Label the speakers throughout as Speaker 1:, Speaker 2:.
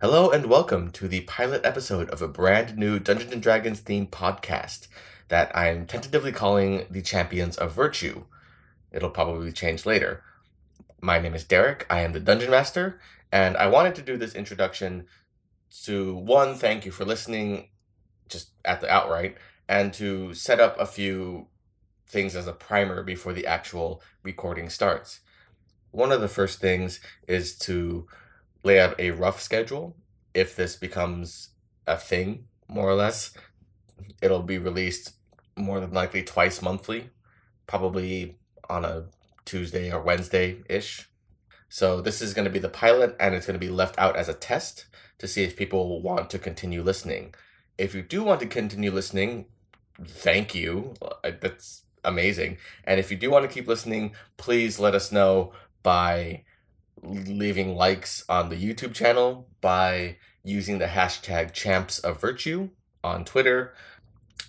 Speaker 1: Hello and welcome to the pilot episode of a brand new Dungeons and Dragons themed podcast that I am tentatively calling the Champions of Virtue. It'll probably change later. My name is Derek. I am the Dungeon Master, and I wanted to do this introduction to one, thank you for listening just at the outright, and to set up a few things as a primer before the actual recording starts. One of the first things is to lay out a rough schedule. If this becomes a thing, more or less, it'll be released more than likely twice monthly, probably on a Tuesday or Wednesday ish. So this is going to be the pilot and it's going to be left out as a test to see if people want to continue listening. If you do want to continue listening, thank you. Uh, That's amazing. And if you do want to keep listening, please let us know by leaving likes on the YouTube channel by using the hashtag champs of virtue on Twitter.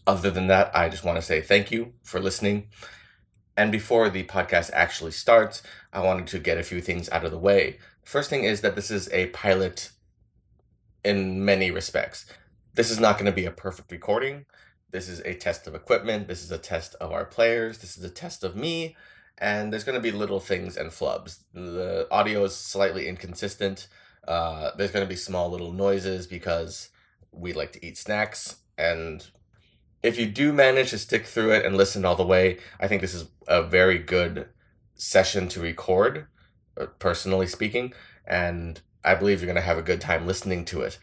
Speaker 1: Other than that, I just want to say thank you for listening. And before the podcast actually starts, I wanted to get a few things out of the way. First thing is that this is a pilot in many respects. This is not going to be a perfect recording. This is a test of equipment. This is a test of our players. This is a test of me and there's going to be little things and flubs. The audio is slightly inconsistent. Uh, there's going to be small little noises because we like to eat snacks. And if you do manage to stick through it and listen all the way, I think this is a very good session to record, uh, personally speaking. And I believe you're going to have a good time listening to it.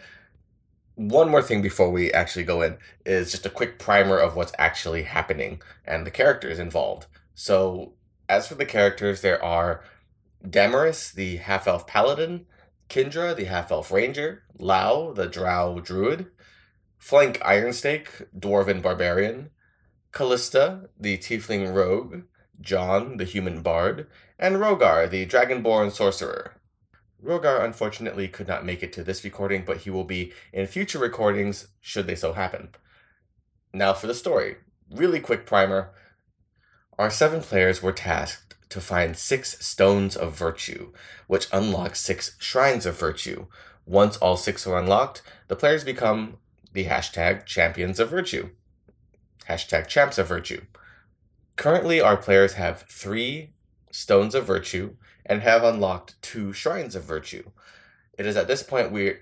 Speaker 1: One more thing before we actually go in is just a quick primer of what's actually happening and the characters involved. So, as for the characters, there are Damaris, the half elf paladin, Kindra, the half elf ranger, Lao, the drow druid, Flank Ironstake, dwarven barbarian, Callista, the tiefling rogue, John, the human bard, and Rogar, the dragonborn sorcerer. Rogar unfortunately could not make it to this recording, but he will be in future recordings should they so happen. Now for the story. Really quick primer. Our seven players were tasked to find six stones of virtue, which unlock six shrines of virtue. Once all six are unlocked, the players become the hashtag champions of virtue. Hashtag champs of virtue. Currently, our players have three stones of virtue and have unlocked two shrines of virtue. It is at this point we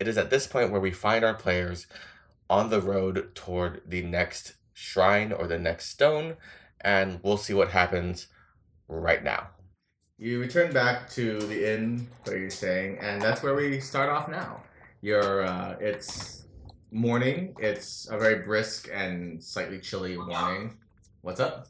Speaker 1: it is at this point where we find our players on the road toward the next shrine or the next stone, and we'll see what happens right now. You return back to the inn where you're staying, and that's where we start off now. You're, uh, it's morning. It's a very brisk and slightly chilly morning. What's up?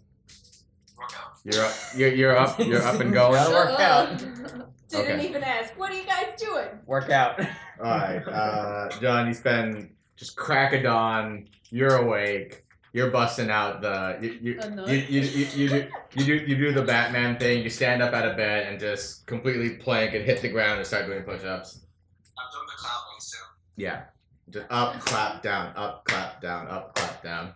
Speaker 1: You're up. You're, you're up. You're up and going.
Speaker 2: Gotta work out.
Speaker 3: Didn't
Speaker 1: Okay.
Speaker 3: even ask. What are you guys doing?
Speaker 2: Work out.
Speaker 1: All right, uh, John, you spend just crack a dawn. You're awake. You're busting out the you you,
Speaker 3: A nut?
Speaker 1: you, you, you, you, do, you do you do the Batman thing. You stand up out of bed and just completely plank and hit the ground and start doing push-ups.
Speaker 4: I'm doing the clown wings too.
Speaker 1: Yeah, just up, clap, down, up, clap, down, up, clap, down.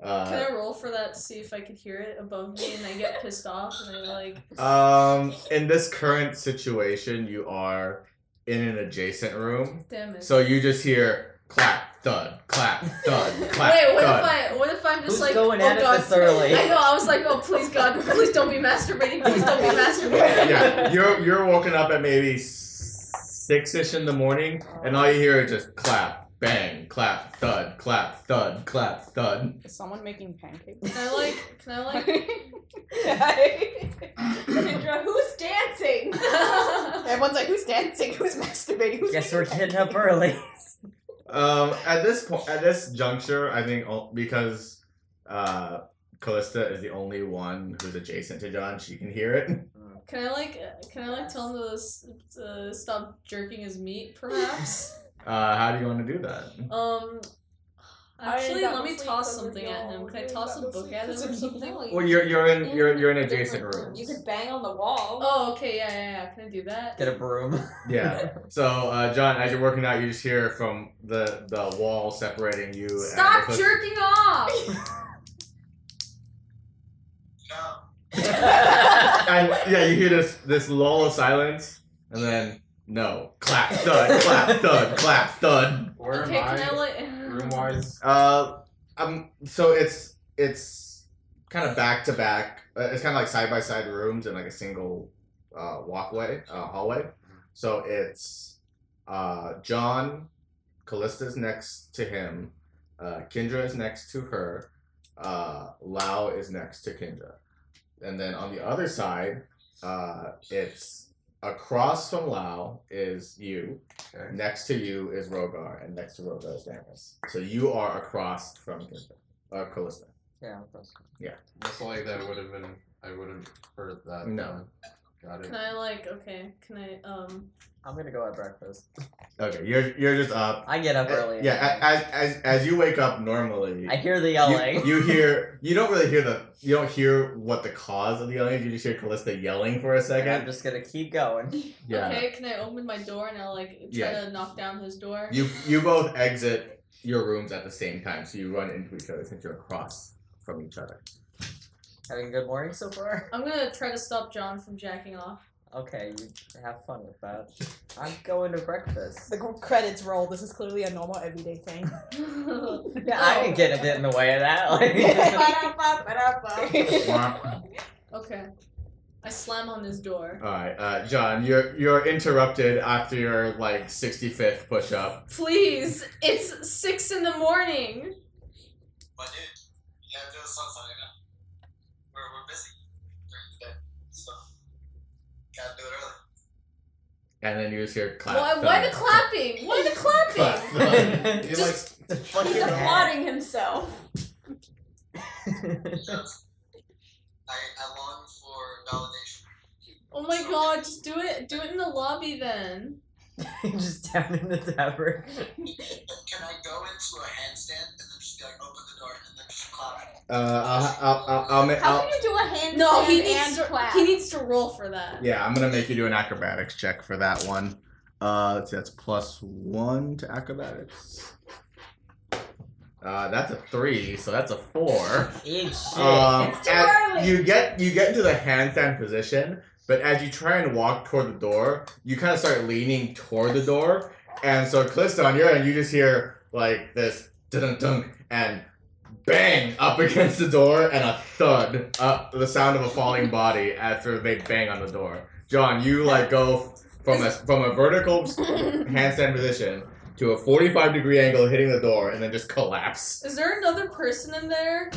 Speaker 1: Uh,
Speaker 3: Can I roll for that to see if I could hear it above me and I get pissed off and I'm like,
Speaker 1: um, in this current situation, you are in an adjacent room,
Speaker 3: damn it.
Speaker 1: so you just hear clap, thud, clap, thud, clap,
Speaker 3: Wait, what
Speaker 1: thud.
Speaker 3: if I what if I'm just
Speaker 2: Who's
Speaker 3: like
Speaker 2: going
Speaker 3: oh
Speaker 2: at it
Speaker 3: god.
Speaker 2: this early?
Speaker 3: I know, I was like, oh please God, please don't be masturbating, please don't be masturbating.
Speaker 1: yeah, you're you're woken up at maybe six ish in the morning, and all you hear is just clap, bang, clap, thud, clap, thud, clap, thud.
Speaker 5: Is someone making pancakes?
Speaker 3: Can I like can I like
Speaker 5: Kendra,
Speaker 3: who's dancing?
Speaker 5: Everyone's like, who's dancing? Who's masturbating? Who's
Speaker 2: Guess
Speaker 5: making
Speaker 2: we're getting up
Speaker 5: pancakes?"
Speaker 2: early.
Speaker 1: Um, at this point, at this juncture, I think all- because uh, Callista is the only one who's adjacent to John, she can hear it.
Speaker 3: Can I like can I like tell him to s- to stop jerking his meat perhaps?
Speaker 1: Uh, how do you want to do that?
Speaker 3: Um,
Speaker 5: I
Speaker 3: actually,
Speaker 5: got
Speaker 3: let me
Speaker 5: asleep
Speaker 3: toss
Speaker 5: 'cause of
Speaker 3: something at him.
Speaker 5: y'all.
Speaker 3: Can I
Speaker 5: I
Speaker 3: toss a
Speaker 5: got
Speaker 3: book
Speaker 5: asleep
Speaker 3: at him
Speaker 5: 'cause
Speaker 3: or
Speaker 5: of
Speaker 3: something?
Speaker 5: y'all.
Speaker 1: Well, you're you're in you're you're in
Speaker 5: a
Speaker 1: adjacent
Speaker 5: different
Speaker 1: rooms.
Speaker 5: You could bang on the wall.
Speaker 3: Oh, okay, yeah, yeah, yeah. Can I do that?
Speaker 2: Get a broom.
Speaker 1: Yeah. So, uh, John, as you're working out, you just hear from the the wall separating you. and
Speaker 3: Stop
Speaker 1: Calista.
Speaker 3: jerking off!
Speaker 4: No.
Speaker 2: That's
Speaker 1: and yeah, you hear this this lull of silence, and then
Speaker 2: No. Clap, thud, clap, thud, clap, thud.
Speaker 6: Where
Speaker 3: okay,
Speaker 6: am I?
Speaker 3: can I like
Speaker 6: Room wise.
Speaker 2: Uh, um, so it's it's kind of back to back. uh, It's kind of like side by side rooms and like a single uh, walkway, uh, hallway. So it's uh, John, Callista's next to him, uh, Kendra is next to her, uh, Lau is next to Kendra, and then on the other side, uh, it's across from Lau is you,
Speaker 6: Okay.
Speaker 2: Next to you is Rogar, and next to Rogar is Damus. So you are across from Kinda, uh, Callista.
Speaker 6: Yeah, that's good.
Speaker 2: Yeah.
Speaker 6: Most likely that would have been. I would have heard that.
Speaker 2: No.
Speaker 6: Got it.
Speaker 3: Can I like okay? Can I um?
Speaker 7: I'm gonna go at breakfast.
Speaker 2: Okay, you're you're just up.
Speaker 7: I get up early.
Speaker 2: yeah, as, as as you wake up normally,
Speaker 7: I hear the yelling.
Speaker 2: you, you hear you don't really hear the you don't hear what the cause of the yelling is. You just hear Callista yelling for
Speaker 7: and
Speaker 2: a
Speaker 7: I'm
Speaker 2: second.
Speaker 7: just gonna keep going.
Speaker 2: Yeah.
Speaker 3: Okay, can I open my door and I'll like try
Speaker 2: Yeah.
Speaker 3: to knock down his door?
Speaker 2: You you both exit your rooms at the same time, so you run into each other since you're across from each other.
Speaker 7: Having a good morning so far.
Speaker 3: I'm gonna try to stop John from jacking off.
Speaker 7: Okay, you have fun with that. I'm going to breakfast.
Speaker 5: The g- credits roll. This is clearly a normal everyday thing.
Speaker 7: Yeah, I ain't getting a bit in the way of that. Like,
Speaker 5: Ba-da-ba-ba-da-ba.
Speaker 3: okay. I slam on his door.
Speaker 2: All right, uh, John, you're you're interrupted after your like 65th push up.
Speaker 3: Please, it's six in the morning.
Speaker 4: But dude, you gotta do something, you know? We're, we're busy during the day, so gotta do it early.
Speaker 2: And then you just hear clap.
Speaker 3: Why,
Speaker 2: thud,
Speaker 3: why the clapping? Why the
Speaker 2: clap,
Speaker 3: clapping?
Speaker 2: thud.
Speaker 6: He
Speaker 3: Just-
Speaker 6: likes-
Speaker 7: fucking
Speaker 5: He's
Speaker 7: hat.
Speaker 5: applauding himself.
Speaker 4: Because I, I long for validation.
Speaker 3: Oh my god, just do it. Do it in the lobby then.
Speaker 7: just down in the tavern.
Speaker 4: Can I go into a handstand and then just be like, open the door and then just clap?
Speaker 2: Uh, I'll, I'll, I'll, I'll, ma-
Speaker 8: How
Speaker 2: I'll,
Speaker 8: can you do a handstand
Speaker 3: No, he
Speaker 8: and
Speaker 3: needs to,
Speaker 8: clap?
Speaker 3: he needs to roll for that.
Speaker 2: yeah, I'm gonna make you do an acrobatics check for that one. Uh, let's see, that's plus one to acrobatics. Uh, that's a three, so that's a four.
Speaker 7: Eat shit.
Speaker 2: Um,
Speaker 8: It's too
Speaker 2: at-
Speaker 8: early.
Speaker 2: you get you get into the handstand position, but as you try and walk toward the door, you kind of start leaning toward the door, and so Clista on your end, you just hear like this dun dun and bang up against the door and a thud, uh, the sound of a falling body after they bang on the door. John, you like go from a from a vertical handstand position to a 45 degree angle hitting the door and then just collapse.
Speaker 3: Is there another person in there?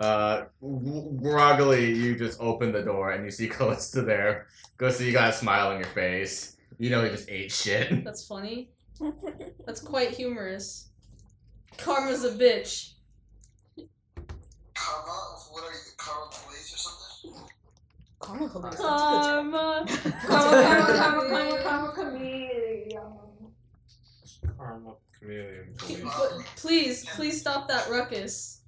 Speaker 2: Uh, w- groggily, you just open the door and you see Callista there. Callista, you got a smile on your face. You know he just ate shit.
Speaker 3: That's funny. That's quite humorous. Karma's a bitch.
Speaker 4: Karma? What are you, karma police or something?
Speaker 5: Karma police. That's good.
Speaker 3: Karma.
Speaker 5: Karma,
Speaker 8: Karma, karma, karma, chameleon.
Speaker 6: Arm up chameleon.
Speaker 3: P- but Please, please stop that ruckus.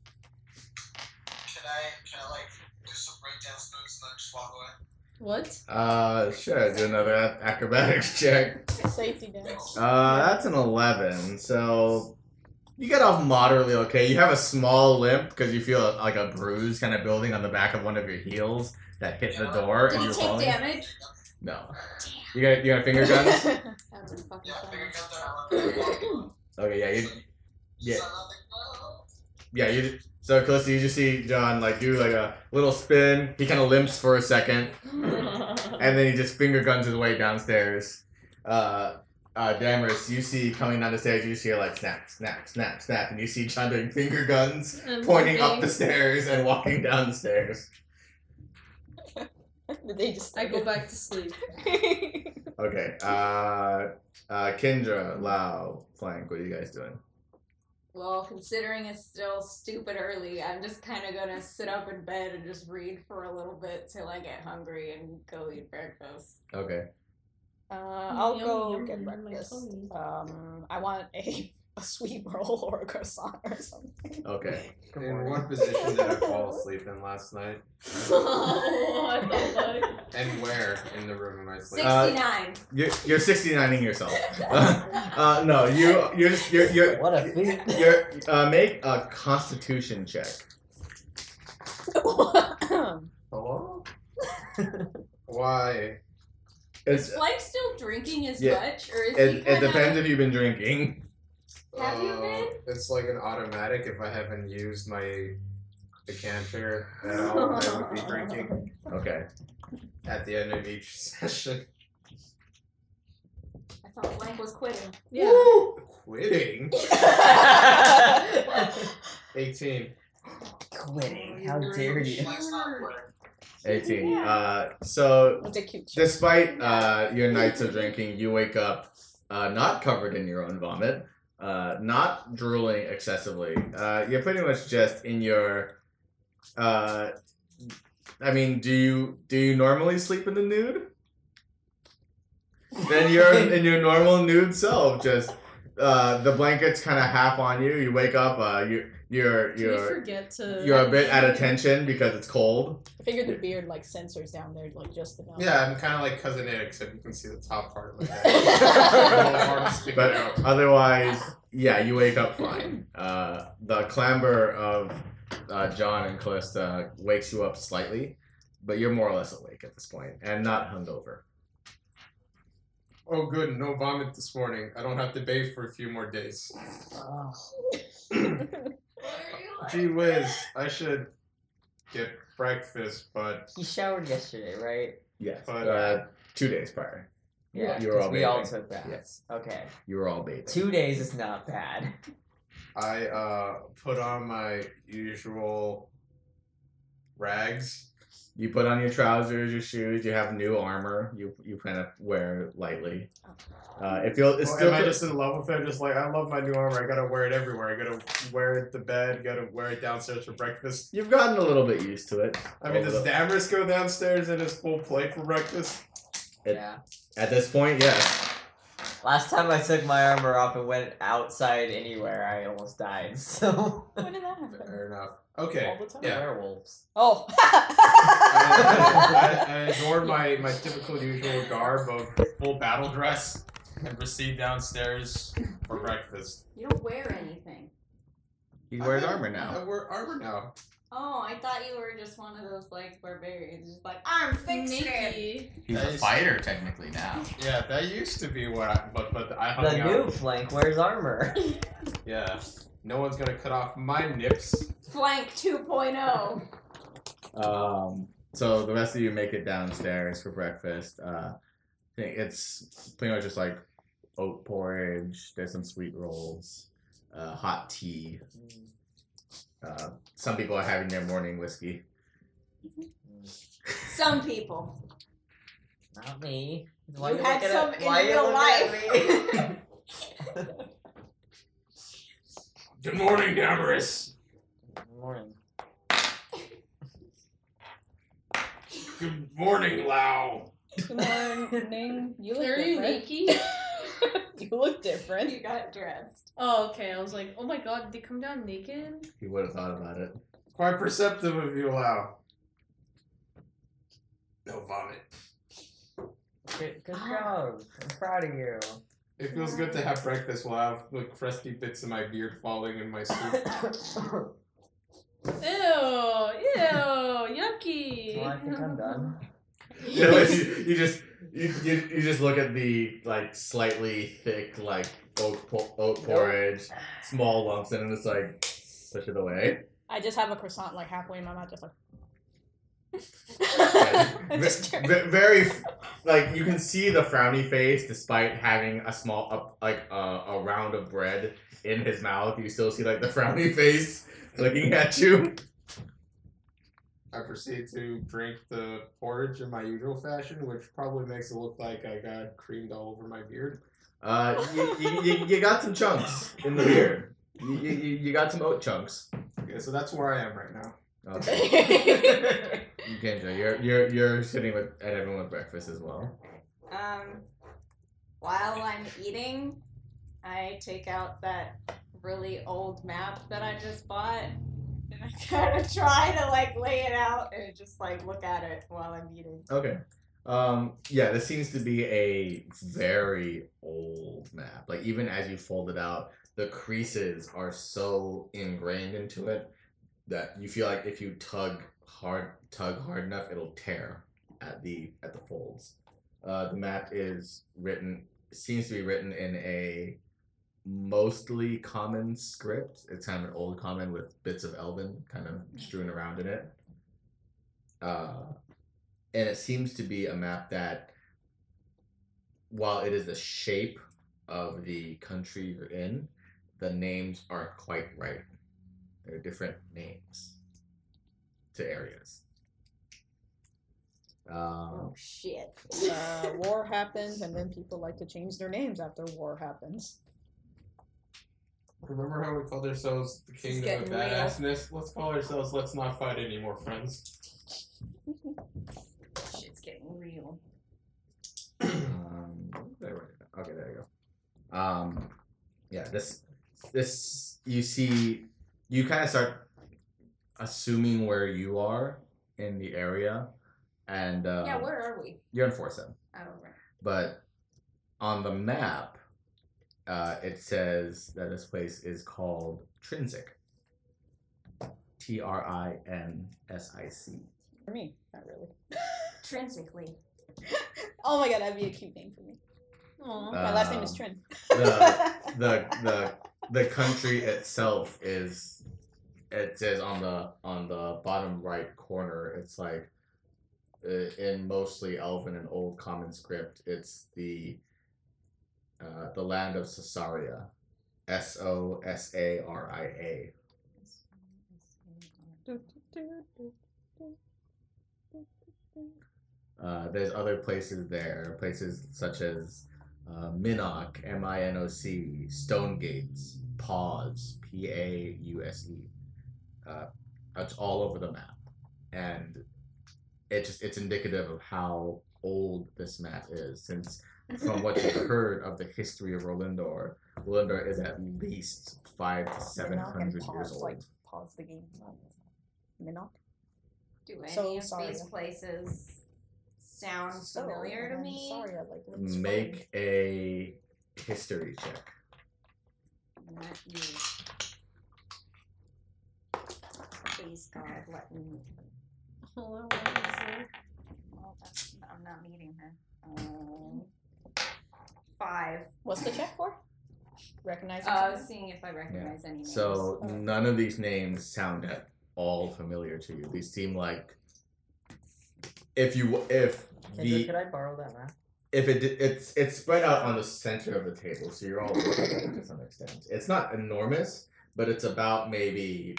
Speaker 4: Can I, can I like, do some breakdance moves and then just walk away?
Speaker 3: What?
Speaker 2: Uh, sure, do another ac- acrobatics check.
Speaker 5: Safety dance.
Speaker 2: Uh, that's an 11, so you get off moderately okay. You have a small limp because you feel like a bruise kind of building on the back of one of your heels that hit the door
Speaker 8: Did
Speaker 2: and
Speaker 8: you
Speaker 2: you're
Speaker 8: take
Speaker 2: falling.
Speaker 8: damage?
Speaker 2: No. You got, you got finger guns?
Speaker 8: That's a fucking
Speaker 4: Yeah, figure
Speaker 8: fun.
Speaker 4: out that I want
Speaker 2: okay, yeah, you, Yeah.
Speaker 4: So nothing, uh,
Speaker 2: Yeah, you. So Calista, you just see John like do like a little spin. He kind of limps for a second, and then he just finger guns his way downstairs. Uh, uh, Damaris, you see coming down the stairs. You just hear like snap, snap, snap, snap, and you see John doing finger guns,
Speaker 3: And
Speaker 2: pointing up
Speaker 3: moving.
Speaker 2: the stairs and walking down the stairs.
Speaker 5: Did they just
Speaker 3: I go back to sleep.
Speaker 2: Okay. Uh, uh, Kendra, Lau, Flank, what are you guys doing?
Speaker 8: Well, considering it's still stupid early, I'm just kind of gonna sit up in bed and just read for a little bit till I get hungry and go eat breakfast.
Speaker 2: Okay.
Speaker 5: Uh, I'll
Speaker 3: Yum,
Speaker 5: go
Speaker 3: yum,
Speaker 5: get
Speaker 3: yum, my
Speaker 5: breakfast.
Speaker 3: tummy.
Speaker 5: Um, I want a, a sweet roll or a croissant or something.
Speaker 2: Okay.
Speaker 7: Good
Speaker 6: In
Speaker 7: morning.
Speaker 6: what position did I fall asleep in last night?
Speaker 3: what the fuck?
Speaker 6: And where in the room am I sleeping?
Speaker 2: Uh,
Speaker 8: 69.
Speaker 2: You're you're 69ing yourself. uh, no, you you're just, you're you're
Speaker 7: What a feat.
Speaker 2: Your uh, make a Constitution check.
Speaker 6: Why?
Speaker 2: It's
Speaker 8: Flake still drinking as
Speaker 2: Yeah.
Speaker 8: much, or is he
Speaker 2: it, it
Speaker 8: kinda,
Speaker 2: depends if you've been drinking.
Speaker 8: Have you
Speaker 6: Uh,
Speaker 8: been?
Speaker 6: It's like an automatic. If I haven't used my decanter at all, I would be drinking
Speaker 2: Okay.
Speaker 6: at the end of each session.
Speaker 8: I thought Flank was quitting.
Speaker 3: Yeah.
Speaker 6: Quitting. Eighteen.
Speaker 7: Quitting. How dare you?
Speaker 4: Flank's not quitting.
Speaker 2: 18. Uh, so
Speaker 5: That's a cute shirt.
Speaker 2: Despite uh, your nights of drinking, you wake up uh, not covered in your own vomit, uh, not drooling excessively. Uh, you're pretty much just in your. Uh, I mean, do you do you normally sleep in the nude? Then you're in your normal nude self. Just uh, the blanket's kind of half on you. You wake up. Uh, you you're
Speaker 3: Did we
Speaker 2: you're
Speaker 3: forget to?
Speaker 2: you're a bit out of tension because it's cold.
Speaker 5: I figured the beard like sensors down there like just enough.
Speaker 6: Yeah, I'm kind of like cousin Nick, except you can see the top part like that.
Speaker 2: But Otherwise, yeah, you wake up fine. Uh, the clamber of uh, John and Callista wakes you up slightly, but you're more or less awake at this point and not hungover.
Speaker 6: oh, good, no vomit this morning. I don't have to bathe for a few more days.
Speaker 7: Oh,
Speaker 8: What are you like?
Speaker 6: Gee whiz, I should get breakfast, but
Speaker 7: you showered yesterday, right?
Speaker 2: Yes.
Speaker 6: But-
Speaker 2: uh, two days prior,
Speaker 7: Yeah,
Speaker 2: You were
Speaker 7: 'cause
Speaker 2: all
Speaker 7: we all
Speaker 2: bathing.
Speaker 7: took baths. Okay,
Speaker 2: you were all bathing.
Speaker 7: two days is not bad.
Speaker 6: I uh, put on my usual rags.
Speaker 2: You put on your trousers, your shoes. You have new armor. You you kind of wear lightly. Uh, it feels it's
Speaker 6: Well,
Speaker 2: still
Speaker 6: am I just in love with it? Just like I love my new armor. I gotta wear it everywhere. I gotta wear it to bed. Gotta wear it downstairs for breakfast.
Speaker 2: you've gotten a little bit used to it.
Speaker 6: I mean,
Speaker 2: Over
Speaker 6: does
Speaker 2: the-
Speaker 6: Damaris go downstairs in his full plate for breakfast?
Speaker 2: It-
Speaker 7: yeah.
Speaker 2: at this point, yes.
Speaker 7: Last time I took my armor off and went outside anywhere, I almost died. So
Speaker 5: When did that happen?
Speaker 6: Fair enough. Okay.
Speaker 7: all the time,
Speaker 6: yeah.
Speaker 7: werewolves.
Speaker 5: Oh.
Speaker 6: I, I, I adore my, my typical usual garb of full battle dress and proceed downstairs for breakfast.
Speaker 8: You don't wear anything.
Speaker 2: He
Speaker 6: I
Speaker 2: wears
Speaker 6: wear-
Speaker 2: armor
Speaker 6: I
Speaker 2: now.
Speaker 6: wear armor now.
Speaker 8: Oh, I thought you were just one of those like barbarians, just like I'm fixing.
Speaker 3: Nikki.
Speaker 6: He's a fighter
Speaker 1: technically now.
Speaker 6: Yeah, that used to be what I but but I hung
Speaker 7: The
Speaker 6: out.
Speaker 7: new flank wears armor.
Speaker 6: Yeah. No one's gonna cut off my nips.
Speaker 8: Flank 2.0.
Speaker 2: Um, so the rest of you make it downstairs for breakfast. Uh, I think it's pretty much just like oat porridge. There's some sweet rolls, uh, hot tea. Uh, some people are having their morning whiskey.
Speaker 8: Some people.
Speaker 7: Not me. Why
Speaker 8: You
Speaker 7: you
Speaker 8: had
Speaker 7: looking
Speaker 8: some
Speaker 7: at,
Speaker 8: in
Speaker 7: why you
Speaker 8: real
Speaker 7: looking at me?
Speaker 8: life.
Speaker 6: Good morning, Damaris.
Speaker 7: Good morning.
Speaker 6: Good morning, Lau.
Speaker 5: Good morning. You look
Speaker 3: Are you
Speaker 5: different.
Speaker 3: Nikki?
Speaker 5: You look different.
Speaker 8: you got dressed.
Speaker 3: Oh, okay. I was like, oh my god, did they come down naked?
Speaker 2: He would have thought about it.
Speaker 6: Quite perceptive of you, Lau. No vomit.
Speaker 7: Good, good job. I'm proud of you.
Speaker 6: It feels good to have breakfast while I have like crusty bits of my beard falling in my soup.
Speaker 3: Ew, ew, yucky.
Speaker 7: well, I think I'm done.
Speaker 2: You, know, it's- you, you just you, you, you just look at the like slightly thick like oat po- oat porridge, small lumps, and it's like push it away.
Speaker 5: I just have a croissant like halfway in my mouth, just like.
Speaker 2: Ve-
Speaker 5: I'm just
Speaker 2: ve-
Speaker 5: joking.
Speaker 2: very like you can see the frowny face despite having a small up like uh, a round of bread in his mouth you still see like the frowny face looking at you
Speaker 6: I proceed to drink the porridge in my usual fashion, which probably makes it look like I got creamed all over my beard.
Speaker 2: uh you, you, you, you got some chunks in the beard you, you, you you got some oat chunks
Speaker 6: Okay, so that's where I am right now.
Speaker 2: okay you can you're you're you're sitting with at everyone with breakfast as well
Speaker 8: Um, while I'm eating, I take out that really old map that I just bought and I kind of try to like lay it out and just like look at it while I'm eating.
Speaker 2: okay um yeah this seems to be a very old map like even as you fold it out the creases are so ingrained into it that you feel like if you tug hard tug hard enough it'll tear at the at the folds. Uh, the map is written seems to be written in a mostly common script. It's kind of an old common with bits of Elven kind of strewn around in it. Uh, and it seems to be a map that, while it is the shape of the country you're in, the names aren't quite right. They're different names to areas. Um,
Speaker 8: Oh shit.
Speaker 5: uh, war happens, and then people like to change their names after war happens.
Speaker 6: Remember how we called ourselves the
Speaker 8: is
Speaker 6: Kingdom of
Speaker 8: getting real.
Speaker 6: Badassness? Let's call ourselves Let's Not Fight Anymore, friends.
Speaker 8: Shit's getting real.
Speaker 2: um, there we go. okay, there you go. Um, yeah, this, this, you see, you kind of start assuming where you are in the area, and uh,
Speaker 8: yeah, where are we?
Speaker 2: you're in Forsen.
Speaker 8: I don't know.
Speaker 2: but on the map, uh, it says that this place is called Trinsic. T R I N S I C.
Speaker 5: For me, not really.
Speaker 8: Intrinsically.
Speaker 5: Oh my god, that'd be a cute name for me.
Speaker 3: Aw.
Speaker 5: My last name is
Speaker 2: Um,
Speaker 5: Trin.
Speaker 2: The, the the the country itself is it says on the on the bottom right corner. It's like uh, in mostly Elven and Old Common script. It's the uh, the land of Cesaria, S O S A R I A. Uh, there's other places there, places such as uh, Minoc, M I N O C, Stone Gates, Paws, P A U S E. Uh, It's all over the map, and it just it's indicative of how old this map is. Since from what you've heard of the history of Rolindor, Rolindor is at least five to seven hundred years
Speaker 5: pause,
Speaker 2: old.
Speaker 5: like pause the game. Um, Minok.
Speaker 8: Do any
Speaker 5: So
Speaker 8: of
Speaker 5: sorry.
Speaker 8: these places sound familiar to me?
Speaker 5: Sorry, I like looks
Speaker 2: Make a history check.
Speaker 8: Let me. Please, God, let me.
Speaker 3: Hold on, what is it?
Speaker 8: Well, that's, I'm not meeting her. Um, five.
Speaker 5: fun. What's the check for? Recognizing
Speaker 8: Uh,
Speaker 5: someone?
Speaker 8: seeing if I recognize any names.
Speaker 2: So
Speaker 5: Uh,
Speaker 2: none of these names sound at all familiar to you. These seem like if you if
Speaker 7: Kendra,
Speaker 2: the
Speaker 7: could I borrow that map?
Speaker 2: if it di- it's it's spread out on the center of the table, so you're all looking at it to some extent. It's not enormous, but it's about maybe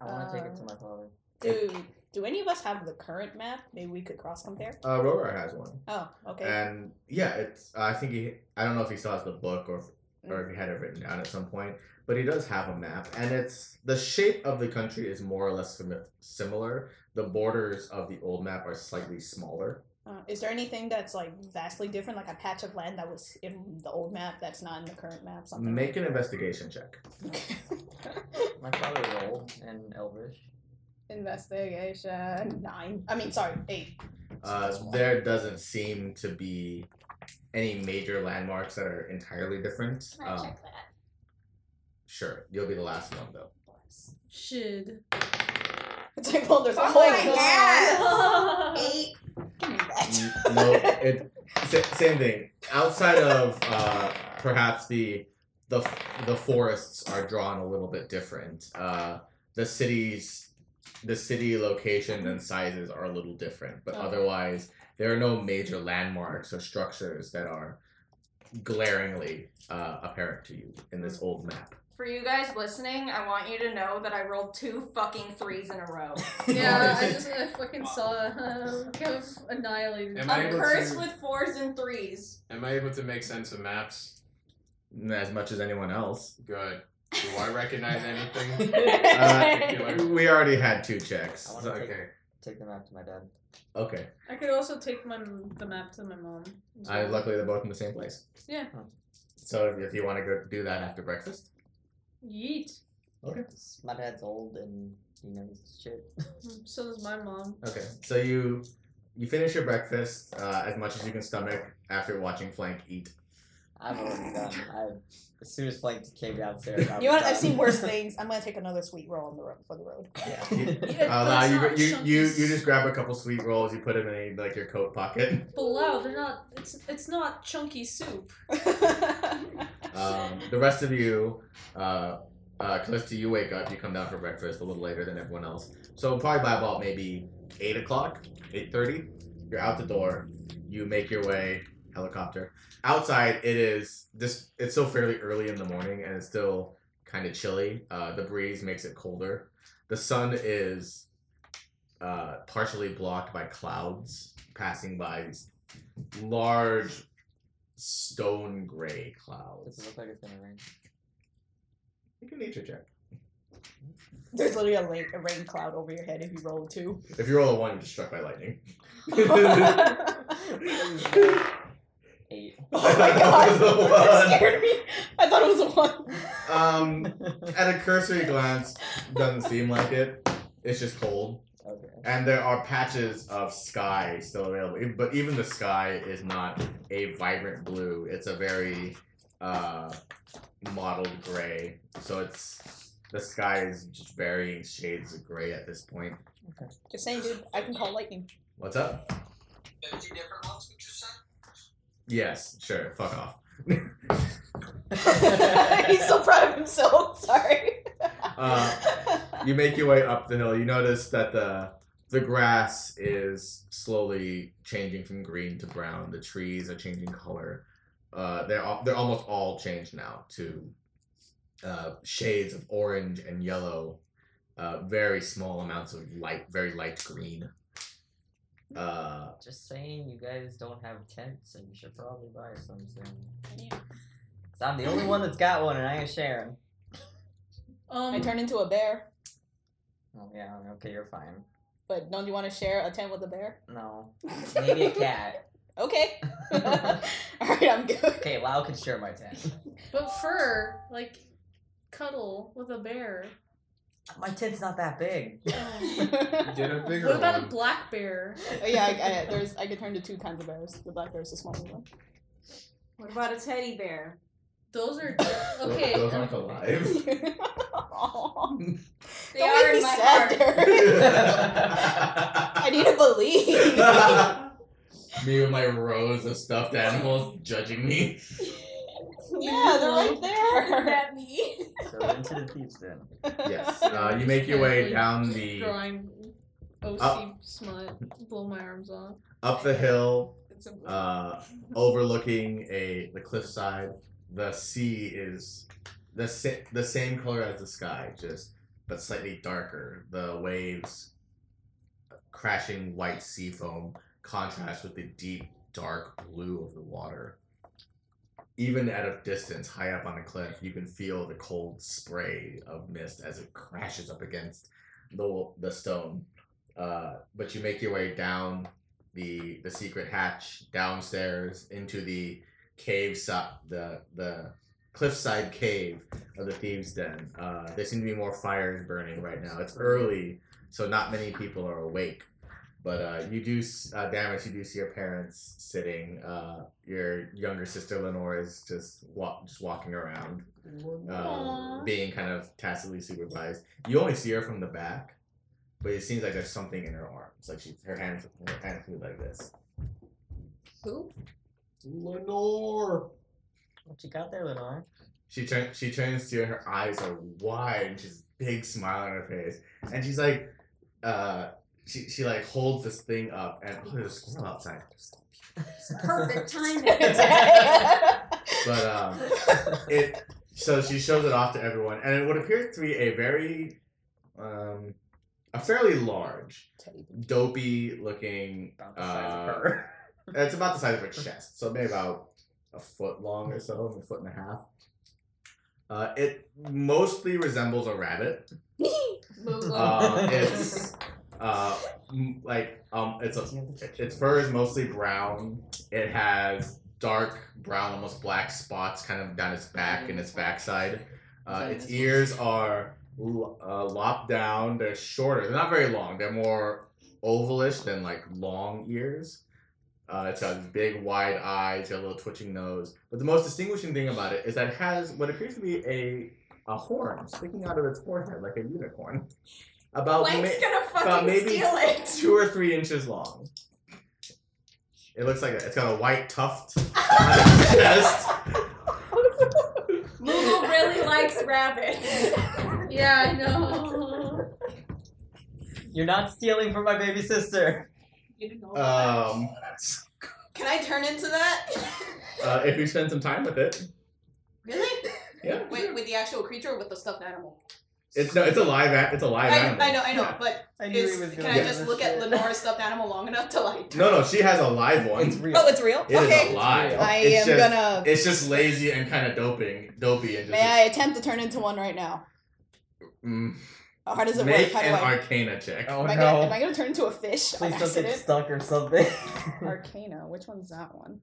Speaker 7: I want to take it to
Speaker 5: Um,
Speaker 7: my father.
Speaker 5: do do any of us have the current map? Maybe we could cross compare.
Speaker 2: uh, Rora has one,
Speaker 5: Oh, okay.
Speaker 2: and yeah, it's I think he I don't know if he still has the book or if, or if he had it written down at some point, but he does have a map, and it's the shape of the country is more or less simi- similar. The borders of the old map are slightly smaller.
Speaker 5: Uh, is there anything that's like vastly different, like a patch of land that was in the old map that's not in the current map? Something.
Speaker 2: Make an investigation check.
Speaker 7: My father rolled in Elvish.
Speaker 5: Investigation nine. I mean, sorry, eight.
Speaker 2: Uh, there doesn't seem to be any major landmarks that are entirely different.
Speaker 8: Can I
Speaker 2: Um,
Speaker 8: check that?
Speaker 2: sure, you'll be the last one though.
Speaker 3: Shit.
Speaker 5: It's like, well, there's
Speaker 8: Oh
Speaker 5: oh
Speaker 8: my
Speaker 2: um,
Speaker 5: god.
Speaker 8: Eight.
Speaker 5: Give me that.
Speaker 2: no, it sa- same thing. Outside of uh, perhaps the the the forests are drawn a little bit different. Uh, the cities, the city locations and sizes are a little different, but
Speaker 5: Okay.
Speaker 2: otherwise there are no major landmarks or structures that are glaringly uh, apparent to you in this old map.
Speaker 8: For you guys listening, I want you to know that I rolled two fucking threes in a row.
Speaker 3: Yeah, I just I fucking saw um, kind of annihilated.
Speaker 6: Am I
Speaker 8: I'm
Speaker 6: able
Speaker 8: cursed
Speaker 6: to-
Speaker 8: with fours and threes.
Speaker 6: Am I able to make sense of maps?
Speaker 2: As much as anyone else,
Speaker 6: Good. Do I recognize anything?
Speaker 2: uh, we already had two checks.
Speaker 7: I wanna
Speaker 2: so-
Speaker 7: take-
Speaker 2: okay,
Speaker 7: Take the map to my dad.
Speaker 2: okay.
Speaker 3: I could also take my the map to my mom. as
Speaker 2: I
Speaker 3: well.
Speaker 2: luckily they're both in the same place.
Speaker 3: Yeah.
Speaker 2: So if, if you want to go do that after breakfast,
Speaker 3: Yeet.
Speaker 2: okay,
Speaker 7: My dad's old and he knows shit.
Speaker 3: So does my mom.
Speaker 2: okay. So you you finish your breakfast uh, as much as you can stomach after watching Flank eat,
Speaker 7: I'm already done. I, as soon as Flank came downstairs, I
Speaker 5: You know
Speaker 7: was
Speaker 5: what? I've
Speaker 7: done.
Speaker 5: seen worse things. I'm gonna take another sweet roll on the road for the road.
Speaker 7: Yeah.
Speaker 2: Uh, nah,
Speaker 3: it's
Speaker 2: you,
Speaker 3: not
Speaker 2: you,
Speaker 3: chunky
Speaker 2: you, you just grab a couple sweet rolls, you put them in like your coat pocket.
Speaker 3: below. They're not. It's it's not chunky soup.
Speaker 2: Um, the rest of you, uh, uh, Calista, you wake up, you come down for breakfast a little later than everyone else. So probably by about maybe eight o'clock, eight thirty, you're out the door. You make your way helicopter. Outside, it is this. It's still fairly early in the morning, and it's still kind of chilly. Uh, the breeze makes it colder. The sun is uh, partially blocked by clouds passing by these large stone gray
Speaker 7: Does
Speaker 2: clouds.
Speaker 7: it look like it's gonna rain?
Speaker 2: You can nature check.
Speaker 5: There's literally a, rain, a rain cloud over your head if you roll a two.
Speaker 2: If you roll a one, you're just struck by lightning.
Speaker 7: Eight.
Speaker 5: Oh my god! That scared me. I thought it was a one.
Speaker 2: um, at a cursory glance, doesn't seem like it. It's just cold,
Speaker 7: Okay.
Speaker 2: and there are patches of sky still available. But even the sky is not a vibrant blue. It's a very uh, mottled gray. So it's the sky is just varying shades of gray at this point.
Speaker 5: Just saying, dude. I can call lightning.
Speaker 2: What's up?
Speaker 4: 50 different ones, would you say?
Speaker 2: Yes, sure. Fuck off.
Speaker 5: He's so proud of himself. Sorry.
Speaker 2: Uh, you make your way up the hill. You notice that the the grass is slowly changing from green to brown. The trees are changing color. Uh, they're all, they're almost all changed now to uh, shades of orange and yellow. Uh, very small amounts of light, very light green. Uh,
Speaker 7: Just saying, you guys don't have tents, and you should probably buy some soon. 'Cause I'm the only one that's got one, and I ain't sharing.
Speaker 3: Um,
Speaker 5: I turn into a bear.
Speaker 7: Oh yeah. Okay, you're fine.
Speaker 5: But don't you want to share a tent with a bear?
Speaker 7: No. Maybe a cat.
Speaker 5: Okay. All right, I'm good.
Speaker 7: Okay, Lau can share my tent.
Speaker 3: but fur like cuddle with a bear.
Speaker 7: My tent's not that big.
Speaker 3: Um,
Speaker 6: Get a bigger
Speaker 3: what about a
Speaker 6: one.
Speaker 3: black bear?
Speaker 5: Oh, yeah, I, I, there's I could turn to two kinds of bears. The black bear's the smaller one.
Speaker 8: What about a teddy bear?
Speaker 3: Those are
Speaker 2: tho-
Speaker 3: okay.
Speaker 2: those aren't
Speaker 3: um,
Speaker 2: alive.
Speaker 5: Aw.
Speaker 8: They
Speaker 5: Don't
Speaker 8: are in
Speaker 5: make me
Speaker 8: my
Speaker 5: sad,
Speaker 8: heart.
Speaker 5: I need to believe.
Speaker 2: me with my rows of stuffed animals judging me.
Speaker 5: yeah, they're right
Speaker 8: What does
Speaker 5: there.
Speaker 8: that mean?
Speaker 7: So into the thieves then.
Speaker 2: Yes. Uh, you make your way down the
Speaker 3: drawing OC
Speaker 2: Up.
Speaker 3: smut. Blow my arms off.
Speaker 2: up the hill,
Speaker 8: It's a
Speaker 2: uh, overlooking a the cliffside. The sea is the sa- the same color as the sky, just but slightly darker. The waves crashing white sea foam contrast with the deep dark blue of the water. Even at a distance, high up on a cliff, you can feel the cold spray of mist as it crashes up against the the stone. Uh, but you make your way down the the secret hatch downstairs into the cave so- the the cliffside cave of the thieves den. Uh, there seem to be more fires burning right now. It's early, so not many people are awake. But uh, you do s- uh, damage. You do see your parents sitting. Uh, your younger sister Lenore is just wa- just walking around, uh,
Speaker 3: Aw.
Speaker 2: being kind of tacitly supervised. You only see her from the back, but it seems like there's something in her arms. Like she's her hands her hands move like this.
Speaker 3: Who?
Speaker 6: Lenore.
Speaker 7: What you got there, Lenore?
Speaker 2: She turns she turns to you and her eyes are wide and she's big smile on her face. And she's like uh she, she like holds this thing up and oh there's a squirrel outside.
Speaker 8: perfect timing.
Speaker 5: That's
Speaker 2: But um it so she shows it off to everyone and it would appear to be a very um a fairly large, dopey looking
Speaker 7: About the size of
Speaker 2: uh,
Speaker 7: her.
Speaker 2: It's about the size of her chest, so maybe about a foot long or so, a foot and a half. Uh, it mostly resembles a rabbit.
Speaker 3: Oh.
Speaker 2: Uh, it's uh, m- like um, it's a its fur is mostly brown. It has dark brown, almost black spots kind of down its back and its backside. Uh, its ears are l- uh, lopped down. They're shorter. They're not very long. They're more ovalish than like long ears.
Speaker 6: Uh, it's got big, wide eyes, it's got a little twitching nose. But the most distinguishing thing about it is that it has what appears to be a a horn sticking out of its forehead like a unicorn. About ma-
Speaker 8: Blake's gonna fucking
Speaker 6: maybe-
Speaker 8: steal it.
Speaker 6: two or three inches long. It looks like a, it's got a white tuft on its chest.
Speaker 8: Moogle really likes rabbits.
Speaker 3: Yeah, I know.
Speaker 7: You're not stealing from my baby sister.
Speaker 6: Um,
Speaker 8: Can I turn into that?
Speaker 6: uh, if you spend some time with it,
Speaker 8: really?
Speaker 6: yeah,
Speaker 8: Wait, with the actual creature or with the stuffed animal?
Speaker 6: it's no, it's a live, a- it's a live
Speaker 8: I,
Speaker 6: animal.
Speaker 8: I know, I know,
Speaker 6: Yeah.
Speaker 8: but
Speaker 7: I knew
Speaker 8: is,
Speaker 7: he was
Speaker 8: can
Speaker 7: gonna
Speaker 8: I
Speaker 7: do
Speaker 8: just
Speaker 7: this
Speaker 8: look at
Speaker 7: shit.
Speaker 8: Lenore's stuffed animal long enough to like?
Speaker 6: No, no, she has a live one.
Speaker 7: It's
Speaker 6: It's,
Speaker 7: real.
Speaker 5: Oh, it's real. okay.
Speaker 6: alive.
Speaker 5: I
Speaker 6: It's
Speaker 5: am
Speaker 6: just-
Speaker 5: gonna.
Speaker 6: just lazy and kind of doping, dopey, and just.
Speaker 5: May I attempt to turn into one right now?
Speaker 6: Mm.
Speaker 5: How does it
Speaker 6: Make
Speaker 5: work? How do
Speaker 6: an
Speaker 5: I?
Speaker 6: Arcana check.
Speaker 7: oh
Speaker 5: am, I
Speaker 7: no.
Speaker 5: gonna, am I gonna turn into a fish on
Speaker 7: Please don't get
Speaker 5: accident?
Speaker 7: stuck or something.
Speaker 5: Arcana. Which one's that one?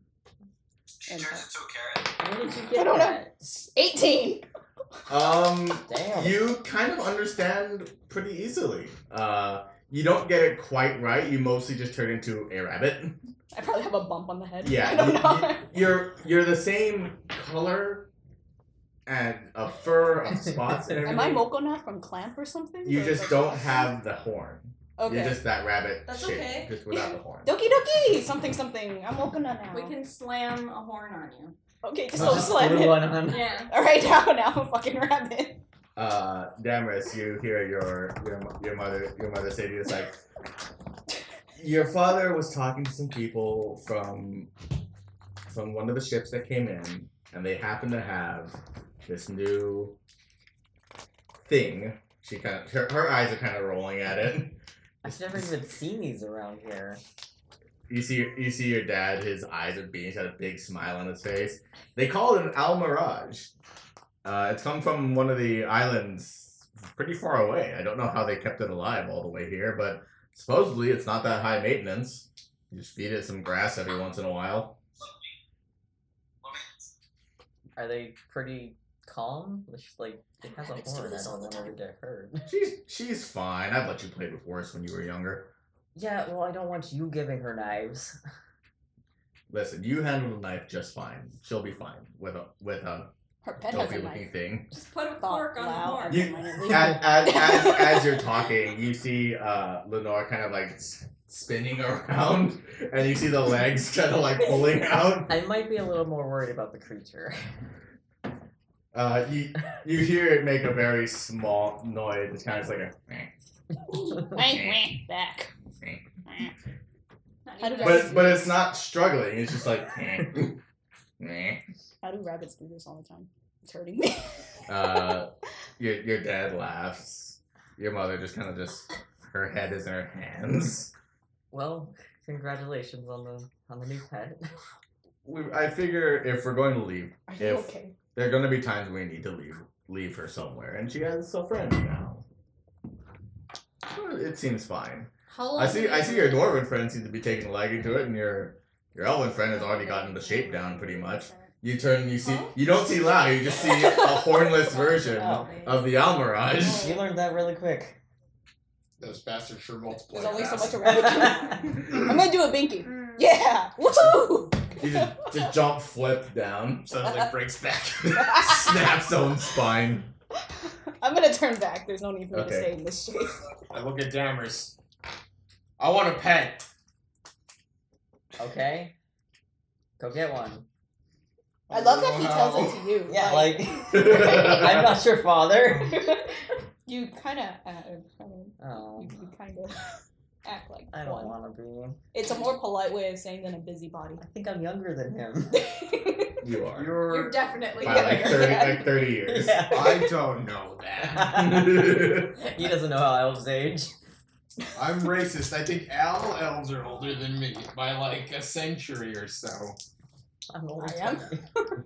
Speaker 4: She turns into a carrot.
Speaker 7: Where did you
Speaker 5: I
Speaker 7: get
Speaker 5: don't know.
Speaker 7: that?
Speaker 5: Eighteen.
Speaker 6: Um,
Speaker 7: Damn.
Speaker 6: you kind of understand pretty easily. Uh, you don't get it quite right. You mostly just turn into a rabbit.
Speaker 5: I probably have a bump on the head.
Speaker 6: Yeah,
Speaker 5: I don't
Speaker 6: you-
Speaker 5: know.
Speaker 6: You're you're the same color and a fur of spots and everything.
Speaker 5: Am I Moko not from Clamp or something?
Speaker 6: You
Speaker 5: Or
Speaker 6: just
Speaker 5: is that-
Speaker 6: don't have the horn.
Speaker 5: Okay.
Speaker 6: You're just that rabbit
Speaker 3: That's
Speaker 6: shape,
Speaker 3: okay.
Speaker 6: just without the horn.
Speaker 5: Doki doki. Something something. I'm Moko now.
Speaker 8: We can slam a horn on you.
Speaker 5: Okay, just
Speaker 7: I'll
Speaker 5: don't
Speaker 7: just
Speaker 5: slam
Speaker 7: glue
Speaker 5: it.
Speaker 7: one on.
Speaker 8: Yeah.
Speaker 5: All right, now now I'm a fucking rabbit.
Speaker 6: Uh, Damaris, you hear your your mo- your mother your mother say to you, it's like, your father was talking to some people from from one of the ships that came in, and they happen to have this new thing. She kind of her, her eyes are kind of rolling at it.
Speaker 7: I've never even seen these around here.
Speaker 6: You see, you see your dad. His eyes are beaming. He's got a big smile on his face. They call it an Al Mirage. Uh, it's come from one of the islands, pretty far away. I don't know how they kept it alive all the way here, but supposedly it's not that high maintenance. You just feed it some grass every once in a while.
Speaker 4: What means?
Speaker 7: Are they pretty calm? It's just like it has a
Speaker 5: Rabbits do
Speaker 7: horn. I
Speaker 5: this all
Speaker 7: don't
Speaker 5: the
Speaker 7: want to get hurt.
Speaker 6: She's she's fine. I've let you play with worse when you were younger.
Speaker 7: Yeah, well, I don't want you giving her knives.
Speaker 6: Listen, you handled the knife just fine. She'll be fine with a with a
Speaker 5: Her pet has a
Speaker 6: dopey
Speaker 5: knife.
Speaker 6: looking thing.
Speaker 8: Just put a
Speaker 5: Thought
Speaker 8: cork on the
Speaker 5: loud
Speaker 8: horn.
Speaker 5: and
Speaker 6: You-
Speaker 5: silently.
Speaker 6: as, as, as, as you're talking, you see uh, Lenore kind of like s- spinning around, and you see the legs kind of like pulling out.
Speaker 7: I might be a little more worried about the creature.
Speaker 6: Uh, you you hear it make a very small noise. It's kind of like a. "Eh."
Speaker 5: Wah, wah, back.
Speaker 8: Not
Speaker 5: How
Speaker 8: even
Speaker 5: did
Speaker 8: a-
Speaker 6: But but it's not struggling. It's just like. "Eh, eh."
Speaker 5: How do rabbits do this all the time? It's hurting me.
Speaker 6: Uh, your your dad laughs. Your mother just kind of just her head is in her hands.
Speaker 7: Well, congratulations on the on the new pet.
Speaker 6: We, I figure if we're going to leave,
Speaker 5: Are you
Speaker 6: If-
Speaker 5: okay?
Speaker 6: there are going to be times we need to leave leave her somewhere, and she has a friend now. Well, It seems fine.
Speaker 3: How long?
Speaker 6: I see.
Speaker 3: do
Speaker 6: I
Speaker 3: you-
Speaker 6: see your dwarven friend seems to be taking a leg into it, and your your elven friend has already gotten the shape down pretty much. You turn and you see.
Speaker 8: Huh?
Speaker 6: You don't see Lao. You just see a hornless version
Speaker 7: Oh.
Speaker 6: of the Almirage.
Speaker 7: You learned that really quick.
Speaker 9: Those bastards sure multiply.
Speaker 5: There's only so
Speaker 9: fast.
Speaker 5: much a rabbit can. I'm gonna do a binky.
Speaker 8: Mm.
Speaker 5: Yeah! Woohoo!
Speaker 6: You just, just jump, flip down,
Speaker 9: Suddenly breaks back.
Speaker 6: snaps own spine.
Speaker 5: I'm gonna turn back. There's no need for me
Speaker 6: Okay.
Speaker 5: to stay in this shape.
Speaker 9: I look at Dammers. I want a pet.
Speaker 7: Okay, go get one.
Speaker 5: I love that he tells it to you.
Speaker 7: like I'm not your father.
Speaker 5: you kind of, uh, I mean,
Speaker 7: Oh,
Speaker 5: you, you kind of act like
Speaker 7: I don't
Speaker 5: one.
Speaker 7: want to be.
Speaker 5: It's a more polite way of saying than a busybody.
Speaker 7: I think I'm younger than him.
Speaker 6: you are
Speaker 8: You're
Speaker 9: You're.
Speaker 8: definitely
Speaker 6: by like
Speaker 8: younger
Speaker 6: thirty,
Speaker 8: than-
Speaker 6: like thirty years.
Speaker 7: yeah.
Speaker 9: I don't know that.
Speaker 6: I
Speaker 7: He doesn't know how elves age.
Speaker 9: I'm racist. I think Al elves are older than me by like a century or so.
Speaker 7: I'm older.
Speaker 5: I am.
Speaker 7: than-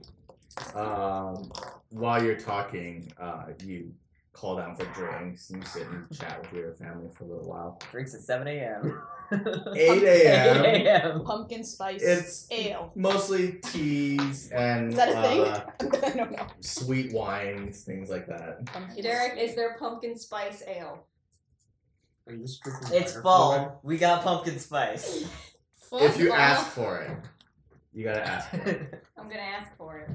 Speaker 6: Um, while you're talking, uh, you call down for drinks and you sit and chat with your family for a little while.
Speaker 7: Drinks at 7 a.m.
Speaker 6: 8 a.m.
Speaker 7: 8 a.m.
Speaker 5: Pumpkin spice
Speaker 6: It's
Speaker 5: ale.
Speaker 6: mostly teas and
Speaker 5: Is that a thing?
Speaker 6: uh,
Speaker 5: I don't know.
Speaker 6: sweet wines, things like that.
Speaker 5: Pumpkin
Speaker 8: Derek,
Speaker 5: spice.
Speaker 8: is there pumpkin spice ale?
Speaker 9: Are you strictly
Speaker 7: It's
Speaker 9: fire
Speaker 7: fall.
Speaker 9: fluid?
Speaker 7: We got pumpkin spice.
Speaker 3: Full
Speaker 2: If you
Speaker 3: ball.
Speaker 2: ask for it, you gotta ask. For it.
Speaker 8: I'm gonna ask for it.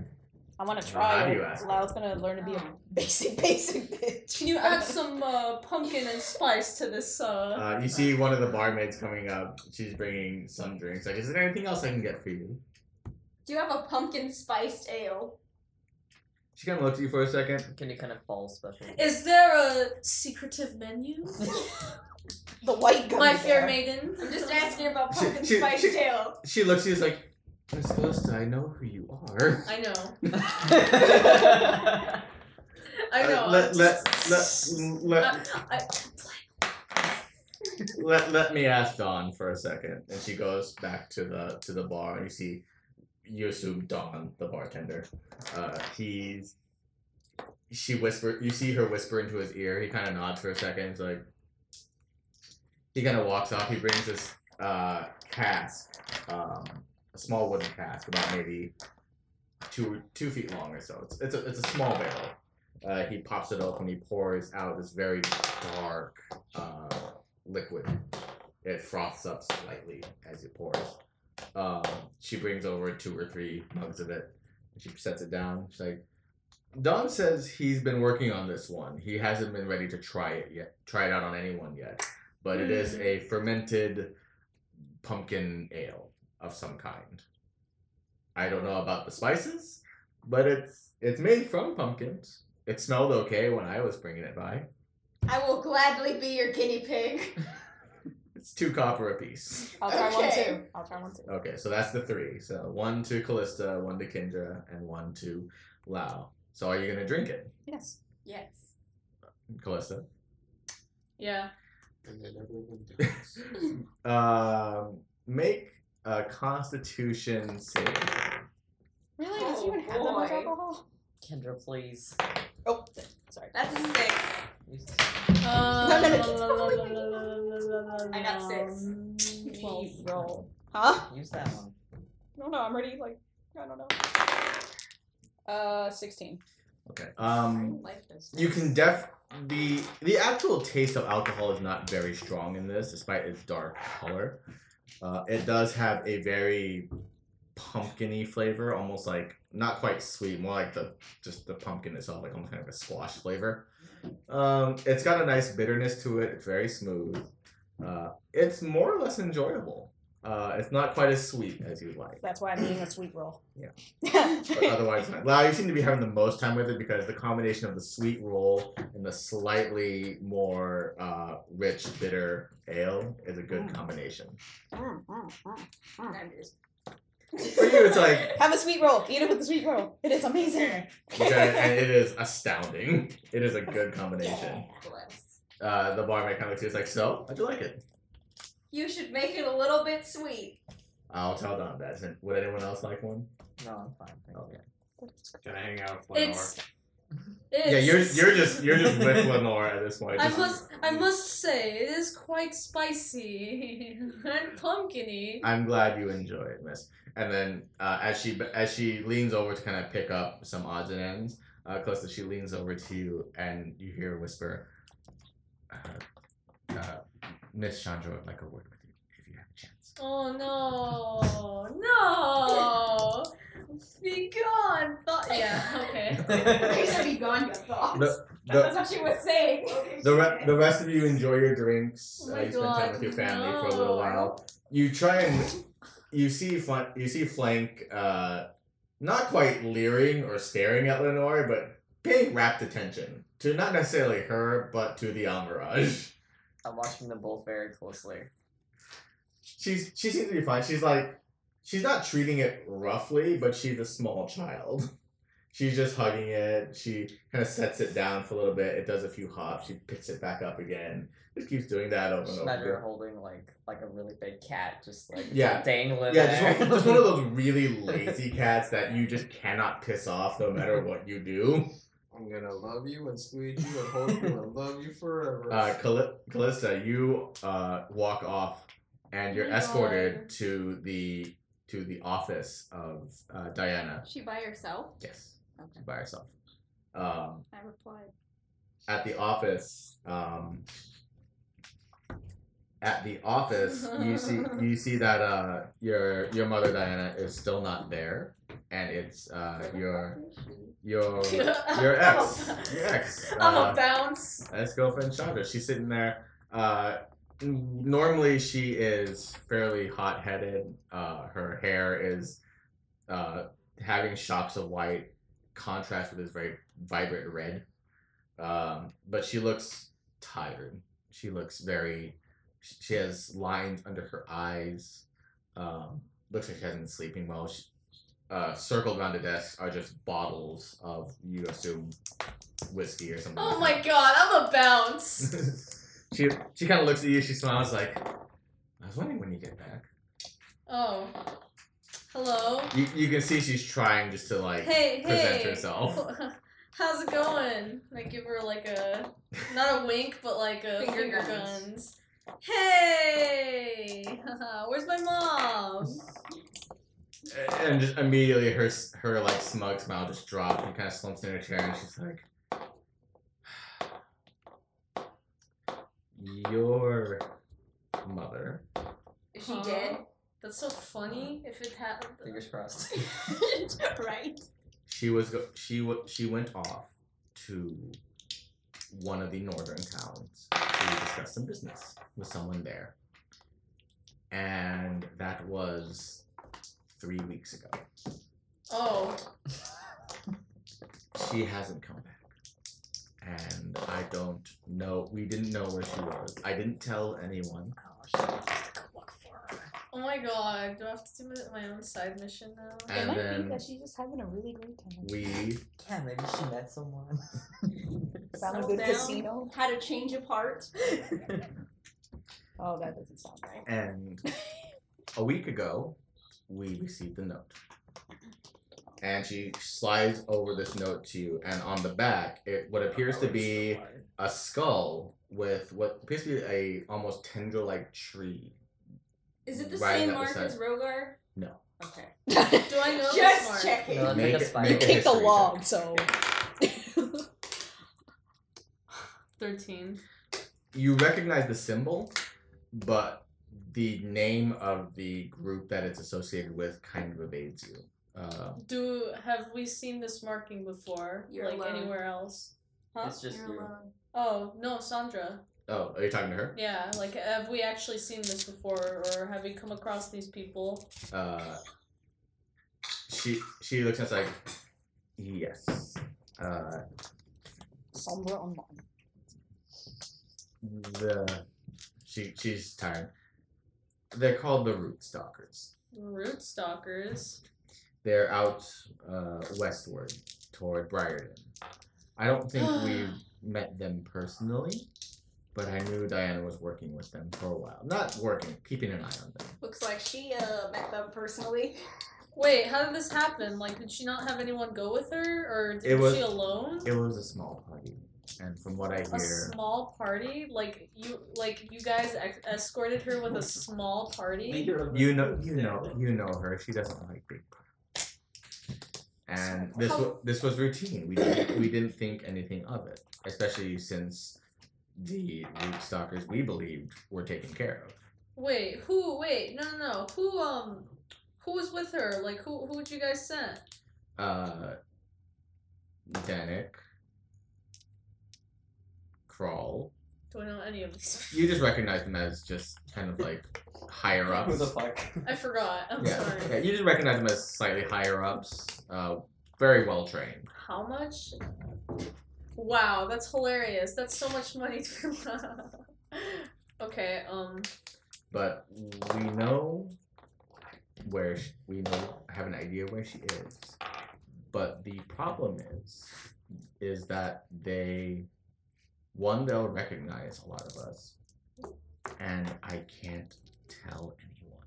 Speaker 5: I want to
Speaker 2: How
Speaker 5: try
Speaker 2: do
Speaker 5: it.
Speaker 2: you ask?
Speaker 5: Lau's gonna learn to be a basic, basic bitch.
Speaker 3: Can you add some uh, pumpkin and spice to this? Uh...
Speaker 2: Uh, you see one of the barmaids coming up. She's bringing some drinks. Like, is there anything else I can get for you?
Speaker 8: Do you have a pumpkin spiced ale?
Speaker 2: She kind of looks at you for a second.
Speaker 7: Can you kind of fall special?
Speaker 3: Is there a secretive menu?
Speaker 5: The white guy.
Speaker 3: My fair maiden.
Speaker 8: I'm just asking about
Speaker 2: She-
Speaker 8: pumpkin
Speaker 2: she-
Speaker 8: spiced
Speaker 2: she-
Speaker 8: ale.
Speaker 2: She looks at you she's like, Miss Callista, I know who you are.
Speaker 3: I know.
Speaker 7: I
Speaker 3: I know. Uh,
Speaker 2: Uh, let, let, uh, let, let,
Speaker 3: I, I,
Speaker 2: let, let me ask Dawn for a second. And she goes back to the to the bar and you see you assume Dawn, the bartender. Uh, he's she whisper you see her whisper into his ear, he kinda nods for a second, he's like he kinda walks off, he brings this uh cask, um, a small wooden cask, about maybe two two feet long or so. It's it's a it's a small barrel. Uh, he pops it open, he pours out this very dark uh, liquid. It froths up slightly as it pours. Um, she brings over two or three mugs of it. She sets it down. She's like, Don says he's been working on this one. He hasn't been ready to try it yet, try it out on anyone yet. But it is a fermented pumpkin ale of some kind. I don't know about the spices, but it's it's made from pumpkins. It smelled okay when I was bringing it by.
Speaker 8: I will gladly be your guinea pig.
Speaker 2: It's two copper apiece.
Speaker 5: I'll try
Speaker 8: Okay.
Speaker 5: one too. I'll try one too.
Speaker 2: Okay, so that's the three. So one to Callista, one to Kendra, and one to Lao. So are you gonna drink it,
Speaker 5: Yes.
Speaker 8: Yes.
Speaker 2: Callista?
Speaker 3: yeah.
Speaker 6: And then everyone does.
Speaker 2: Um, make a Constitution save.
Speaker 5: Really?
Speaker 8: Does he even have that much
Speaker 5: alcohol?
Speaker 7: Kendra, please.
Speaker 5: Oh, sorry.
Speaker 8: That's a six.
Speaker 3: Uh,
Speaker 5: No, no, no.
Speaker 3: la, la, la, la, la, la, la, la, la,
Speaker 8: I got six.
Speaker 3: la.
Speaker 5: Twelve
Speaker 3: Twelve.
Speaker 5: roll. Huh?
Speaker 7: Use that one.
Speaker 5: No, no, I'm already like I don't know. Uh, sixteen.
Speaker 2: Okay. Um,
Speaker 8: Life is
Speaker 2: you can def the the actual taste of alcohol is not very strong in this, despite its dark color. Uh, it does have a very pumpkiny flavor, almost like not quite sweet, more like the just the pumpkin itself, like almost kind of a squash flavor. Um, it's got a nice bitterness to it. It's very smooth. Uh, it's more or less enjoyable. Uh, it's not quite as sweet as you'd like
Speaker 5: That's why I'm eating a sweet roll.
Speaker 2: Yeah. but
Speaker 5: Yeah.
Speaker 2: otherwise, Lau, you seem to be having the most time with it because the combination of the sweet roll and the slightly more uh, rich, bitter ale is a good combination.
Speaker 5: mm,
Speaker 8: I'm just-
Speaker 2: For you, it's like,
Speaker 5: Have a sweet roll. Eat it with the sweet roll. It is amazing.
Speaker 2: which I- and it is astounding. It is a good combination.
Speaker 8: Bless.
Speaker 2: Uh, the barmaid kind of looks at you, it's like, so, how'd you like it?
Speaker 8: You should make it a little bit sweet.
Speaker 2: I'll tell Don that. Would anyone else like one?
Speaker 7: No, I'm fine. Thank you.
Speaker 6: Can I hang out for an
Speaker 3: It's.
Speaker 6: hour?
Speaker 3: it's
Speaker 2: yeah, you're you're just you're just with Lenore at this point.
Speaker 3: I
Speaker 2: Just-
Speaker 3: must, I must say, it is quite spicy and pumpkiny.
Speaker 2: I'm glad you enjoy it, Miss. And then uh, as she as she leans over to kind of pick up some odds and ends, uh, Calista, she leans over to you and you hear a whisper, uh, uh, "Miss Chandra would like a word with you if you have a chance."
Speaker 3: Oh no, no! Be gone! Thought- yeah, okay.
Speaker 8: You should be gone, your thoughts.
Speaker 2: The-
Speaker 8: That's
Speaker 2: The,
Speaker 8: what she was saying.
Speaker 2: the, re- the rest of you enjoy your drinks.
Speaker 3: Oh
Speaker 2: uh,
Speaker 3: my
Speaker 2: you spend
Speaker 3: God,
Speaker 2: time with your family for a
Speaker 3: no.
Speaker 2: little while. You try and you see flank, you see flank, uh, not quite leering or staring at Lenore, but paying rapt attention to not necessarily her, but to the entourage.
Speaker 7: I'm watching them both very closely.
Speaker 2: She's she seems to be fine. She's like, she's not treating it roughly, but she's a small child. She's just hugging it. She kind of sets it down for a little bit. It does a few hops. She picks it back up again. Just keeps doing that over and
Speaker 7: Schneider
Speaker 2: over.
Speaker 7: holding like like a really big cat, just like
Speaker 2: Yeah.
Speaker 7: dangling.
Speaker 2: Yeah, just
Speaker 7: there.
Speaker 2: one, just one of those really lazy cats that you just cannot piss off no matter what you do.
Speaker 6: I'm gonna love you and squeeze you and hold you and love you forever.
Speaker 2: Uh, Cali- Callista, you uh, walk off, and you're
Speaker 3: No.
Speaker 2: escorted to the to the office of uh, Diana.
Speaker 8: she by herself?
Speaker 2: Yes,
Speaker 8: Okay.
Speaker 2: by herself. Um,
Speaker 8: I replied.
Speaker 2: at the office, um,
Speaker 1: at the office, you see you see that uh, your your mother Diana is still not there, and it's uh, your your your ex your ex
Speaker 3: I'm
Speaker 1: uh,
Speaker 3: a bounce.
Speaker 1: ex girlfriend Chandra. She's sitting there. Uh, n- normally, she is fairly hot headed. Uh, her hair is uh, having shocks of white contrast with this very vibrant red. Um, but she looks tired. She looks very. sh- She has lines under her eyes. Um, looks like she hasn't been sleeping well. She, uh, circled around the desk are just bottles of, you assume, whiskey or something.
Speaker 3: Oh
Speaker 1: like that
Speaker 3: my god, I'm a bounce.
Speaker 1: she she kind of looks at you. She smiles like, "I was wondering when you get back."
Speaker 3: Oh. Hello.
Speaker 1: You, you can see she's trying just to like
Speaker 3: Hey,
Speaker 1: present
Speaker 3: hey.
Speaker 1: herself.
Speaker 3: How's it going? I give her like a not a wink, but like a
Speaker 8: Finger
Speaker 3: finger,
Speaker 8: guns.
Speaker 3: guns. Hey, where's my mom?
Speaker 1: and just immediately her s- her like smug smile just drops. She kind of slumps in her chair and she's like, "Your mother."
Speaker 8: Is she dead?
Speaker 3: That's so funny. If it happened,
Speaker 7: Fingers crossed.
Speaker 8: right?
Speaker 1: She was go- she w- she went off to one of the northern towns to discuss some business with someone there, and that was three weeks ago.
Speaker 3: oh,
Speaker 1: She hasn't come back, and I don't know. We didn't know where she was. I didn't tell anyone.
Speaker 3: oh my god, do I have to do my- my own side mission now?
Speaker 5: It
Speaker 1: And
Speaker 5: might
Speaker 1: then-
Speaker 5: be that she's just having a really great time.
Speaker 1: We
Speaker 7: yeah, maybe she met someone.
Speaker 5: Found a
Speaker 8: Settle
Speaker 5: good
Speaker 8: down.
Speaker 5: casino.
Speaker 8: Had a change of heart.
Speaker 5: Oh, that doesn't sound right.
Speaker 1: and a week ago we received the note. And she slides over this note to you, and on the back, it what appears to Oh, be a skull with what appears to be a almost tendril-like tree.
Speaker 8: Is it the
Speaker 1: Right
Speaker 8: same
Speaker 1: up
Speaker 8: mark
Speaker 1: beside-
Speaker 8: as Rogar?
Speaker 1: No.
Speaker 8: Okay.
Speaker 3: Do I know this mark?
Speaker 8: Just checking.
Speaker 7: No, I think
Speaker 1: Make
Speaker 7: it's
Speaker 1: it-
Speaker 7: fine.
Speaker 1: make
Speaker 5: You
Speaker 1: it
Speaker 5: kicked the
Speaker 1: history check.
Speaker 5: log, so
Speaker 3: Thirteen.
Speaker 1: You recognize the symbol, but the name of the group that it's associated with kind of evades you. Uh,
Speaker 3: Do have we seen this marking before?
Speaker 8: You're
Speaker 3: like
Speaker 8: alone.
Speaker 3: anywhere else?
Speaker 8: Huh?
Speaker 7: It's just you.
Speaker 8: alone.
Speaker 3: Oh no, Sandra.
Speaker 1: oh, are you talking to her?
Speaker 3: Yeah, like have we actually seen this before, or have we come across these people?
Speaker 1: Uh, she she looks at us like, yes. Uh,
Speaker 5: somewhere online.
Speaker 1: the she she's tired. They're called the root stalkers.
Speaker 3: Root stalkers.
Speaker 1: They're out uh, westward toward Briarden. I don't think we met them personally, but I knew Diana was working with them for a while. Not working, keeping an eye on them.
Speaker 8: Looks like she uh, met them personally.
Speaker 3: Wait, how did this happen? Like, did she not have anyone go with her, or
Speaker 1: It
Speaker 3: did, was,
Speaker 1: was-
Speaker 3: she alone?
Speaker 1: It was a small party, and from what I
Speaker 3: a
Speaker 1: hear,
Speaker 3: small party? Like you, like you guys ex- escorted her with a small party?
Speaker 1: you know, you know, you know her. She doesn't like big parties. And this wa- this was routine. We didn't, we didn't think anything of it, especially since the root stalkers we believed were taken care of.
Speaker 3: Wait, who? Wait, no, no, no. Who? Um, who was with her? Like, who? Who would you guys send?
Speaker 1: uh Danik Crawl.
Speaker 3: Do I know any of these?
Speaker 1: You just recognize them as just kind of like higher ups.
Speaker 10: Who the fuck?
Speaker 3: I forgot. I'm
Speaker 1: yeah.
Speaker 3: sorry.
Speaker 1: yeah, you just recognize them as slightly higher ups. Uh very well trained.
Speaker 3: How much? Wow, that's hilarious. That's so much money to Okay, um
Speaker 1: But we know where she, we know have an idea where she is. But the problem is is that they one they'll recognize a lot of us. And I can't tell anyone.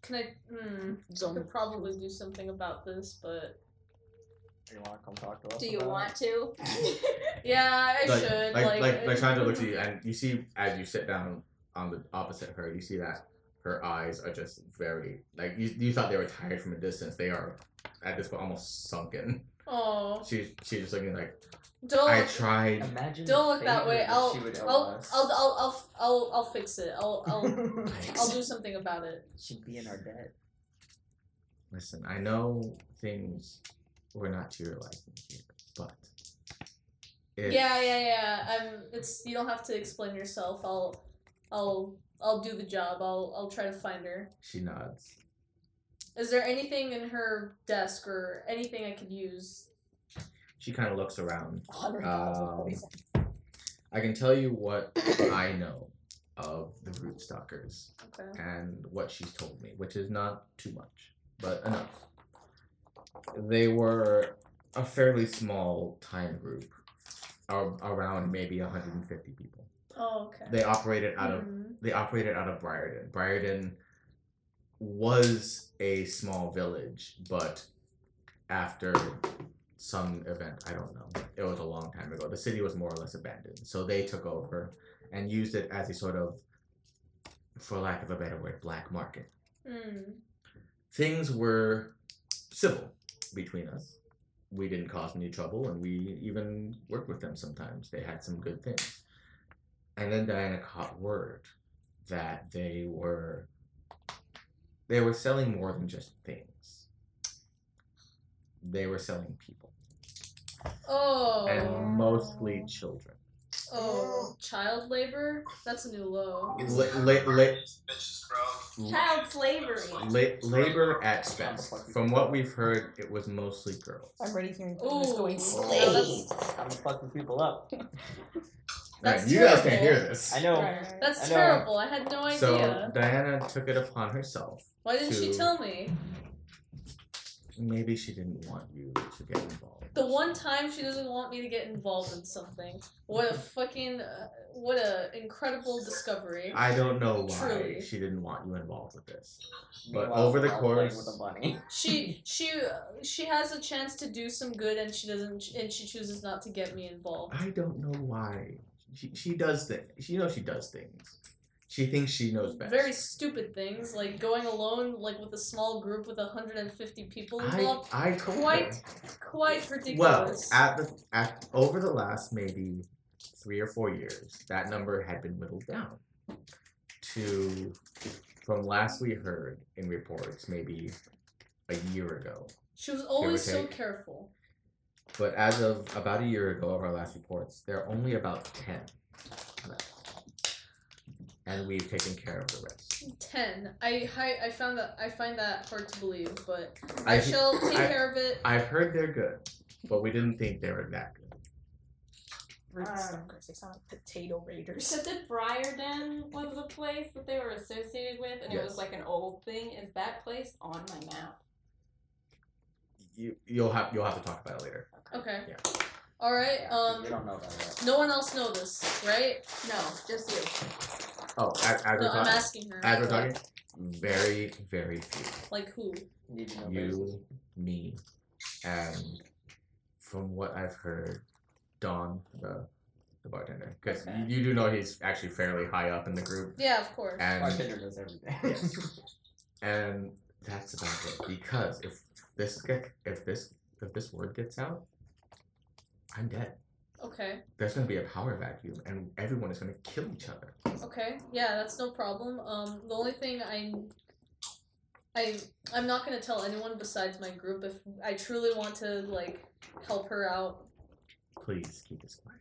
Speaker 3: can I mm, I
Speaker 5: Zone.
Speaker 3: could probably do something about this, but
Speaker 7: You want to come talk to us?
Speaker 8: Do you
Speaker 7: about it?
Speaker 8: want to?
Speaker 3: yeah, I
Speaker 1: Eh, like,
Speaker 3: should.
Speaker 1: like, like,
Speaker 3: I-
Speaker 1: like Chandra looks at you, and you see as you sit down on the opposite her, you see that her eyes are just very like you. You thought they were tired from a distance. They are at this point almost sunken.
Speaker 3: Oh,
Speaker 1: She she's just looking like,
Speaker 3: Don't
Speaker 1: I
Speaker 3: look,
Speaker 1: tried.
Speaker 7: Imagine.
Speaker 3: don't
Speaker 7: the
Speaker 3: look that
Speaker 7: fate
Speaker 3: way.
Speaker 7: that
Speaker 3: I'll
Speaker 7: she would owe
Speaker 3: I'll,
Speaker 7: us.
Speaker 3: I'll I'll I'll I'll I'll fix it. I'll I'll I'll do something about it.
Speaker 7: She'd be in our debt.
Speaker 1: Listen, I know things were not to your liking here, but if-
Speaker 3: Yeah, yeah, yeah. Um, it's you don't have to explain yourself. I'll I'll I'll do the job. I'll I'll try to find her.
Speaker 1: She nods.
Speaker 3: Is there anything in her desk or anything I could use?
Speaker 1: She kind of looks around.
Speaker 5: Hundred
Speaker 1: Um,
Speaker 5: thousand poison.
Speaker 1: I can tell you what I know of the root stalkers.
Speaker 3: Okay.
Speaker 1: and what she's told me, which is not too much, but enough. They were a fairly small time group, ar- around maybe 150 people.
Speaker 3: Oh, okay.
Speaker 1: They operated out of
Speaker 3: Mhm.
Speaker 1: they operated out of Briarden. Briarden was a small village, but after some event, I don't know, it was a long time ago. The city was more or less abandoned, so they took over and used it as a sort of, for lack of a better word, black market
Speaker 3: Mm.
Speaker 1: things were civil between us. We didn't cause any trouble, and we even worked with them sometimes. They had some good things. And then Diana caught word that they were they were selling more than just things. They were selling people,
Speaker 3: Oh.
Speaker 1: and mostly children.
Speaker 3: Oh, child labor? That's a new low.
Speaker 1: La- la- la-
Speaker 4: Bitches, bro.
Speaker 8: Child slavery.
Speaker 1: la- labor at best. From what we've heard, it was mostly girls.
Speaker 5: I'm already hearing
Speaker 3: Ooh.
Speaker 5: Bruce going
Speaker 3: No,
Speaker 5: slave.
Speaker 3: that's-
Speaker 7: I'm fucking people up.
Speaker 3: That's
Speaker 1: Right, you guys
Speaker 3: terrible.
Speaker 1: can't hear this.
Speaker 7: I know.
Speaker 3: That's
Speaker 7: I know.
Speaker 3: terrible. I had no idea.
Speaker 1: So Diana took it upon herself.
Speaker 3: Why didn't she
Speaker 1: to-
Speaker 3: tell me?
Speaker 1: Maybe she didn't want you to get involved.
Speaker 3: The one time she doesn't want me to get involved in something. What a fucking, uh, what a incredible discovery.
Speaker 1: I don't know why
Speaker 3: Truly.
Speaker 1: she didn't want you involved with this. But
Speaker 7: Meanwhile,
Speaker 1: over the
Speaker 7: I'm playing
Speaker 1: course-
Speaker 7: with the money.
Speaker 3: She she uh, she has a chance to do some good and she doesn't and she chooses not to get me involved.
Speaker 1: I don't know why she, she does things. She knows she does things. She thinks she knows best.
Speaker 3: Very stupid things like going alone, like with a small group with 150 people
Speaker 1: I,
Speaker 3: involved.
Speaker 1: I told her.
Speaker 3: Quite quite
Speaker 1: Well,
Speaker 3: ridiculous.
Speaker 1: at the at over the last maybe three or four years, that number had been whittled down to from last we heard in reports, maybe a year ago.
Speaker 3: she was always so
Speaker 1: take.
Speaker 3: careful.
Speaker 1: But as of about a year ago of our last reports, there are only about ten left. And we've taken care of the rest.
Speaker 3: Ten. I hi, I found that I find that hard to believe, but I,
Speaker 1: I
Speaker 3: shall take
Speaker 1: I-
Speaker 3: care of it.
Speaker 1: I've heard they're good, but we didn't think they were that good.
Speaker 5: Root
Speaker 8: Um,
Speaker 5: stalkers. They sound like potato raiders.
Speaker 8: So that Briarden was the place that they were associated with, and it
Speaker 1: Yes.
Speaker 8: was like an old thing. Is that place on my map?
Speaker 1: You you'll have you'll have to talk about it later.
Speaker 3: Okay.
Speaker 1: Yeah.
Speaker 3: All right.
Speaker 7: Yeah,
Speaker 3: Um.
Speaker 7: we don't know that yet.
Speaker 3: No one else know this, right?
Speaker 8: No, just you.
Speaker 1: Oh, as, as
Speaker 3: No,
Speaker 1: we're
Speaker 3: I'm
Speaker 1: talking,
Speaker 3: asking her.
Speaker 1: as we're
Speaker 3: like,
Speaker 1: talking, very very few.
Speaker 3: like who?
Speaker 7: Need to know
Speaker 1: you,
Speaker 7: basis.
Speaker 1: me, and from what I've heard, Don, the, the bartender, because
Speaker 8: Okay.
Speaker 1: you, you do know he's actually fairly high up in the group,
Speaker 3: Yeah, of course.
Speaker 1: and
Speaker 7: Bartender does everything.
Speaker 1: Yes. and that's about it. Because if this get, if this if this word gets out, I'm dead.
Speaker 3: Okay.
Speaker 1: There's gonna be a power vacuum, and everyone is gonna kill each other.
Speaker 3: Okay. Yeah, that's no problem. Um, the only thing I, I, I'm not gonna tell anyone besides my group if I truly want to like help her out.
Speaker 1: Please keep this quiet.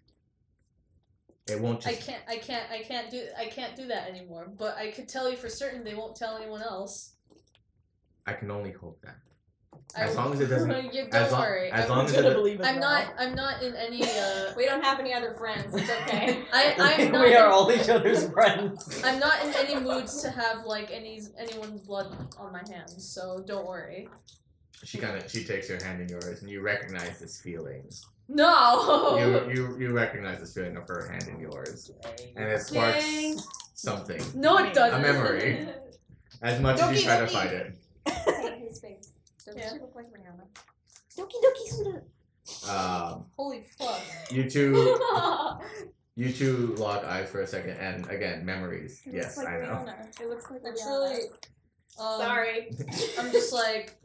Speaker 1: It won't
Speaker 3: I
Speaker 1: just.
Speaker 3: can't. I can't. I can't do. I can't do that anymore. But I could tell you for certain they won't tell anyone else.
Speaker 1: I can only hope that.
Speaker 3: I
Speaker 1: As
Speaker 3: will-
Speaker 1: long as it doesn't.
Speaker 3: you, don't
Speaker 1: as long,
Speaker 3: worry.
Speaker 1: as
Speaker 3: I'm,
Speaker 1: long as it
Speaker 5: Gonna believe it
Speaker 3: I'm
Speaker 5: now.
Speaker 3: not. I'm not in any. Uh,
Speaker 8: We don't have any other friends. It's okay.
Speaker 3: I. I'm not.
Speaker 7: we are all each other's friends.
Speaker 3: I'm not in any moods to have like any anyone's blood on my hands, so don't worry.
Speaker 1: She kind of she takes her hand in yours, and you recognize this feeling.
Speaker 3: No,
Speaker 7: Oh.
Speaker 1: You you you recognize this feeling of her hand in yours, and it sparks
Speaker 8: Dang.
Speaker 1: something.
Speaker 3: no, it doesn't.
Speaker 1: A memory. As much
Speaker 5: Don't
Speaker 1: as you
Speaker 5: be
Speaker 1: try to
Speaker 5: happy.
Speaker 1: fight it,
Speaker 8: His face. Doesn't
Speaker 3: Yeah.
Speaker 8: she look like Rihanna?
Speaker 5: Doki doki suda.
Speaker 1: um,
Speaker 3: Holy fuck!
Speaker 1: you two
Speaker 8: it
Speaker 1: you two lock eyes for a second, and again memories. Yes,
Speaker 8: looks like
Speaker 1: I know.
Speaker 8: Rihanna. It looks like
Speaker 3: It's
Speaker 8: Rihanna.
Speaker 3: really. Um,
Speaker 8: Sorry.
Speaker 3: I'm just like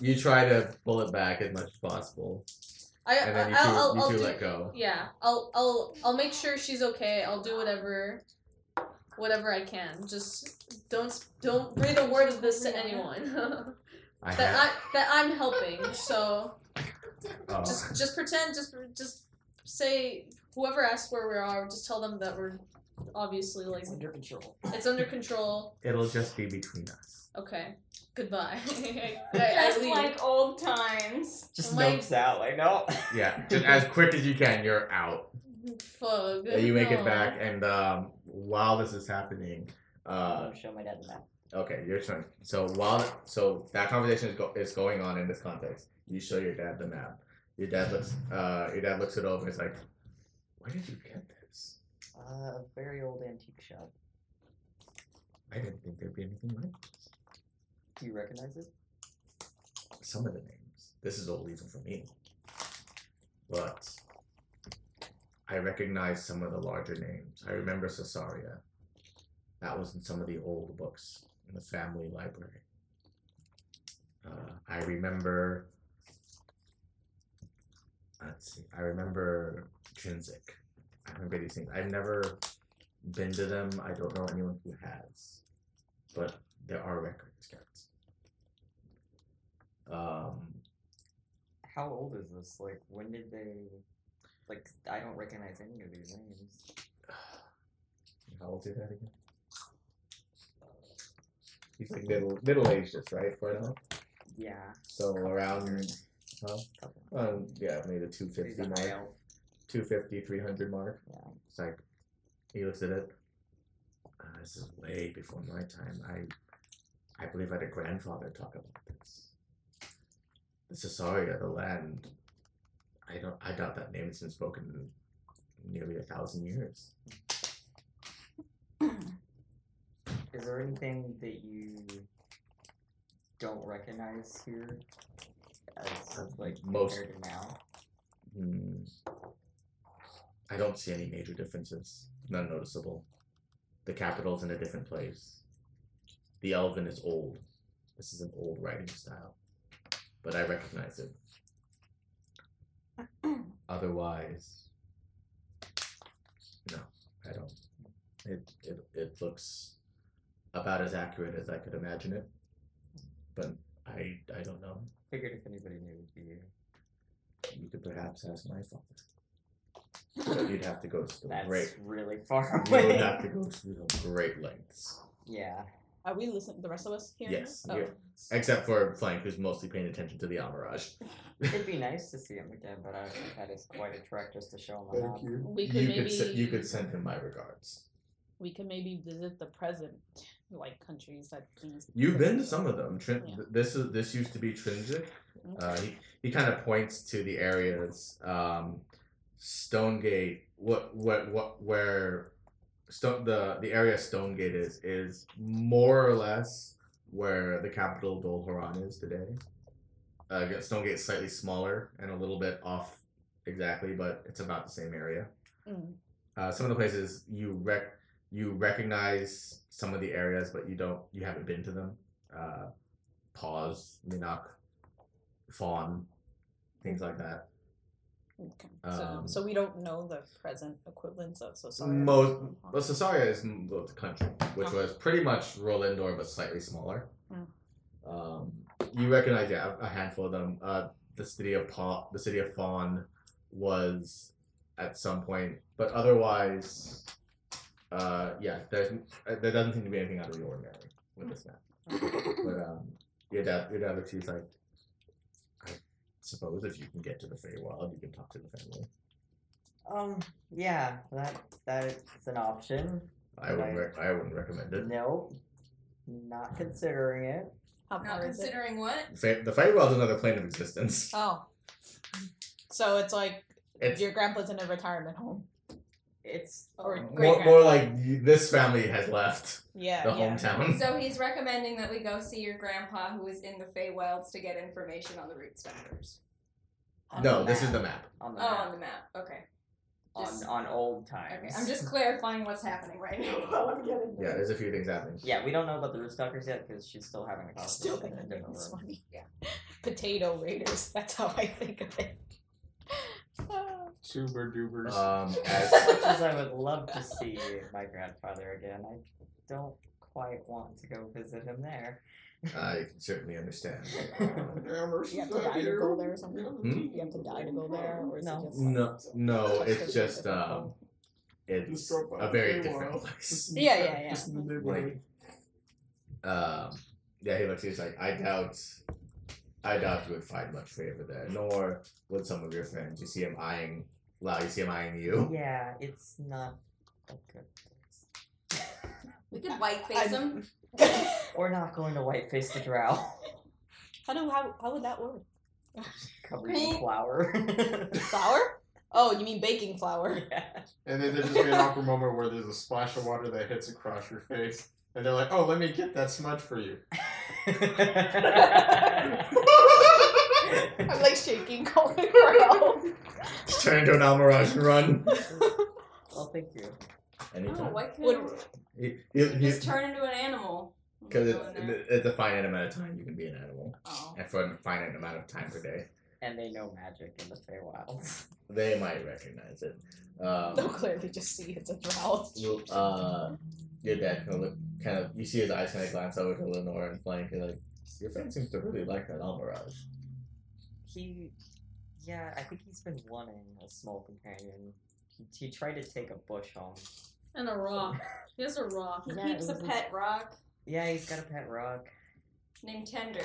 Speaker 1: You try to pull it back as much as possible.
Speaker 3: I,
Speaker 2: and then you 2
Speaker 3: I'll, I'll,
Speaker 2: you
Speaker 3: I'll
Speaker 2: two
Speaker 3: do,
Speaker 2: let go.
Speaker 3: Yeah, I'll I'll I'll make sure she's okay. I'll do whatever whatever I can. Just don't s- don't breathe a word of this to anyone.
Speaker 2: I
Speaker 3: that
Speaker 2: have.
Speaker 3: I that I'm helping. So
Speaker 2: oh.
Speaker 3: just just pretend just just say whoever asks where we are, just tell them that we're obviously like
Speaker 7: It's under control.
Speaker 3: it's under control.
Speaker 2: It'll just be between us.
Speaker 3: Okay. Goodbye. I, I
Speaker 8: Just
Speaker 3: leave.
Speaker 8: like old times.
Speaker 7: Just
Speaker 3: Like-
Speaker 7: nopes out. Like no.
Speaker 2: Yeah, just as quick as you can. You're out.
Speaker 3: Fuck.
Speaker 2: Yeah, you make
Speaker 3: no.
Speaker 2: it back, and um, while this is happening,
Speaker 7: I'm
Speaker 2: uh,
Speaker 7: gonna show my dad the map.
Speaker 2: okay, your turn. So while so that conversation is, go- is going on in this context, you show your dad the map. Your dad looks. Uh, your dad looks it over and is like, "Where did you get this?
Speaker 7: Uh, a very old antique shop.
Speaker 2: I didn't think there'd be anything like
Speaker 7: Do you recognize it?
Speaker 2: some of the names. This is old even for me. But I recognize some of the larger names. I remember Cesaria. That was in some of the old books in the family library. Uh, I remember. Let's see. I remember Trinsic. I remember these things. I've never been to them. I don't know anyone who has. But there are records kept. Um,
Speaker 7: How old is this? Like when did they? Like I don't recognize any of these names.
Speaker 2: How old is that again? He's like middle middle aged, just right for now.
Speaker 7: Yeah.
Speaker 2: So around, huh?
Speaker 7: Couple.
Speaker 2: um, yeah, maybe the
Speaker 7: He's
Speaker 2: 250
Speaker 7: a high
Speaker 2: mark,
Speaker 7: elf.
Speaker 2: 250, 300 mark.
Speaker 7: Yeah.
Speaker 2: It's like he looks at it. Uh, this is way before my time. I, I believe I had a grandfather talk about this. This is sorry, the land. I don't. I doubt that name has been spoken in nearly a thousand years.
Speaker 7: Is there anything that you don't recognize here? As of, like
Speaker 2: Most-
Speaker 7: compared to now.
Speaker 2: Hmm. I don't see any major differences. None noticeable. The capital's in a different place. The elven is old. This is an old writing style. But I recognize it. Otherwise, no, I don't. It, it, it looks about as accurate as I could imagine it. But I, I don't know.
Speaker 7: Figured if anybody knew, it'd be you.
Speaker 2: You could perhaps ask my father. But you'd have to go to the
Speaker 7: That's
Speaker 2: great.
Speaker 7: really far
Speaker 2: You would
Speaker 7: away.
Speaker 2: have to go to the great lengths.
Speaker 7: Yeah.
Speaker 5: Are we listening? The rest of us here?
Speaker 2: Yes,
Speaker 5: Oh.
Speaker 2: you- Except for Flank, who's mostly paying attention to the Amirage.
Speaker 7: It'd be nice to see him again, but I don't think that is quite a trek just to show him a map.
Speaker 6: Thank you.
Speaker 5: We could
Speaker 2: you
Speaker 5: maybe
Speaker 2: could se- you could send him my regards.
Speaker 5: we could maybe visit the present like countries that these
Speaker 2: You've been to some of them. Trin-
Speaker 5: Yeah.
Speaker 2: th- This is this used to be Trinsic.
Speaker 5: Okay.
Speaker 2: Uh, he he kind of points to the areas, um, Stonegate. What what what where Stone the the area Stonegate is is more or less where the capital Dolhoran is today. Uh, again, Stonegate is slightly smaller and a little bit off exactly, but it's about the same area.
Speaker 5: Mm.
Speaker 2: Uh, some of the places you rec you recognize some of the areas, but you don't you haven't been to them. Uh, Paws, Minak, Fawn, things like that.
Speaker 5: Okay.
Speaker 2: Um,
Speaker 5: so, so we don't know the present equivalents of so sorry.
Speaker 2: Most well, Cesaria is m- the country, which
Speaker 5: Oh.
Speaker 2: was pretty much Rolandor but slightly smaller.
Speaker 5: Mm.
Speaker 2: Um, you recognize yeah, a handful of them. Uh, the city of Paw, the city of Fawn, was at some point, but otherwise, uh, yeah, there's uh, there doesn't seem to be anything out of the ordinary with this map.
Speaker 3: Mm.
Speaker 2: but um, your dad, your dad looks, he's like, I suppose if you can get to the Feywild, you can talk to the family.
Speaker 7: Um, yeah, that that's an option.
Speaker 2: I wouldn't, rec- I wouldn't recommend it.
Speaker 7: Nope. Not considering it.
Speaker 5: How
Speaker 8: Not
Speaker 5: far is it?
Speaker 8: considering what?
Speaker 2: Fe- the Feywild is another plane of existence.
Speaker 5: Oh. So it's like
Speaker 2: It's
Speaker 5: your grandpa's in a retirement home.
Speaker 7: It's
Speaker 3: Oh,
Speaker 5: Or
Speaker 7: um,
Speaker 5: great-
Speaker 2: more, more like y- this family has left
Speaker 5: Yeah.
Speaker 2: the
Speaker 5: yeah.
Speaker 2: hometown.
Speaker 8: So he's recommending that we go see your grandpa who is in the Feywilds to get information on the root stoppers.
Speaker 7: on
Speaker 2: No,
Speaker 7: the
Speaker 2: this is
Speaker 7: map,
Speaker 2: the map.
Speaker 7: on the
Speaker 8: Oh, on
Speaker 7: map,
Speaker 8: the map. Okay.
Speaker 7: on,
Speaker 8: just-
Speaker 7: on old
Speaker 8: Okay.
Speaker 7: times.
Speaker 8: I'm just clarifying what's happening right now.
Speaker 2: Yeah, there's a few things happening.
Speaker 7: Yeah, we don't know about the Rootstockers yet because she's still having a
Speaker 5: Still
Speaker 7: conversation in
Speaker 5: think
Speaker 7: a
Speaker 5: of
Speaker 7: different room.
Speaker 5: it's funny. Potato Raiders. That's how I think of it.
Speaker 6: Super dupers.
Speaker 2: Um,
Speaker 7: As
Speaker 2: as
Speaker 7: much as I would love to see my grandfather again, I don't quite want to go visit him there.
Speaker 2: I can certainly understand.
Speaker 5: You have to die to go there or something.
Speaker 6: Hmm?
Speaker 5: You have to die to go there, or is
Speaker 7: No.
Speaker 5: it just like,
Speaker 2: No, no,
Speaker 5: touch
Speaker 2: it's
Speaker 5: the-
Speaker 2: just um, it's a very different place.
Speaker 5: Yeah, yeah, yeah.
Speaker 2: Like, um, yeah, he looks. He's like, I doubt, I doubt you would find much favor there, nor would some of your friends. You see him eyeing, wow, you see him eyeing you.
Speaker 7: Yeah, it's not a good place.
Speaker 8: We could whiteface him.
Speaker 7: We're not going to whiteface the drow.
Speaker 5: How do how how would that work?
Speaker 7: Covered in flour.
Speaker 5: Flour? Oh, you mean baking flour?
Speaker 7: Yeah.
Speaker 6: And then there's just an awkward moment where there's a splash of water that hits across your face, and they're like, "Oh, let me get that smudge for you."
Speaker 5: I'm like shaking, calling for help.
Speaker 2: Just turn into an almirage and run.
Speaker 7: well, thank you.
Speaker 8: No,
Speaker 2: Anytime.
Speaker 8: Oh, why can't
Speaker 5: Would-
Speaker 8: we
Speaker 2: You- you- you-
Speaker 8: just turn into an animal?
Speaker 2: Because
Speaker 8: Go in
Speaker 2: it's,
Speaker 8: there.
Speaker 2: it's a finite amount of time you can be an animal,
Speaker 8: Oh.
Speaker 2: and for a finite amount of time per day,
Speaker 7: And they know magic in the Feywilds.
Speaker 2: they might recognize it.
Speaker 5: They'll
Speaker 2: Um,
Speaker 5: clearly just see it's a drow.
Speaker 2: you- uh, your dad kind of look, kind of, you see his eyes kind of glance over to Lenore and Flank, and like, your friend seems to really like that almirage.
Speaker 7: He, yeah, I think he's been wanting a small companion. He, he tried to take a bush home.
Speaker 3: And a rock. He has a rock.
Speaker 8: He
Speaker 7: Yeah,
Speaker 8: keeps
Speaker 7: it
Speaker 8: a
Speaker 7: was a-
Speaker 8: pet rock
Speaker 7: Yeah, he's got a pet rock.
Speaker 8: named Tender.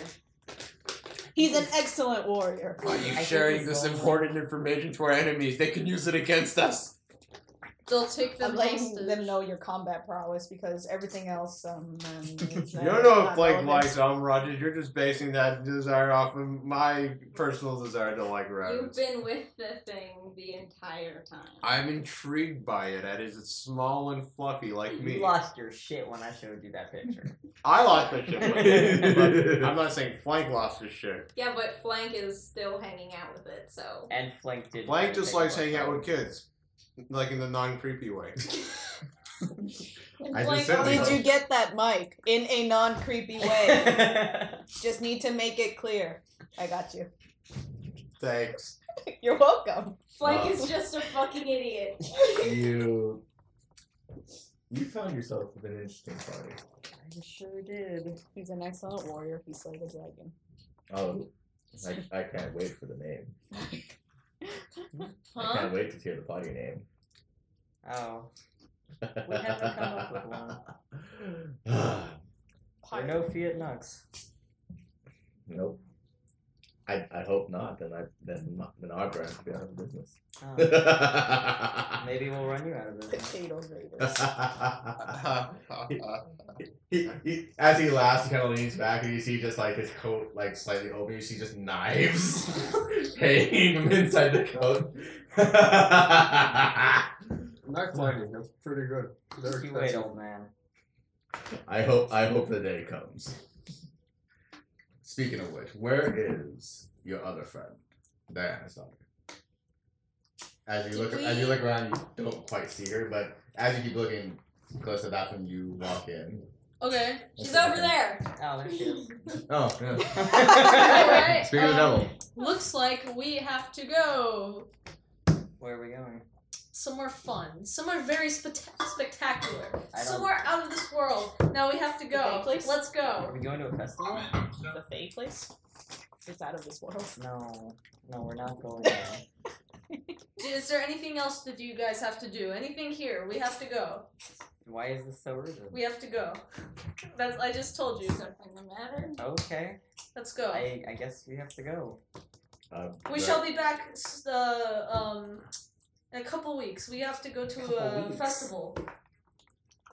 Speaker 5: He's an excellent warrior.
Speaker 6: Why are
Speaker 7: you I sharing think he's this lonely. important
Speaker 6: information to our enemies? They could use it against us.
Speaker 3: They'll take
Speaker 5: I'm
Speaker 3: them
Speaker 5: letting
Speaker 3: hostage.
Speaker 5: them know your combat prowess because everything else. Um, um, is,
Speaker 6: You
Speaker 5: uh,
Speaker 6: don't know
Speaker 5: not
Speaker 6: if like
Speaker 5: relevant.
Speaker 6: likes um, Rogers. You're just basing that desire off of my personal desire to like
Speaker 8: You've
Speaker 6: rabbits.
Speaker 8: been with the thing the entire time.
Speaker 6: I'm intrigued by it. That is, it's small and fluffy like me.
Speaker 7: You lost your shit when I showed you that picture.
Speaker 6: I lost my shit. I'm not saying Flank lost his shit.
Speaker 8: yeah, but Flank is still hanging out with it, so.
Speaker 7: And Flank did.
Speaker 6: Flank just likes hanging out with kids, like in the non creepy way.
Speaker 8: And
Speaker 2: I
Speaker 8: Flank
Speaker 2: just said
Speaker 5: Did
Speaker 8: also-
Speaker 5: you get that, Mike? In a non creepy way. Just need to make it clear. I got you.
Speaker 6: Thanks.
Speaker 5: You're welcome.
Speaker 8: Flank
Speaker 2: Oh.
Speaker 8: is just a fucking idiot.
Speaker 2: you you found yourself with an interesting party.
Speaker 7: I sure did.
Speaker 5: He's an excellent warrior. He slayed a dragon.
Speaker 2: Oh, I, I can't wait for the name. I
Speaker 3: Huh?
Speaker 2: can't wait to hear the party name.
Speaker 7: Oh, We haven't come up with
Speaker 2: one.
Speaker 7: there are no Fiat Nux.
Speaker 2: nope. I, I hope not. Then I then, my- then our brand will be out of business.
Speaker 7: Oh, maybe we'll run you out of business.
Speaker 5: Potato graters.
Speaker 2: he, he, as he laughs, he kind of leans back, and you see just like his coat, like slightly open. You see just knives hanging from inside the coat. I
Speaker 6: I'm not climbing. That's pretty good. They're
Speaker 7: You wait,
Speaker 6: expensive.
Speaker 7: old man.
Speaker 2: hope I hope the day comes. Speaking of which, where is your other friend, Diana's daughter? As you look,
Speaker 3: Did
Speaker 2: as you
Speaker 3: we-
Speaker 2: look around, you don't quite see her, but as you keep looking close to that one, you walk in.
Speaker 3: Okay.
Speaker 8: She's over there.
Speaker 7: Oh, there she is.
Speaker 2: Oh, yeah.
Speaker 3: Alright,
Speaker 2: Speaking of the
Speaker 3: um,
Speaker 2: devil.
Speaker 3: Looks like we have to go
Speaker 7: Where are we going?
Speaker 3: somewhere fun, somewhere very spectac spectacular,
Speaker 7: I don't-
Speaker 3: somewhere out of this world. Now we have to go.
Speaker 5: Okay, please.
Speaker 3: Let's
Speaker 7: Are
Speaker 3: go.
Speaker 7: we going to a festival?
Speaker 5: the Fey place? It's out of this world.
Speaker 7: No, no, we're not going. There.
Speaker 3: Is there anything else that you guys have to do? Anything here? We have to go.
Speaker 7: Why is this so urgent?
Speaker 3: We have to go. That's I just told you.
Speaker 8: Something the matter?
Speaker 7: Okay,
Speaker 3: Let's go.
Speaker 7: I, I guess we have to go.
Speaker 2: Um,
Speaker 3: We shall be back s- uh, um, in a couple weeks. We have to go to
Speaker 7: Couple
Speaker 3: a
Speaker 7: weeks.
Speaker 3: festival.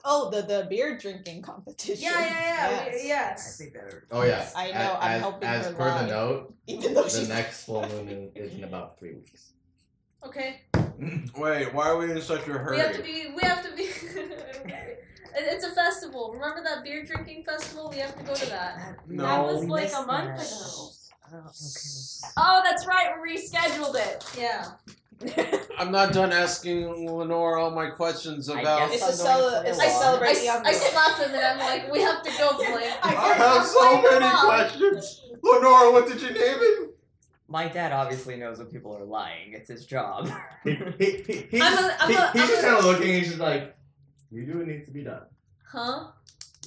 Speaker 5: Oh, the the beer drinking competition.
Speaker 3: Yeah, yeah, yeah. we-
Speaker 5: Yes.
Speaker 7: I
Speaker 3: Yes.
Speaker 7: think that.
Speaker 2: Oh yeah.
Speaker 5: I know,
Speaker 2: As,
Speaker 5: I'm
Speaker 2: as-
Speaker 5: helping
Speaker 2: as
Speaker 5: her
Speaker 2: per
Speaker 5: lie.
Speaker 2: the note,
Speaker 5: Even though
Speaker 2: the
Speaker 5: she's
Speaker 2: next full moon is in about three weeks.
Speaker 3: Okay.
Speaker 6: Wait, why are we in such a hurry?
Speaker 3: We have to be. We have to be. It- it's a festival. Remember that beer drinking festival? We have to go to that.
Speaker 6: No,
Speaker 8: that was
Speaker 7: we
Speaker 8: like a
Speaker 7: missed
Speaker 8: month
Speaker 7: that.
Speaker 8: ago.
Speaker 7: Oh,
Speaker 8: Oh, that's right. We rescheduled it.
Speaker 3: Yeah.
Speaker 6: I'm not done asking Lenore all my questions
Speaker 7: I
Speaker 6: about.
Speaker 5: it's
Speaker 7: guess-
Speaker 5: a cele-
Speaker 8: Oh,
Speaker 5: it's
Speaker 3: I,
Speaker 5: a
Speaker 7: Well,
Speaker 3: I,
Speaker 5: celebrate the
Speaker 3: I,
Speaker 5: young girl.
Speaker 3: slapped him and I'm like, we have to go, Blake.
Speaker 6: I have so many questions. Lenore, what did you name it?
Speaker 7: My dad obviously knows when people are lying. It's his job.
Speaker 2: He, he, he, he,
Speaker 3: I'm a- I'm
Speaker 2: he-
Speaker 3: a-
Speaker 2: he's
Speaker 3: I'm
Speaker 2: just
Speaker 3: a-
Speaker 2: kind of looking. He's just like, you do what needs to be done.
Speaker 3: Huh?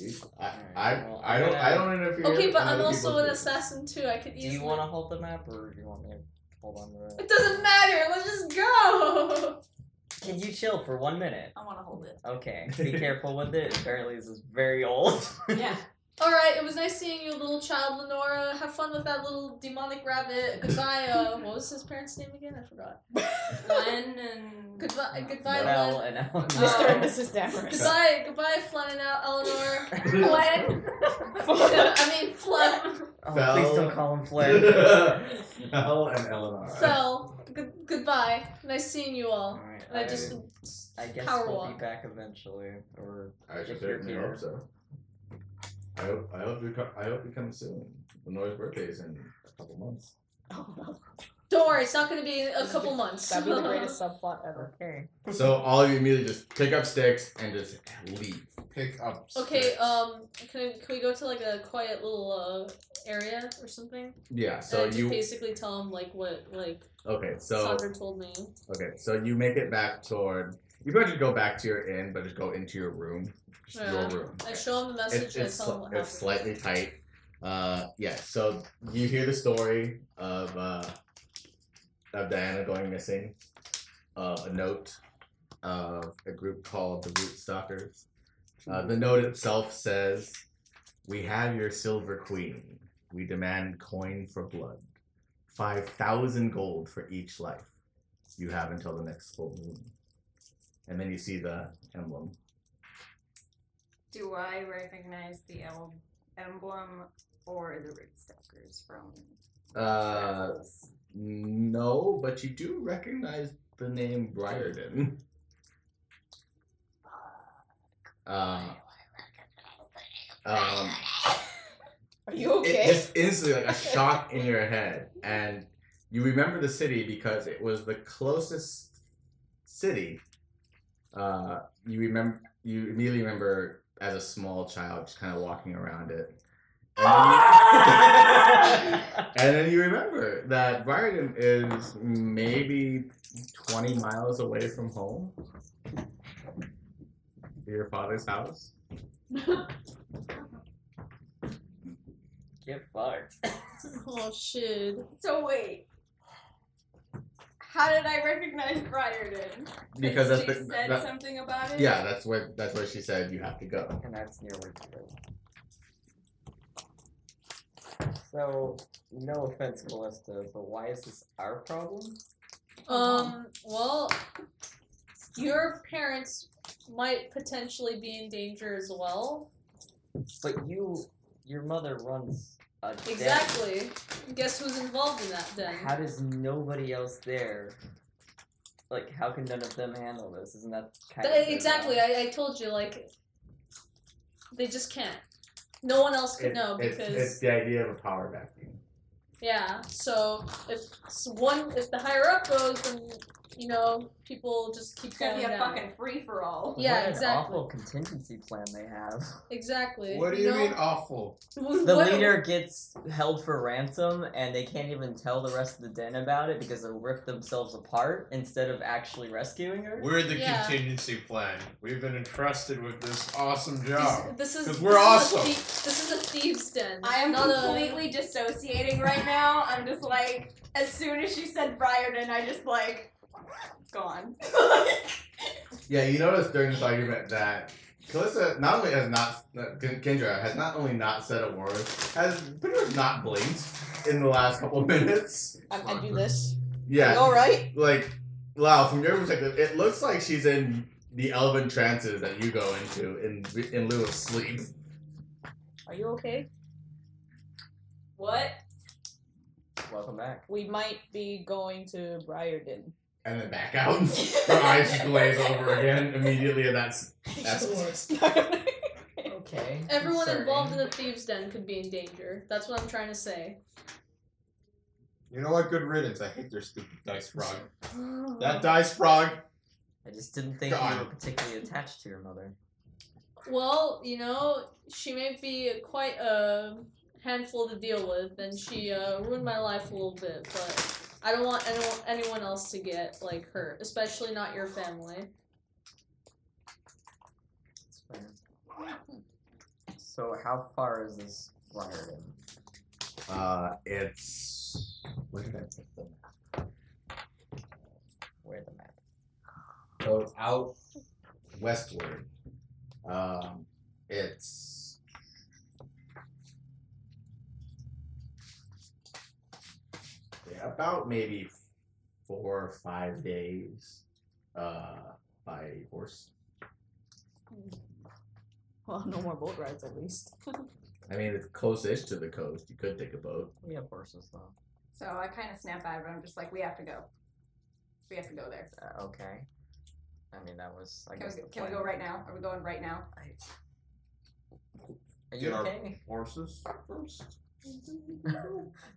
Speaker 2: You- I, I, I don't, I don't interfere.
Speaker 3: Okay, but
Speaker 2: in
Speaker 3: I'm
Speaker 2: other
Speaker 3: also
Speaker 2: people's
Speaker 3: an
Speaker 2: business.
Speaker 3: assassin too. I could
Speaker 7: do
Speaker 3: easily.
Speaker 7: you want to hold the map or do you want me to hold on to it?
Speaker 3: It doesn't matter. Let's just go.
Speaker 7: Can you chill for one minute?
Speaker 8: I want to hold it.
Speaker 7: Okay. Be careful with it. Apparently, this is very old.
Speaker 8: Yeah.
Speaker 3: All right. It was nice seeing you, little child, Lenora. Have fun with that little demonic rabbit. Goodbye. Uh, what was his parents' name again? I forgot.
Speaker 8: Len and.
Speaker 3: Goodbye. Goodbye,
Speaker 7: Mel
Speaker 3: Len. Um,
Speaker 7: and
Speaker 5: Mr.
Speaker 7: Eleanor.
Speaker 5: and Mrs. Danvers.
Speaker 3: Goodbye. Goodbye, Flynn and Al- Eleanor.
Speaker 8: Len.
Speaker 3: I mean, Flynn.
Speaker 7: Oh,
Speaker 2: Fel.
Speaker 7: please don't call him Flynn.
Speaker 2: Mel and Eleanor.
Speaker 3: Fell. Good goodbye. Nice seeing you all.
Speaker 7: Alright,
Speaker 3: And I just
Speaker 7: I guess
Speaker 3: power
Speaker 7: we'll
Speaker 3: walk.
Speaker 7: be back eventually. Or
Speaker 2: I
Speaker 7: If
Speaker 2: certainly
Speaker 7: you're
Speaker 2: hope so. I hope, I hope you come, I hope you come soon. Lenore's birthday is in a couple months.
Speaker 5: Oh, no.
Speaker 3: don't worry. It's not going to be a couple months.
Speaker 5: That'd be the greatest subplot ever.
Speaker 7: okay.
Speaker 2: So all of you immediately just pick up sticks and just leave.
Speaker 6: Pick up.
Speaker 3: Okay,
Speaker 5: uh,
Speaker 3: um, can, can we go to like a quiet little uh, area or something?
Speaker 2: Yeah. So
Speaker 3: and I just
Speaker 2: you
Speaker 3: basically tell him like what like
Speaker 2: okay? So
Speaker 3: Sandra told me.
Speaker 2: okay. So you make it back toward. You probably just go back to your inn, but just go into your room. Just
Speaker 3: Yeah.
Speaker 2: your room.
Speaker 3: I show him the message
Speaker 2: It-
Speaker 3: and I
Speaker 2: it's
Speaker 3: tell him what
Speaker 2: sli-
Speaker 3: happened.
Speaker 2: it's slightly tight. Uh, yeah. So you hear the story of uh, of Diana going missing. Uh, a note of a group called the Root Stalkers. Uh, the note itself says, "We have your silver queen. We demand coin for blood. Five thousand gold for each life. You have until the next full moon." And then you see the emblem.
Speaker 8: Do I recognize the el- emblem or the rootstockers from
Speaker 2: Uh,
Speaker 8: Travels?
Speaker 2: No, but you do recognize the name Briarden. Uh, um,
Speaker 5: Are you
Speaker 2: it-
Speaker 5: okay?
Speaker 2: it's instantly like a shock in your head, and you remember the city because it was the closest city. Uh, you remember, you immediately remember as a small child just kind of walking around it. And then you- And then you remember that Brighton is maybe 20 miles away from home. Your father's house.
Speaker 7: Get fucked.
Speaker 3: oh shit!
Speaker 8: So wait. How did I recognize Briarden?
Speaker 2: Because that's
Speaker 8: she
Speaker 2: the,
Speaker 8: said
Speaker 2: that-
Speaker 8: something about it.
Speaker 2: yeah, that's where that's where she said you have to go.
Speaker 7: And that's near where you live. So, no offense, Callista, but why is this our problem?
Speaker 2: Uh-huh.
Speaker 3: Um. Well, your parents might potentially be in danger as well.
Speaker 7: But you, your mother runs a den.
Speaker 3: Exactly. Guess who's involved in that then?
Speaker 7: How does nobody else there? Like, how can none of them handle this? Isn't that kind
Speaker 3: Th-
Speaker 7: of their
Speaker 3: exactly.
Speaker 7: job?
Speaker 3: I, I told you like they just can't. No one else could know
Speaker 2: It's-
Speaker 3: because
Speaker 2: it's, it's the idea of a power vacuum.
Speaker 3: Yeah. So if s- one, if the higher up goes, then you know people just keep
Speaker 8: It's gonna
Speaker 3: going
Speaker 8: be a
Speaker 3: down.
Speaker 8: fucking free for all.
Speaker 3: Yeah,
Speaker 7: what an
Speaker 3: exactly.
Speaker 7: Awful contingency plan they have.
Speaker 3: Exactly.
Speaker 6: What do you
Speaker 3: know?
Speaker 6: mean awful?
Speaker 7: The leader gets held for ransom, and they can't even tell the rest of the den about it because they'll rip themselves apart instead of actually rescuing her.
Speaker 6: We're the
Speaker 3: Yeah.
Speaker 6: contingency plan. We've been entrusted with this awesome
Speaker 3: These-
Speaker 6: job.
Speaker 3: This is
Speaker 6: 'Cause we're
Speaker 3: this
Speaker 6: awesome.
Speaker 3: Is a thie- this is a thieves' den.
Speaker 8: I am
Speaker 3: not
Speaker 8: completely dissociating right now. I'm just like, as soon as she said Briarden, I just like gone.
Speaker 2: Yeah, you notice during this argument that Calissa not only has not uh, Ken- Kendra has not only not said a word, has pretty much not blinked in the last couple of minutes.
Speaker 5: I, I do this.
Speaker 2: Yeah,
Speaker 5: You all right?
Speaker 2: like wow from your perspective it looks like she's in the elven trances that you go into in in lieu of sleep
Speaker 5: Are you okay?
Speaker 8: what?
Speaker 7: Welcome back.
Speaker 5: We might be going to Briarden.
Speaker 2: and then back out her eyes just glaze over again immediately and that's that's
Speaker 7: Okay.
Speaker 3: Everyone involved in the thieves' den could be in danger. That's what I'm trying to say.
Speaker 6: You know what? Good riddance. I hate their stupid dice frog. That dice frog.
Speaker 7: I just didn't think you were
Speaker 6: God.
Speaker 7: particularly attached to your mother.
Speaker 3: Well, you know, she may be quite a handful to deal with, and she uh, ruined my life a little bit. But I don't want anyone anyone else to get like hurt, especially not your family.
Speaker 7: It's fair. So how far is this wire in?
Speaker 2: Uh, it's where did I put them?
Speaker 7: Where the map?
Speaker 2: So it's out westward. Um, it's yeah, about maybe four or five days uh, by horse.
Speaker 5: Well, no more boat rides at least.
Speaker 2: I mean, it's close-ish to the coast. You could take a boat.
Speaker 7: We have horses though.
Speaker 8: So I kind of snap out of it. I'm just like, we have to go. We have to go there.
Speaker 7: Uh, okay. I mean that was. I
Speaker 8: Can,
Speaker 7: guess
Speaker 8: we,
Speaker 7: the
Speaker 8: can we
Speaker 7: plan.
Speaker 8: go right now? Are we going right now?
Speaker 7: Are you
Speaker 6: Get our-
Speaker 7: okay?
Speaker 6: Horses first.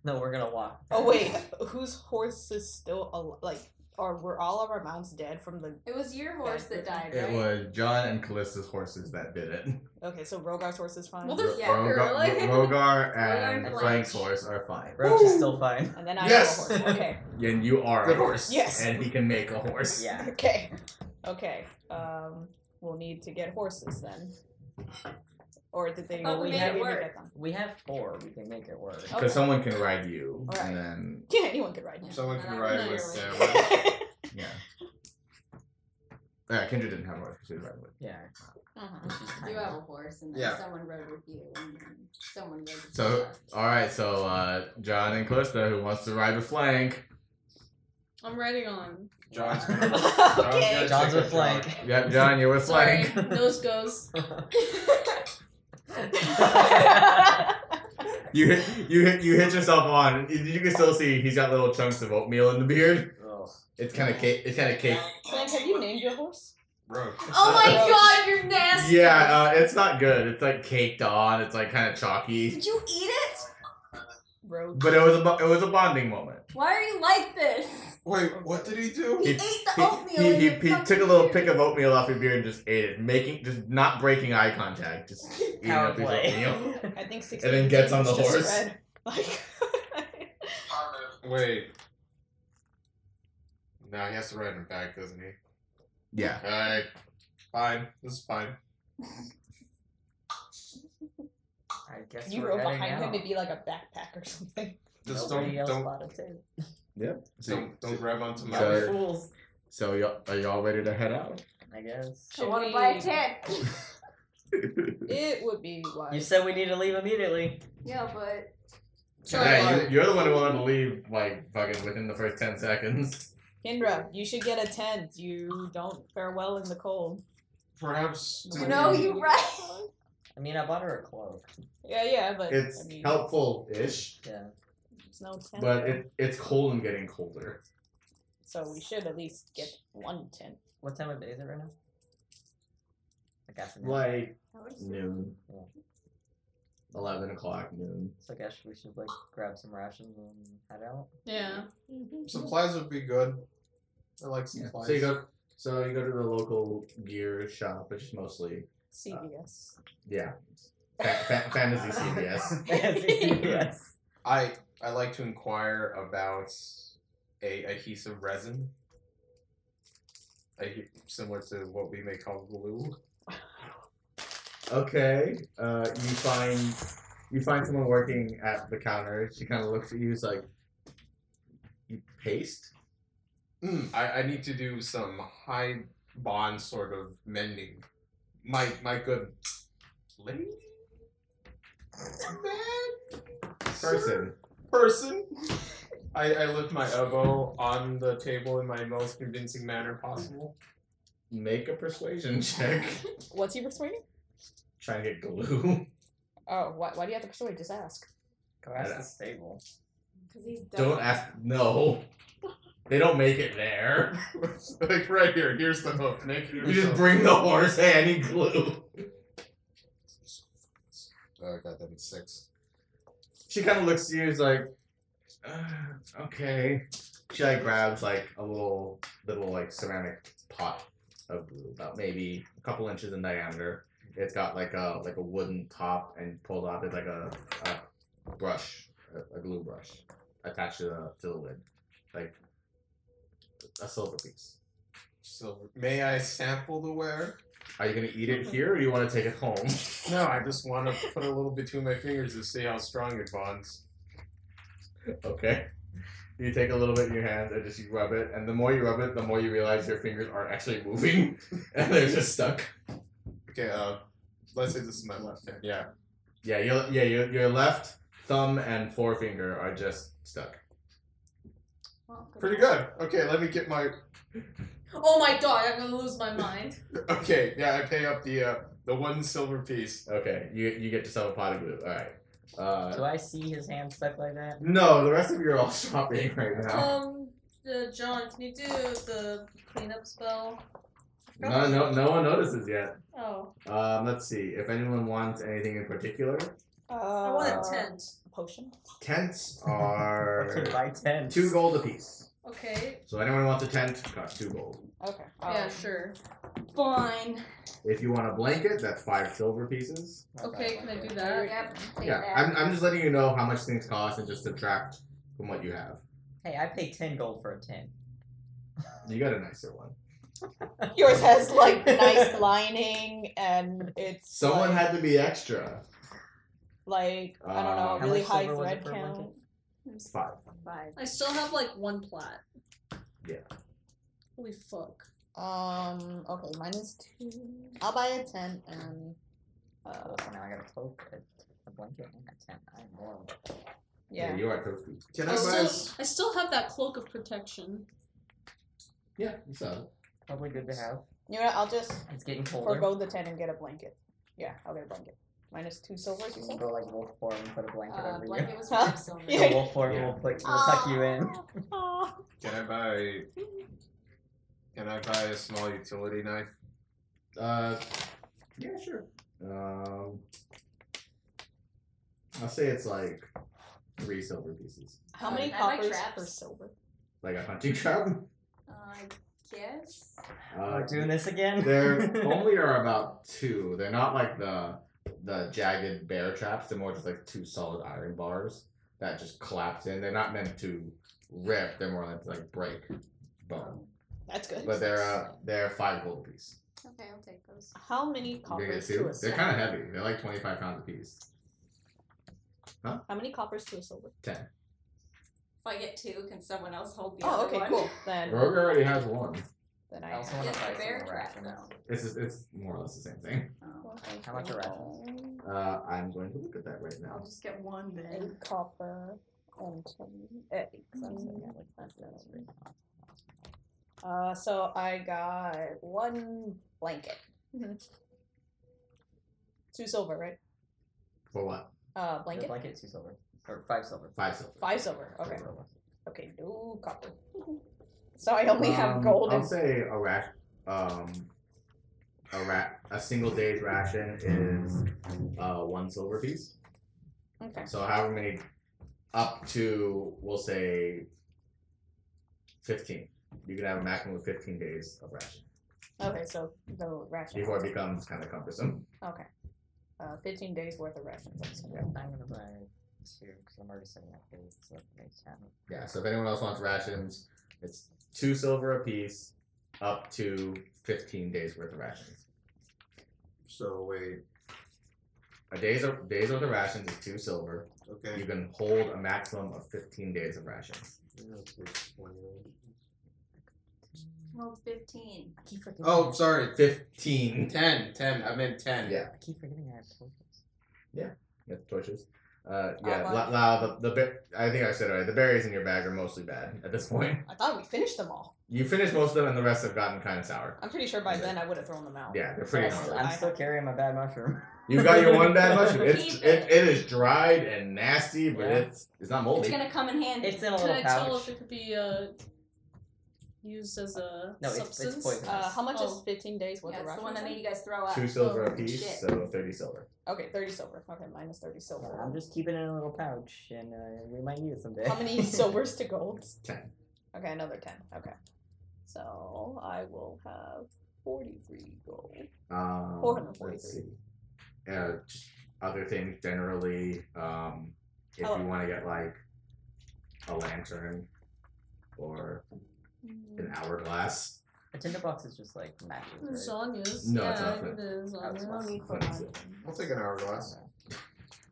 Speaker 7: No, we're gonna walk.
Speaker 5: Oh wait, whose horse is still al- like? Or were all of our mounts dead from the?
Speaker 8: It was your horse that died,
Speaker 2: It
Speaker 8: right?
Speaker 2: was John and Callista's horses that did it.
Speaker 5: Okay, so Rogar's horse is fine.
Speaker 3: Well, they're-
Speaker 8: Yeah,
Speaker 2: Rogar,
Speaker 3: really?
Speaker 2: Rogar
Speaker 8: and
Speaker 2: and
Speaker 8: Flank.
Speaker 2: Frank's horse are fine.
Speaker 7: Roach is still fine.
Speaker 5: and then I
Speaker 2: Yes!
Speaker 5: have a horse. Okay.
Speaker 2: And you are
Speaker 6: Good
Speaker 2: a horse.
Speaker 5: Yes.
Speaker 2: And he can make a horse.
Speaker 7: Yeah.
Speaker 5: Okay. Okay. Um, we'll need to get horses then. Or did they?
Speaker 8: Oh,
Speaker 7: we
Speaker 5: didn't
Speaker 7: made it
Speaker 5: even
Speaker 8: work.
Speaker 5: get them.
Speaker 7: We have four. We can make it work.
Speaker 2: Because
Speaker 5: Okay.
Speaker 2: someone can ride you.
Speaker 5: Alright.
Speaker 2: And then,
Speaker 5: Yeah, anyone could ride.
Speaker 6: Someone
Speaker 8: And
Speaker 6: can
Speaker 2: Uh,
Speaker 8: I'm
Speaker 6: ride
Speaker 8: familiar
Speaker 6: with
Speaker 8: with it.
Speaker 6: Sam.
Speaker 2: yeah. Yeah, Kendra didn't have a horse. She was riding with.
Speaker 7: Yeah.
Speaker 5: Uh-huh.
Speaker 7: She's
Speaker 8: You
Speaker 7: tiny.
Speaker 8: have a horse, and then
Speaker 6: Yeah.
Speaker 8: someone rode with you, and then someone rode with
Speaker 2: So,
Speaker 8: you.
Speaker 2: alright, so uh, John and Callista, who wants to ride with Flank?
Speaker 3: I'm writing on.
Speaker 6: John's
Speaker 5: okay.
Speaker 7: John's with
Speaker 6: Flank.
Speaker 7: Flank.
Speaker 2: Yep, John, you're with
Speaker 3: Sorry,
Speaker 2: Flank.
Speaker 3: nose goes.
Speaker 2: You hit, you hit, you hit yourself on. You- You can still see he's got little chunks of oatmeal in the beard.
Speaker 6: Oh,
Speaker 7: Ugh.
Speaker 2: It's kind of cake. It's kind of cake.
Speaker 5: Clint, have you named your horse?
Speaker 6: Roach.
Speaker 3: Oh my
Speaker 5: Gross.
Speaker 3: god, you're nasty.
Speaker 2: Yeah, uh, it's not good. It's like caked on. It's like kind of chalky.
Speaker 8: Did you eat it?
Speaker 5: Rogue.
Speaker 2: But it was a bo- it was a bonding moment.
Speaker 8: Why are you like this?
Speaker 6: Wait, what did he do?
Speaker 8: He,
Speaker 2: He-
Speaker 8: ate the
Speaker 2: He,
Speaker 8: oatmeal.
Speaker 2: he,
Speaker 8: in
Speaker 2: he,
Speaker 8: your
Speaker 2: he
Speaker 8: fucking
Speaker 2: took a little
Speaker 8: ear.
Speaker 2: pick of oatmeal off your beard and just ate it, making just not breaking eye contact, just eating
Speaker 7: Power
Speaker 2: up his oatmeal.
Speaker 7: play.
Speaker 5: I think six.
Speaker 2: And then gets on the
Speaker 5: just
Speaker 2: horse.
Speaker 5: red. Like.
Speaker 4: Harder.
Speaker 6: Wait. No, he has to ride him back, doesn't he?
Speaker 2: Yeah.
Speaker 6: Alright. Fine. This is fine.
Speaker 7: I guess
Speaker 5: you
Speaker 7: we're
Speaker 5: rode
Speaker 7: heading
Speaker 5: behind
Speaker 7: out.
Speaker 5: him to be like a backpack or something.
Speaker 6: Just
Speaker 7: Nobody
Speaker 6: don't
Speaker 7: else
Speaker 6: don't
Speaker 7: bought it too.
Speaker 6: don't, don't grab onto my
Speaker 2: So-
Speaker 7: We're fools.
Speaker 2: So y'all, are y'all ready to head out?
Speaker 7: I guess.
Speaker 8: I want to buy a tent.
Speaker 5: It would be
Speaker 7: You
Speaker 5: wise.
Speaker 7: said we need to leave immediately.
Speaker 8: yeah, but
Speaker 2: yeah, you, you're the one who wanted to leave like fucking within the first ten seconds.
Speaker 5: Kendra, you should get a tent. You don't farewell in the cold.
Speaker 6: Perhaps
Speaker 5: No.
Speaker 8: you
Speaker 6: do
Speaker 8: know
Speaker 6: we-
Speaker 8: you're right.
Speaker 7: I mean, I bought her a cloak.
Speaker 5: Yeah, yeah, but
Speaker 2: It's
Speaker 5: I mean,
Speaker 2: helpful ish,
Speaker 7: Yeah.
Speaker 5: It's no tent.
Speaker 2: but it, it's cold and getting colder.
Speaker 5: so we should at least get one tent.
Speaker 7: What time of day is it right now? I guess.
Speaker 2: Like
Speaker 8: I would say-
Speaker 2: noon, eleven o'clock noon.
Speaker 7: So I guess we should like grab some rations and head out.
Speaker 3: Yeah.
Speaker 6: Supplies would be good. I like
Speaker 2: Yeah.
Speaker 6: supplies.
Speaker 2: So you go, so you go to the local gear shop, which is mostly
Speaker 5: CVS.
Speaker 2: yeah, fa- fa- fantasy CVS.
Speaker 7: yes.
Speaker 6: I I like to inquire about a adhesive resin. Adhe- similar to what we may call glue.
Speaker 2: Okay, uh, you find you find someone working at the counter. She kind of looks at you, is like, "You paste."
Speaker 6: Mm, I, I need to do some high bond sort of mending. My my good lady
Speaker 2: Person.
Speaker 6: person. I, I lift my elbow on the table in my most convincing manner possible.
Speaker 2: Make a persuasion check.
Speaker 5: What's he persuading?
Speaker 2: Try and get glue.
Speaker 5: Oh, why, why do you have to persuade? Just ask.
Speaker 7: Go ask
Speaker 2: Yeah.
Speaker 7: the stable.
Speaker 8: 'Cause he's dumb.
Speaker 2: Don't ask. No. They don't make it there.
Speaker 6: like right here, here's the hook. Make
Speaker 2: You just bring the horse. Hey, I need glue.
Speaker 6: Oh, I got that in six.
Speaker 2: She kind of looks at you, is like, uh, okay. She like grabs like a little little like ceramic pot of glue, about maybe a couple inches in diameter. It's got like a like a wooden top and pulled off. It's like a, a brush, a, a glue brush, attached to the, to the lid, like a silver piece.
Speaker 6: So may I sample the ware?
Speaker 2: Are you gonna eat it here, or do you want to take it home?
Speaker 6: No, I just want to put a little between my fingers to see how strong it bonds.
Speaker 2: Okay. You take a little bit in your hands and just you rub it, and the more you rub it, the more you realize your fingers aren't actually moving, and they're just stuck.
Speaker 6: Okay, uh, let's say this is my left hand. Yeah.
Speaker 2: Yeah, your yeah your, your left thumb and forefinger are just stuck.
Speaker 3: Well, good
Speaker 6: Pretty
Speaker 3: luck.
Speaker 6: good. Okay, let me get my.
Speaker 3: Oh my god, I'm gonna lose my mind.
Speaker 6: Okay, yeah, I pay up the uh, the one silver piece.
Speaker 2: Okay, you you get yourself a pot of glue. All right. Uh,
Speaker 7: Do I see his hand stuck like that?
Speaker 2: no, the rest of you are all shopping right now.
Speaker 3: Um, uh, John, can you do the cleanup spell?
Speaker 2: No, no, no one notices yet.
Speaker 3: Oh,
Speaker 2: Um, let's see if anyone wants anything in particular.
Speaker 3: Oh,
Speaker 8: Uh,
Speaker 3: I want a tent.
Speaker 5: Uh, Potion?
Speaker 2: Tents
Speaker 7: I can
Speaker 2: are
Speaker 7: buy ten.
Speaker 2: two gold apiece.
Speaker 3: Okay.
Speaker 2: So anyone who wants a tent costs two gold.
Speaker 5: Okay.
Speaker 3: Yeah,
Speaker 5: alright.
Speaker 3: sure.
Speaker 8: Fine.
Speaker 2: If you want a blanket, that's five silver pieces.
Speaker 3: Okay, can I do that?
Speaker 8: Yep. Take
Speaker 2: yeah,
Speaker 8: that.
Speaker 2: I'm, I'm just letting you know how much things cost and just subtract from what you have.
Speaker 7: Hey, I paid ten gold for a ten.
Speaker 2: You got a nicer one.
Speaker 5: Yours has like nice lining and it's
Speaker 2: Someone
Speaker 5: like,
Speaker 2: had to be extra.
Speaker 5: like I don't
Speaker 2: Uh,
Speaker 5: know,
Speaker 2: How
Speaker 5: really
Speaker 7: much
Speaker 5: high
Speaker 7: silver was it
Speaker 5: thread
Speaker 7: per
Speaker 5: count.
Speaker 7: blanket?
Speaker 2: Five.
Speaker 8: Five.
Speaker 3: I still have like one plat.
Speaker 2: Yeah.
Speaker 3: Holy fuck.
Speaker 5: Um. Okay, mine is two. I'll buy a tent and uh,
Speaker 7: Oh, so now I got a cloak, a, a blanket, and a tent. I'm warm.
Speaker 5: yeah.
Speaker 2: you are toasty.
Speaker 6: Can I
Speaker 3: I
Speaker 6: buy?
Speaker 3: still,
Speaker 6: s-
Speaker 3: I still have that cloak of protection.
Speaker 2: Yeah, you saw it.
Speaker 7: Probably good to have.
Speaker 5: You know, what, I'll just
Speaker 7: It's getting colder.
Speaker 5: forego the tent and get a blanket. Yeah, I'll get a blanket. Minus two silvers. You said?
Speaker 7: Go like wolf form and put a blanket
Speaker 8: Uh,
Speaker 7: over you.
Speaker 8: blanket was
Speaker 5: Huh?
Speaker 8: five silver.
Speaker 5: Yeah.
Speaker 7: Go wolf form and we'll, put, we'll tuck you in.
Speaker 8: Uh,
Speaker 5: Aw.
Speaker 6: Can I buy? Can I buy a small utility knife?
Speaker 2: Uh, yeah, sure. Um, I'll say it's like three silver pieces,
Speaker 5: How many
Speaker 8: I like
Speaker 5: coppers
Speaker 8: traps.
Speaker 5: per silver?
Speaker 2: like a hunting trap.
Speaker 8: I guess.
Speaker 5: Oh,
Speaker 2: Uh,
Speaker 7: We're doing this again.
Speaker 2: there only are about two. They're not like the the jagged bear traps. They're more just like two solid iron bars that just collapse in. They're not meant to rip. They're more meant to like break bone.
Speaker 5: That's good.
Speaker 2: But they're uh, they're five gold apiece.
Speaker 8: Okay, I'll take those.
Speaker 5: How many
Speaker 2: You gonna get
Speaker 5: coppers to
Speaker 2: two?
Speaker 5: a
Speaker 2: They're
Speaker 5: silver?
Speaker 2: kind of heavy. They're like 25 pounds a piece.
Speaker 5: How many coppers to a silver?
Speaker 2: 10.
Speaker 8: If I get two, can someone else hold the
Speaker 5: Oh,
Speaker 8: other
Speaker 5: okay,
Speaker 8: one?
Speaker 5: cool. Then,
Speaker 2: Rogue already has one.
Speaker 5: then
Speaker 7: I
Speaker 5: I.
Speaker 7: also want
Speaker 8: Yes,
Speaker 7: to
Speaker 8: the
Speaker 7: buy
Speaker 8: bear
Speaker 7: some
Speaker 8: trap,
Speaker 7: rations.
Speaker 2: It's just, it's more or less the same thing.
Speaker 8: Oh,
Speaker 7: How much are
Speaker 5: rations?
Speaker 2: Uh, I'm going to look at that right
Speaker 8: I'll
Speaker 2: now.
Speaker 8: just get one then.
Speaker 5: Eight copper and ten eggs. I'm saying that like that's- that's right. Uh, so I got one blanket.
Speaker 3: Mm-hmm.
Speaker 5: Two silver, right?
Speaker 2: For what?
Speaker 5: Uh,
Speaker 7: Your
Speaker 5: blanket.
Speaker 7: Blanket, two silver. Or five silver.
Speaker 2: Five silver.
Speaker 5: Five silver. Okay.
Speaker 7: Silver.
Speaker 5: Okay. No copper. so I only have
Speaker 2: Um,
Speaker 5: gold
Speaker 2: I'll
Speaker 5: and
Speaker 2: say a rat. Um, a rat. A single day's ration is uh, one silver piece.
Speaker 5: okay.
Speaker 2: So however many, up to we'll say 15. You can have a maximum of 15 days of ration
Speaker 5: Okay. So the ration.
Speaker 2: before it becomes kind of cumbersome.
Speaker 5: Okay. Uh, fifteen days worth of rations. I'm assuming.
Speaker 7: I'm gonna buy two because I'm already setting up these. So that makes ten.
Speaker 2: Yeah, so if anyone else wants rations, it's two silver apiece, up to 15 days worth of rations.
Speaker 6: So wait.
Speaker 2: A day's, of, day's worth of rations is two silver. You
Speaker 6: Okay.
Speaker 2: can hold a maximum of 15 days of rations.
Speaker 8: Well, 15.
Speaker 7: I keep forgetting.
Speaker 6: Oh, sorry.
Speaker 2: 15.
Speaker 6: Ten. Ten. I meant ten.
Speaker 2: Yeah,
Speaker 7: I keep forgetting I have torches.
Speaker 2: yeah torches. Uh, yeah,
Speaker 5: wow.
Speaker 2: la, la, the, the ber- I think I said it right. The berries in your bag are mostly bad at this point.
Speaker 5: I thought we finished them all.
Speaker 2: You finished most of them, and the rest have gotten kind of sour.
Speaker 5: I'm pretty sure by then I would have thrown them out.
Speaker 2: Yeah, they're pretty
Speaker 5: Yes.
Speaker 2: sour.
Speaker 7: I'm still carrying my bad mushroom.
Speaker 2: You've got your one bad mushroom. It's,
Speaker 8: Keep
Speaker 2: it,
Speaker 8: it.
Speaker 2: it is dried and nasty, but
Speaker 7: Yeah.
Speaker 2: it's it's not moldy.
Speaker 8: It's gonna come in handy.
Speaker 7: It's in a
Speaker 3: Can I
Speaker 7: little
Speaker 3: tell
Speaker 7: pouch.
Speaker 3: if it could be uh, used as a
Speaker 7: No, it's,
Speaker 3: substance?
Speaker 7: it's poisonous.
Speaker 5: Uh, how much is
Speaker 3: Oh.
Speaker 5: 15 days worth
Speaker 8: yeah,
Speaker 5: of
Speaker 8: it's
Speaker 5: rations?
Speaker 8: the one that made you guys throw up.
Speaker 2: Two silver
Speaker 8: Oh,
Speaker 2: apiece,
Speaker 8: shit.
Speaker 2: so thirty silver.
Speaker 5: Okay, 30 silver. Okay, minus 30
Speaker 7: Uh,
Speaker 5: silver.
Speaker 7: I'm just keeping it in a little pouch, and uh, we might use it someday.
Speaker 5: How many silvers to golds?
Speaker 2: Ten.
Speaker 5: Okay, another 10. Okay. So I will have 43 gold.
Speaker 2: Um,
Speaker 5: 443.
Speaker 2: let's see. Uh, other things generally, um, if
Speaker 5: Oh.
Speaker 2: you want to get like a lantern or an hourglass.
Speaker 7: A tinderbox is just like matches. Right?
Speaker 3: Zonias.
Speaker 2: No,
Speaker 3: yeah,
Speaker 2: it's not
Speaker 3: I think it is
Speaker 7: Outside.
Speaker 3: Zonias.
Speaker 5: No need for
Speaker 2: That's
Speaker 5: one.
Speaker 6: I'll take an hourglass.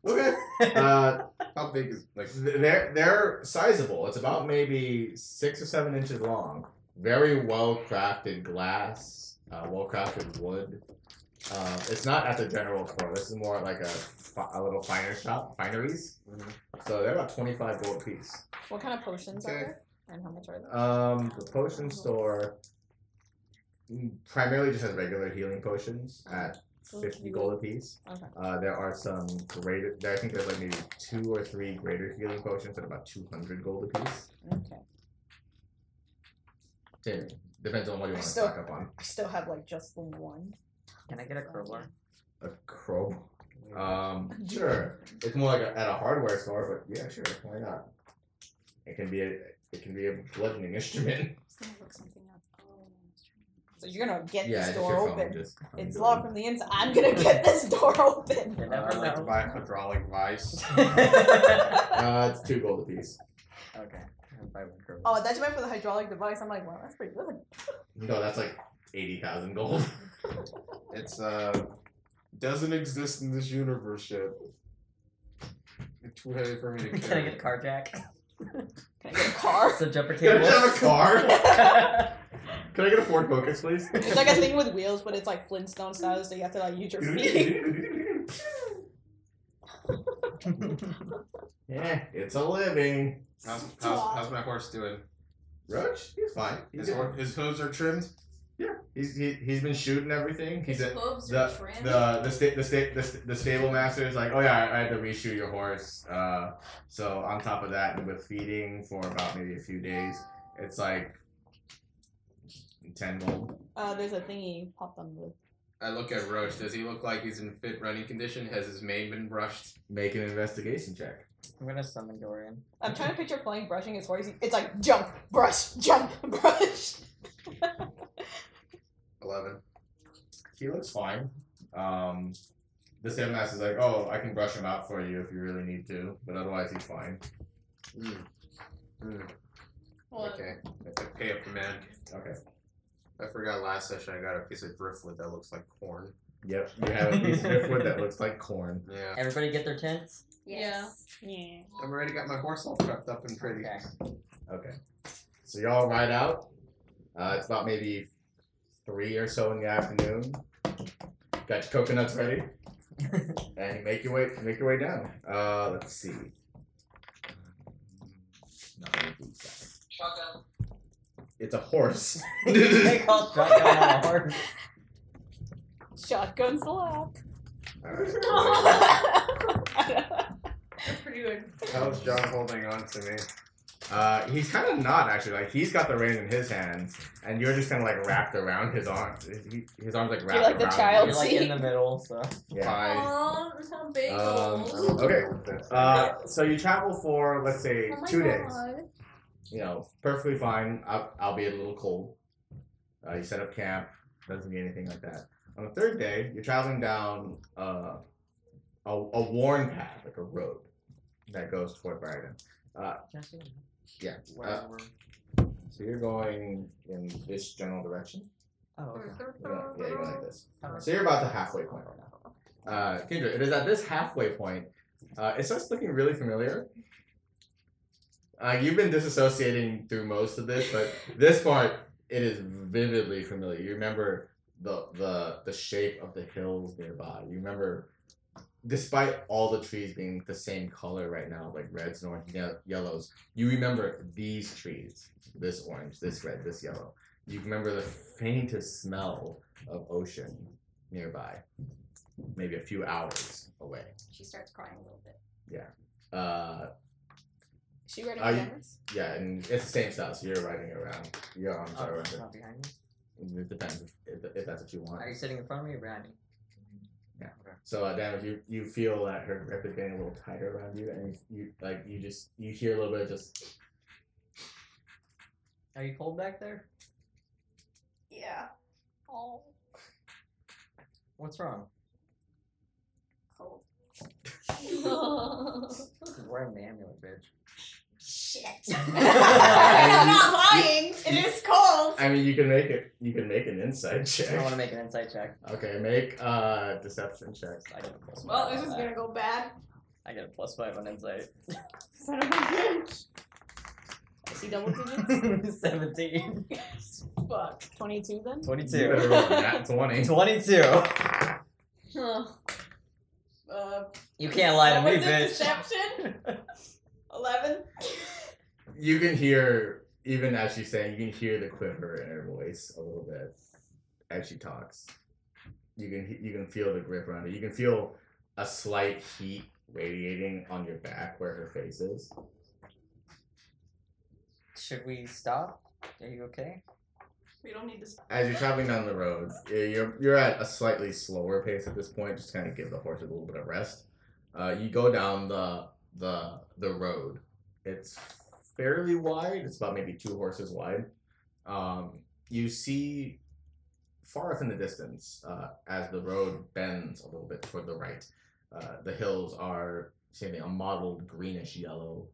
Speaker 2: Okay. Uh,
Speaker 6: How big is like?
Speaker 2: th- they're they're sizable. It's about maybe six or seven inches long. Very well crafted glass. Uh, well crafted wood. Uh, it's not at the general store. This is more like a, fi- a little finer shop, fineries.
Speaker 6: Mm-hmm.
Speaker 2: So they're about twenty five gold a piece.
Speaker 5: What kind of potions
Speaker 6: Okay.
Speaker 5: are there? And how much are they?
Speaker 2: Um, the potion store primarily just has regular healing potions at fifty gold apiece.
Speaker 5: Okay.
Speaker 2: Uh, there are some greater. There, I think there's like maybe two or three greater healing potions at about two hundred gold apiece.
Speaker 5: Okay.
Speaker 2: It Depends on what you want to
Speaker 5: Still-
Speaker 2: stock up on.
Speaker 5: I still have like just the one.
Speaker 7: Can I get a crowbar?
Speaker 2: A crow. Um, sure. It's more like a, at a hardware store, but yeah, sure. Why not? It can be a it can be a bludgeoning instrument.
Speaker 8: was gonna look something up. Oh,
Speaker 5: So you're gonna get
Speaker 2: yeah,
Speaker 5: this
Speaker 2: just your
Speaker 5: door
Speaker 2: phone.
Speaker 5: open.
Speaker 2: Just
Speaker 5: It's locked from the inside. I'm gonna get this door open.
Speaker 7: You
Speaker 6: Uh,
Speaker 7: never
Speaker 6: I'd like to
Speaker 7: know.
Speaker 6: buy a hydraulic vice.
Speaker 7: okay.
Speaker 2: Uh, it's two gold apiece.
Speaker 7: I'll buy one crowbar.
Speaker 5: Oh, that's meant for the hydraulic device. I'm like, wow, that's pretty good.
Speaker 2: No, that's like eighty thousand gold.
Speaker 6: It's uh doesn't exist in this universe yet. It's too heavy for me to
Speaker 7: Can I
Speaker 6: carry.
Speaker 7: get a car jack?
Speaker 5: Can I get a car?
Speaker 7: Some jumper
Speaker 2: Can I
Speaker 7: cables.
Speaker 2: just have a car?
Speaker 7: car?
Speaker 2: Can I get a Ford Focus, please?
Speaker 5: It's like a thing with wheels, but it's like Flintstone style, so you have to like use your feet.
Speaker 2: yeah, it's a living.
Speaker 6: How's, how's, how's my horse doing?
Speaker 2: Roach, he's fine. He's,
Speaker 6: His, hor- his hooves are trimmed.
Speaker 2: he's he, he's been shooting everything. He's
Speaker 3: His
Speaker 2: a,
Speaker 3: hooves
Speaker 2: the
Speaker 3: are trimmed.
Speaker 2: the the sta- the, sta- the, sta- the stable master is like, oh yeah, I, I had to reshoe your horse. Uh, so on top of that, and with feeding for about maybe a few days, it's like ten gold.
Speaker 5: Uh, there's a thingy popped on the.
Speaker 6: I look at Roach. Does he look like he's in fit running condition? Has his mane been brushed?
Speaker 2: Make an investigation check.
Speaker 7: I'm gonna summon Dorian.
Speaker 5: I'm trying to picture Flying brushing his horse. It's like jump, brush, jump, brush.
Speaker 6: Eleven.
Speaker 2: he looks fine. Um, the Sam Master's like, oh, I can brush him out for you if you really need to, but otherwise he's fine.
Speaker 6: Mm. Mm.
Speaker 3: What?
Speaker 6: Okay. I pay up the man.
Speaker 2: Okay.
Speaker 6: I forgot last session I got a piece of driftwood that looks like corn.
Speaker 2: Yep. You have a piece of driftwood that looks like corn.
Speaker 6: Yeah.
Speaker 7: Everybody get their tents.
Speaker 8: Yes.
Speaker 5: Yeah.
Speaker 6: I've already got my horse all prepped up and pretty.
Speaker 7: Okay.
Speaker 2: Okay. So y'all ride out. Uh, it's about maybe three or so in the afternoon. Got your coconuts ready, and you make your way make your way down. Uh, let's see. Nothing of these guys.
Speaker 4: Shotgun.
Speaker 2: It's a horse.
Speaker 7: they call shotgun on a horse.
Speaker 5: Shotguns allowed.
Speaker 2: All right.
Speaker 3: That's pretty good.
Speaker 6: How's John holding on to me?
Speaker 2: Uh, he's kind of not actually. Like he's got the reins in his hands, and you're just kind of like wrapped around his arms. He, his arms like wrapped
Speaker 5: like the
Speaker 2: around.
Speaker 5: child?
Speaker 7: You're like in the middle, so.
Speaker 2: you. Yeah.
Speaker 6: Bye.
Speaker 3: Oh, some bagels.
Speaker 2: Um, okay. Uh, so you travel for let's say
Speaker 3: Oh my
Speaker 2: two days.
Speaker 3: God.
Speaker 2: You know, perfectly fine. I'll, I'll be a little cold. Uh, you set up camp. Doesn't get anything like that. On the third day, you're traveling down uh, a, a worn path, like a road that goes toward Brighton. Yeah. Uh, so you're going in this general direction.
Speaker 7: Oh, okay. Oh,
Speaker 2: Yeah, yeah, you go like this.
Speaker 8: Hmm.
Speaker 2: So you're about the halfway point right now. Uh, Kendra, it is at this halfway point. Uh, it starts looking really familiar. Uh, you've been disassociating through most of this, but this part it is vividly familiar. You remember the the the shape of the hills nearby. You remember, despite all the trees being the same color right now, like reds and orange, ye- yellows. You remember these trees: this orange, this red, this yellow. You remember the faintest smell of ocean nearby, maybe a few hours away.
Speaker 8: She starts crying a little bit.
Speaker 2: Uh,
Speaker 5: She ready
Speaker 2: Are
Speaker 5: for
Speaker 2: you-
Speaker 5: cameras?
Speaker 2: yeah, and it's the same style, so you're riding around. Your arms
Speaker 7: Oh,
Speaker 2: are around
Speaker 7: it's not behind me.
Speaker 2: it. It depends if, if, if that's what you want.
Speaker 7: Are you sitting in front of me or behind me?
Speaker 2: So, uh, damage, you, you feel that her grip is getting a little tighter around you, and you like you just you hear a little bit of just
Speaker 7: Are you cold back there?
Speaker 8: Yeah.
Speaker 5: Oh.
Speaker 7: What's wrong?
Speaker 8: Cold.
Speaker 7: What wearing the amulet, bitch.
Speaker 8: Shit. I'm not lying. It is cold.
Speaker 2: I mean, you can make it. You can make an inside
Speaker 7: I want
Speaker 2: check.
Speaker 7: to make an insight check.
Speaker 2: Okay, make uh deception check.
Speaker 7: I get a plus five.
Speaker 8: Well, this
Speaker 7: on
Speaker 8: is
Speaker 7: that.
Speaker 8: gonna go bad.
Speaker 7: I get a plus five on insight.
Speaker 8: Son of a bitch.
Speaker 5: Is he double digits?
Speaker 7: 17.
Speaker 8: Fuck.
Speaker 5: 22 then?
Speaker 2: You
Speaker 7: 22.
Speaker 2: better roll a nat twenty.
Speaker 7: 22.
Speaker 3: Huh.
Speaker 8: Uh,
Speaker 7: You can't lie to
Speaker 8: what
Speaker 7: me,
Speaker 8: was it,
Speaker 7: bitch.
Speaker 8: Deception. Eleven.
Speaker 2: You can hear even as she's saying. You can hear the quiver in her voice a little bit as she talks. You can he- you can feel the grip around it. You can feel a slight heat radiating on your back where her face is.
Speaker 7: Should we stop? Are you okay?
Speaker 8: We don't need this.
Speaker 2: as you're traveling down the road, you're you're at a slightly slower pace at this point, just kind of give the horse a little bit of rest. Uh, you go down the the the road. It's fairly wide. It's about maybe two horses wide. Um, you see far off in the distance uh, as the road bends a little bit toward the right. Uh, the hills are seeming a mottled greenish yellow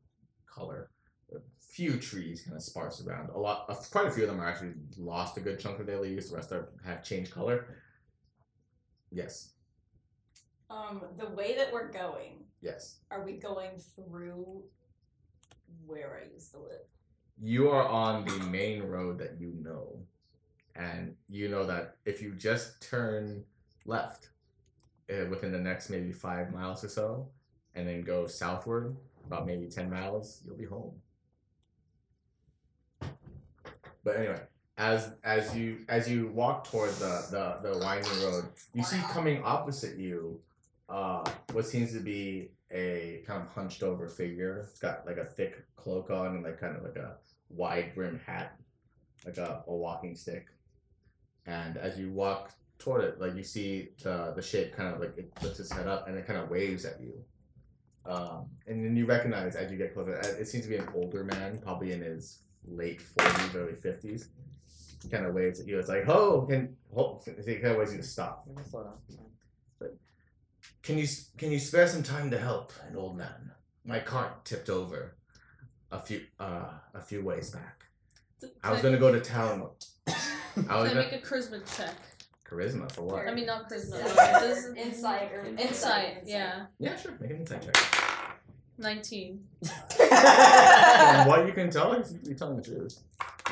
Speaker 2: color a few trees kind of sparse around. A lot, a, quite a few of them are actually lost a good chunk of their leaves. The rest are have changed color. Yes,
Speaker 8: Um, the way that we're going,
Speaker 2: yes.
Speaker 8: are we going through where I used to live?
Speaker 2: You are on the main road that you know, and you know that if you just turn left uh, within the next maybe five miles or so, and then go southward about maybe ten miles, you'll be home. But anyway, as as you as you walk toward the the, the winding road, you see coming opposite you uh, what seems to be a kind of hunched over figure. It's got like a thick cloak on and like kind of like a wide brim hat, like a, a walking stick. And as you walk toward it, like you see uh, the the shape kind of like it lifts its head up and it kind of waves at you. Um, and then you recognize as you get closer, uh, it seems to be an older man, probably in his late forties, early fifties. He kind of waves at you. It's like, "Ho!" Can ho! He kind of waves you to stop.
Speaker 7: Let me slow down.
Speaker 2: Can you can you spare some time to help an old man? My cart tipped over a few uh, a few ways back.
Speaker 3: Th-
Speaker 2: I was
Speaker 3: can
Speaker 2: gonna go to
Speaker 3: I,
Speaker 2: town. I was
Speaker 3: can I
Speaker 2: gonna,
Speaker 3: make a charisma check?
Speaker 2: charisma for what?
Speaker 3: I mean, not charisma.
Speaker 8: Insight.
Speaker 3: this is-
Speaker 8: Insight or
Speaker 3: Insight, yeah.
Speaker 2: yeah, sure. Make an insight check.
Speaker 3: 19.
Speaker 2: From what you can tell, he's, he's telling the truth.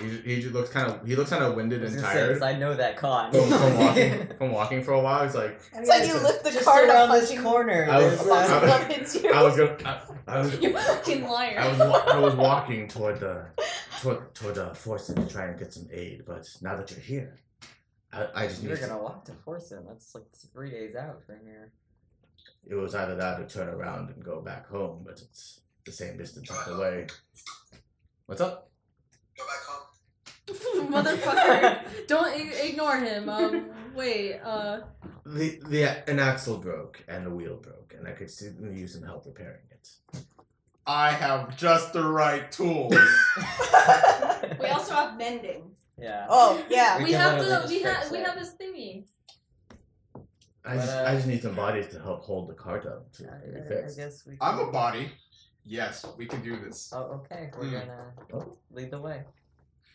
Speaker 2: He, he just looks kind of he looks kind of winded
Speaker 7: I was
Speaker 2: and
Speaker 7: gonna say, 'cause
Speaker 2: tired
Speaker 7: I know that con.
Speaker 2: from, from walking from walking for a while. He's like,
Speaker 5: It's like you lift the card up
Speaker 7: this
Speaker 5: punching-
Speaker 7: corner.
Speaker 2: I was-
Speaker 7: there's
Speaker 2: I
Speaker 7: a-
Speaker 2: was-
Speaker 5: It's you.
Speaker 2: I was gonna I, I was
Speaker 3: You fucking liar.
Speaker 2: I was, wa- I was walking toward the toward, toward the forces to try and get some aid, but now that you're here, I, I just
Speaker 7: You're
Speaker 2: need to,
Speaker 7: gonna walk to Forsen. That's like three days out from here.
Speaker 2: it was either that or turn around and go back home, but it's the same distance out the way. What's up?
Speaker 4: Go back home.
Speaker 3: Motherfucker. Don't I- ignore him. Um, wait, uh,
Speaker 2: The the an axle broke and the wheel broke, and I could certainly use some help repairing it.
Speaker 6: I have just the right tools.
Speaker 8: We also have mending.
Speaker 7: yeah.
Speaker 5: oh, yeah.
Speaker 7: We
Speaker 3: we
Speaker 7: can
Speaker 3: have
Speaker 7: literally
Speaker 3: the, we
Speaker 7: just
Speaker 3: have,
Speaker 7: fix
Speaker 3: we
Speaker 7: it.
Speaker 3: have this thingy.
Speaker 7: But,
Speaker 2: I just,
Speaker 7: uh,
Speaker 2: I just need some bodies to help hold the cart up to
Speaker 7: I,
Speaker 2: get
Speaker 7: I-
Speaker 2: it
Speaker 7: I
Speaker 2: fixed.
Speaker 7: guess we.
Speaker 6: I'm
Speaker 7: can-
Speaker 6: a body. Yes, we can do this.
Speaker 7: Oh, okay. We're
Speaker 6: Hmm.
Speaker 7: gonna lead the way.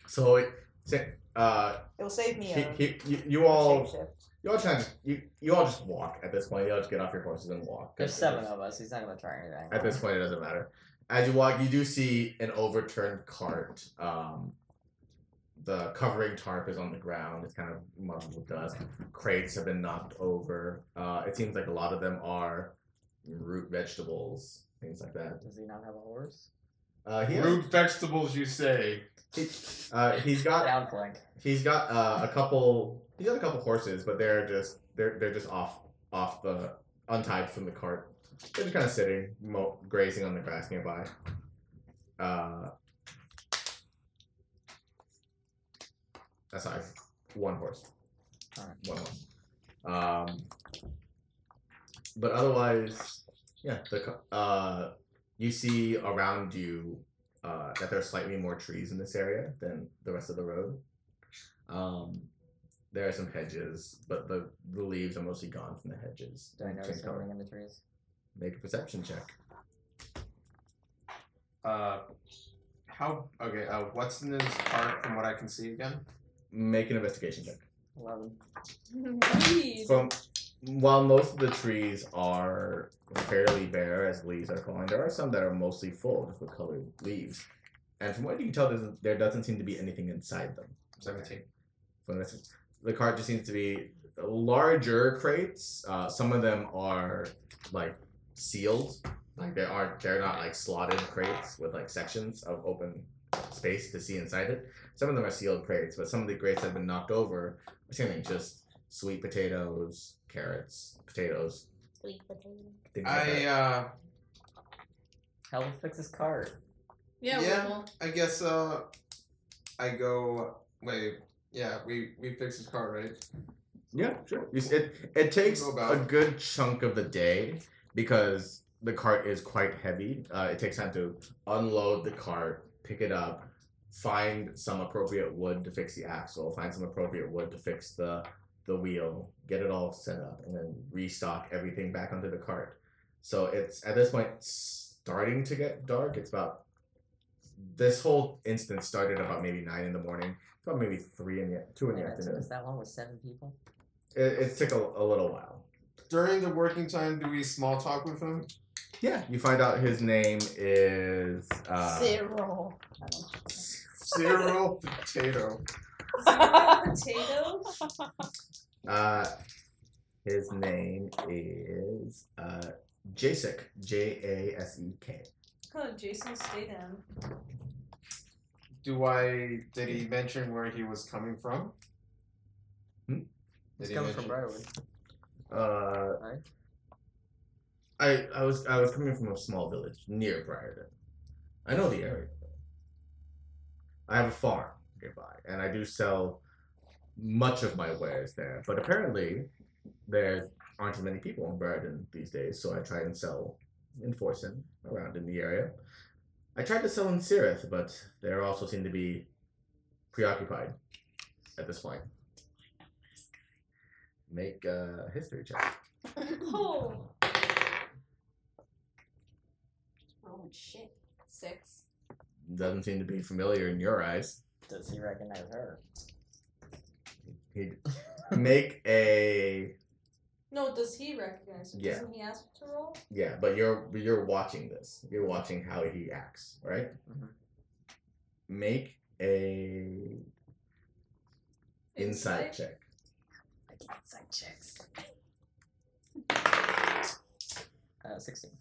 Speaker 2: So it, uh,
Speaker 5: It'll save me
Speaker 2: he,
Speaker 5: a
Speaker 2: he, you, you all
Speaker 5: shapeshift.
Speaker 2: You all trying to you, you all just walk at this point. You all just get off your horses and walk.
Speaker 7: There's seven of us. He's not gonna try anything.
Speaker 2: At this point, it doesn't matter. As you walk, you do see an overturned cart. Um, the covering tarp is on the ground. It's kind of muddled with dust. Crates have been knocked over. Uh, it seems like a lot of them are root vegetables, things like that.
Speaker 7: Does he not have a horse?
Speaker 2: Uh, he has-
Speaker 6: Root vegetables, you say?
Speaker 2: he, uh, he's got
Speaker 7: Down flank.
Speaker 2: He's got uh, a couple. He's got a couple horses, but they're just they're they're just off off the untied from the cart. They're just kind of sitting, mo- grazing on the grass nearby. Uh, that's sorry, one horse.
Speaker 7: Alright.
Speaker 2: One horse. Um, but otherwise, yeah. The co- uh, you see around you uh, that there are slightly more trees in this area than the rest of the road. Um, there are some hedges, but the, the leaves are mostly gone from the hedges.
Speaker 7: Do I
Speaker 2: Change
Speaker 7: notice
Speaker 2: color.
Speaker 7: anything in the trees?
Speaker 2: Make a perception check.
Speaker 6: Uh, how? Okay. Uh, what's in his cart from what I can see again?
Speaker 2: Make an investigation check.
Speaker 7: Eleven.
Speaker 3: Please.
Speaker 2: From while most of the trees are fairly bare as leaves are falling, there are some that are mostly full just with colored leaves. And from what you can tell, there's- there doesn't seem to be anything inside them.
Speaker 6: Seventeen.
Speaker 2: From this, the cart just seems to be larger crates. Uh, some of them are like sealed, like they aren't. They're not like slotted crates with like sections of open space to see inside it. Some of them are sealed crates, but some of the crates that have been knocked over are seemingly just sweet potatoes, carrots, potatoes,
Speaker 5: Sweet potato.
Speaker 2: things like
Speaker 6: I
Speaker 2: that.
Speaker 6: uh,
Speaker 7: Help him fix his cart.
Speaker 3: Yeah, we
Speaker 6: Yeah.
Speaker 3: will.
Speaker 6: I guess uh, I go. Wait. Yeah, we we fixed his cart, right?
Speaker 2: Yeah, sure. You s- It it takes
Speaker 6: Go about
Speaker 2: a
Speaker 6: it.
Speaker 2: good chunk of the day because the cart is quite heavy. Uh, it takes time to unload the cart, pick it up, find some appropriate wood to fix the axle, find some appropriate wood to fix the the wheel, get it all set up, and then restock everything back onto the cart. So it's at this point starting to get dark. It's about this whole instance started about maybe nine in the morning, about maybe three in the two in
Speaker 7: Man,
Speaker 2: the
Speaker 7: it took
Speaker 2: afternoon.
Speaker 7: us that long with seven people.
Speaker 2: It, it took a, a little while.
Speaker 6: During the working time, do we small talk with him?
Speaker 2: Yeah. You find out his name is uh,
Speaker 5: Cyril.
Speaker 6: Cyril Potato.
Speaker 3: Potato.
Speaker 2: uh his name is uh Jasek. J A S E K.
Speaker 3: Huh, Jason Statham.
Speaker 6: Do I? Did he mention where he was coming from?
Speaker 2: Hmm?
Speaker 6: Did
Speaker 7: He's
Speaker 6: he
Speaker 7: coming from
Speaker 6: mention-
Speaker 7: Briarwood.
Speaker 2: Uh
Speaker 7: Alright.
Speaker 2: I I was I was coming from a small village near Briarden. I know the area. I have a farm nearby, and I do sell much of my wares there. But apparently, there aren't as many people in Briarden these days, so I try and sell in Forsen around in the area. I tried to sell in Sirith, but they also seem to be preoccupied at this point. Make a history check.
Speaker 3: Oh.
Speaker 8: Rolling shit. Six.
Speaker 2: doesn't seem to be familiar in your eyes.
Speaker 7: Does he recognize her?
Speaker 2: He'd make a
Speaker 3: No, does he recognize her?
Speaker 2: Yeah.
Speaker 3: Doesn't he ask to roll?
Speaker 2: yeah, but you're you're watching this. You're watching how he acts, right?
Speaker 7: Mhm.
Speaker 2: Make a insight
Speaker 3: Insight?
Speaker 2: check.
Speaker 5: Inside checks.
Speaker 7: Uh, sixteen.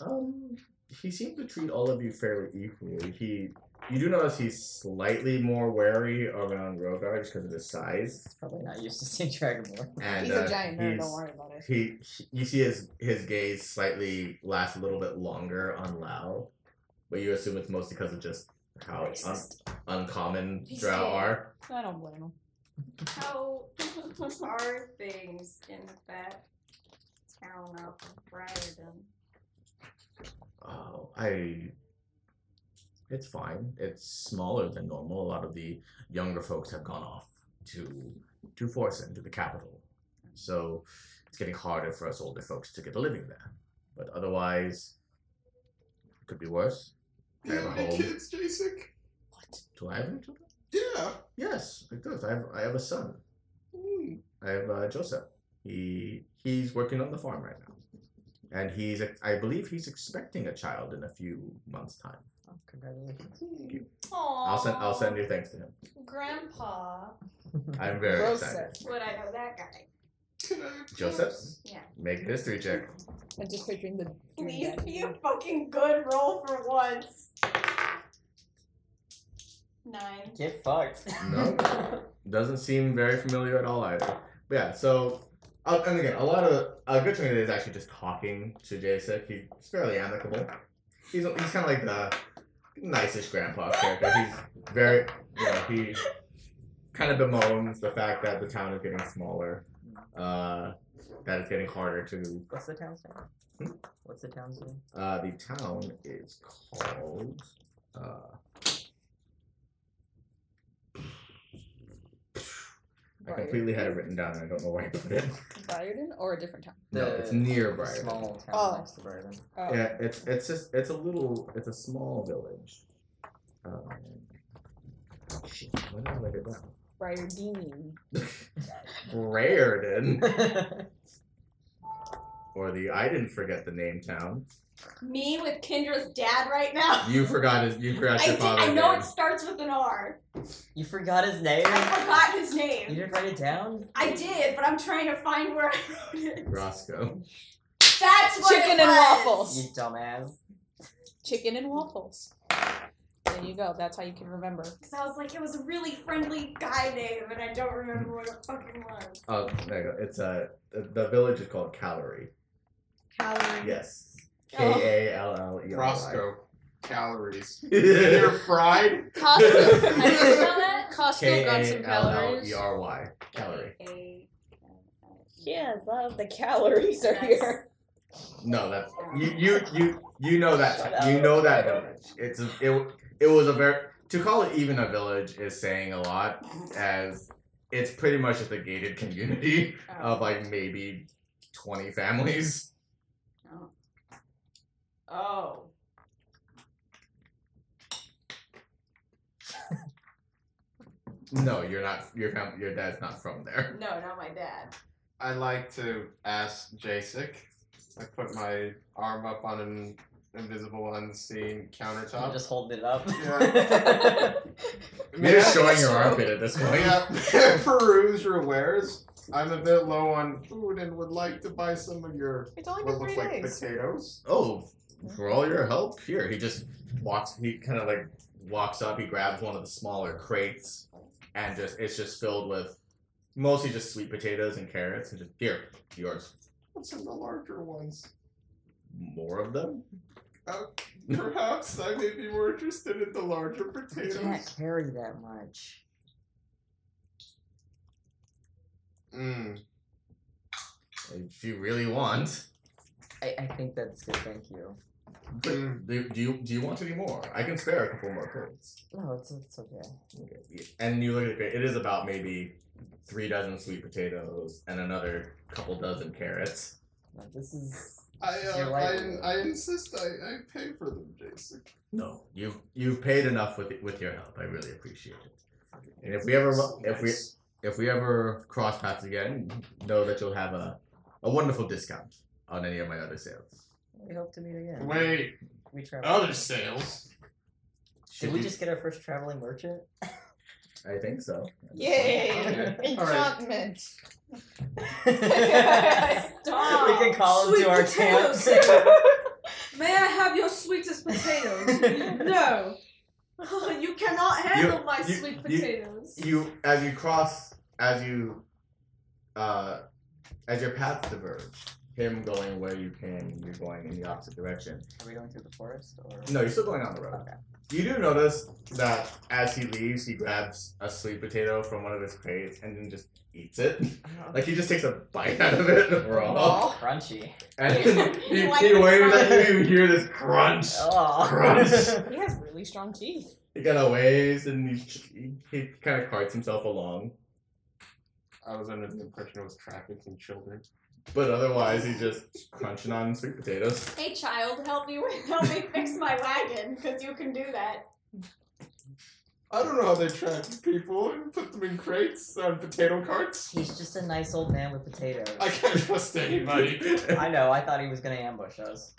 Speaker 2: Um, he seems to treat all of you fairly equally. He you do notice he's slightly more wary around Rogar just because of his size,
Speaker 7: He's probably not used to seeing Dragonborn.
Speaker 2: and
Speaker 5: he's
Speaker 2: uh,
Speaker 5: a giant nerd,
Speaker 2: he's-
Speaker 5: don't worry about it.
Speaker 2: He, he- you see his his gaze slightly last a little bit longer on Lao, but you assume it's mostly because of just how un-
Speaker 5: Racist.
Speaker 2: uncommon
Speaker 5: He's
Speaker 2: Drow
Speaker 5: gay.
Speaker 2: are.
Speaker 5: I don't blame him.
Speaker 8: How are things in that town of Briarden?
Speaker 2: Oh, I. It's fine. It's smaller than normal. A lot of the younger folks have gone off to to Forsen, to the capital, so it's getting harder for us older folks to get a living there. But otherwise, it could be worse.
Speaker 6: Do you have any
Speaker 2: Home.
Speaker 6: kids, Jacek?
Speaker 2: Do I have any children?
Speaker 6: Yeah.
Speaker 2: Yes, it does. I have I have a son.
Speaker 6: Hmm.
Speaker 2: I have uh, Joseph. He he's working on the farm right now, and he's ex- I believe he's expecting a child in a few months' time.
Speaker 7: Oh, congratulations.
Speaker 3: Aww.
Speaker 2: I'll send I'll send your thanks to him.
Speaker 3: Grandpa.
Speaker 2: I'm very
Speaker 5: Joseph.
Speaker 2: excited.
Speaker 8: Would I know that guy?
Speaker 6: Can I
Speaker 2: Joseph,
Speaker 8: Yeah.
Speaker 2: make a history check.
Speaker 5: I'm just picturing the.
Speaker 8: Please be a fucking good roll for once. Nine.
Speaker 7: Get fucked.
Speaker 2: No. Doesn't seem very familiar at all either. But yeah, so uh, and again, a lot of a good chunk of it is actually just talking to Jacek. He's fairly amicable. He's he's kind of like the nicest grandpa character. He's very you know he kind of bemoans the fact that the town is getting smaller, uh, that it's getting harder to.
Speaker 7: What's the town's
Speaker 2: Hmm?
Speaker 7: name? What's the town's name?
Speaker 2: Uh, the town is called. Uh, I I
Speaker 5: Briarden.
Speaker 2: completely had it written down. and I don't know why I put it.
Speaker 5: Briarden or a different town?
Speaker 2: No,
Speaker 7: The
Speaker 2: it's near Briarden.
Speaker 7: Small town
Speaker 5: Oh.
Speaker 7: next to Brighton.
Speaker 5: Oh.
Speaker 2: Yeah, it's it's just it's a little it's a small village. Um, shit, why did I write it down?
Speaker 5: Briardini.
Speaker 2: Raritan, or the I didn't forget the name town.
Speaker 8: Me with Kendra's dad right now.
Speaker 2: You forgot his. You forgot
Speaker 8: I,
Speaker 2: your
Speaker 8: did,
Speaker 2: father.
Speaker 8: I know it starts with an R.
Speaker 7: you forgot his name?
Speaker 8: I forgot his
Speaker 7: You
Speaker 8: name.
Speaker 7: didn't write it down?
Speaker 8: I did, but I'm trying to find where I wrote it.
Speaker 2: Roscoe.
Speaker 8: That's what it
Speaker 5: Chicken and
Speaker 8: was.
Speaker 5: waffles.
Speaker 7: You dumbass.
Speaker 5: Chicken and waffles. There you go. That's how you can remember.
Speaker 8: Because I was like, it was a really friendly guy name, and I don't remember what it fucking was.
Speaker 2: Oh, there you go. It's a the- the village is called Calorie.
Speaker 8: Calorie.
Speaker 2: Yes. K
Speaker 8: Oh.
Speaker 2: A L L E R Y.
Speaker 6: Roscoe. Calories. They're fried.
Speaker 3: Costco.
Speaker 8: Have you smelled that?
Speaker 3: Costco
Speaker 2: K
Speaker 3: got some
Speaker 2: A L L
Speaker 3: calories.
Speaker 2: E R Y. Calorie.
Speaker 5: Yeah, love the calories
Speaker 8: are here.
Speaker 2: No, that's you. You you you know
Speaker 7: Shut
Speaker 2: that
Speaker 7: up.
Speaker 2: you know that village. It's a, it. It was a very to call it even a village is saying a lot, as it's pretty much just a gated community of like maybe twenty families.
Speaker 8: Oh.
Speaker 2: No, you're not. Your fam- your dad's not from there.
Speaker 8: No, not my dad.
Speaker 6: I like to ask Jacek. I put my arm up on an invisible, unseen
Speaker 7: I'm
Speaker 6: countertop.
Speaker 7: just holding it up.
Speaker 2: You're just showing your armpit at this point.
Speaker 6: Yeah, peruse your wares. I'm a bit low on food and would like to buy some of your
Speaker 5: It's only
Speaker 6: what
Speaker 5: been
Speaker 6: looks
Speaker 5: three
Speaker 6: like
Speaker 5: days.
Speaker 6: potatoes.
Speaker 2: Oh, for all your help here. He just walks. He kind of like walks up. He grabs one of the smaller crates, and just it's just filled with mostly just sweet potatoes and carrots, and just here, yours.
Speaker 6: What's in the larger ones?
Speaker 2: More of them.
Speaker 6: Perhaps I may be more interested in the larger
Speaker 7: You can't
Speaker 6: potatoes.
Speaker 7: carry that much.
Speaker 6: Mm.
Speaker 2: If you really want,
Speaker 7: I, I think that's good, thank you.
Speaker 6: Mm.
Speaker 2: do, do you do you want any more? I can spare a couple more crates.
Speaker 7: No, it's, it's okay.
Speaker 2: And you look at the crate. It is about maybe three dozen sweet potatoes and another couple dozen carrots.
Speaker 7: No, this is.
Speaker 6: I,
Speaker 7: this is your
Speaker 6: uh,
Speaker 7: livelihood.
Speaker 6: I, I insist I, I pay for them, Jason.
Speaker 2: No, you've you've paid enough with with your help. I really appreciate it. And if we ever if we if we ever cross paths again, know that you'll have a, a wonderful discount on any of my other sales.
Speaker 7: We hope to meet again.
Speaker 6: Wait,
Speaker 7: We travel.
Speaker 6: other sales?
Speaker 7: Did we just get our first traveling merchant?
Speaker 2: I think so.
Speaker 5: Yay!
Speaker 6: Okay. All right.
Speaker 5: Enchantment.
Speaker 8: Stop.
Speaker 7: We can call him
Speaker 3: Sweet
Speaker 7: to our
Speaker 3: potatoes.
Speaker 7: camp.
Speaker 3: May I have your sweetest Oh, potatoes? no.
Speaker 8: you cannot handle
Speaker 2: You-
Speaker 8: my
Speaker 2: you-
Speaker 8: sweet
Speaker 2: you-
Speaker 8: potatoes.
Speaker 2: You as you cross as you uh as your paths diverge, him going where you can, you're going in the opposite direction.
Speaker 7: Are we going through the forest or?
Speaker 2: No, you're still going on the road.
Speaker 7: Okay.
Speaker 2: You do notice that as he leaves, he grabs a sweet potato from one of his crates and then just eats it. Like he just takes a bite out of it raw,
Speaker 7: Oh, crunchy.
Speaker 2: and he,
Speaker 8: Like
Speaker 2: he
Speaker 8: the
Speaker 2: waves at
Speaker 8: crunch.
Speaker 2: you. You hear this crunch.
Speaker 7: Oh.
Speaker 2: Gross.
Speaker 5: He has really strong teeth.
Speaker 2: He kind of waves and he, he kind of carts himself along,
Speaker 6: I was under the impression it was trafficking children.
Speaker 2: but otherwise he's just crunching on sweet potatoes.
Speaker 8: Hey, child, help me with- help me fix my wagon, because you can do that.
Speaker 6: I don't know how they traffic people and put them in crates on potato carts.
Speaker 7: He's just a nice old man with potatoes.
Speaker 6: I can't trust anybody.
Speaker 7: I know. I thought he was gonna ambush us.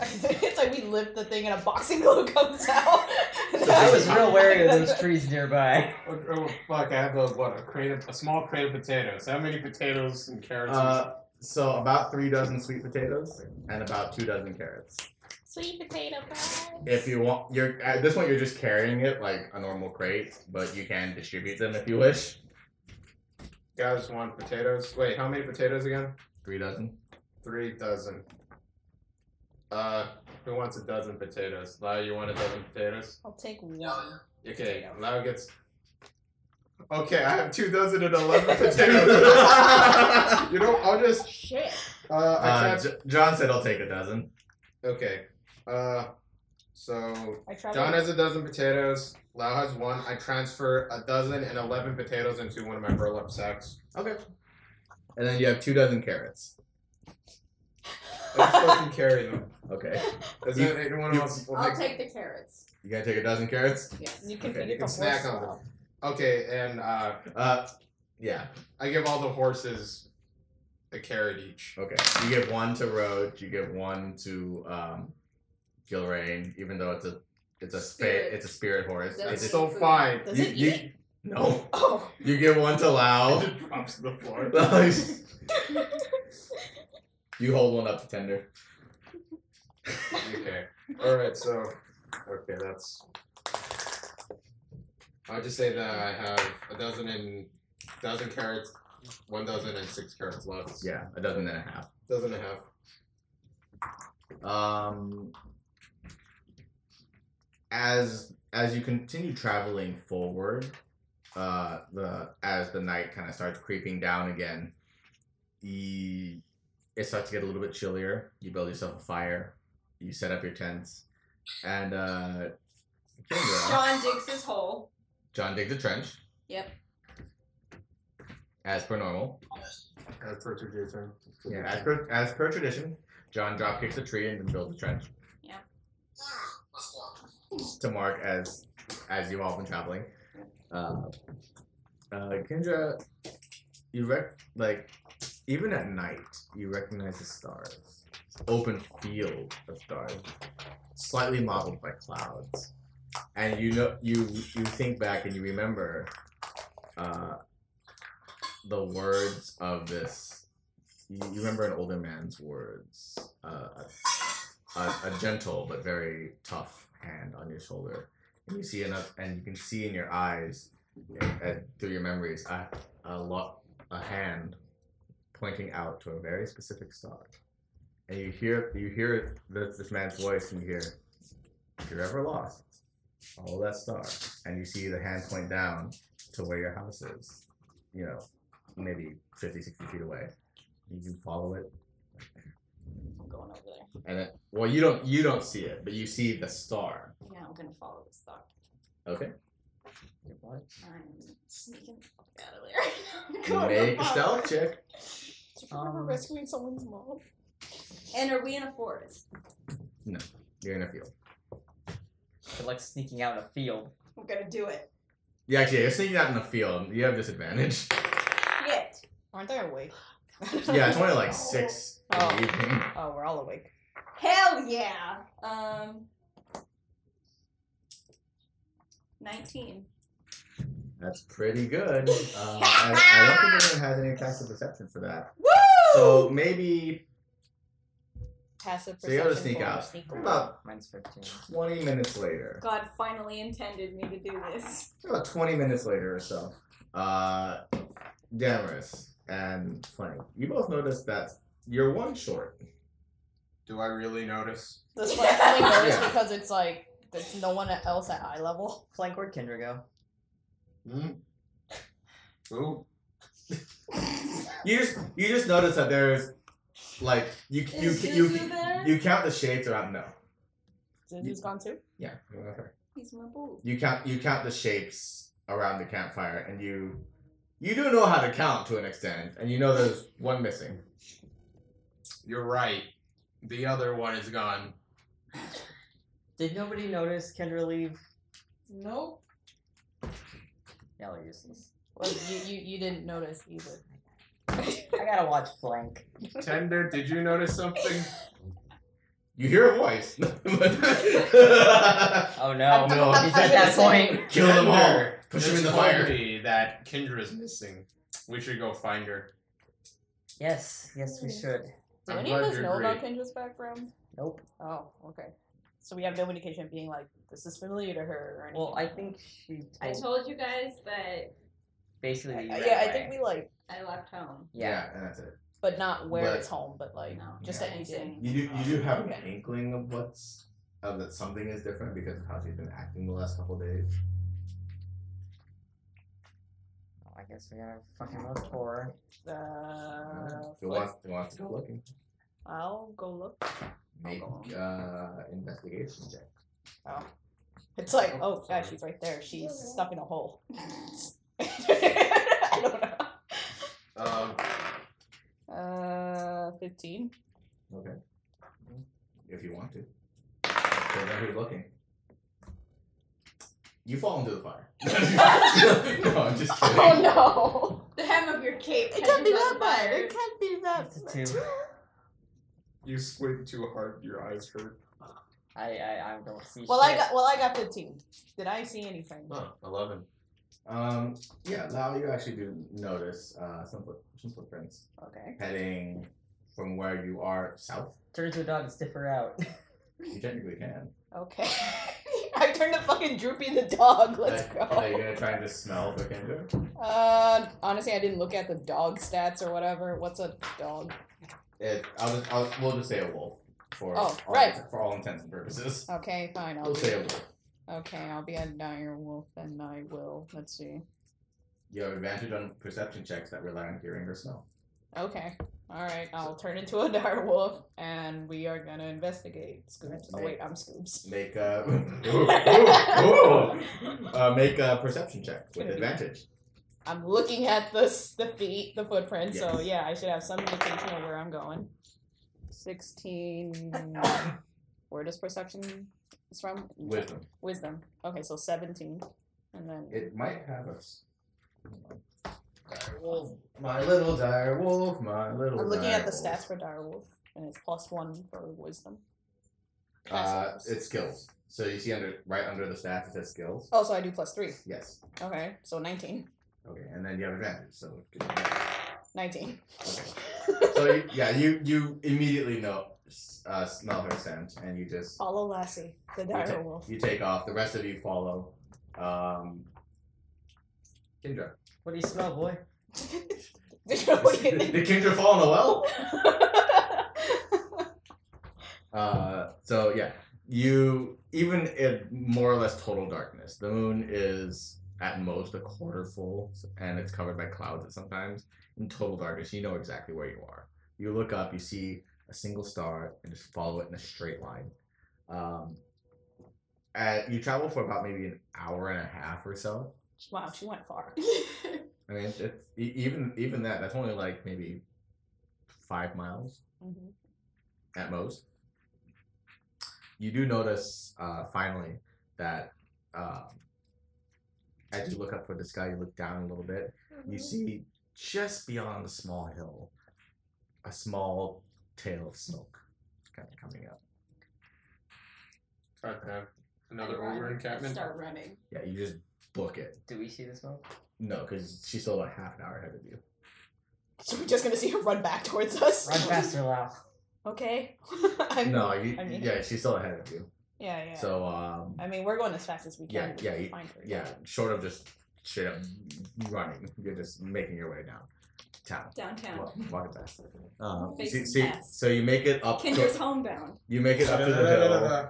Speaker 5: it's like we lift the thing and a boxing glove comes out.
Speaker 7: I was real wary of those trees nearby.
Speaker 6: Oh, oh, fuck! I have a what? A crate of a small crate of potatoes. How many potatoes and carrots?
Speaker 2: Uh, so about three dozen sweet potatoes and about two dozen carrots.
Speaker 8: Sweet potato pie.
Speaker 2: If you want, you're at this point you're just carrying it like a normal crate, but you can distribute them if you wish.
Speaker 6: guys want potatoes? Wait, how many potatoes again?
Speaker 2: Three dozen.
Speaker 6: Three dozen. Uh, who wants a dozen potatoes? Lau, you want a dozen potatoes?
Speaker 5: I'll take one.
Speaker 6: Okay,
Speaker 5: Potato.
Speaker 6: Lau gets. Okay, I have two dozen and eleven potatoes.
Speaker 2: uh,
Speaker 6: you know, I'll just.
Speaker 5: Shit.
Speaker 6: Uh, I can't.
Speaker 2: J- John said I'll take a dozen.
Speaker 6: Okay. Uh, So
Speaker 5: I tried.
Speaker 6: John has a dozen potatoes. Lau has one. I transfer a dozen and eleven potatoes into one of my burlap sacks.
Speaker 2: Okay. And then you have two dozen carrots.
Speaker 6: I just fucking carry them.
Speaker 2: Okay.
Speaker 6: Is
Speaker 2: You-
Speaker 6: that anyone
Speaker 2: you-
Speaker 6: else? will
Speaker 8: I'll
Speaker 6: make-
Speaker 8: take the carrots.
Speaker 2: You gotta take a dozen carrots?
Speaker 8: Yes.
Speaker 5: You can
Speaker 2: Okay,
Speaker 5: feed
Speaker 6: you
Speaker 5: it
Speaker 6: can
Speaker 5: the
Speaker 6: snack
Speaker 5: horse
Speaker 6: on
Speaker 5: now.
Speaker 6: okay, and uh,
Speaker 2: Uh, yeah.
Speaker 6: I give all the horses a carrot each.
Speaker 2: Okay. You give one to Roach. You give one to um, Gilrain, even though it's a it's a spirit
Speaker 8: Spirit.
Speaker 2: it's a spirit horse.
Speaker 8: That's
Speaker 6: It's
Speaker 2: Is it-
Speaker 6: so fine.
Speaker 8: Does
Speaker 2: you,
Speaker 8: it
Speaker 2: you-
Speaker 8: eat?
Speaker 2: No.
Speaker 8: Oh.
Speaker 2: You give one to Lao.
Speaker 6: It drops to the floor.
Speaker 2: you hold one up to Tender.
Speaker 6: okay. All right. So, okay, that's. I'll just say that I have a dozen and dozen carrots, one dozen and six carrots left.
Speaker 2: Yeah, a dozen and a half.
Speaker 6: Dozen and a half.
Speaker 2: Um, as as you continue traveling forward, uh, the as the night kind of starts creeping down again, you, it starts to get a little bit chillier. You build yourself a fire, you set up your tents, and uh, Kendra-
Speaker 8: John digs his hole.
Speaker 2: John digs a trench.
Speaker 8: Yep.
Speaker 2: As per normal.
Speaker 6: That's for today's turn.
Speaker 2: Yeah, as per as per tradition, John drop kicks a tree and then builds a trench.
Speaker 4: Let's go.
Speaker 2: to Mark as as you've all been traveling. Uh, uh, Kendra, you rec like even at night you recognize the stars, open field of stars, slightly mottled by clouds, and you know you you think back and you remember uh, the words of this. You you remember an older man's words. Uh, a, a gentle but very tough hand on your shoulder, and you see enough, and you can see in your eyes, and through your memories, uh, a a lot, a hand pointing out to a very specific star, and you hear you hear this, this man's voice, and you hear, "If you're ever lost, follow that star," and you see the hand point down to where your house is, you know, maybe 50, 60 feet away. You can follow it
Speaker 5: I'm going over there.
Speaker 2: and it, well, you don't you don't see it, but you see the star.
Speaker 8: Yeah, I'm gonna follow this dog.
Speaker 2: Okay.
Speaker 8: I'm sneaking the fuck out of there. I'm going to
Speaker 2: Make a
Speaker 8: follow-
Speaker 2: stealth check.
Speaker 5: Do you remember
Speaker 7: Um,
Speaker 5: rescuing someone's mom?
Speaker 8: And are we in a forest?
Speaker 2: You're in a field.
Speaker 7: Good luck sneaking out in a field.
Speaker 8: I'm gonna do it.
Speaker 2: Yeah, actually, you're sneaking out in the field. You have disadvantage.
Speaker 8: Shit.
Speaker 5: Aren't I awake?
Speaker 2: Yeah, it's only like six. in the
Speaker 5: Oh.
Speaker 2: evening.
Speaker 5: Oh, we're all awake.
Speaker 8: Hell yeah. Um. Nineteen.
Speaker 2: That's pretty good. Uh, I, I don't think anyone has any passive perception for that.
Speaker 8: Woo!
Speaker 2: So maybe
Speaker 5: Passive
Speaker 2: So you gotta
Speaker 5: perception
Speaker 2: sneak
Speaker 5: for
Speaker 2: out.
Speaker 5: Sneak away.
Speaker 2: about
Speaker 7: Mine's 15.
Speaker 2: 20 minutes later.
Speaker 8: God finally intended me to do this.
Speaker 2: About 20 minutes later or so. Uh, Damaris and Flank, you both notice that you're one short.
Speaker 6: Do I really notice?
Speaker 5: This one only matters
Speaker 2: Yeah.
Speaker 5: because it's like there's no one else at eye level.
Speaker 7: Flank where'd Kendra go?
Speaker 6: Hmm. Ooh.
Speaker 2: You just you just notice that there's like you you
Speaker 8: Is
Speaker 2: you,
Speaker 8: Zuzu there?
Speaker 2: you count the shades around no
Speaker 5: Zuzu's gone too.
Speaker 2: yeah okay.
Speaker 8: He's my boo.
Speaker 2: you count you count the shapes around the campfire and you you do know how to count to an extent and you know there's one missing
Speaker 6: You're right. The other one is gone.
Speaker 7: Did nobody notice Kendra leave?
Speaker 3: Nope.
Speaker 7: Y'all are useless.
Speaker 5: Well, you, you you didn't notice either.
Speaker 7: I gotta watch Flank.
Speaker 6: Tender, did you notice something?
Speaker 2: you hear a voice
Speaker 7: Oh no.
Speaker 2: no
Speaker 7: He's at that point.
Speaker 2: kill them all
Speaker 6: Tender
Speaker 2: push
Speaker 6: just
Speaker 2: him in the
Speaker 6: told
Speaker 2: fire
Speaker 6: me that Kendra is missing. We should go find her.
Speaker 7: Yes, yes, we should.
Speaker 5: Do
Speaker 6: I'm
Speaker 5: any of
Speaker 6: glad
Speaker 5: us
Speaker 6: you
Speaker 5: know about
Speaker 6: agree.
Speaker 5: Kendra's background?
Speaker 7: Nope.
Speaker 5: Oh, okay. So we have no indication of being like this is familiar to her or anything.
Speaker 7: Well, I think she
Speaker 8: I
Speaker 7: told-
Speaker 8: told you guys that
Speaker 7: basically that you
Speaker 5: I-
Speaker 7: ran
Speaker 5: Uh, yeah, I
Speaker 7: away.
Speaker 5: think we like,
Speaker 8: I left home.
Speaker 7: Yeah.
Speaker 2: and that's it
Speaker 5: but not where
Speaker 2: But-
Speaker 5: it's home, but like
Speaker 8: No,
Speaker 5: just
Speaker 8: yeah,
Speaker 5: that
Speaker 8: I
Speaker 5: you did.
Speaker 8: didn't.
Speaker 2: you do you do have an inkling of what's of that something is different because of how she's been acting the last couple days
Speaker 7: Oh, I guess we gotta fucking look for her.
Speaker 5: Uh,
Speaker 2: Who wants, who wants to go looking?
Speaker 5: I'll go look.
Speaker 2: Make uh, investigation check.
Speaker 5: Oh. It's like, oh, God, she's right there. She's stuck in a hole. I
Speaker 2: Um,
Speaker 5: don't know. Uh, 15.
Speaker 2: okay. If you want to. Depends on who's looking. You fall into the fire. no, I'm just kidding.
Speaker 5: Oh, no.
Speaker 8: The hem of your cape.
Speaker 5: It
Speaker 8: catches
Speaker 5: can't be
Speaker 8: on
Speaker 5: that bad.
Speaker 8: fire.
Speaker 5: It can't be that
Speaker 7: It's a two.
Speaker 6: You squint too hard, your eyes hurt.
Speaker 7: I, I, I don't see
Speaker 5: Well,
Speaker 7: shit.
Speaker 5: I got well, I got 15. Did I see anything?
Speaker 1: Oh, 11.
Speaker 2: Um, yeah, Lau, you actually do notice uh, some, foot, some footprints
Speaker 5: Okay.
Speaker 2: heading from where you are south.
Speaker 7: Turn into a dog and sniff her out.
Speaker 2: You technically can.
Speaker 5: Okay. I turned to fucking Droopy the dog. Let's
Speaker 2: Like,
Speaker 6: Oh.
Speaker 2: Are you
Speaker 5: go.
Speaker 2: gonna try and just smell if I can do it?
Speaker 5: Uh, honestly, I didn't look at the dog stats or whatever. What's a dog?
Speaker 2: It, I'll just, I'll, we'll just say a wolf for
Speaker 5: Oh,
Speaker 2: all,
Speaker 5: right.
Speaker 2: for all intents and purposes.
Speaker 5: Okay, fine. I'll
Speaker 2: We'll
Speaker 5: be,
Speaker 2: say a wolf.
Speaker 5: okay, I'll be a dire wolf and I will. Let's see.
Speaker 2: You have advantage on perception checks that rely on hearing or smell.
Speaker 5: Okay. All right. I'll turn into a dire wolf and we are gonna investigate. Scoobs. Oh wait, I'm Scoobs.
Speaker 2: Make a ooh, ooh, ooh. Uh, make a perception check with advantage.
Speaker 5: I'm looking at the s- the feet, the footprint. So
Speaker 2: Yes.
Speaker 5: yeah, I should have some indication of where I'm going. Sixteen. where does perception is from?
Speaker 2: Wisdom.
Speaker 5: Wisdom. Okay, so seventeen, and then
Speaker 2: It might have a. s- Dire wolf, my little dire wolf, my little.
Speaker 5: I'm looking at the
Speaker 2: dire
Speaker 5: stats
Speaker 2: wolf.
Speaker 5: for direwolf, and it's plus one for wisdom.
Speaker 2: Uh,
Speaker 5: Passives.
Speaker 2: it's skills. So you see under right under the stats it says skills.
Speaker 5: oh, so I do plus three.
Speaker 2: Yes.
Speaker 5: Okay, so 19.
Speaker 2: Okay, and then you have advantage. So.
Speaker 5: 19.
Speaker 2: so you, yeah, you you immediately know uh, smell her scent, and you just
Speaker 5: Follow Lassie, the
Speaker 2: you, ta-
Speaker 5: direwolf.
Speaker 2: you take off. The rest of you follow. Um, Kendra.
Speaker 7: What do you smell, boy?
Speaker 5: Did you know what you did?
Speaker 2: Did Kendra fall in a well? Uh, so yeah, you even in more or less total darkness. The moon is at most a quarter full, and it's covered by clouds sometimes. In total darkness, you know exactly where you are. You look up, you see a single star, and just follow it in a straight line. Um, uh you travel for about maybe an hour and a half or so.
Speaker 5: wow, she went far.
Speaker 2: I mean, it's, it's e- even even that. That's only like maybe five miles.
Speaker 5: hmm
Speaker 2: at most. You do notice uh, finally that um, as you look up for the sky, you look down a little bit. You see just beyond the small hill a small tail of smoke kind of coming up.
Speaker 6: Try to have another
Speaker 8: Run.
Speaker 6: over encampment.
Speaker 8: Start running.
Speaker 2: Yeah, you just book it.
Speaker 7: Do we see the smoke?
Speaker 2: No, because she's still about half an hour ahead of you.
Speaker 5: So we're just gonna see her run back towards us.
Speaker 7: Run faster, Lau.
Speaker 5: Okay. I'm,
Speaker 2: No, you,
Speaker 5: I mean-
Speaker 2: yeah, she's still ahead of you.
Speaker 5: Yeah, yeah.
Speaker 2: So, um,
Speaker 5: I mean, we're going as fast as we
Speaker 2: Yeah,
Speaker 5: can. to
Speaker 2: yeah, you-
Speaker 5: find her.
Speaker 2: yeah, short of just straight up running, you're just making your way down town.
Speaker 8: Downtown.
Speaker 2: Walk, walk it back. Um,
Speaker 8: Face
Speaker 2: see,
Speaker 8: is
Speaker 2: see,
Speaker 8: fast.
Speaker 2: so you make it up.
Speaker 8: Kinder's
Speaker 2: To,
Speaker 8: homebound.
Speaker 2: you make it up to the hill.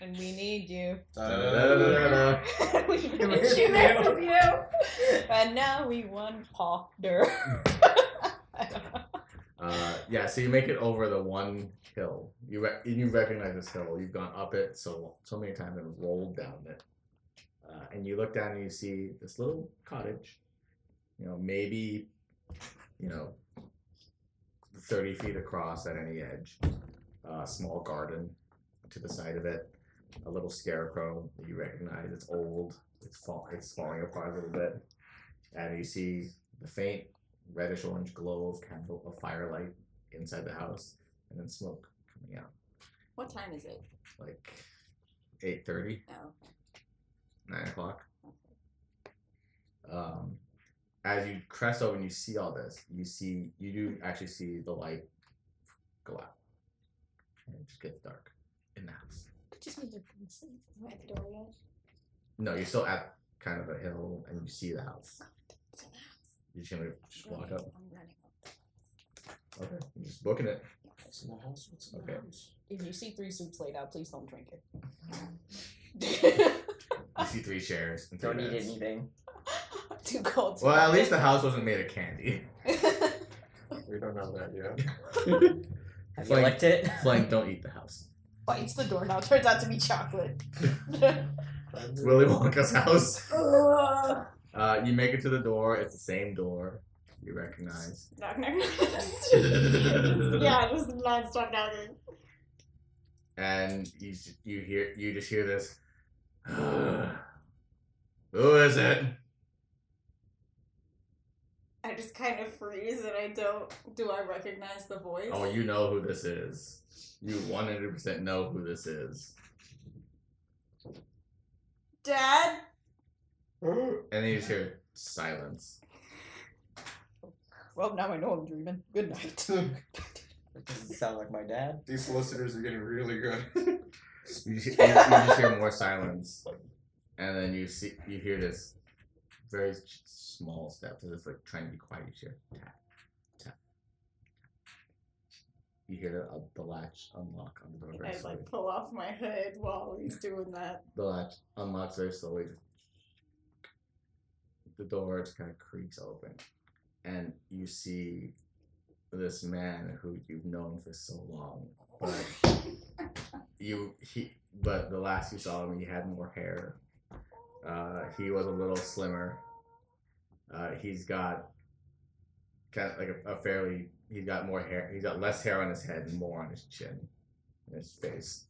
Speaker 5: And we need you.
Speaker 2: Da-da-da-da-da-da.
Speaker 5: we
Speaker 2: misses
Speaker 5: miss you.
Speaker 2: you.
Speaker 5: and now we won Ponder.
Speaker 2: Uh, yeah, so you make it over the one hill. You re- and you recognize this hill. You've gone up it so so many times and rolled down it. Uh, and you look down and you see this little cottage. You know, maybe, you know, thirty feet across at any edge. Uh, small garden to the side of it. A little scarecrow that you recognize. It's old. It's fall. It's falling apart a little bit. And you see the faint reddish orange glow of candle of firelight inside the house and then smoke coming out
Speaker 8: What time is it?
Speaker 2: like 8.30
Speaker 8: Oh,
Speaker 2: 9 o'clock um, as you crest over and you see all this you see you do actually see the light go out and it just gets dark in the house
Speaker 8: just need to Am I at the door yet?
Speaker 2: no you're still at kind of a hill and you see the house you're just gonna just walk up
Speaker 8: I'm running up.
Speaker 2: okay you're just booking it
Speaker 6: What's in the house? What's in the
Speaker 2: Okay.
Speaker 6: house?
Speaker 5: if you see three soups laid out, please don't drink it.
Speaker 2: you see three chairs and 3
Speaker 7: Don't eat
Speaker 2: beds.
Speaker 7: anything.
Speaker 5: Too cold. to
Speaker 2: well at least the
Speaker 5: drink.
Speaker 2: house wasn't made of candy
Speaker 6: We don't know that yet.
Speaker 7: Have
Speaker 2: Flank-
Speaker 7: you licked it?
Speaker 2: Flank, don't eat the house.
Speaker 5: bites the doorknob. Turns out to be chocolate.
Speaker 2: It's Willy Wonka's house.
Speaker 5: Ugh.
Speaker 2: Uh, you make it to the door. It's the same door you recognize.
Speaker 8: knock, knock, knock. yeah, just non-stop knocking.
Speaker 2: and you s- you hear you just hear this. Who is it?
Speaker 8: I just kind of freeze and I don't. Do I recognize the voice?
Speaker 2: Oh, you know who this is. You one hundred percent know who this is.
Speaker 8: Dad?
Speaker 2: And then you just hear silence.
Speaker 5: well, now I know I'm dreaming. Good night.
Speaker 7: That doesn't sound like my dad.
Speaker 6: These solicitors are getting really good.
Speaker 2: You just, you, you just hear more silence, and then you see you hear this very s- small step. So it's like trying to be quiet. You just hear tap, tap, tap. You hear uh, the latch unlock on the door. very
Speaker 8: I
Speaker 2: slowly.
Speaker 8: like pull off my hood while he's doing that.
Speaker 2: the latch unlocks very slowly. The door just kind of creaks open, and you see this man who you've known for so long, but you he but the last you saw him, he had more hair. Uh, he was a little slimmer. Uh, he's got kind of like a, a fairly. He's got more hair. He's got less hair on his head and more on his chin, and his face.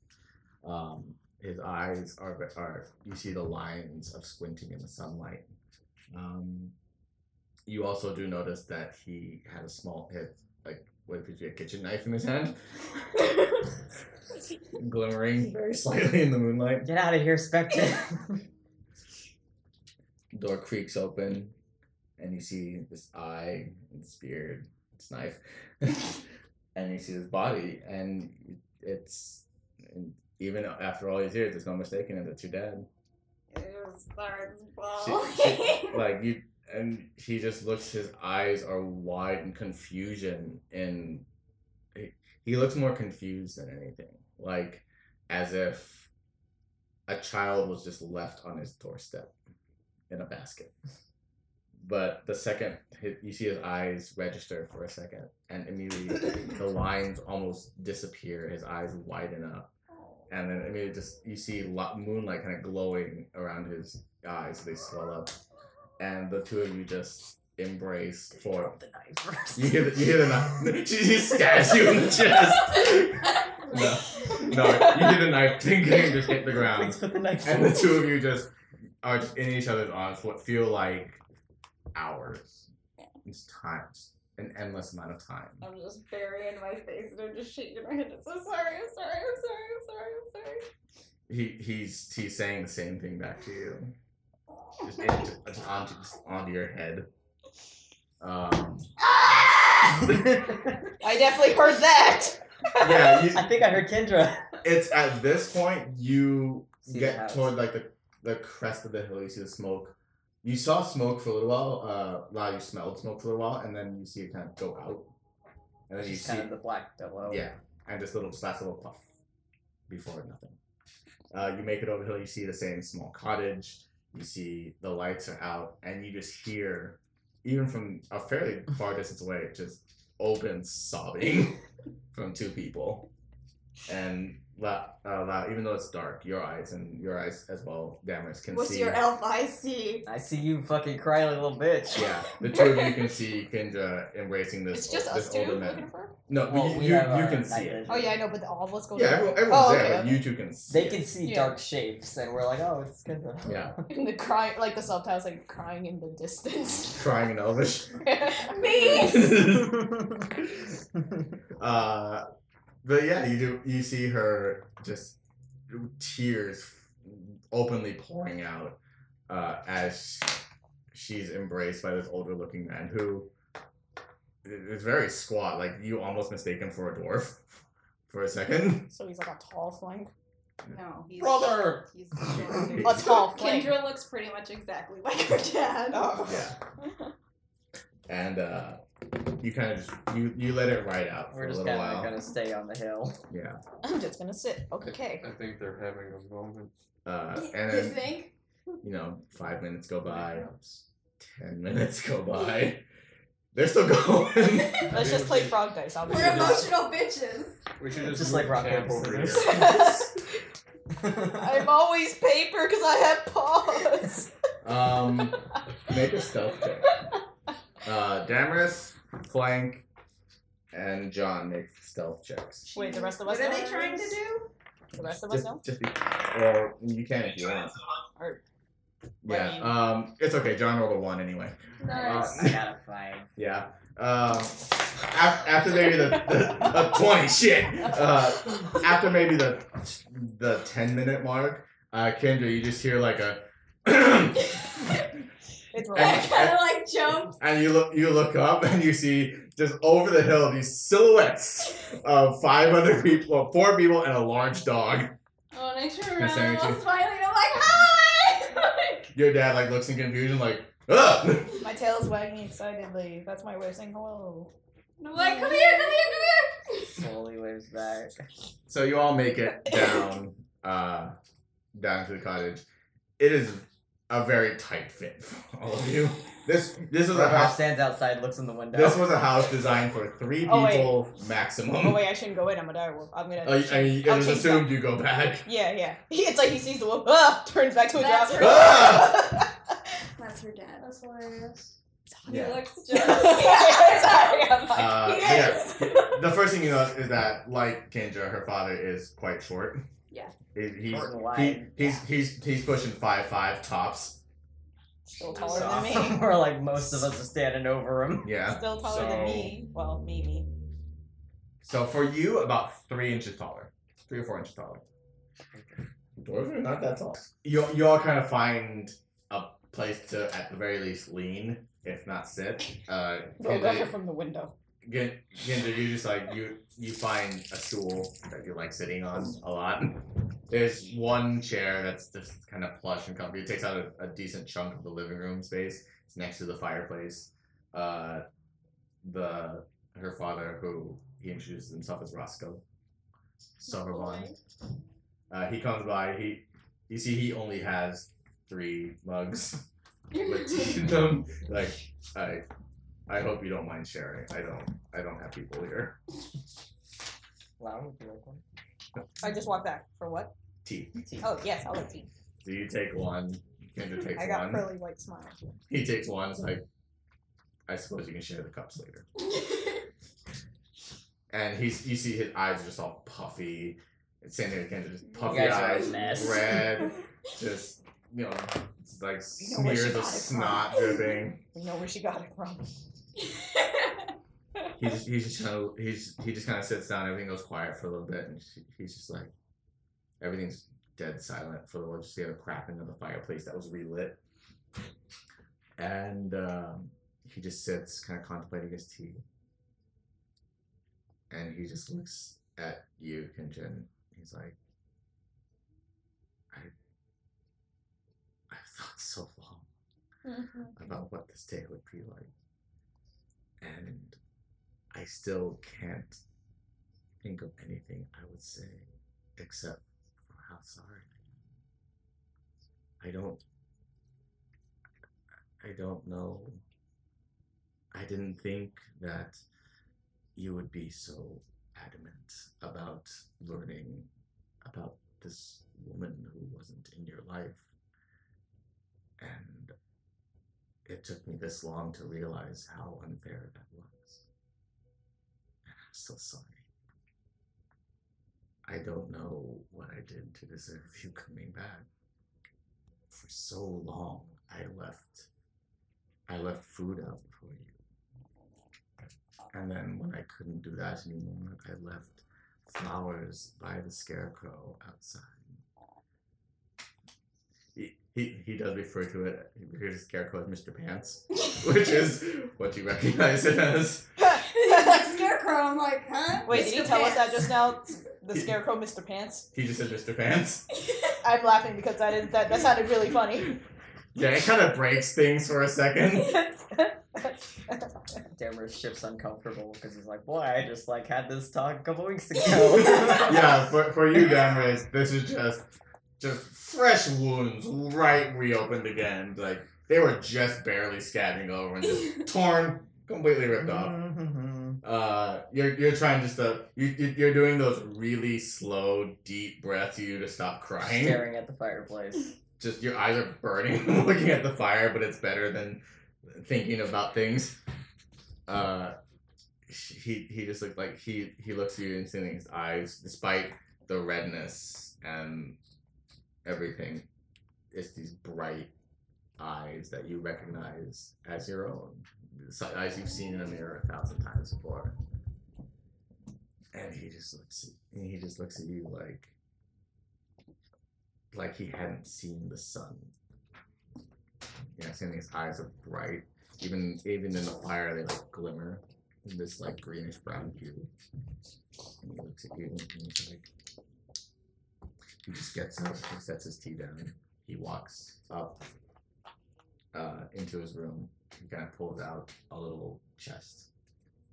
Speaker 2: Um, his eyes are ve- are you see the lines of squinting in the sunlight. Um, you also do notice that he had a small hit like what appears to be a kitchen knife in his hand, glimmering very slightly in the moonlight.
Speaker 7: Get out of here, Spectre.
Speaker 2: door creaks open and you see this eye and this beard this knife and you see this body and it's and even after all these years there's no mistaking it that's your dad
Speaker 8: It was Barnes
Speaker 2: She- she- like you and he just looks his eyes are wide in confusion and he- he looks more confused than anything like as if a child was just left on his doorstep in a basket but the second hi- you see his eyes register for a second and immediately the lines almost disappear his eyes widen up
Speaker 7: Oh.
Speaker 2: and then immediately just you see lo- moonlight kind of glowing around his eyes they swell up and the two of you just embrace for
Speaker 7: Drop the knife first.
Speaker 2: you hear the, you hear the knife. She just stabs you in the chest. No, no, you hear the knife clink and just hit the
Speaker 7: Please
Speaker 2: ground,
Speaker 7: put the knife.
Speaker 2: and the
Speaker 7: away.
Speaker 2: two of you just are just in each other's arms for what feel like hours. It's times, an endless amount of time.
Speaker 8: I'm just burying my face and I'm just shaking my head. I'm so sorry, I'm sorry, I'm sorry, I'm sorry, I'm sorry.
Speaker 2: He he's he's saying the same thing back to you, just, in, just onto just onto your head. Um,
Speaker 5: I definitely heard that.
Speaker 2: yeah, you,
Speaker 7: I think I heard Kendra.
Speaker 2: it's at this point you
Speaker 7: See the
Speaker 2: get
Speaker 7: house.
Speaker 2: toward like the, the crest of the hill. You see the smoke. You saw smoke for a little while. Uh, well, you smelled smoke for a little while, and then you see it kind of go out, and then you
Speaker 7: She's
Speaker 2: see
Speaker 7: kind of the black pillow.
Speaker 2: Oh, yeah, and just little just last little puff before nothing. Uh, you make it over the hill. You see the same small cottage. You see the lights are out, and you just hear, even from a fairly far distance away, just open sobbing from two people. And la- uh, la- even though it's dark, your eyes and your eyes as well, Damaris can
Speaker 8: What's
Speaker 2: see.
Speaker 8: your elf I see?
Speaker 7: I see you fucking crying little bitch.
Speaker 2: yeah, the two of you can see Kendra embracing this.
Speaker 5: It's just
Speaker 2: this
Speaker 5: us two
Speaker 2: older man.
Speaker 5: looking for.
Speaker 2: No,
Speaker 7: Well,
Speaker 2: you,
Speaker 7: we
Speaker 2: you, you
Speaker 7: have uh, our
Speaker 2: can
Speaker 7: night
Speaker 2: see it.
Speaker 7: vision.
Speaker 5: Oh yeah, I know, but all of us go.
Speaker 2: Yeah, everyone, everyone's
Speaker 5: Oh,
Speaker 2: there,
Speaker 5: okay,
Speaker 2: but
Speaker 5: okay.
Speaker 2: you two can see.
Speaker 7: They
Speaker 2: it.
Speaker 7: can see
Speaker 5: Yeah.
Speaker 7: dark shapes, and we're like, oh, it's Kendra.
Speaker 2: Yeah,
Speaker 5: in the cry, like the subtitles, like crying in the distance.
Speaker 2: crying in Elvish.
Speaker 5: Me.
Speaker 2: uh, but yeah, you do. You see her just tears openly pouring out uh, as she's embraced by this older-looking man who is very squat. Like you almost mistake him for a dwarf for a second.
Speaker 5: So he's like a tall flank.
Speaker 8: No, he's
Speaker 2: Brother.
Speaker 8: He's
Speaker 5: A tall flank.
Speaker 8: Kendra looks pretty much exactly like her dad.
Speaker 5: Oh.
Speaker 2: Yeah. And uh, you kind of just, you you let it ride out for
Speaker 7: We're
Speaker 2: a
Speaker 7: just
Speaker 2: little
Speaker 7: kind
Speaker 2: while.
Speaker 7: of gonna stay on the hill.
Speaker 2: Yeah.
Speaker 5: I'm just gonna sit. Okay.
Speaker 6: I think they're having a moment.
Speaker 2: Uh, and
Speaker 8: you
Speaker 2: then,
Speaker 8: think?
Speaker 2: you know, five minutes go by, ten minutes go by. They're still going.
Speaker 5: Let's just play frog dice. I'll be
Speaker 8: We're emotional bitches.
Speaker 6: We should just,
Speaker 7: Just
Speaker 6: move
Speaker 7: like rock,
Speaker 6: camp
Speaker 7: paper,
Speaker 6: over here.
Speaker 7: scissors.
Speaker 5: I'm always paper because I have paws.
Speaker 2: um, make a stealth check. Uh, Damaris, Flank, and John make stealth checks.
Speaker 5: Wait, the rest of us.
Speaker 8: What are
Speaker 5: know?
Speaker 8: they trying to do?
Speaker 5: The rest of us
Speaker 2: Just,
Speaker 5: know.
Speaker 2: just be, or you can if you want.
Speaker 5: Or
Speaker 2: Yeah.
Speaker 5: Lame.
Speaker 2: Um, it's okay. John rolled a one anyway.
Speaker 3: Nice.
Speaker 7: I got a five.
Speaker 2: Yeah. Um, af- after maybe the, the uh, twenty shit. Uh, after maybe the the ten minute mark, uh, Kendra, you just hear like a,
Speaker 5: it's
Speaker 8: I
Speaker 5: wrong.
Speaker 8: kind of like jump.
Speaker 2: and you look you look up and you see just over the hill these silhouettes of five other people, well, four people, and a large dog.
Speaker 3: Oh, and I turn
Speaker 2: Yes, I
Speaker 3: around.
Speaker 2: need
Speaker 8: I'm
Speaker 2: you.
Speaker 8: smiling. I'm like, hi.
Speaker 2: Your dad like looks in confusion, like, Ugh!
Speaker 5: My tail is wagging excitedly. That's my way of saying hello.
Speaker 8: I'm like, come here, come here, come here.
Speaker 7: Slowly waves back.
Speaker 2: So you all make it down, uh, down to the cottage. It is a very tight fit for all of you. This this is a
Speaker 7: Rob
Speaker 2: house.
Speaker 7: stands outside, looks in the window.
Speaker 2: This was a house designed for three
Speaker 5: Oh, wait.
Speaker 2: people maximum.
Speaker 5: Oh wait, I shouldn't go in. I'm a direwolf. I'm gonna.
Speaker 2: Oh, you- I mean, it
Speaker 5: I'll
Speaker 2: was
Speaker 5: change
Speaker 2: assumed you go back.
Speaker 5: yeah, yeah. It's like he sees the wolf, ah, turns back to a
Speaker 8: That's
Speaker 5: dragon.
Speaker 8: right.
Speaker 2: Ah!
Speaker 8: That's her dad.
Speaker 3: That's hilarious.
Speaker 2: Yeah.
Speaker 8: He looks
Speaker 5: Yeah,
Speaker 8: just.
Speaker 5: sorry, I'm like,
Speaker 2: Uh, so
Speaker 8: yes.
Speaker 2: yeah, the first thing you notice is that, like Kendra, her father is quite short.
Speaker 8: Yeah.
Speaker 2: He- he's,
Speaker 7: Short and
Speaker 2: he,
Speaker 7: wide.
Speaker 2: he's he's he's pushing five five tops.
Speaker 5: still taller than
Speaker 7: Soft.
Speaker 5: me.
Speaker 7: We're like most of us are standing over him.
Speaker 2: Yeah.
Speaker 5: Still taller than
Speaker 7: So-
Speaker 5: me. Well, maybe.
Speaker 2: So for you, about three inches taller, three or four inches taller. Dwarves are not that tall. You you all kind of find a place to, at the very least, lean, if not sit. Uh,
Speaker 5: Roll
Speaker 2: Kendra-
Speaker 5: better from the window.
Speaker 2: Gen- Ginger, you just like you you find a stool that you like sitting on a lot. There's one chair that's just kind of plush and comfy. It takes out a, a decent chunk of the living room space. It's next to the fireplace. Uh, the her father, who he introduces himself as Roscoe Silverblond. Uh, he comes by. He you see he only has three mugs with tea in them. Like I I hope you don't mind sharing. I don't I don't have people here.
Speaker 7: Wow, would you like one?
Speaker 5: I just walk back for what?
Speaker 2: Tea.
Speaker 7: Tea.
Speaker 5: Oh yes, I'll let you.
Speaker 2: So you take one. Kendra takes
Speaker 5: I got
Speaker 2: one.
Speaker 5: pearly white smile.
Speaker 2: He takes one. It's like I suppose you can share the cups later. And he's you see his eyes are just all puffy. It's same thing with Kendra, just puffy
Speaker 7: guys are a
Speaker 2: eyes,
Speaker 7: mess.
Speaker 2: red, just you know, like
Speaker 5: You know where she
Speaker 2: smears
Speaker 5: got
Speaker 2: of
Speaker 5: it from.
Speaker 2: snot dripping.
Speaker 5: You know where she got it from.
Speaker 2: He just, he's just kind of he's he just kind of sits down. Everything goes quiet for a little bit, and she, he's just like everything's dead silent for a little. Just hear the cracking of the fireplace that was relit, and um, he just sits, kind of contemplating his tea, and he just looks at you, Kinjin. He's like, I I've thought so long
Speaker 3: Mhm.
Speaker 2: about what this day would be like. And I still can't think of anything I would say except for how sorry I am. I don't I don't know I didn't think that you would be so adamant about learning about this woman who wasn't in your life and it took me this long to realize how unfair that was. And I'm still sorry. I don't know what I did to deserve you coming back. For so long, I left. I left food out for you. And then when I couldn't do that anymore, I left flowers by the scarecrow outside. He, he, he does refer to it, he refers to the scarecrow as Mr. Pants, which is what you recognize it as.
Speaker 8: He's like scarecrow. I'm like, huh?
Speaker 5: Wait, did he tell us that just now? The
Speaker 2: He-
Speaker 5: scarecrow, Mr. Pants.
Speaker 2: He just said Mr. Pants.
Speaker 5: I'm laughing because that is that. That sounded really funny.
Speaker 2: Yeah, it kind of breaks things for a second.
Speaker 7: Damaris shifts uncomfortable because he's like, boy, I just like had this talk a couple weeks ago.
Speaker 2: yeah, for, for you, Damaris, this is just just fresh wounds right reopened again. Like they were just barely scabbing over and just torn completely ripped
Speaker 7: Mm-hmm.
Speaker 2: off. Uh, you're you're trying just to you you- you're doing those really slow deep breaths you do to stop crying.
Speaker 7: Staring at the fireplace.
Speaker 2: Just your eyes are burning looking at the fire, but it's better than thinking about things. Uh, he he just looked like he he looks at you and seeing his eyes, despite the redness and everything. It's these bright eyes that you recognize as your own, It's like eyes you've seen in a mirror a thousand times before. And he just looks, and he just looks at you like, like he hadn't seen the sun. Yeah, seeing his eyes are bright, even even in the fire they like glimmer in this like greenish brown hue. And he looks at you and he's like, he just gets up, he sets his tea down, he walks up uh, into his room. He kind of pulls out a little chest.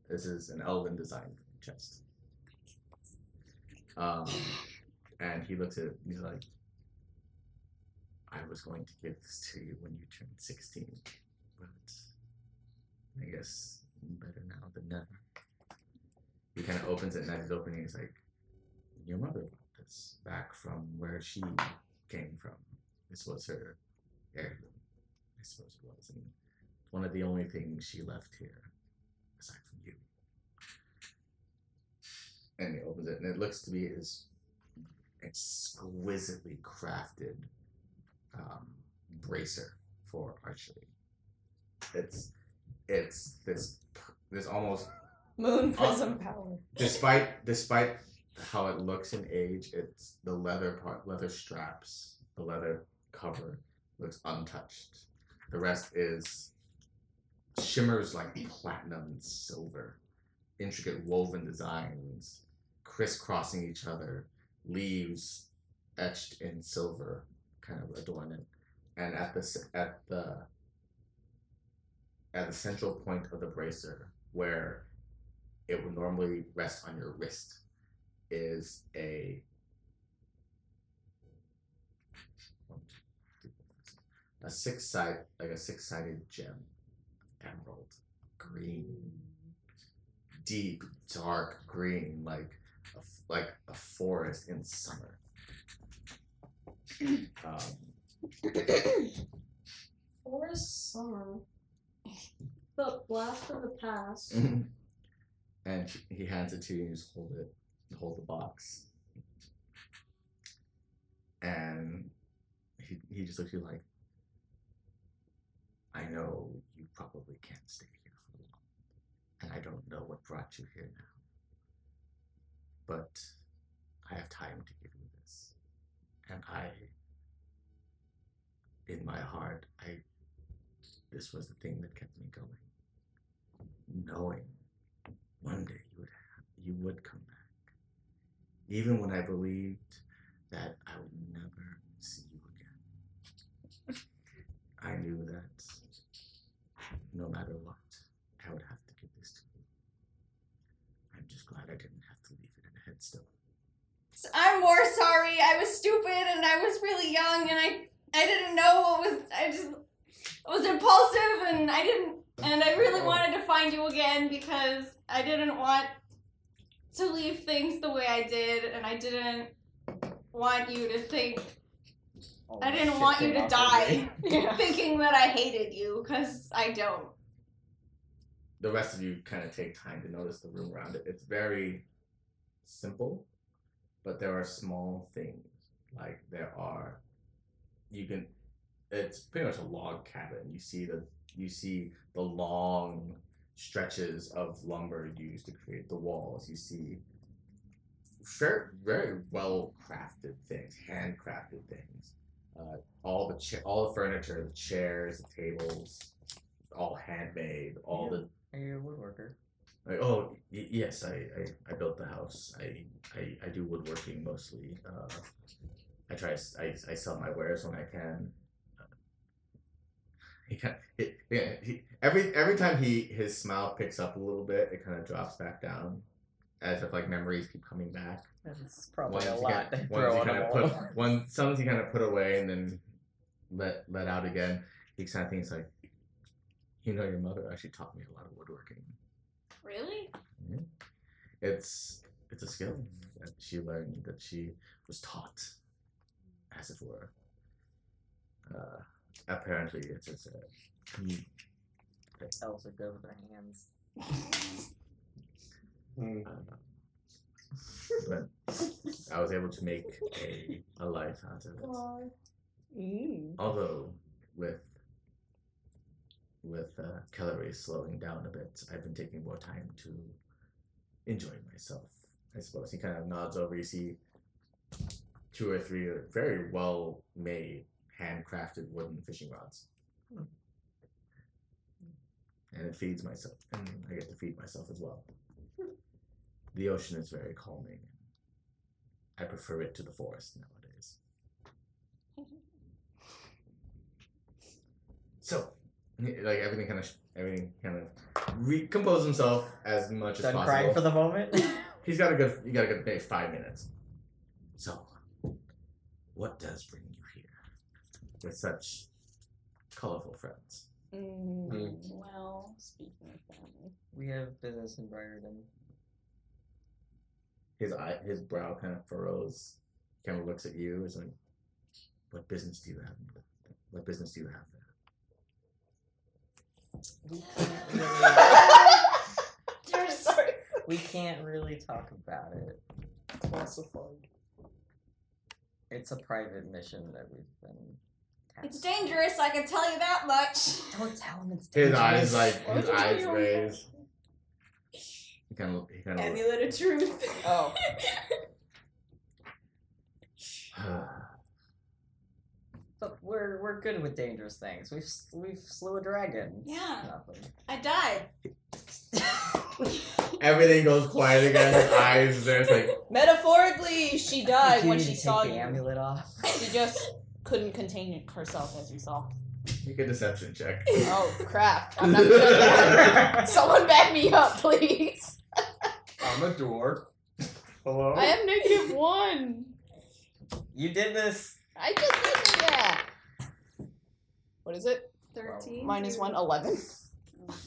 Speaker 2: This is an elven designed chest. Um, and he looks at it, he's like, I was going to give this to you when you turned 16, but I guess better now than never. He kind of opens it, and as he's opening, it, he's like, Your mother bought this back from where she came from. This was her heirloom, I suppose it was. And one of the only things she left here, aside from you. And he opens it, and it looks to be his exquisitely crafted um, bracer for archery. It's it's this p- this almost
Speaker 5: Moon
Speaker 2: prism
Speaker 5: power.
Speaker 2: despite despite how it looks in age, it's the leather part, leather straps, the leather cover looks untouched. The rest is shimmers like platinum and silver, intricate woven designs, crisscrossing each other, leaves etched in silver kind of adorn it. And at the s- at the at the central point of the bracer, where it would normally rest on your wrist is a a six side like a six sided gem, emerald, green, deep dark green like a, f- like a forest in summer. Um,
Speaker 3: Forest summer. The blast from the past.
Speaker 2: Mm. and he- he hands it to you and you just hold it hold the box and he, he just looks at you like i know you probably can't stay here for long and i don't know what brought you here now but i have time to give you this and i in my heart i this was the thing that kept me going knowing one day you would have, you would come back. Even when I believed that I would never see you again, I knew that no matter what, I would have to give this to you. I'm just glad I didn't have to leave it in a headstone.
Speaker 8: I'm more sorry. I was stupid and I was really young and I I didn't know what was I just I was impulsive and I didn't and I really wanted to find you again because I didn't want to leave things the way I did and I didn't want you to think I didn't want you to die thinking that I hated you cuz I don't.
Speaker 2: the rest of you kind of take time to notice the room around it. It's very simple, but there are small things. Like there are, you can. It's pretty much a log cabin. You see the you see the long stretches of lumber used to create the walls. You see very very well crafted things, handcrafted things. Uh, all the cha- all the furniture, the chairs, the tables, all handmade. All the
Speaker 7: Are you a woodworker?
Speaker 2: like, oh y- yes, I, I, I built the house. I, I, I do woodworking mostly. Uh, I try. s- I, I sell my wares when I can. He kind he, yeah, he, every every time he his smile picks up a little bit, it kind of drops back down, as if like memories keep coming back.
Speaker 7: That's probably a
Speaker 2: Ones he
Speaker 7: lot. to
Speaker 2: kinda- ones
Speaker 7: throw
Speaker 2: he
Speaker 7: on
Speaker 2: kinda
Speaker 7: a wall.
Speaker 2: put, one some he kind of put away and then let let out again. He kind of thinks like, You know, your mother actually taught me a lot of woodworking.
Speaker 8: Really?
Speaker 2: It's it's a skill that she learned, that she was taught, as it were. Uh, apparently, it's it's a commu-
Speaker 7: Elves are good with their hands.
Speaker 6: Hmm.
Speaker 2: uh, but I was able to make a, a life out of it.
Speaker 5: Mm.
Speaker 2: Although with with uh, calories slowing down a bit, I've been taking more time to enjoy myself. I suppose he kind of nods over. You see two or three very well made, handcrafted wooden fishing rods, Hmm. and it feeds myself, and I get to feed myself as well. The ocean is very calming. I prefer it to the forest nowadays. So, like everything kind of, everything kind of recompose himself as much as
Speaker 7: Done
Speaker 2: possible.
Speaker 7: crying for the moment?
Speaker 2: He's got a good. You got a good day. Five minutes. So, what does bring you here with such colorful friends?
Speaker 5: Mm. Well, speaking of family.
Speaker 7: we have business in Briarden.
Speaker 2: His eye, his brow kind of furrows. Kind of looks at you. Is like, what business do you have? What business do you have there?
Speaker 7: We can't really,
Speaker 5: Sorry.
Speaker 7: we can't really talk about it.
Speaker 5: Classified.
Speaker 7: It's a private mission that we've been.
Speaker 8: It's
Speaker 7: tasked-
Speaker 8: dangerous, I can tell you that much.
Speaker 7: Don't tell him it's
Speaker 2: His
Speaker 7: dangerous.
Speaker 2: eyes like
Speaker 5: Why
Speaker 2: his
Speaker 5: would you
Speaker 2: eyes
Speaker 5: do your own
Speaker 2: raise. He kind of he kind of
Speaker 8: Amulet of truth.
Speaker 5: Oh.
Speaker 7: But we're we're good with dangerous things. We've s- we've slew a dragon. It's
Speaker 8: Yeah.
Speaker 7: Nothing.
Speaker 8: I died.
Speaker 2: everything goes quiet again. His eyes there's like
Speaker 5: Metaphorically, she died
Speaker 7: You
Speaker 5: when
Speaker 7: need
Speaker 5: she
Speaker 7: to
Speaker 5: saw
Speaker 7: take the
Speaker 5: you.
Speaker 7: amulet off.
Speaker 5: She just couldn't contain herself as you saw.
Speaker 2: make a deception check.
Speaker 5: Oh crap! I'm not good at that. Someone back me up, please.
Speaker 6: I'm a dwarf. Hello?
Speaker 5: I am negative one.
Speaker 7: You did this.
Speaker 5: I just did that. What is it?
Speaker 8: 13.
Speaker 5: Minus one, eleven.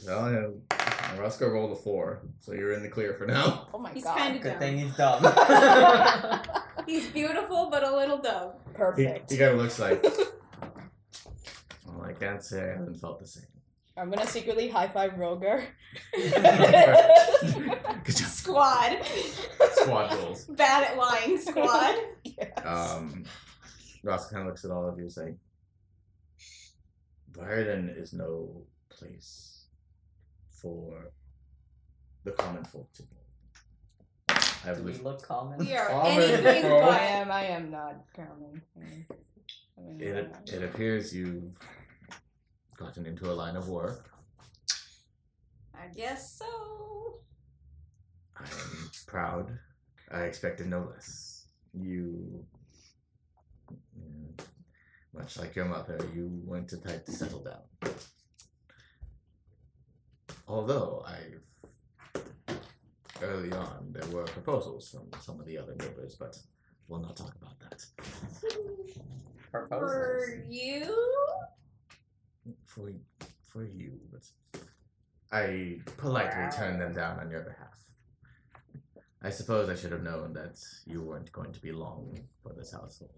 Speaker 2: Well, yeah, Roscoe rolled a four, so you're in the clear for now.
Speaker 5: Oh my
Speaker 8: He's
Speaker 5: god.
Speaker 8: kind of
Speaker 7: Good
Speaker 8: dumb.
Speaker 7: thing he's dumb.
Speaker 8: He's beautiful, but a little dumb.
Speaker 2: He,
Speaker 5: Perfect.
Speaker 2: he kind of looks like. well, I can't say I haven't felt the same.
Speaker 5: I'm gonna secretly high five Roger.
Speaker 2: Good job.
Speaker 8: Squad.
Speaker 2: Squad rules.
Speaker 8: Bad at lying, squad.
Speaker 2: Um, Roscoe kind of looks at all of you, saying, "Briarden is no place for the common folk to go. I've
Speaker 7: Do we
Speaker 2: lived
Speaker 7: look common?
Speaker 8: We are
Speaker 6: Already
Speaker 8: anything
Speaker 6: full.
Speaker 5: I
Speaker 8: but.
Speaker 5: am. I am not counting. I mean, I mean,
Speaker 2: It, it appears you've gotten into a line of work.
Speaker 8: I guess so.
Speaker 2: I'm proud. I expected no less. You, mm, much like your mother, you went to type to settle down. Although I've early on there were proposals from some of the other neighbors, but we'll not talk about that.
Speaker 7: Proposals.
Speaker 8: Were you?
Speaker 2: for for you, but I politely turned them down on your behalf. I suppose I should have known that you weren't going to be long for this household.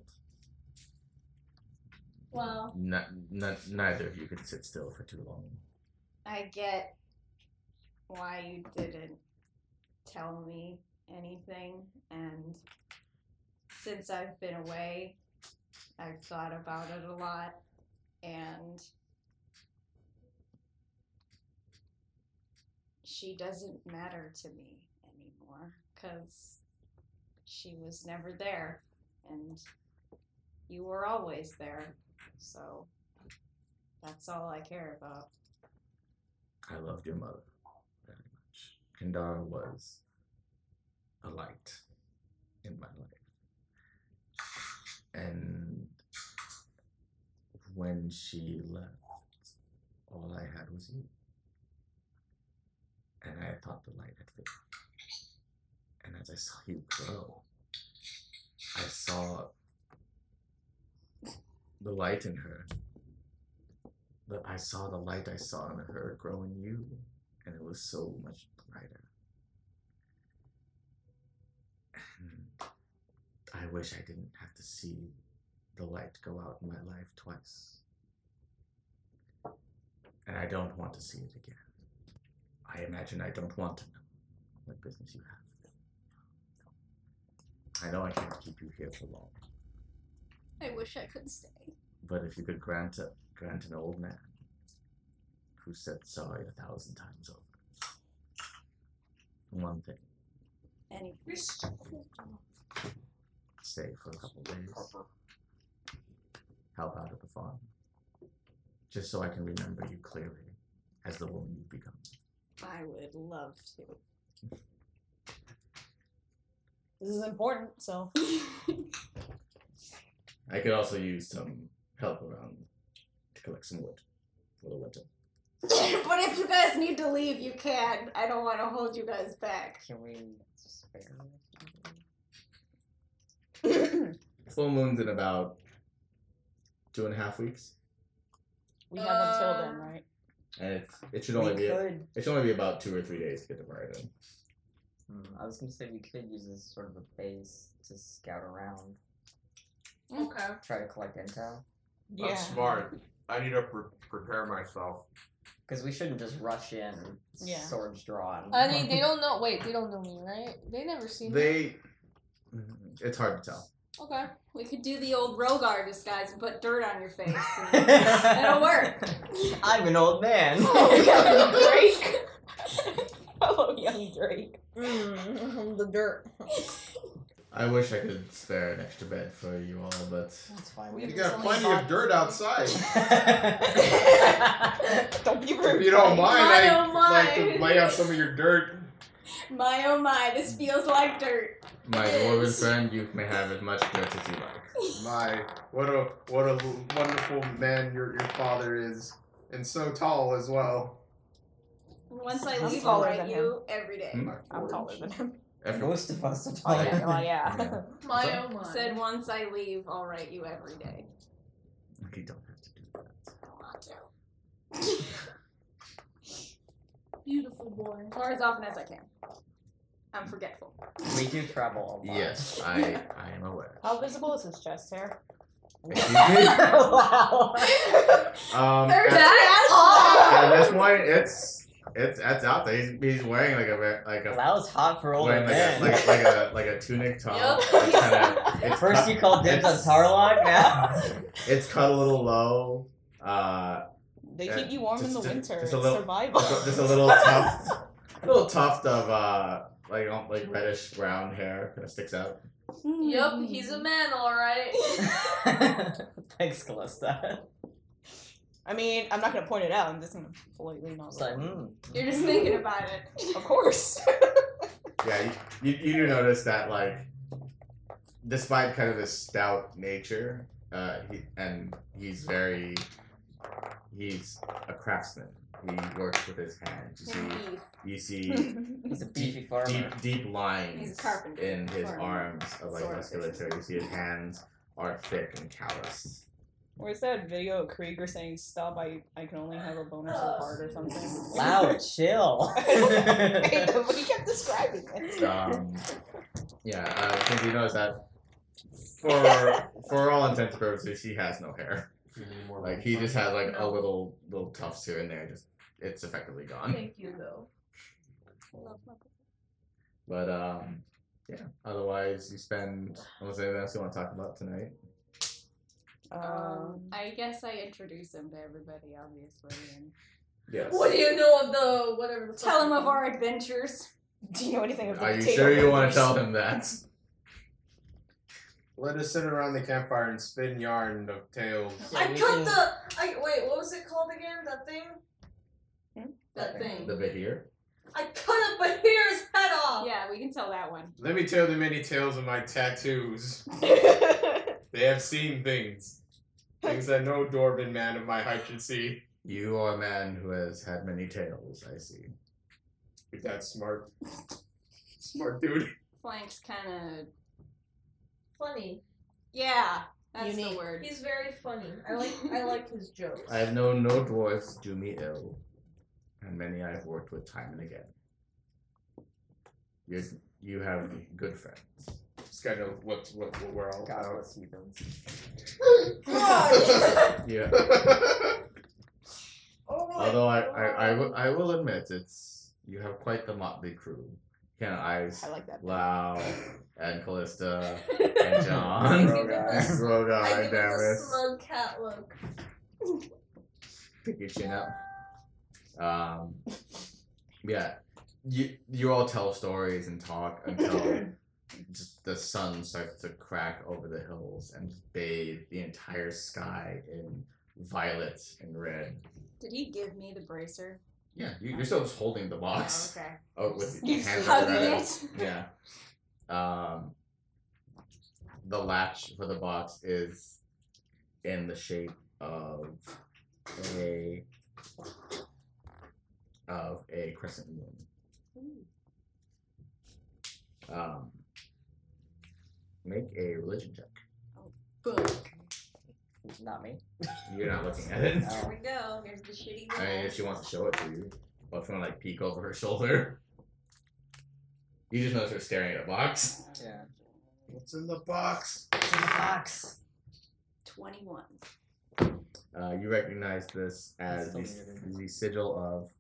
Speaker 3: Wow.
Speaker 2: Not, not, neither of you could sit still for too long.
Speaker 8: I get why you didn't tell me anything, and since I've been away, I've thought about it a lot, and she doesn't matter to me anymore because she was never there, and you were always there, so that's all I care about.
Speaker 2: I loved your mother very much. Kandara was a light in my life. And when she left, all I had was you. And I thought the light had faded. And as I saw you grow, I saw the light in her But I saw the light I saw in her grow in you, and it was so much brighter. And I wish I didn't have to see the light go out in my life twice. And I don't want to see it again. I imagine I don't want to know what business you have. I know I can't keep you here for long,
Speaker 11: I wish I could stay.
Speaker 2: but if you could grant a, grant an old man who said sorry a thousand times over, one thing,
Speaker 11: Any
Speaker 2: stay for a couple days, help out at the farm, just so I can remember you clearly as the woman you've become.
Speaker 8: I would love to.
Speaker 5: This is important, so
Speaker 2: I could also use some help around to collect some wood for the winter.
Speaker 8: but if you guys need to leave, you can. I don't want to hold you guys back.
Speaker 7: Can we spare? something?
Speaker 2: Full moon's in about two and a half weeks,
Speaker 5: we have until
Speaker 3: Uh,
Speaker 5: then, right?
Speaker 2: and it's, it should only
Speaker 7: We
Speaker 2: be
Speaker 7: could.
Speaker 2: it should only be about two or three days to get the right in.
Speaker 7: Hmm, I was gonna say we could use this sort of a base to scout around,
Speaker 3: Okay.
Speaker 7: try to collect intel,
Speaker 5: Yeah.
Speaker 6: That's smart. I need to pre- prepare myself.
Speaker 7: because we shouldn't just rush in,
Speaker 5: Yeah.
Speaker 7: swords drawn.
Speaker 3: I mean, they don't know. Wait, they don't know me, right? They never see me.
Speaker 2: They, mm, it's hard to tell.
Speaker 3: Okay.
Speaker 8: We could do the old Rogar disguise and put dirt on your face.
Speaker 7: It'll
Speaker 8: work.
Speaker 7: I'm an old man.
Speaker 5: Oh,
Speaker 8: Drake.
Speaker 5: Hello, Oh, young Drake. Mm, the dirt.
Speaker 2: I wish I could spare an extra bed for you all, but
Speaker 7: That's fine.
Speaker 6: You
Speaker 7: We
Speaker 6: got plenty of dirt outside.
Speaker 7: Oh,
Speaker 5: Don't be rude.
Speaker 6: if you don't mind,
Speaker 8: I
Speaker 6: I
Speaker 8: don't
Speaker 6: would like uh, to
Speaker 8: mind.
Speaker 6: lay out some of your dirt.
Speaker 8: oh my oh my, this feels like dirt.
Speaker 2: my dwarven friend, you may have as much dirt as you like.
Speaker 6: My, what a what a wonderful man your your father is, and so tall as well.
Speaker 8: Once I
Speaker 5: I'm
Speaker 8: leave, I'll
Speaker 5: taller
Speaker 8: write
Speaker 5: than
Speaker 8: you every day.
Speaker 2: Hmm?
Speaker 5: I'm taller than him.
Speaker 2: Every,
Speaker 7: Most of us are
Speaker 5: Oh
Speaker 7: taller.
Speaker 5: yeah. Well, yeah.
Speaker 2: Yeah.
Speaker 3: My oh my.
Speaker 8: Said once I leave, I'll write you every day.
Speaker 2: you don't have to do that.
Speaker 8: I don't want to.
Speaker 11: beautiful boy.
Speaker 8: Or as often as I can. I'm forgetful.
Speaker 7: We do travel a lot.
Speaker 2: Yes, I I am aware.
Speaker 5: How visible is his chest hair?
Speaker 7: wow.
Speaker 2: Um,
Speaker 8: There's
Speaker 2: at-
Speaker 8: that
Speaker 2: at this point, it's it's that's out there. He's, he's wearing like a ve- like a
Speaker 7: That was hot for older
Speaker 2: wearing like a,
Speaker 7: men.
Speaker 2: like, like a like a tunic top.
Speaker 3: Yup.
Speaker 2: It's kinda, it's
Speaker 7: First
Speaker 2: cut,
Speaker 7: you called dibs on
Speaker 2: it's-
Speaker 7: Tarlok, now
Speaker 2: it's cut a little low. Uh,
Speaker 5: They
Speaker 2: Yeah,
Speaker 5: keep you warm in
Speaker 2: just-
Speaker 5: the
Speaker 2: just-
Speaker 5: winter.
Speaker 2: just a
Speaker 5: it's
Speaker 2: little-
Speaker 5: survival.
Speaker 2: just a- just a little tuft, a little tuft of uh like um, like reddish brown hair kind of sticks out.
Speaker 8: Mm.
Speaker 3: Yup, he's a man, alright.
Speaker 7: Thanks, Callista.
Speaker 5: I mean, I'm not gonna point it out. I'm just gonna politely not.
Speaker 7: It's like,
Speaker 5: look.
Speaker 7: hmm.
Speaker 8: You're just thinking about it.
Speaker 5: Of course.
Speaker 2: Yeah, you, you, you do notice that like, despite kind of his stout nature, uh, he, and he's very, he's a craftsman. He works with his hands. You see,
Speaker 8: Indeed.
Speaker 2: you see
Speaker 7: He's a beefy farmer.
Speaker 2: deep deep
Speaker 8: He's a
Speaker 2: lines
Speaker 8: carpenter.
Speaker 2: in his
Speaker 8: Farmer.
Speaker 2: arms of like
Speaker 8: Swordfish.
Speaker 2: musculature. You see his hands are thick and calloused.
Speaker 5: Where's that video of Krieger saying "Stop"? I I can only have a bonus of heart or something.
Speaker 7: Wow, chill.
Speaker 5: Hey, the- he kept describing it.
Speaker 2: Um, yeah, I think you notice that. For for all intents and purposes, he has no hair. Like he just has like a
Speaker 3: No.
Speaker 2: little little tufts here and there. Just it's effectively gone.
Speaker 3: Thank you, though.
Speaker 2: But um, yeah. Otherwise, you spend. Unless anything else you want to talk about tonight.
Speaker 5: Um,
Speaker 8: I guess I introduce him to everybody, obviously, and
Speaker 2: Yes.
Speaker 3: What do you know of the whatever? The
Speaker 8: tell him of our adventures.
Speaker 5: do you know anything of the
Speaker 2: Are you
Speaker 5: potato
Speaker 2: sure you want to tell
Speaker 5: makers?
Speaker 2: him that?
Speaker 6: Let us sit around the campfire and spin yarn of tales.
Speaker 3: I cut the. I wait. What was it called again? That thing.
Speaker 5: Hmm?
Speaker 3: That thing.
Speaker 2: The Bahir.
Speaker 3: I cut a Bahir's head off.
Speaker 8: Yeah, we can tell that one.
Speaker 6: Let me tell the many tales of my tattoos. They have seen things. Things that no Dwarven man of my height should see.
Speaker 2: You are a man who has had many tales. I see.
Speaker 6: You're that smart. Smart dude.
Speaker 8: Flank's kind of
Speaker 3: Funny.
Speaker 8: yeah. That's the
Speaker 5: Unique.
Speaker 8: word.
Speaker 3: He's very funny. I like I like his jokes.
Speaker 2: I have known no dwarfs do me ill, and many I have worked with time and again. You, you have good friends.
Speaker 6: Just gotta know what, what, what we're all
Speaker 7: God
Speaker 6: about.
Speaker 7: bless heathens.
Speaker 2: Yeah. Although I, I, I, will, I will admit it's you have quite the motley crew. Can Ives,
Speaker 5: I like that.
Speaker 2: Lau, and Callista, and
Speaker 3: I
Speaker 2: John,
Speaker 3: Give him a-
Speaker 2: and Rogar,
Speaker 3: give
Speaker 2: and
Speaker 3: him a
Speaker 2: Damaris.
Speaker 3: smug cat look.
Speaker 2: pick your chin up. Um, yeah, you you all tell stories and talk until just the sun starts to crack over the hills and bathe the entire sky in violet and red.
Speaker 8: Did he give me the bracer?
Speaker 2: Yeah, you, you're still just holding the box
Speaker 8: Oh, okay.
Speaker 2: oh, with your
Speaker 8: You
Speaker 2: hands
Speaker 8: hugged
Speaker 2: around it.
Speaker 8: it.
Speaker 2: Yeah. Um, the latch for the box is in the shape of a of a crescent moon. Um, make a religion check.
Speaker 8: Boom.
Speaker 7: Not me.
Speaker 2: You're not looking at it.
Speaker 8: There we go. Here's the shitty
Speaker 2: I mean,
Speaker 8: roll.
Speaker 2: if she wants to show it to you, but if you want to like peek over her shoulder, you just notice her staring at a box.
Speaker 7: Yeah.
Speaker 6: What's in the box?
Speaker 7: Box.
Speaker 8: 21.
Speaker 2: Uh, you recognize this as
Speaker 7: still
Speaker 2: the,
Speaker 7: muted.
Speaker 2: the sigil of.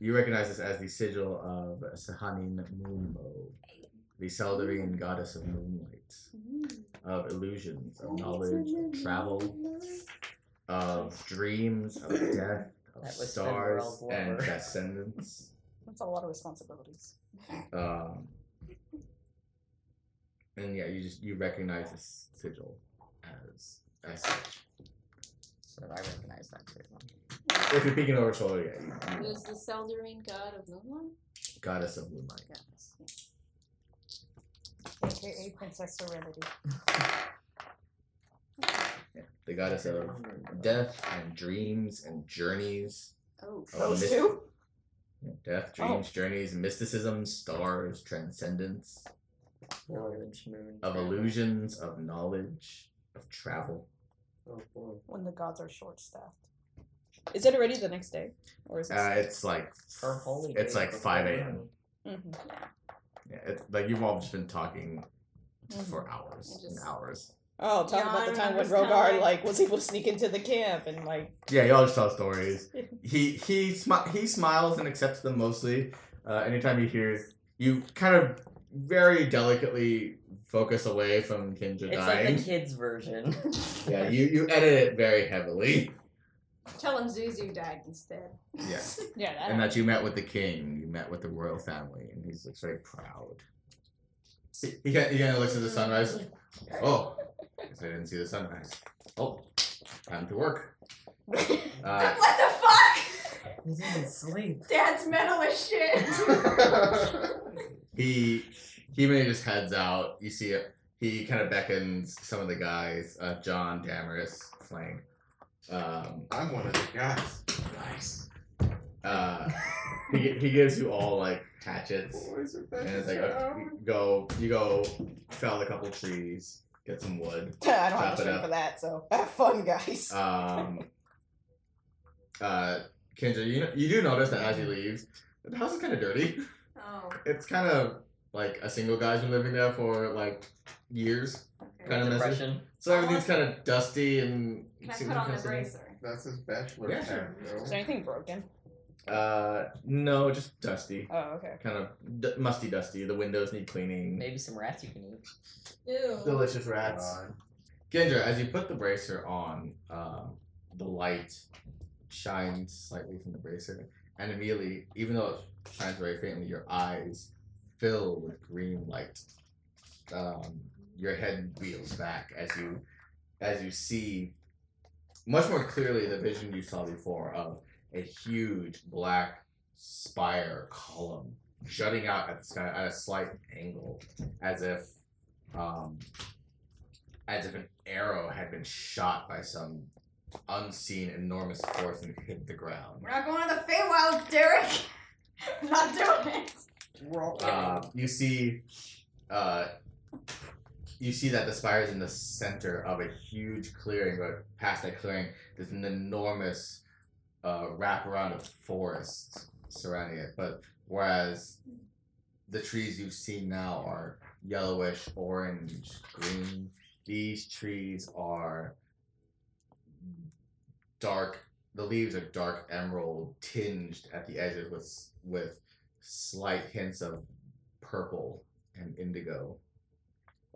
Speaker 2: You recognize this as the sigil of Sahanin Moonmo, the Saldarine goddess of moonlight, of illusions, of knowledge, of travel, of dreams, of death,
Speaker 7: That
Speaker 2: of
Speaker 7: was
Speaker 2: stars,
Speaker 7: Fenrir's
Speaker 2: and
Speaker 7: lover.
Speaker 2: transcendence.
Speaker 5: That's a lot of responsibilities.
Speaker 2: Um, and yeah, you just you recognize this sigil as as such.
Speaker 7: So I recognize that too.
Speaker 2: If you're peeking over her shoulder, yeah, you- you know,
Speaker 8: Who's the Seldarine god of Moonlight?
Speaker 2: goddess of moonlight.
Speaker 5: AKA Princess Serenity.
Speaker 2: the goddess of death and dreams and journeys.
Speaker 8: Oh,
Speaker 2: of
Speaker 5: Those
Speaker 2: myst-
Speaker 5: two?
Speaker 2: Death, dreams, journeys, mysticism, stars, transcendence,
Speaker 7: Village moon.
Speaker 2: of illusions, of knowledge, of travel.
Speaker 6: Oh boy.
Speaker 5: When the gods are short staffed. Is it already the next day? Or is it?
Speaker 2: Uh, it's like
Speaker 7: Her holy.
Speaker 2: it's
Speaker 7: day
Speaker 2: like
Speaker 7: before
Speaker 2: five
Speaker 7: the
Speaker 2: a.m.
Speaker 7: moon.
Speaker 5: Mhm.
Speaker 2: Yeah, it's like you've all just been talking
Speaker 5: Mhm.
Speaker 2: for hours and
Speaker 8: just-
Speaker 2: hours.
Speaker 5: Oh, talk
Speaker 8: Yeah,
Speaker 5: about
Speaker 8: I
Speaker 5: the time when
Speaker 8: remember this
Speaker 5: Rogar
Speaker 8: time.
Speaker 5: like was able to sneak into the camp and like
Speaker 2: Yeah, y'all just tell stories. He he smi- he smiles and accepts them mostly. Uh, anytime he hears you, kind of very delicately focus away from Kinja
Speaker 7: It's like
Speaker 2: dying.
Speaker 7: the kids' version.
Speaker 2: yeah, you you edit it very heavily.
Speaker 8: Tell him Zuzu died instead.
Speaker 2: Yeah,
Speaker 5: yeah. I
Speaker 2: and that you met with the king, you met with the royal family, and he's like very proud. He he kind he kind of looks at the sunrise. Like, oh, guess I didn't see the sunrise. Oh, time to work. Uh,
Speaker 8: what the fuck?
Speaker 7: He didn't sleep.
Speaker 8: Dad's metal as shit. Oh,
Speaker 2: he he really just heads out. You see it. He kind of beckons some of the guys. Uh, John Damaris flank. Um,
Speaker 6: I'm one of the guys. Nice.
Speaker 2: uh, he, he gives you all like hatchets,
Speaker 6: Boys are back
Speaker 2: and it's like
Speaker 6: in
Speaker 2: okay,
Speaker 6: town.
Speaker 2: go you go fell a couple trees, get some wood. Chop
Speaker 5: I don't
Speaker 2: it
Speaker 5: have a stream
Speaker 2: up.
Speaker 5: for that, so have fun, guys.
Speaker 2: Um, uh, Kendra, you know, you do notice that as he leaves, the house is kind of dirty.
Speaker 8: oh,
Speaker 2: It's kind of like a single guy's been living there for like years.
Speaker 8: okay.
Speaker 2: Kinda messy.
Speaker 7: Depression.
Speaker 2: So everything's kind of dusty and.
Speaker 8: Uh-huh. Can I
Speaker 2: seems
Speaker 8: put on
Speaker 2: kinda
Speaker 8: the
Speaker 2: silly.
Speaker 8: bracer?
Speaker 6: That's his bachelor
Speaker 2: Yeah,
Speaker 6: pad, bro.
Speaker 5: Is there anything broken?
Speaker 2: Uh, no, just dusty.
Speaker 5: Oh, okay.
Speaker 2: Kind of d- musty, dusty. The windows need cleaning.
Speaker 7: Maybe some rats you can eat.
Speaker 3: Ew.
Speaker 2: Delicious rats. Gendra, Uh, as you put the bracer on, um, the light shines slightly from the bracer, and immediately, even though it shines very faintly, your eyes fill with green light. Um, your head wheels back as you as you see much more clearly the vision you saw before of a huge black spire column jutting out at the sky at a slight angle, as if um, as if an arrow had been shot by some unseen enormous force and hit the ground.
Speaker 8: We're not going to the Feywilds, Derek. We're
Speaker 2: Um,
Speaker 8: not doing it.
Speaker 2: Uh, you see uh, you see that the spire is in the center of a huge clearing, but past that clearing, there's an enormous uh, wraparound of forest surrounding it. But whereas the trees you've seen now are yellowish, orange, green, these trees are dark. The leaves are dark emerald, tinged at the edges with with slight hints of purple and indigo.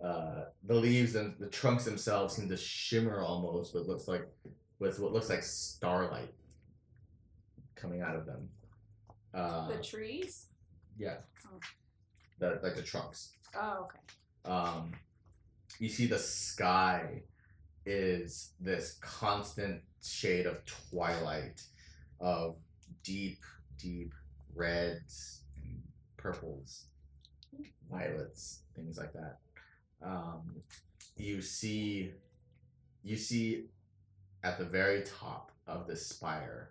Speaker 2: Uh, the leaves and the trunks themselves seem to shimmer almost with looks like with what looks like starlight coming out of them. Uh,
Speaker 11: the trees.
Speaker 2: yeah,
Speaker 11: Oh.
Speaker 2: the, like the trunks.
Speaker 11: Oh, okay.
Speaker 2: Um, you see the sky is this constant shade of twilight, of deep, deep reds and purples, violets, things like that. Um, you see, you see, at the very top of the spire,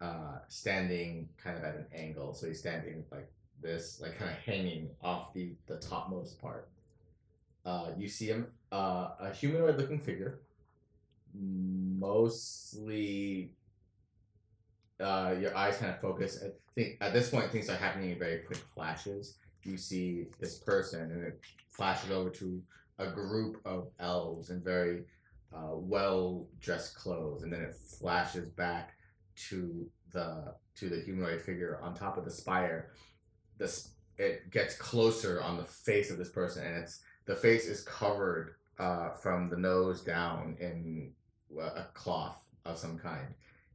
Speaker 2: uh, standing kind of at an angle. So he's standing like this, like kind of hanging off the the topmost part. Uh, you see him, uh, a humanoid-looking figure, mostly uh, your eyes kind of focus. I think at this point things are happening in very quick flashes. You see this person, and it flashes over to a group of elves in very uh, well-dressed clothes, and then it flashes back to the to the humanoid figure on top of the spire. This it gets closer on the face of this person, and it's the face is covered uh, from the nose down in uh, a cloth of some kind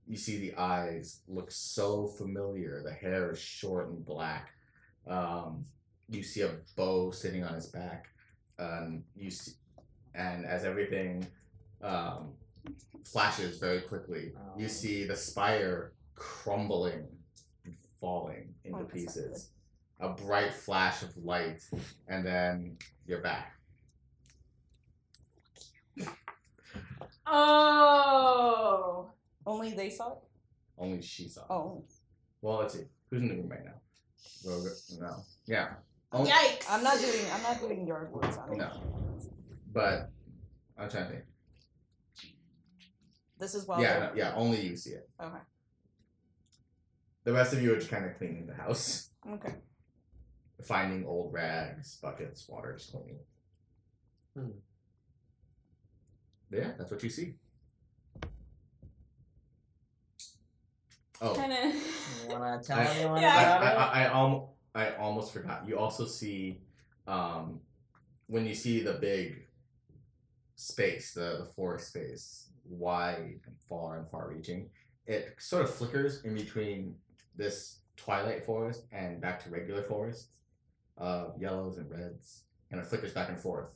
Speaker 2: you see the eyes look so familiar. The hair is short and black. Um, you see a bow sitting on his back. Um, you see, and as everything um, flashes very quickly, you see the spire crumbling and falling into
Speaker 5: Oh, that's not
Speaker 2: pieces. A bright flash of light, and then you're back.
Speaker 8: Oh.
Speaker 5: Only they saw it.
Speaker 2: Only she saw. it.
Speaker 5: Oh,
Speaker 2: Well, let's see. Who's in the room right now? Roger. No. Yeah. Only-
Speaker 8: Oh. Yikes.
Speaker 5: I'm not doing. I'm not doing yard words on it.
Speaker 2: No. But I'm trying to think.
Speaker 5: This is well.
Speaker 2: yeah, no, yeah, only you see it.
Speaker 5: Okay.
Speaker 2: The rest of you are just kind of cleaning the house,
Speaker 5: Okay.
Speaker 2: finding old rags, buckets, water, just cleaning.
Speaker 6: Hmm.
Speaker 2: Yeah, that's what you see. Oh,
Speaker 8: Kind of.
Speaker 7: Wanna tell
Speaker 2: I-
Speaker 7: anyone
Speaker 8: Yeah,
Speaker 2: I,
Speaker 7: about
Speaker 2: I,
Speaker 7: it?
Speaker 2: I, I, almo- I almost forgot. You also see um, when you see the big space, the, the forest space, wide and far and far reaching, it sort of flickers in between this twilight forest and back to regular forest of yellows and reds, and it flickers back and forth.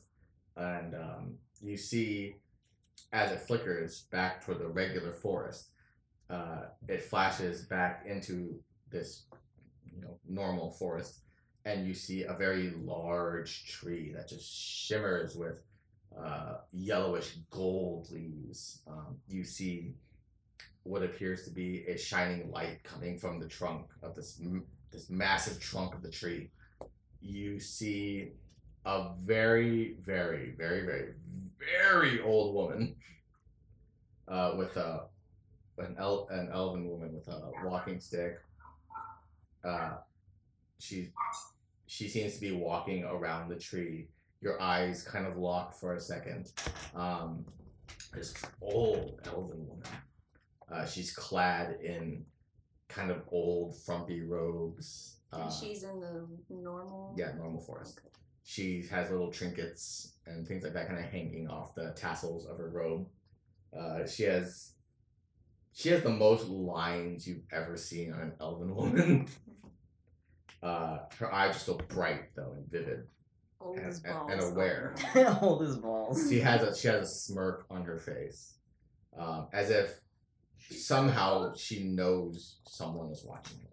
Speaker 2: And um, you see as it flickers back toward the regular forest, uh, it flashes back into this you know normal forest and you see a very large tree that just shimmers with uh, yellowish gold leaves um, you see what appears to be a shining light coming from the trunk of this m- this massive trunk of the tree you see a very very very very very old woman uh, with a an, el- an elven woman with a walking stick uh, she she seems to be walking around the tree. Your eyes kind of lock for a second. Um, this old elven woman. Uh, she's clad in kind of old frumpy robes. Uh,
Speaker 8: She's in the normal.
Speaker 2: yeah, normal forest. She has little trinkets and things like that kind of hanging off the tassels of her robe. Uh, she has she has the most lines you've ever seen on an elven woman. uh, her eyes are still bright though and vivid
Speaker 8: Old
Speaker 2: and,
Speaker 8: as balls.
Speaker 2: and, and aware.
Speaker 7: Old as balls.
Speaker 2: She has a she has a smirk on her face, um, as if somehow she knows someone is watching her.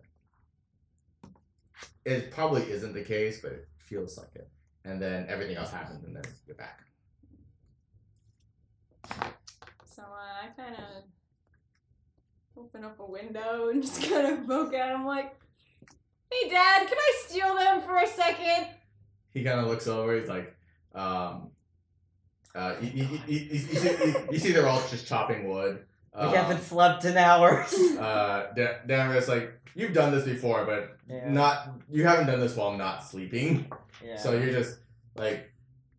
Speaker 2: It probably isn't the case, but it feels like it. And then everything else happens, and then you're back.
Speaker 8: So uh, I kind of open up a window and just kind of poke at him like, "Hey, Dad, can I steal them for a second?
Speaker 2: He kind of looks over. He's like, um, Uh, you, you, you, you, you see, you, you see they're all just chopping wood.
Speaker 7: We
Speaker 2: Uh,
Speaker 7: haven't slept in hours.
Speaker 2: uh, Da- Damaris, like, you've done this before, but
Speaker 7: yeah.
Speaker 2: not you haven't done this while not sleeping.
Speaker 7: yeah.
Speaker 2: So you're just like,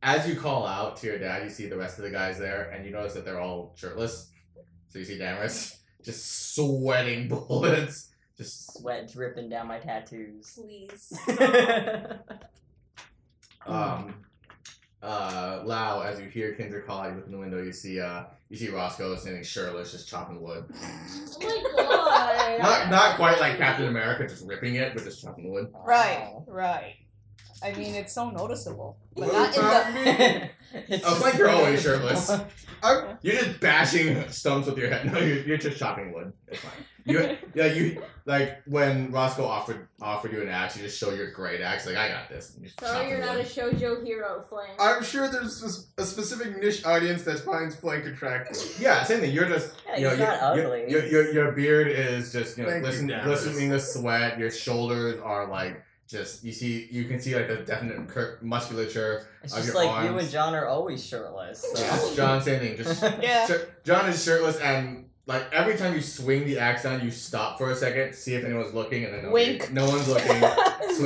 Speaker 2: as you call out to your dad, you see the rest of the guys there, and you notice that they're all shirtless. So you see Damaris just sweating bullets. Just
Speaker 7: sweat dripping down my tattoos.
Speaker 11: Please.
Speaker 5: Oh.
Speaker 2: um, uh, Lao, as you hear Kendra call out, you look in the window, you see uh, you see Roscoe standing shirtless, just chopping wood.
Speaker 3: Oh my god.
Speaker 2: Not not quite like Captain America, just ripping it, but just chopping wood.
Speaker 5: Right, right. I mean, it's so noticeable, but
Speaker 2: Well,
Speaker 5: not in the.
Speaker 7: it's
Speaker 2: Oh, it's like
Speaker 7: just-
Speaker 2: you're always shirtless. I'm- you're just bashing stumps with your head. No, you're, you're just chopping wood. It's fine. You, yeah, you like when Roscoe offered offered you an axe, you just show your great axe. Like I got this. and you're just
Speaker 8: Sorry,
Speaker 2: chopping
Speaker 8: you're not a
Speaker 2: wood.
Speaker 8: shoujo hero, Flynn.
Speaker 6: I'm sure there's this- a specific niche audience that finds Flank attractive.
Speaker 2: yeah, same thing. You're just
Speaker 7: Yeah,
Speaker 2: you know,
Speaker 7: he's
Speaker 2: your-
Speaker 7: not
Speaker 2: your-
Speaker 7: ugly.
Speaker 2: Your, your, your beard is just you know
Speaker 6: Thank you,
Speaker 2: glisten-
Speaker 6: Damaris.
Speaker 2: glistening with sweat. Your shoulders are like just you see you can see like the definite cur- musculature.
Speaker 7: It's
Speaker 2: of
Speaker 7: just
Speaker 2: your
Speaker 7: like you
Speaker 2: arms.
Speaker 7: and John are always shirtless. So.
Speaker 2: Yeah, John, same thing. Just
Speaker 5: Yeah.
Speaker 2: Shir- John is shirtless, and like every time you swing the axe down, you stop for a second, see if anyone's looking, and then nobody-
Speaker 5: Wink.
Speaker 2: no one's looking. swing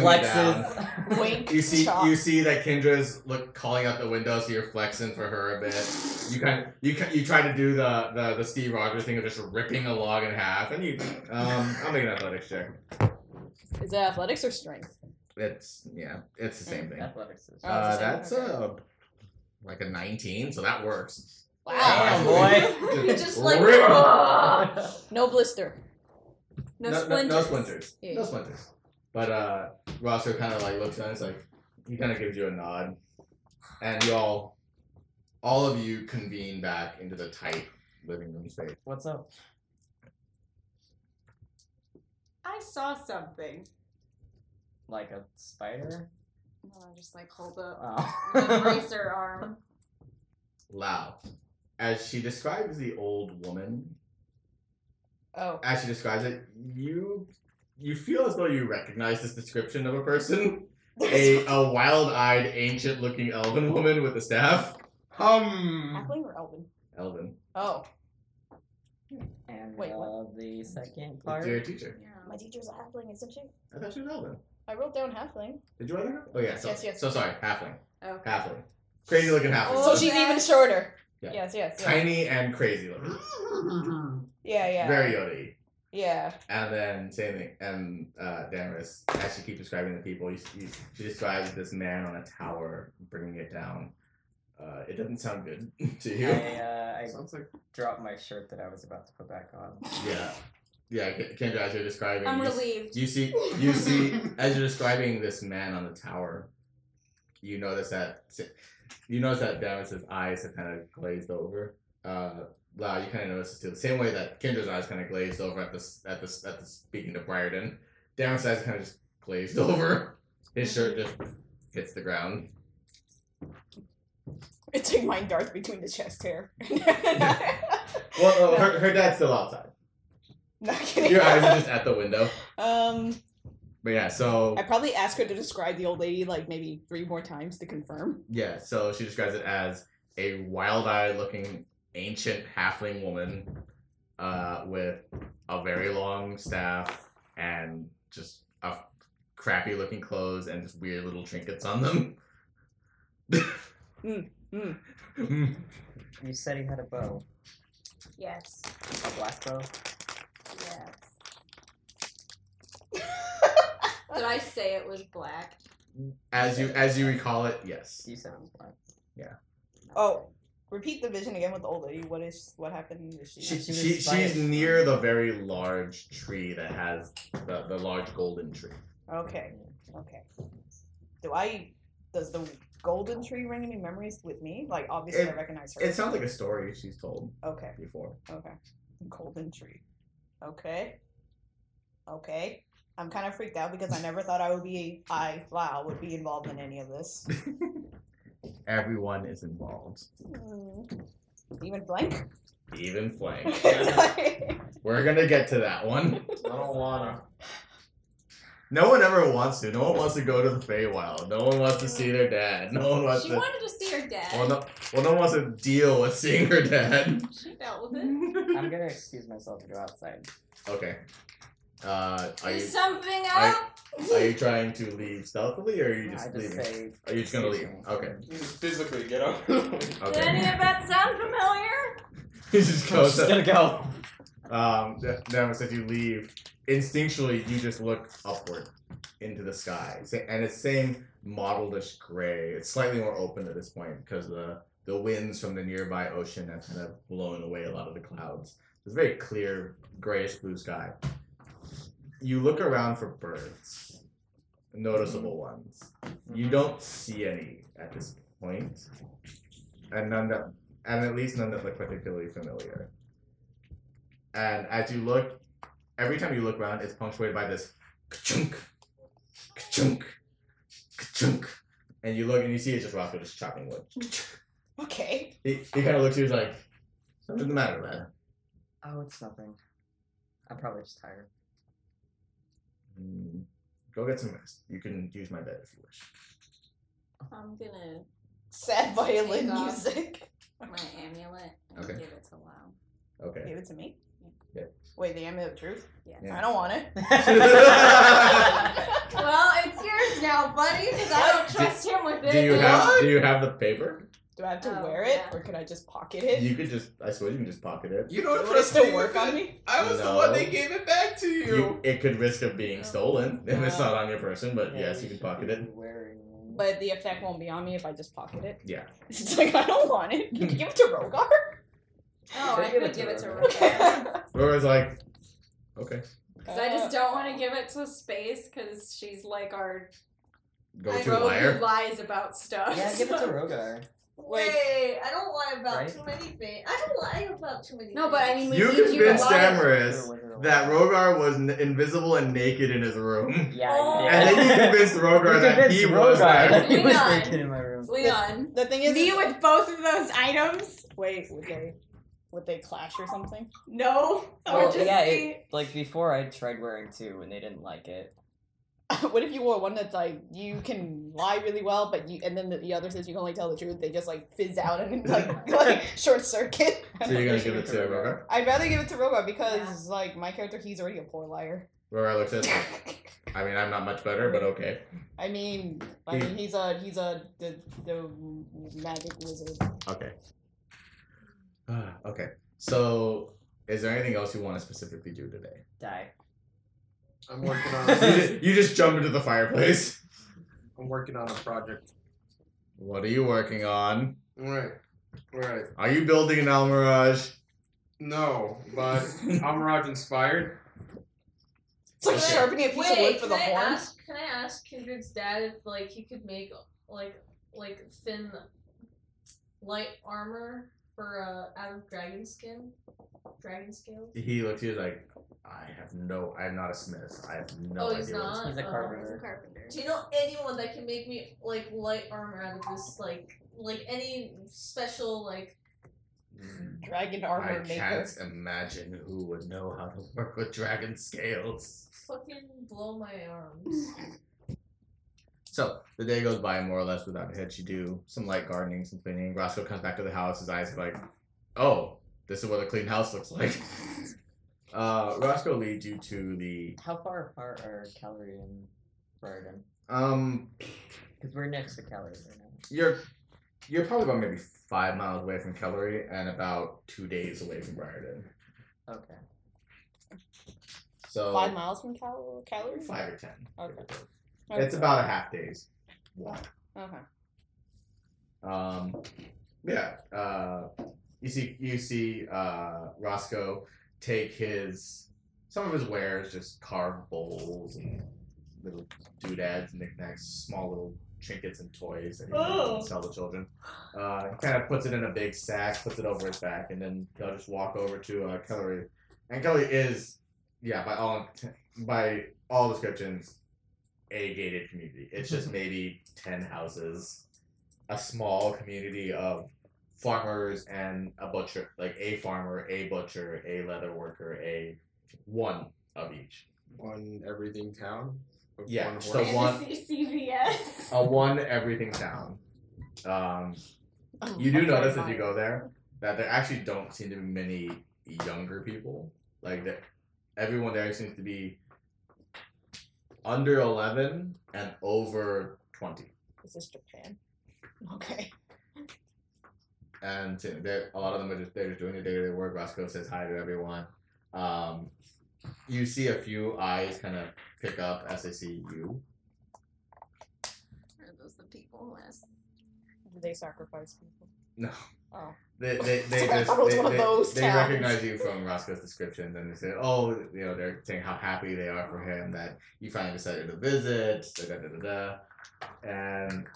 Speaker 2: it down.
Speaker 7: Flexes.
Speaker 5: Wink.
Speaker 2: You see,
Speaker 5: chop.
Speaker 2: you see that Kendra's look calling out the window, so you're flexing for her a bit. You kind of, you ki- you try to do the, the the Steve Rogers thing of just ripping a log in half, and you, um, I'll make an athletics check.
Speaker 5: Is it athletics or strength?
Speaker 2: It's yeah, it's the same thing.
Speaker 7: Athletics is-
Speaker 5: Oh, it's
Speaker 2: Uh,
Speaker 5: the same.
Speaker 2: that's a like a 19, so that works.
Speaker 7: Damn,
Speaker 5: Wow.
Speaker 7: boy.
Speaker 3: You just like
Speaker 2: Rip 'em.
Speaker 5: No blister.
Speaker 8: No,
Speaker 2: no,
Speaker 8: splinters.
Speaker 2: No, no splinters.
Speaker 5: Yeah.
Speaker 2: No splinters. But uh, Roscoe kind of like looks and it's like he kind of gives you a nod, and you all, all of you convene back into the tight living room space.
Speaker 7: What's up?
Speaker 8: I saw something.
Speaker 7: Like a spider?
Speaker 8: Well, I just like hold up the
Speaker 7: Oh.
Speaker 8: bracer arm.
Speaker 2: Loud, as she describes the old woman,
Speaker 5: Oh.
Speaker 2: as she describes it, you you feel as though you recognize this description of a person. A, a wild-eyed, ancient-looking elven woman with a staff.
Speaker 6: Hum.
Speaker 5: Halfling or Elvin?
Speaker 2: Elven,
Speaker 5: Oh.
Speaker 7: and
Speaker 5: Wait,
Speaker 7: uh,
Speaker 5: what?
Speaker 7: the second
Speaker 2: it's your
Speaker 7: part.
Speaker 2: teacher.
Speaker 8: Yeah.
Speaker 11: My teacher's a halfling, isn't she?
Speaker 2: I thought she was Elven.
Speaker 5: I wrote down halfling.
Speaker 2: Did you write that? Oh yeah. So,
Speaker 5: Yes, yes. Oh.
Speaker 2: So sorry, halfling,
Speaker 8: Okay.
Speaker 2: halfling, crazy looking halfling.
Speaker 8: Oh,
Speaker 5: So
Speaker 2: Just
Speaker 5: she's
Speaker 8: that's-
Speaker 5: even shorter.
Speaker 2: Yeah.
Speaker 5: Yes, yes, yes.
Speaker 2: tiny and crazy looking,
Speaker 5: Yeah, yeah.
Speaker 2: very yodi.
Speaker 5: Yeah.
Speaker 2: And then same thing. And uh, Damaris, as she keeps describing the people, you, you, she describes this man on a tower bringing it down. Uh, it doesn't sound good to
Speaker 7: I,
Speaker 2: you.
Speaker 7: uh, I
Speaker 6: Sounds like
Speaker 7: dropped my shirt that I was about to put back on.
Speaker 2: yeah, yeah. K- Kendra, as you're describing,
Speaker 8: I'm
Speaker 2: you s-
Speaker 8: relieved.
Speaker 2: You see, you see, as you're describing this man on the tower, you notice that you notice that Damaris's eyes have kind of glazed over. Uh, wow, you kind of notice it too. The same way that Kendra's eyes kind of glazed over at this at this at the speaking to Briarden, Damaris's eyes kind of just glazed over. His shirt just hits the ground.
Speaker 5: It's like mine darts between the chest hair.
Speaker 2: Well, oh, her, her dad's still outside.
Speaker 5: Not kidding.
Speaker 2: Your eyes are just at the window.
Speaker 5: um,
Speaker 2: But yeah, so
Speaker 5: I probably asked her to describe the old lady like maybe three more times to confirm.
Speaker 2: Yeah, so she describes it as a wild-eyed looking ancient halfling woman uh, with a very long staff and just a crappy looking clothes and just weird little trinkets on them.
Speaker 5: Mm, mm.
Speaker 2: Mm.
Speaker 7: You said he had a bow.
Speaker 8: Yes.
Speaker 7: A black bow?
Speaker 8: Yes. Did I say it was black?
Speaker 2: As you as you recall it, yes.
Speaker 7: You said it was black.
Speaker 5: Oh, repeat the vision again with the old lady. What is what happened? Is she?
Speaker 2: She,
Speaker 7: she was
Speaker 2: she, she's
Speaker 7: biased.
Speaker 2: near the very large tree that has the, the large golden tree.
Speaker 5: Okay, okay. Do I? Does the golden tree ring any memories with me? Like obviously
Speaker 2: It-
Speaker 5: I recognize her.
Speaker 2: It sounds like a story she's told
Speaker 5: okay,
Speaker 2: before.
Speaker 5: okay. Golden tree. Okay. Okay. I'm kind of freaked out because I never thought I would be I wow would be involved in any of this.
Speaker 2: Everyone is involved.
Speaker 5: Even blank.
Speaker 2: Even Flame. We're gonna get to that one.
Speaker 6: I don't wanna.
Speaker 2: No one ever wants to. No one wants to go to the Feywild. No one wants to see their dad. No one wants
Speaker 11: She
Speaker 2: to.
Speaker 11: wanted to see her dad.
Speaker 2: Well, no, well, no one wants to deal with seeing her dad.
Speaker 11: She dealt with it.
Speaker 7: I'm gonna excuse myself to go outside.
Speaker 2: Okay. Uh, are
Speaker 8: Is
Speaker 2: you
Speaker 8: something
Speaker 2: I-
Speaker 8: up?
Speaker 2: are you trying to leave stealthily, or are you
Speaker 7: I
Speaker 2: just
Speaker 7: just
Speaker 2: leaving?
Speaker 7: say,
Speaker 2: Are you just gonna leave?
Speaker 7: excuse me.
Speaker 2: Okay.
Speaker 6: physically get out of the way.
Speaker 8: Did
Speaker 2: Okay.
Speaker 8: any of that sound familiar?
Speaker 2: He just
Speaker 7: I'm
Speaker 2: goes.
Speaker 7: just gonna go.
Speaker 2: Um, now since you leave, instinctually you just look upward into the sky, Sa- and it's same mottledish gray. It's slightly more open at this point because the the winds from the nearby ocean have kind of blown away a lot of the clouds. It's a very clear grayish blue sky. You look around for birds, noticeable ones. You don't see any at this point, and none that, and at least none that look particularly familiar. And as you look, every time you look around, it's punctuated by this ka-chunk, ka-chunk, ka-chunk. And you look and you see it's just Roscoe just chopping wood.
Speaker 5: Okay.
Speaker 2: He, he kind of looks at you he's like, something's the matter, man.
Speaker 7: Oh, it's nothing. I'm probably just tired.
Speaker 2: Mm, Go get some rest. You can use my bed if you wish.
Speaker 8: I'm gonna
Speaker 5: Sad violin
Speaker 8: Take off.
Speaker 5: music.
Speaker 8: my amulet and
Speaker 2: Okay.
Speaker 8: give it to Lau.
Speaker 2: Okay.
Speaker 5: Give it to me.
Speaker 2: Yeah.
Speaker 5: Wait, the amulet of truth?
Speaker 8: Yes.
Speaker 2: Yeah.
Speaker 5: I don't want it.
Speaker 8: Well, it's yours now, buddy, because I don't trust him with it.
Speaker 2: Do you have Do you have the paper?
Speaker 5: Do I have to
Speaker 8: Oh,
Speaker 5: wear it,
Speaker 8: yeah.
Speaker 5: or can I just pocket it?
Speaker 2: You could just. I suppose you can just pocket it.
Speaker 6: You don't
Speaker 5: Would it
Speaker 6: trust
Speaker 5: still
Speaker 6: me
Speaker 5: work
Speaker 6: with
Speaker 5: on
Speaker 6: it.
Speaker 5: me?
Speaker 6: I was
Speaker 2: No.
Speaker 6: the one that gave it back to you.
Speaker 2: You, it could risk of being stolen if it's not on your person, but
Speaker 7: Yeah,
Speaker 2: yes, you
Speaker 7: should
Speaker 2: can pocket
Speaker 7: be
Speaker 2: it.
Speaker 7: Wearing one.
Speaker 5: But the effect won't be on me if I just pocket it.
Speaker 2: Yeah.
Speaker 5: It's like I don't want it. Can you give it to Rogar?
Speaker 8: Oh, I
Speaker 7: Give it
Speaker 8: could
Speaker 7: to
Speaker 8: give it to
Speaker 7: her.
Speaker 8: Rogar.
Speaker 2: Rora's like, okay,
Speaker 8: Because I
Speaker 5: Oh,
Speaker 8: just don't want to give it to Space because she's like our
Speaker 2: go
Speaker 8: I
Speaker 2: to
Speaker 8: rogue
Speaker 2: liar.
Speaker 8: who lies about stuff.
Speaker 7: yeah, give it to
Speaker 8: so-
Speaker 7: Rogar.
Speaker 3: Wait, I don't lie about
Speaker 7: Right?
Speaker 3: too many things. I don't lie about too many.
Speaker 8: No, but I mean, we
Speaker 2: You
Speaker 8: need
Speaker 2: convinced
Speaker 8: you to lie.
Speaker 2: Damaris that Rogar was n- invisible and naked in his room.
Speaker 7: Yeah,
Speaker 3: Oh.
Speaker 7: you did.
Speaker 2: And then you convinced Rogar that
Speaker 7: convinced
Speaker 2: he was
Speaker 7: Rogar that
Speaker 2: there.
Speaker 7: he was
Speaker 8: Hang on.
Speaker 7: naked in my room.
Speaker 8: Leon.
Speaker 5: The thing is,
Speaker 8: Me
Speaker 5: is-
Speaker 8: with both of those items?
Speaker 5: wait, would they would they clash or something?
Speaker 8: No.
Speaker 7: Well,
Speaker 8: or just
Speaker 7: yeah,
Speaker 8: me?
Speaker 7: it, like before I tried wearing two and they didn't like it.
Speaker 5: what if you wore one that's like you can lie really well, but you and then the, the other says you can only tell the truth. They just like fizz out and like, like short circuit.
Speaker 2: So you're gonna give it to Rogar?
Speaker 5: I'd rather give it to Rogar because like my character, he's already a poor liar.
Speaker 2: Rogar looks at him. I mean, I'm not much better, but okay.
Speaker 5: I mean, I mean, he's a he's a the, the magic wizard.
Speaker 2: Okay. Ah, okay. So, is there anything else you want to specifically do today?
Speaker 7: Die.
Speaker 6: I'm working on.
Speaker 2: you, just, you just jump into the fireplace.
Speaker 6: I'm working on a project.
Speaker 2: What are you working on?
Speaker 6: All right. All right.
Speaker 2: Are you building an Almirage?
Speaker 6: No, but Amaraj inspired.
Speaker 5: It's like
Speaker 2: Okay.
Speaker 5: sharpening a piece of wood
Speaker 3: Wait,
Speaker 5: for
Speaker 3: can
Speaker 5: the
Speaker 3: I
Speaker 5: horns.
Speaker 3: ask? Can I ask Kindred's dad if like he could make like like thin light armor for uh out of dragon skin, dragon scales?
Speaker 2: He looks at you like, I have no, I'm not a smith. I have no
Speaker 3: oh,
Speaker 2: idea.
Speaker 3: he's
Speaker 2: what's-
Speaker 3: not.
Speaker 7: He's a
Speaker 3: Oh.
Speaker 7: carpenter.
Speaker 8: carpenter.
Speaker 3: Do you know anyone that can make me like light armor out of this like like any special like
Speaker 2: Mm-hmm.
Speaker 5: Dragon armor
Speaker 2: I
Speaker 5: maker.
Speaker 2: can't imagine who would know how to work with dragon scales.
Speaker 3: fucking blow my arms?
Speaker 2: So the day goes by more or less without a hitch. You do some light gardening, some cleaning. Roscoe comes back to the house. His eyes are like, "Oh, this is what a clean house looks like." uh, Roscoe leads you to the
Speaker 7: How far apart are Calorie and Rogar?
Speaker 2: um.
Speaker 7: Because we're next to Calorie right now.
Speaker 2: You're you're probably about maybe five miles away from Kellery and about two days away from Briarden.
Speaker 7: Okay.
Speaker 2: So
Speaker 5: Five miles from Cal- Calorie?
Speaker 2: five or ten.
Speaker 5: Okay.
Speaker 2: It's about a half day's walk.
Speaker 5: Okay.
Speaker 2: Um, yeah. Uh, you see, you see, uh, Roscoe take his some of his wares, just carved bowls and little doodads, and knickknacks, small little trinkets and toys that he
Speaker 3: Oh.
Speaker 2: can sell to children. Uh, he kind of puts it in a big sack, puts it over his back, and then they'll just walk over to uh, Kelly. And Kelly is, yeah, by all by all descriptions, a gated community. It's just maybe ten houses a small community of farmers and a butcher, like a farmer, a butcher, a leather worker, a one of each.
Speaker 6: One everything town. with
Speaker 2: Yeah,
Speaker 6: one
Speaker 2: so
Speaker 6: horse.
Speaker 2: one-
Speaker 8: CVS.
Speaker 2: A one, everything's down. Um, you do notice if you go there that there actually don't seem to be many younger people. Like that, everyone there seems to be under eleven and over twenty.
Speaker 5: Is this Japan? Okay.
Speaker 2: and to- they're, a lot of them are just they're just doing their day-to-day work. Roscoe says hi to everyone. Um, you see a few eyes kind of pick up as they see you.
Speaker 11: Are those the people last?
Speaker 5: Do they sacrifice people?
Speaker 2: No.
Speaker 5: Oh.
Speaker 2: They they they
Speaker 5: I
Speaker 2: just
Speaker 5: thought it was
Speaker 2: they,
Speaker 5: one of
Speaker 2: they-
Speaker 5: those
Speaker 2: they
Speaker 5: towns.
Speaker 2: recognize you from Roscoe's descriptions and they say, oh, you know, they're saying how happy they are for him that you finally decided to visit. Da da da da. da. And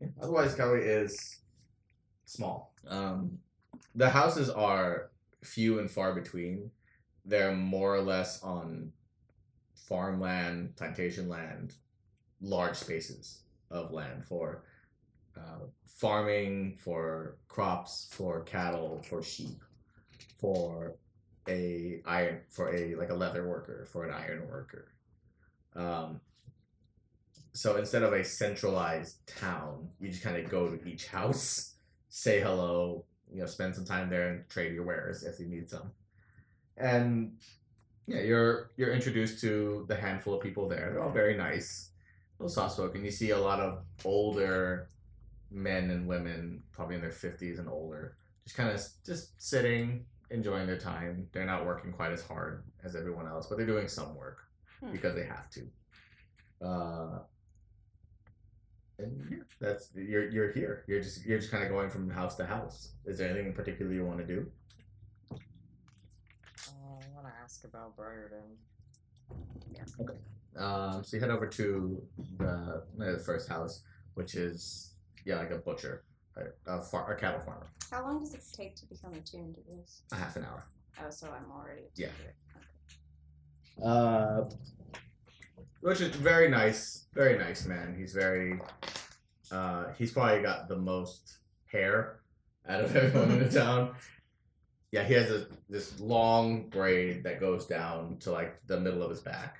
Speaker 2: yeah, otherwise, Kelly is small. Um, the houses are few and far between. They're more or less on farmland, plantation land, large spaces of land for uh, farming, for crops, for cattle, for sheep, for a iron, for a like a leather worker, for an iron worker. Um, so instead of a centralized town, you just kind of go to each house, say hello, you know, spend some time there and trade your wares if you need some. And yeah, you're you're introduced to the handful of people there. They're all very nice, a little soft spoken. You see a lot of older men and women, probably in their fifties and older, just kind of just sitting, enjoying their time. They're not working quite as hard as everyone else, but they're doing some work
Speaker 5: Hmm.
Speaker 2: because they have to. Uh, and yeah, that's you're you're here. You're just you're just kind of going from house to house. Is there anything in particular you want to do?
Speaker 7: I want to ask about Briarden.
Speaker 2: Um, so you head over to the, the first house, which is yeah, like a butcher, a, a, far, a cattle farmer.
Speaker 8: How long does it take to become attuned to this?
Speaker 2: A half an hour.
Speaker 8: Oh, so I'm already. attuned
Speaker 2: Yeah.
Speaker 8: to it.
Speaker 2: Uh, which is very nice, very nice man. He's very, uh, he's probably got the most hair out of everyone in the town. Yeah, he has a, this long braid that goes down to like the middle of his back.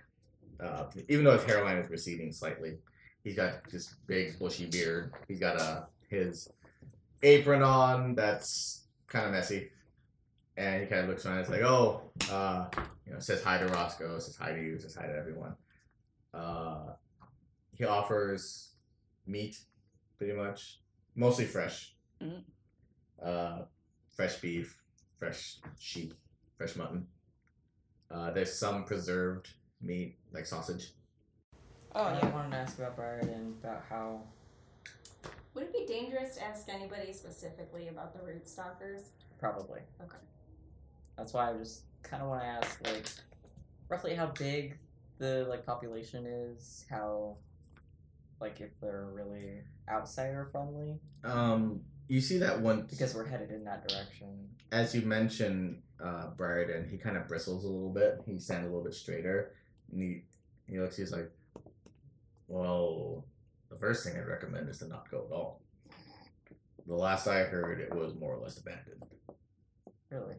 Speaker 2: Uh, even though his hairline is receding slightly, he's got this big bushy beard. He's got a his apron on that's kind of messy, and he kind of looks around. And is like, oh, uh, you know, says hi to Roscoe, says hi to you, says hi to everyone. Uh, he offers meat, pretty much, mostly fresh,
Speaker 5: Mm.
Speaker 2: uh, fresh beef, fresh sheep, fresh mutton. Uh, there's some preserved meat, like sausage.
Speaker 5: Oh
Speaker 7: I
Speaker 5: yeah.
Speaker 7: wanted to ask about Briarden about how.
Speaker 8: Would it be dangerous to ask anybody specifically about the root stalkers?
Speaker 7: Probably.
Speaker 8: Okay.
Speaker 7: That's why I just kind of want to ask, like, roughly how big the like population is, how, like, if they're really outsider friendly,
Speaker 2: Um, you see that one
Speaker 7: because we're headed in that direction.
Speaker 2: as you mentioned, uh, Briarden, he kind of bristles a little bit. He stands a little bit straighter, and he he looks. He's like, "Well, the first thing I'd recommend is to not go at all." The last I heard, it was more or less abandoned.
Speaker 7: Really.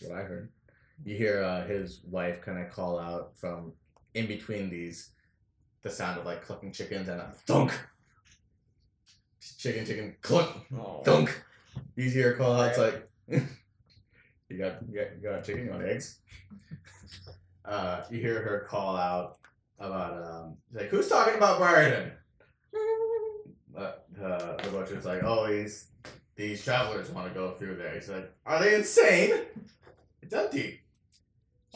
Speaker 2: That's what I heard. You hear uh, his wife kind of call out from in between these, the sound of like clucking chickens and a thunk. Chicken, chicken, cluck.
Speaker 7: Oh.
Speaker 2: Dunk. You hear a call out. It's like you got you got, you got chicken. You want eggs? Uh, you hear her call out about um, she's like who's talking about Briarden? But uh, the butcher's like, oh, he's these travelers want to go through there. He's like, are they insane? It's empty.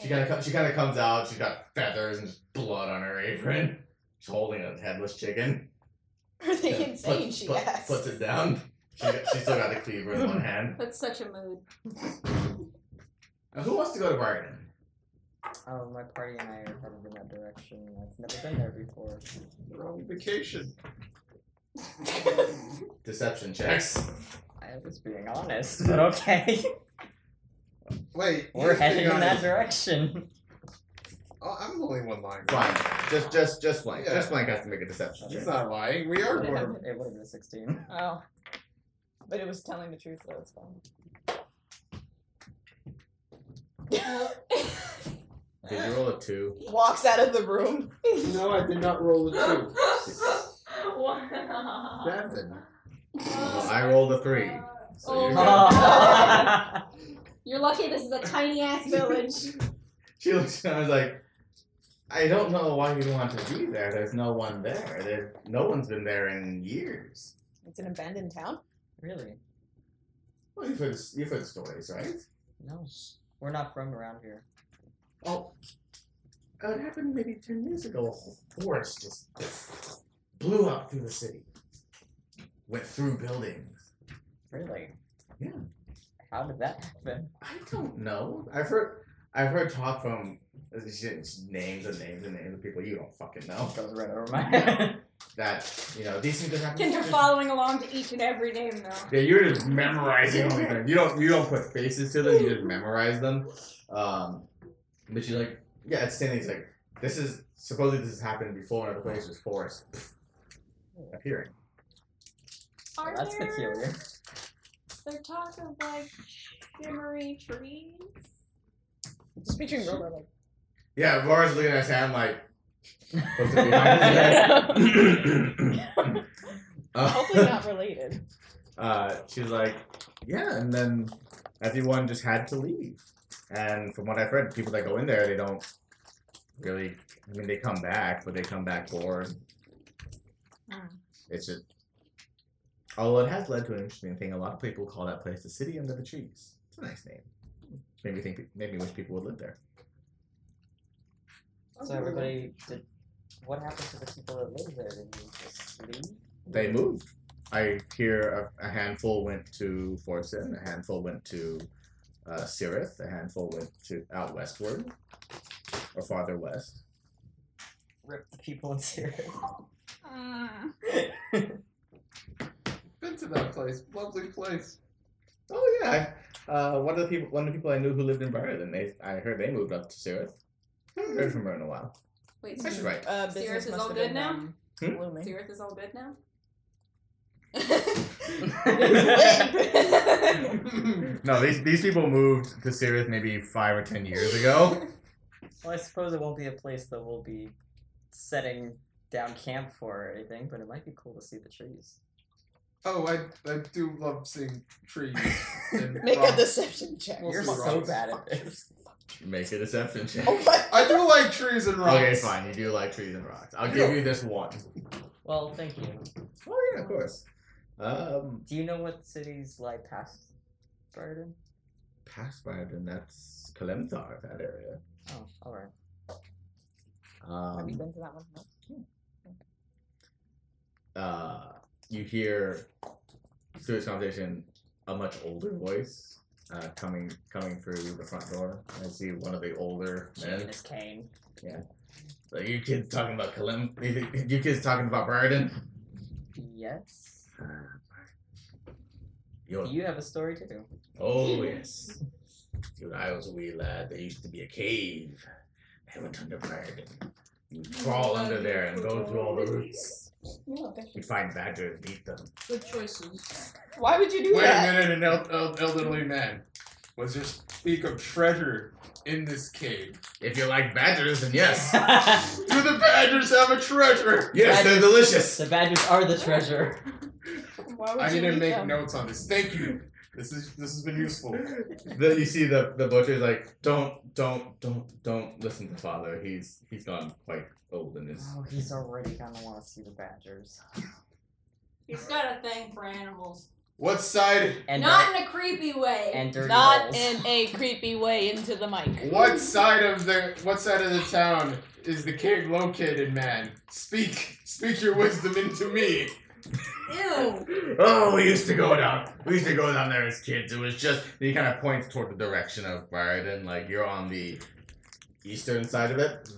Speaker 2: She kind of she kind of comes out. She's got feathers and just blood on her apron. She's holding a headless chicken.
Speaker 5: Are they
Speaker 2: Yeah,
Speaker 5: insane?
Speaker 2: put-
Speaker 5: she
Speaker 2: put-
Speaker 5: asked.
Speaker 2: Puts it down. She, she's still got the cleaver in one hand.
Speaker 11: That's such a mood.
Speaker 2: Now, who wants to go to Bargain?
Speaker 7: Oh, my party and I are headed in that direction. I've never been there before.
Speaker 6: We're on vacation.
Speaker 2: Deception checks.
Speaker 7: I was being honest, but okay.
Speaker 6: Wait,
Speaker 7: We're
Speaker 6: you
Speaker 7: headed
Speaker 6: hang on.
Speaker 7: in that direction.
Speaker 6: Oh, I'm the only one lying.
Speaker 2: Fine. Just, just, just blank.
Speaker 6: Yeah.
Speaker 2: Just blank has to make a deception
Speaker 6: He's
Speaker 2: check.
Speaker 6: not lying. We are
Speaker 7: It would
Speaker 6: going.
Speaker 7: have been a 16.
Speaker 5: Oh. But it was telling the truth, though. It's fine.
Speaker 2: Did you roll a two?
Speaker 5: Walks out of the room.
Speaker 6: No, I did not roll a two.
Speaker 8: wow.
Speaker 6: Seven.
Speaker 2: I rolled a three. So
Speaker 3: Oh.
Speaker 2: you're good.
Speaker 7: Oh.
Speaker 11: You're lucky this is a tiny ass village.
Speaker 2: She looks and I was like, I don't know why you want to be there. There's no one there. There, no one's been there in years.
Speaker 5: It's an abandoned town.
Speaker 7: really?
Speaker 2: Well, you've heard, you've heard stories, right?
Speaker 7: No. We're not from around here.
Speaker 2: Uh, it happened maybe ten years ago. A whole forest just blew up through the city, went through buildings.
Speaker 7: Really?
Speaker 2: Yeah.
Speaker 7: How did that happen?
Speaker 2: I don't know. I've heard, I've heard talk from uh, shit, names and names and names of people you don't fucking know.
Speaker 7: Goes right over my head.
Speaker 2: That you know these things just happen.
Speaker 8: Kinder following along to each and every name though.
Speaker 2: Yeah, you're just memorizing all these things. You don't you don't put faces to them. You just memorize them. Um, but you like yeah, it's Stanley's like this is supposedly this has happened before in other places with forest appearing.
Speaker 11: Are
Speaker 7: That's
Speaker 11: there,
Speaker 7: peculiar.
Speaker 11: there talk of like memory trees?
Speaker 5: Just picturing Robo like.
Speaker 2: Yeah, Laura's looking at Sam like. puts it behind his head. Uh,
Speaker 5: Hopefully not related.
Speaker 2: uh, she's like, yeah, and then everyone just had to leave. And from what I've read, people that go in there, they don't really. I mean, they come back, but they come back bored. It's just. Although it has led to an interesting thing, a lot of people call that place the City Under the Trees. It's a nice name. Made me think. Made me wish people would live there.
Speaker 7: So everybody did. What happened to the people that lived there? Did you just leave?
Speaker 2: They moved. I hear a, a handful went to Forsen, a handful went to uh, Sirith, a handful went to out westward or farther west.
Speaker 7: Rip the people in Syria.
Speaker 11: Mm.
Speaker 6: Been to that place. Lovely place.
Speaker 2: Oh yeah, I, uh, one of the people, one of the people I knew who lived in Briarden, they I heard they moved up to Sirith. Haven't heard from her in a while.
Speaker 8: Wait,
Speaker 2: That's
Speaker 8: Searth
Speaker 2: right.
Speaker 5: Uh,
Speaker 8: Sirius
Speaker 5: business
Speaker 8: is
Speaker 5: must
Speaker 8: all
Speaker 5: have
Speaker 8: good
Speaker 5: been,
Speaker 8: now?
Speaker 5: um,
Speaker 2: Hmm?
Speaker 5: blooming.
Speaker 8: is all good now?
Speaker 2: no, these these people moved to Sirith maybe five or ten years ago.
Speaker 7: Well, I suppose it won't be a place that we'll be setting down camp for or anything, but it might be cool to see the trees.
Speaker 6: Oh, I, I do love seeing trees. and
Speaker 5: Make a
Speaker 6: rocks.
Speaker 5: deception check.
Speaker 6: Well,
Speaker 7: You're
Speaker 6: see
Speaker 7: so
Speaker 6: rocks.
Speaker 7: bad at this.
Speaker 2: Make a deception check.
Speaker 5: Oh my
Speaker 6: I do like trees and rocks.
Speaker 2: Okay, fine. You do like trees and rocks. I'll give you this one.
Speaker 7: Well, thank you.
Speaker 2: Oh yeah, of course. Um,
Speaker 7: Do you know what cities lie past Brighton?
Speaker 2: past Brighton, that's Kalemthar, that area.
Speaker 7: Oh, all right.
Speaker 5: Have you
Speaker 2: Um,
Speaker 5: been to that one? No.
Speaker 2: uh, you hear through this conversation a much older voice uh, coming coming through the front door. I see one of the older men.
Speaker 7: Genus Kane.
Speaker 2: Like you kids talking about Kalem? You kids talking about Brighton?
Speaker 7: Yes.
Speaker 2: You're
Speaker 7: You have a story too.
Speaker 2: Oh yes. When I was a wee lad, there used to be a cave. I went under Brighton. You'd crawl under there and go through all the roots. You'd find badgers, beat them.
Speaker 3: Good choices.
Speaker 5: Why would you do
Speaker 6: Wait
Speaker 5: that?
Speaker 6: a minute, an el- el- elderly man. Was there speak of treasure in this cave?
Speaker 2: If you like badgers, then yes.
Speaker 7: the
Speaker 6: Do the badgers have a treasure?
Speaker 2: Yes, they're delicious.
Speaker 7: badgers are the treasure.
Speaker 5: Why would
Speaker 6: I
Speaker 5: you
Speaker 6: need to
Speaker 5: eat
Speaker 6: make
Speaker 5: them?
Speaker 6: notes on this. Thank you. This is this has been useful.
Speaker 2: Then you see the the butcher's like, don't, don't, don't, don't listen to father. He's he's gone quite old in his.
Speaker 7: Oh, he's already gonna want to see the badgers.
Speaker 8: He's got a thing for animals.
Speaker 6: What side?
Speaker 7: And uh,
Speaker 8: Not in a creepy way.
Speaker 7: and dirty
Speaker 5: Not
Speaker 7: rolls.
Speaker 5: in a creepy way into the mic.
Speaker 6: What side of the what side of the town is the cave located, man? Speak, speak your wisdom into me.
Speaker 8: Ew.
Speaker 2: Oh, we used to go down. We used to go down there as kids. It was just he kind of points toward the direction of Briarden, like you're on the eastern side of it.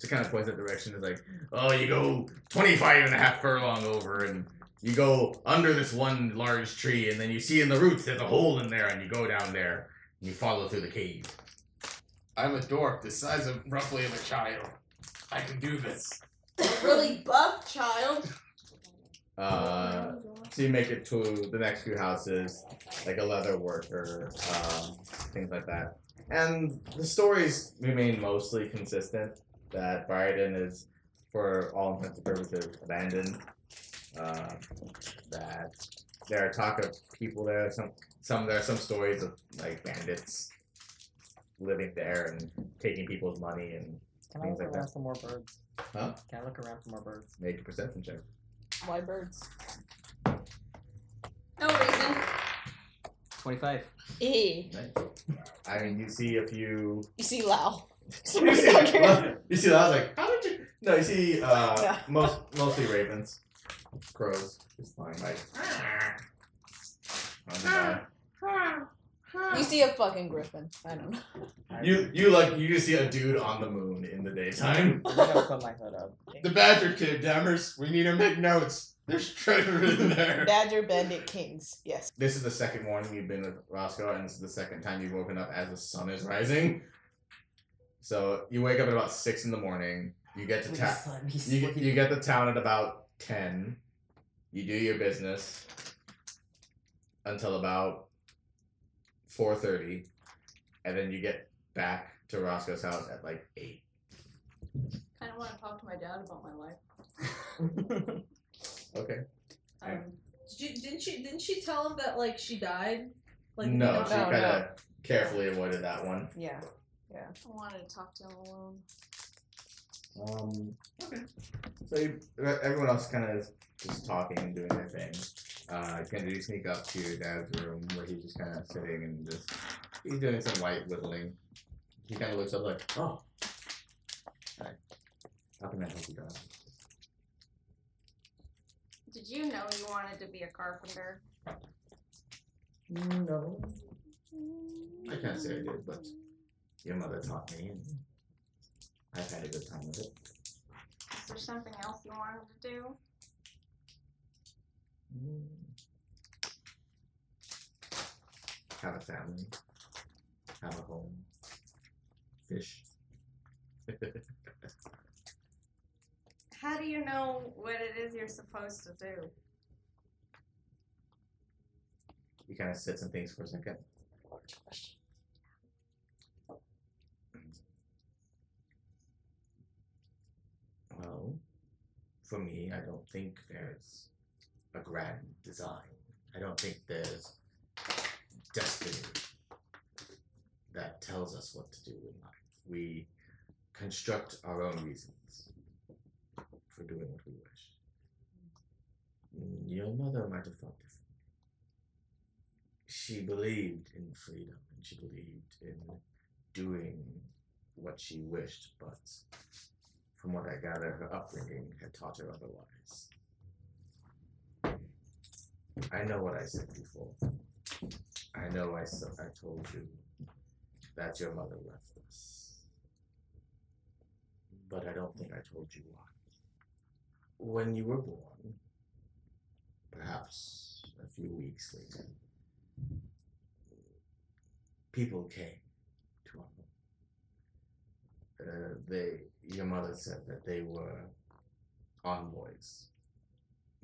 Speaker 2: Just kind of points that direction. Is like, oh, you go 25 and a half furlong over, and you go under this one large tree, and then you see in the roots there's a hole in there, and you go down there and you follow through the cave.
Speaker 6: I'm a dwarf, the size of roughly of a child. I can do this.
Speaker 8: A really buff child.
Speaker 2: Uh, so you make it to the next few houses, like a leather worker, um, things like that. And the stories remain mostly consistent that Brighton is, for all intents and purposes, abandoned. Uh, that there are talk of people there. Some, some there are some stories of like bandits living there and taking people's money and
Speaker 7: Can I
Speaker 2: Things
Speaker 7: look
Speaker 2: like
Speaker 7: around
Speaker 2: that.
Speaker 7: for more birds?
Speaker 2: Huh?
Speaker 7: Can I look around for more birds?
Speaker 2: make a perception check.
Speaker 5: Why birds?
Speaker 8: No reason.
Speaker 7: Twenty-five.
Speaker 5: E.
Speaker 2: Nice. I mean, you see a few
Speaker 5: You see Lao.
Speaker 2: you see, well, you see that? I was like, how did you? No, you see, uh,
Speaker 5: Yeah.
Speaker 2: most mostly ravens, crows, just flying like. on the ground.
Speaker 5: You see a fucking griffin. I don't know.
Speaker 2: You you like you just see a dude on the moon in the daytime.
Speaker 7: I'm gonna put my hood up.
Speaker 6: The Badger Kid, Demers. We need to make notes. There's treasure in there.
Speaker 5: Badger Bandit Kings. Yes.
Speaker 2: This is the second morning you've been with Roscoe, and this is the second time you've woken up as the sun is rising. So you wake up at about six in the morning. You get to
Speaker 7: Please
Speaker 2: town.
Speaker 7: let me
Speaker 2: You,
Speaker 7: sleep.
Speaker 2: you get to town at about 10. You do your business until about 4.30. And then you get back to Roscoe's house at like 8.
Speaker 8: Kind of want to talk to my dad about my life.
Speaker 2: Okay.
Speaker 8: Um,
Speaker 3: Did you, didn't she? Didn't she tell him that like she died? Like
Speaker 2: no,
Speaker 5: no,
Speaker 2: she
Speaker 5: no,
Speaker 2: kind of carefully avoided that one.
Speaker 5: Yeah.
Speaker 8: I wanted to talk to him alone.
Speaker 2: Um, okay. So you, e, everyone else kind of is just talking and doing their thing. Uh, Kendra, you sneak up to your dad's room where he's just kind of sitting and just he's doing some light whittling. He kind of looks up like, oh, hi. How can I help you guys?
Speaker 8: Did you know you wanted to be a carpenter?
Speaker 7: No.
Speaker 2: I can't say I did, but your mother taught me, and I've had a good time with it.
Speaker 8: Is there something else you wanted to do?
Speaker 2: Mm. Have a family. Have a home. Fish.
Speaker 8: How do you know what it is you're supposed to do?
Speaker 2: He kind of sits and thinks for a second. Well, for me, I don't think there's a grand design. I don't think there's destiny that tells us what to do in life. We construct our own reasons for doing what we wish. Mm, Your mother might have thought differently she believed in freedom and she believed in doing what she wished, but from what I gather, her upbringing had taught her otherwise. I know what I said before. I know I, s- I told you that your mother left us. But I don't think I told you why. When you were born, perhaps a few weeks later, people came to our home. Uh, they, your mother said that they were envoys,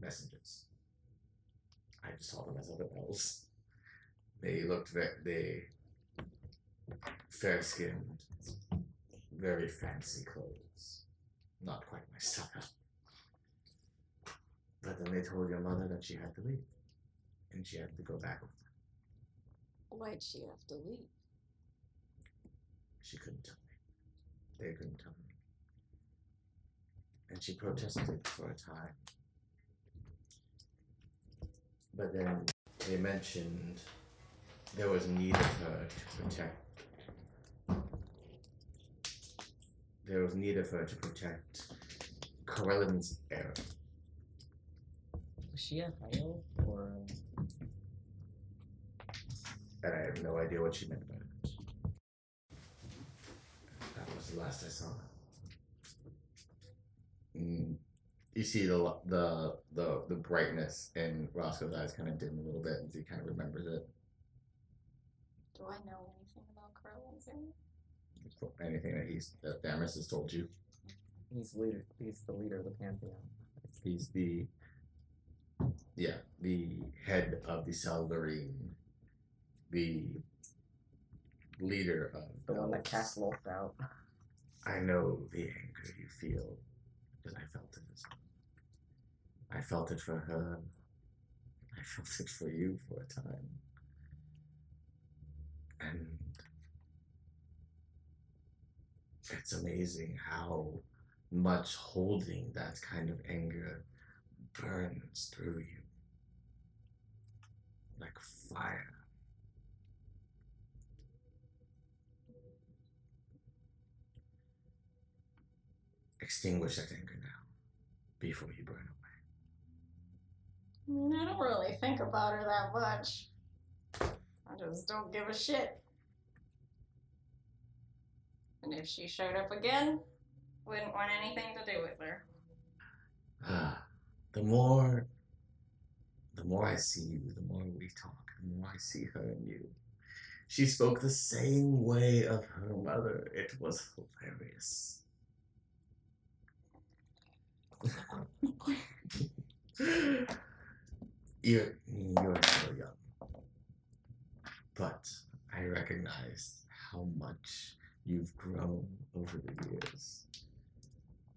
Speaker 2: messengers. I just saw them as other elves. They looked very, they fair skinned, very fancy clothes. Not quite my style. But then they told your mother that she had to leave, and she had to go back with them.
Speaker 8: Why'd she have to leave?
Speaker 2: She couldn't tell me. They couldn't tell me. And she protested for a time. But then they mentioned there was need of her to protect. There was need of her to protect Corellin's heir.
Speaker 7: Was she a high elf or?
Speaker 2: And I have no idea what she meant by it. That was the last I saw. Mm. You see the lo- the the the brightness in Roscoe's eyes kind of dim a little bit, and he kind of remembers it.
Speaker 8: Do I know anything about Carlin's
Speaker 2: for Anything that he's that Damaris has told you,
Speaker 7: He's leader. He's the leader of the pantheon.
Speaker 2: he's the yeah, the head of the Saldarine, the leader of
Speaker 7: The one that
Speaker 2: elves.
Speaker 7: cast Loth out.
Speaker 2: I know the anger you feel, but I felt it. as well. I felt it for her. I felt it for you for a time. And it's amazing how much holding that kind of anger burns through you like fire. Extinguish that anger now before you burn away.
Speaker 8: I mean, I don't really think about her that much. I just don't give a shit. And if she showed up again, wouldn't want anything to do with her.
Speaker 2: Ah, the more the more I see you, the more we talk, the more I see her and you. She spoke the same way of her mother. It was hilarious. you're, you're so young. But I recognize how much you've grown over the years.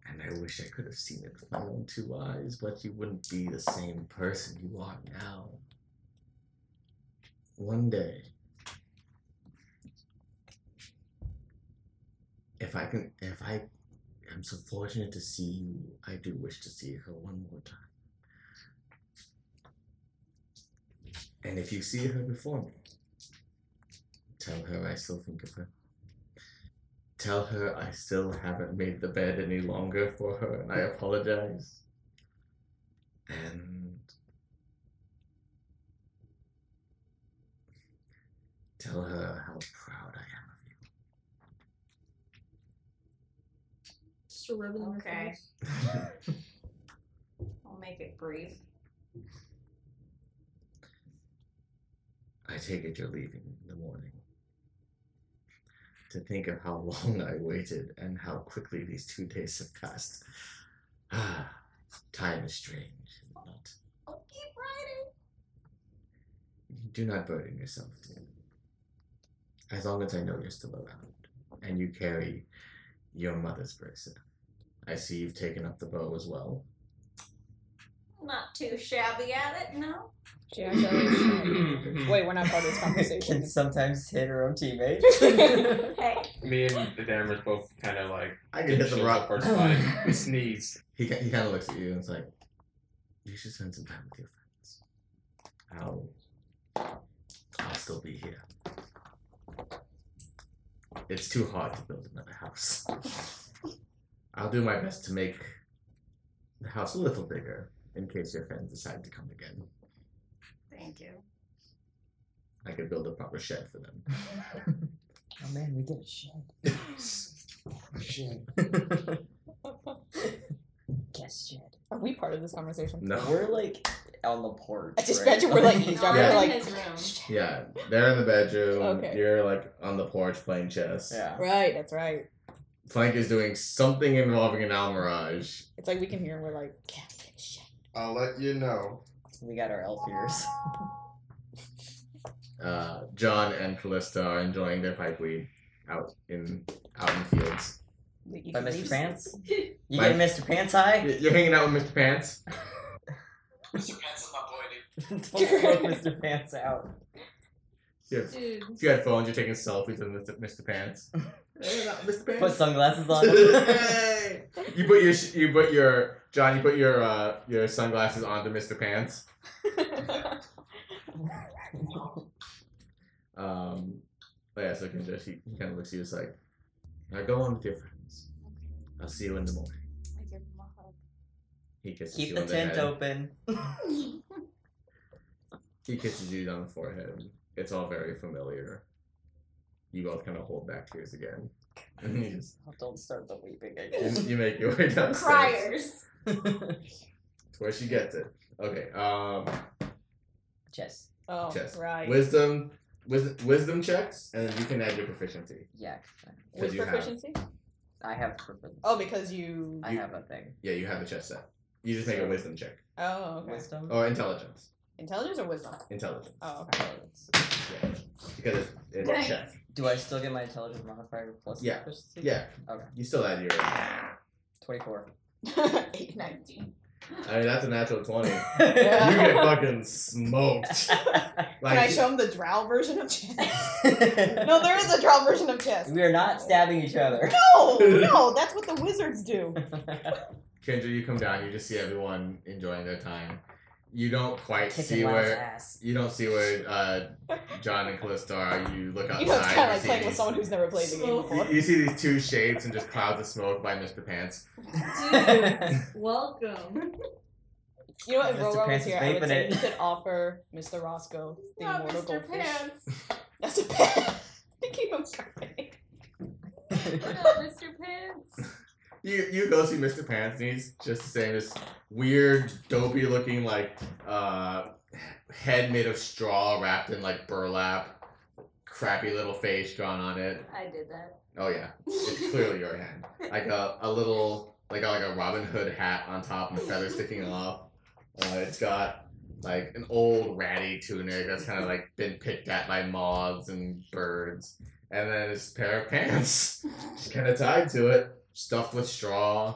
Speaker 2: And I wish I could have seen it with my own two eyes, but you wouldn't be the same person you are now. One day, if I can, if I am so fortunate to see you, I do wish to see her one more time. And if you see her before me, tell her I still think of her. Tell her I still haven't made the bed any longer for her and I apologize. And tell her how proud I am of you.
Speaker 3: Just a ribbon in her
Speaker 8: Okay.
Speaker 3: face.
Speaker 8: I'll make it brief.
Speaker 2: I take it you're leaving in the morning. To think of how long I waited and how quickly these two days have passed. Ah, time is strange, is it not?
Speaker 8: I'll keep writing.
Speaker 2: Do not burden yourself. dear. As long as I know you're still around and you carry your mother's bracelet. I see you've taken up the bow as well.
Speaker 8: Not too shabby at it, no.
Speaker 11: She actually is shit. Wait, we're not part of this
Speaker 7: Can
Speaker 11: conversation.
Speaker 7: sometimes hit her own teammates.
Speaker 8: Hey,
Speaker 6: Me and the Damaris both kind of like
Speaker 2: I
Speaker 6: shows up our
Speaker 8: Oh
Speaker 6: spot. We sneeze.
Speaker 2: He, ki- he kind of looks at you and it's like, you should spend some time with your friends. I'll, I'll still be here. It's too hard to build another house. I'll do my best to make the house a little bigger in case your friends decide to come again.
Speaker 8: Thank you.
Speaker 2: I could build a proper shed for them.
Speaker 7: Oh man, we get a shed. Guest shed.
Speaker 11: Are we part of this conversation?
Speaker 2: No.
Speaker 7: We're like on the porch.
Speaker 11: I just
Speaker 7: right?
Speaker 11: imagine we're like
Speaker 7: Oh,
Speaker 8: No,
Speaker 11: eavesdropping.
Speaker 8: I'm
Speaker 11: We're
Speaker 8: in
Speaker 11: like,
Speaker 8: his room.
Speaker 2: Yeah, they're in the bedroom.
Speaker 11: Okay.
Speaker 2: You're like on the porch playing chess.
Speaker 7: yeah.
Speaker 11: right, that's right.
Speaker 2: Plank is doing something involving an almirage.
Speaker 11: It's like we can hear and we're like, yeah, we get shit.
Speaker 6: I'll let you know.
Speaker 7: We got our elf ears.
Speaker 2: uh, John and Callista are enjoying their pipe weed out in out in the fields.
Speaker 11: Wait, you
Speaker 7: By
Speaker 11: can leave.
Speaker 7: Mr. Pants. You
Speaker 2: By-
Speaker 7: get Mr. Pants high?
Speaker 2: Y- You're hanging out with Mr. Pants.
Speaker 4: Mr. Pants is my boy, dude.
Speaker 7: Don't smoke Mr. Pants out.
Speaker 2: If
Speaker 3: Dude.
Speaker 2: if you had phones, you're taking selfies with Mr. Mr. Pants. Hey, not Mr.
Speaker 7: Put
Speaker 2: Pants.
Speaker 7: sunglasses on.
Speaker 2: Hey! you put your sh- you put your John. You put your uh, your sunglasses onto Mr. Pants. Um, but yeah, so Kendra, she, he kind of looks at you, it's like, now go on with your friends. I'll see you in the morning.
Speaker 8: I give him a hug.
Speaker 2: He kisses
Speaker 7: Keep
Speaker 2: you
Speaker 7: the
Speaker 2: on the
Speaker 7: tent
Speaker 2: head.
Speaker 7: open.
Speaker 2: He kisses you on the forehead. It's all very familiar. You both kind of hold back tears again. And you, just,
Speaker 7: Oh, don't start the weeping
Speaker 2: you,
Speaker 7: again.
Speaker 2: you make your way downstairs.
Speaker 8: Criers.
Speaker 2: To where she gets it. Okay. Um,
Speaker 7: Chess.
Speaker 11: Oh,
Speaker 2: Chess.
Speaker 11: right.
Speaker 2: wisdom, wisdom, wisdom checks, and then you can add your proficiency.
Speaker 7: Yeah.
Speaker 2: What
Speaker 11: With
Speaker 2: do you have?
Speaker 11: proficiency?
Speaker 7: I have purpose.
Speaker 11: Oh, because you.
Speaker 7: I
Speaker 2: You-
Speaker 7: have a thing.
Speaker 2: Yeah, you have a chess set. You just make a wisdom check
Speaker 5: Oh, okay.
Speaker 7: Wisdom.
Speaker 2: or intelligence.
Speaker 5: Intelligence or wisdom?
Speaker 2: Intelligence.
Speaker 5: Oh, okay.
Speaker 2: Yeah. Because it's, it's a
Speaker 8: Right.
Speaker 2: check.
Speaker 7: Do I still get my intelligence modifier plus
Speaker 2: Yeah.
Speaker 7: proficiency?
Speaker 2: Yeah.
Speaker 7: Okay.
Speaker 2: You still add your. I
Speaker 7: Twenty-four.
Speaker 5: 819.
Speaker 2: mean, that's a natural twenty. you
Speaker 5: Yeah.
Speaker 2: get fucking smoked.
Speaker 5: Can
Speaker 2: Like
Speaker 5: I show him the drow version of chess? no, there is a drow version of chess.
Speaker 7: we are not stabbing each other.
Speaker 5: No, no, that's what the wizards do.
Speaker 2: Kendra, you come down. You just see everyone enjoying their time. You don't quite see
Speaker 7: Kicking Lion's
Speaker 2: where
Speaker 7: ass.
Speaker 2: you don't see where uh, John and Callisto are. You look outside.
Speaker 5: You know, it's kind of like
Speaker 2: see
Speaker 5: playing with
Speaker 2: these-
Speaker 5: someone who's never played the game before.
Speaker 2: You, you see these two shapes and just clouds of smoke by Mr. Pants.
Speaker 3: Welcome.
Speaker 5: You know what? If
Speaker 7: Mr.
Speaker 5: Rogar was
Speaker 7: Pants
Speaker 5: here,
Speaker 7: is
Speaker 5: I would
Speaker 7: vaping
Speaker 5: say
Speaker 7: it.
Speaker 5: he could offer Mr. Roscoe the
Speaker 11: Not
Speaker 5: immortal
Speaker 11: Mr.
Speaker 5: goldfish.
Speaker 11: Pants.
Speaker 5: That's a pet. I keep him company.
Speaker 11: Mr. Pants.
Speaker 2: You you go see Mr. Pants and he's just the same as weird, dopey looking like uh head made of straw wrapped in like burlap, crappy little face drawn on it.
Speaker 8: I did that.
Speaker 2: Oh yeah. It's clearly your hand. Like a, a little like a, like a Robin Hood hat on top and a feather sticking off. Uh, it's got like an old ratty tunic that's kind of like been picked at by moths and birds, and then this pair of pants just kind of tied to it, stuffed with straw.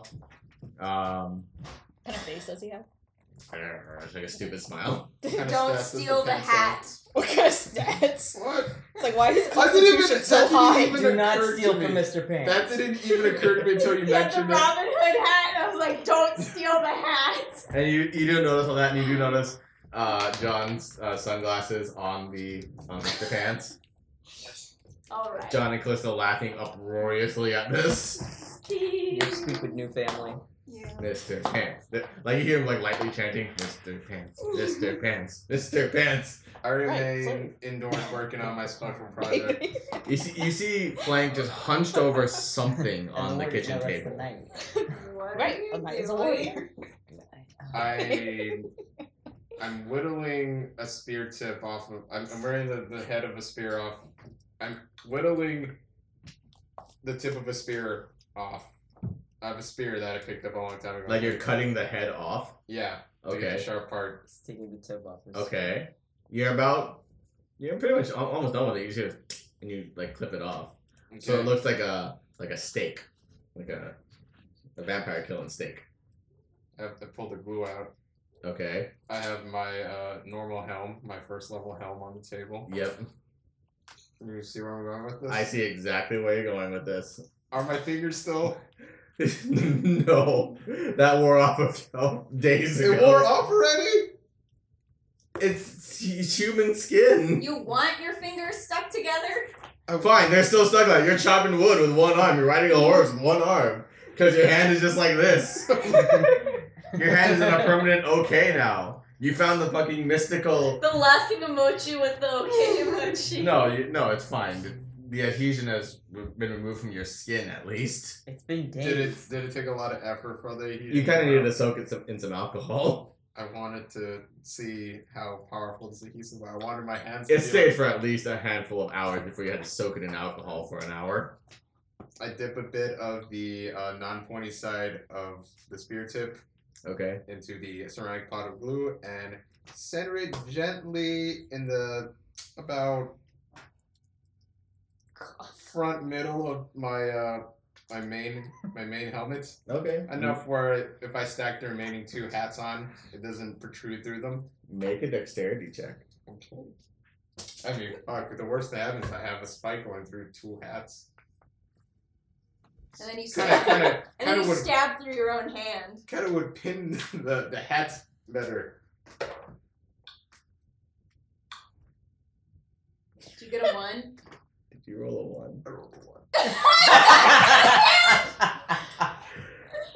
Speaker 2: Um,
Speaker 5: What kind of face does he have?
Speaker 2: I don't know, it's like a stupid smile.
Speaker 6: Kinda
Speaker 8: Don't
Speaker 6: stats is
Speaker 8: steal the
Speaker 6: pencil.
Speaker 8: hat.
Speaker 5: What kind of stats?
Speaker 6: What?
Speaker 5: It's like, why is his
Speaker 6: I didn't even-
Speaker 5: constitution
Speaker 6: that
Speaker 5: so
Speaker 6: didn't
Speaker 5: high?
Speaker 6: even
Speaker 7: Do not
Speaker 6: occur to
Speaker 7: steal from
Speaker 6: me.
Speaker 7: Mr. Pants.
Speaker 6: That didn't even occur to me until you
Speaker 8: He had the
Speaker 6: mentioned it.
Speaker 8: Robin Hood hat, and I was like, don't steal the hat.
Speaker 2: And you you do notice all that, and you do notice uh, John's uh, sunglasses on the on the pants.
Speaker 4: Yes.
Speaker 8: All right.
Speaker 2: John and Calista laughing uproariously at this.
Speaker 8: Tea.
Speaker 7: Your stupid new family.
Speaker 2: Mr. Pants. Th- Like you hear him like lightly chanting, Mr. Pants, Mr. Pants, Mr. Pants.
Speaker 6: I remain
Speaker 5: sorry.
Speaker 6: indoors working on my special project.
Speaker 2: You see, you see Flank just hunched over something on the
Speaker 7: And Lord
Speaker 2: kitchen
Speaker 7: Jealous
Speaker 2: table.
Speaker 8: What
Speaker 5: right,
Speaker 8: are you
Speaker 5: a knight is a
Speaker 8: doing?
Speaker 5: warrior.
Speaker 6: I I'm whittling a spear tip off of I'm, I'm wearing the, the head of a spear off. I'm whittling the tip of a spear off. I have a spear that I picked up a long time ago.
Speaker 2: Like you're cutting the head off.
Speaker 6: Yeah. to get The
Speaker 2: Okay.
Speaker 6: sharp part.
Speaker 7: It's taking the tip off. his-
Speaker 2: Okay. You're about. You're pretty much al- almost done with it. You just and you like clip it off, so
Speaker 6: Okay.
Speaker 2: it looks like a like a steak, like a a vampire killing steak.
Speaker 6: I, have to pull the glue out.
Speaker 2: Okay.
Speaker 6: I have my uh, normal helm, my first level helm on the table.
Speaker 2: Yep.
Speaker 6: You see where I'm going with this?
Speaker 2: I see exactly where you're going with this.
Speaker 6: Are my fingers still?
Speaker 2: no, that wore off a few days ago.
Speaker 6: It wore off already.
Speaker 2: It's hu- human skin.
Speaker 8: You want your fingers stuck together?
Speaker 2: Fine, they're still stuck on it. You're chopping wood with one arm. You're riding a horse with one arm. Because your hand is just like this. your hand is in a permanent okay now. You found the fucking mystical.
Speaker 8: The laughing emoji with the okay emoji.
Speaker 2: No, you, no, it's fine. The, the adhesion has re- been removed from your skin at least.
Speaker 7: It's been days.
Speaker 6: Did it? Did it take a lot of effort for the?
Speaker 2: You kind of needed to soak it some, in some alcohol.
Speaker 6: I wanted to see how powerful this adhesive was. I wanted my hands.
Speaker 2: It
Speaker 6: to
Speaker 2: stayed for at least a handful of hours before you had to soak it in alcohol for an hour.
Speaker 6: I dip a bit of the uh, non-pointy side of the spear tip
Speaker 2: Okay.
Speaker 6: into the ceramic pot of glue and center it gently in the about front middle of my uh, my main my main helmet.
Speaker 2: Okay.
Speaker 6: Enough where if I stack the remaining two hats on, it doesn't protrude through them.
Speaker 2: Make a dexterity check.
Speaker 6: Okay. I mean, fuck. The worst that happens, I have a spike going through two hats.
Speaker 8: And then you
Speaker 6: Kind of,
Speaker 8: stab,
Speaker 6: kind of,
Speaker 8: and then
Speaker 6: kind
Speaker 8: you
Speaker 6: of would,
Speaker 8: stab through your own hand.
Speaker 6: kind of would pin the the hats better.
Speaker 8: Did you get a one?
Speaker 2: Did you roll a one?
Speaker 6: I rolled a one.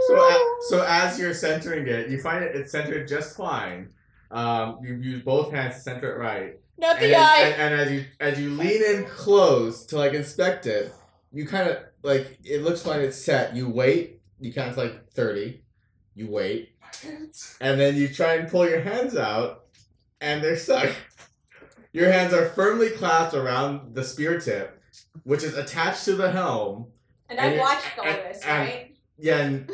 Speaker 2: So, a- so as you're centering it, you find it it's centered just fine. Um, you use both hands to center it right,
Speaker 5: Not
Speaker 2: and,
Speaker 5: the eye.
Speaker 2: as, and, and as you as you lean in close to like inspect it, you kind of like it looks fine. It's set. You wait. You count to like thirty. You wait, and then you try and pull your hands out, and they're stuck. Your hands are firmly clasped around the spear tip, which is attached to the helm.
Speaker 8: And
Speaker 2: And
Speaker 8: I
Speaker 2: you-
Speaker 8: watched all
Speaker 2: and-
Speaker 8: this,
Speaker 2: and-
Speaker 8: right?
Speaker 2: Yeah, and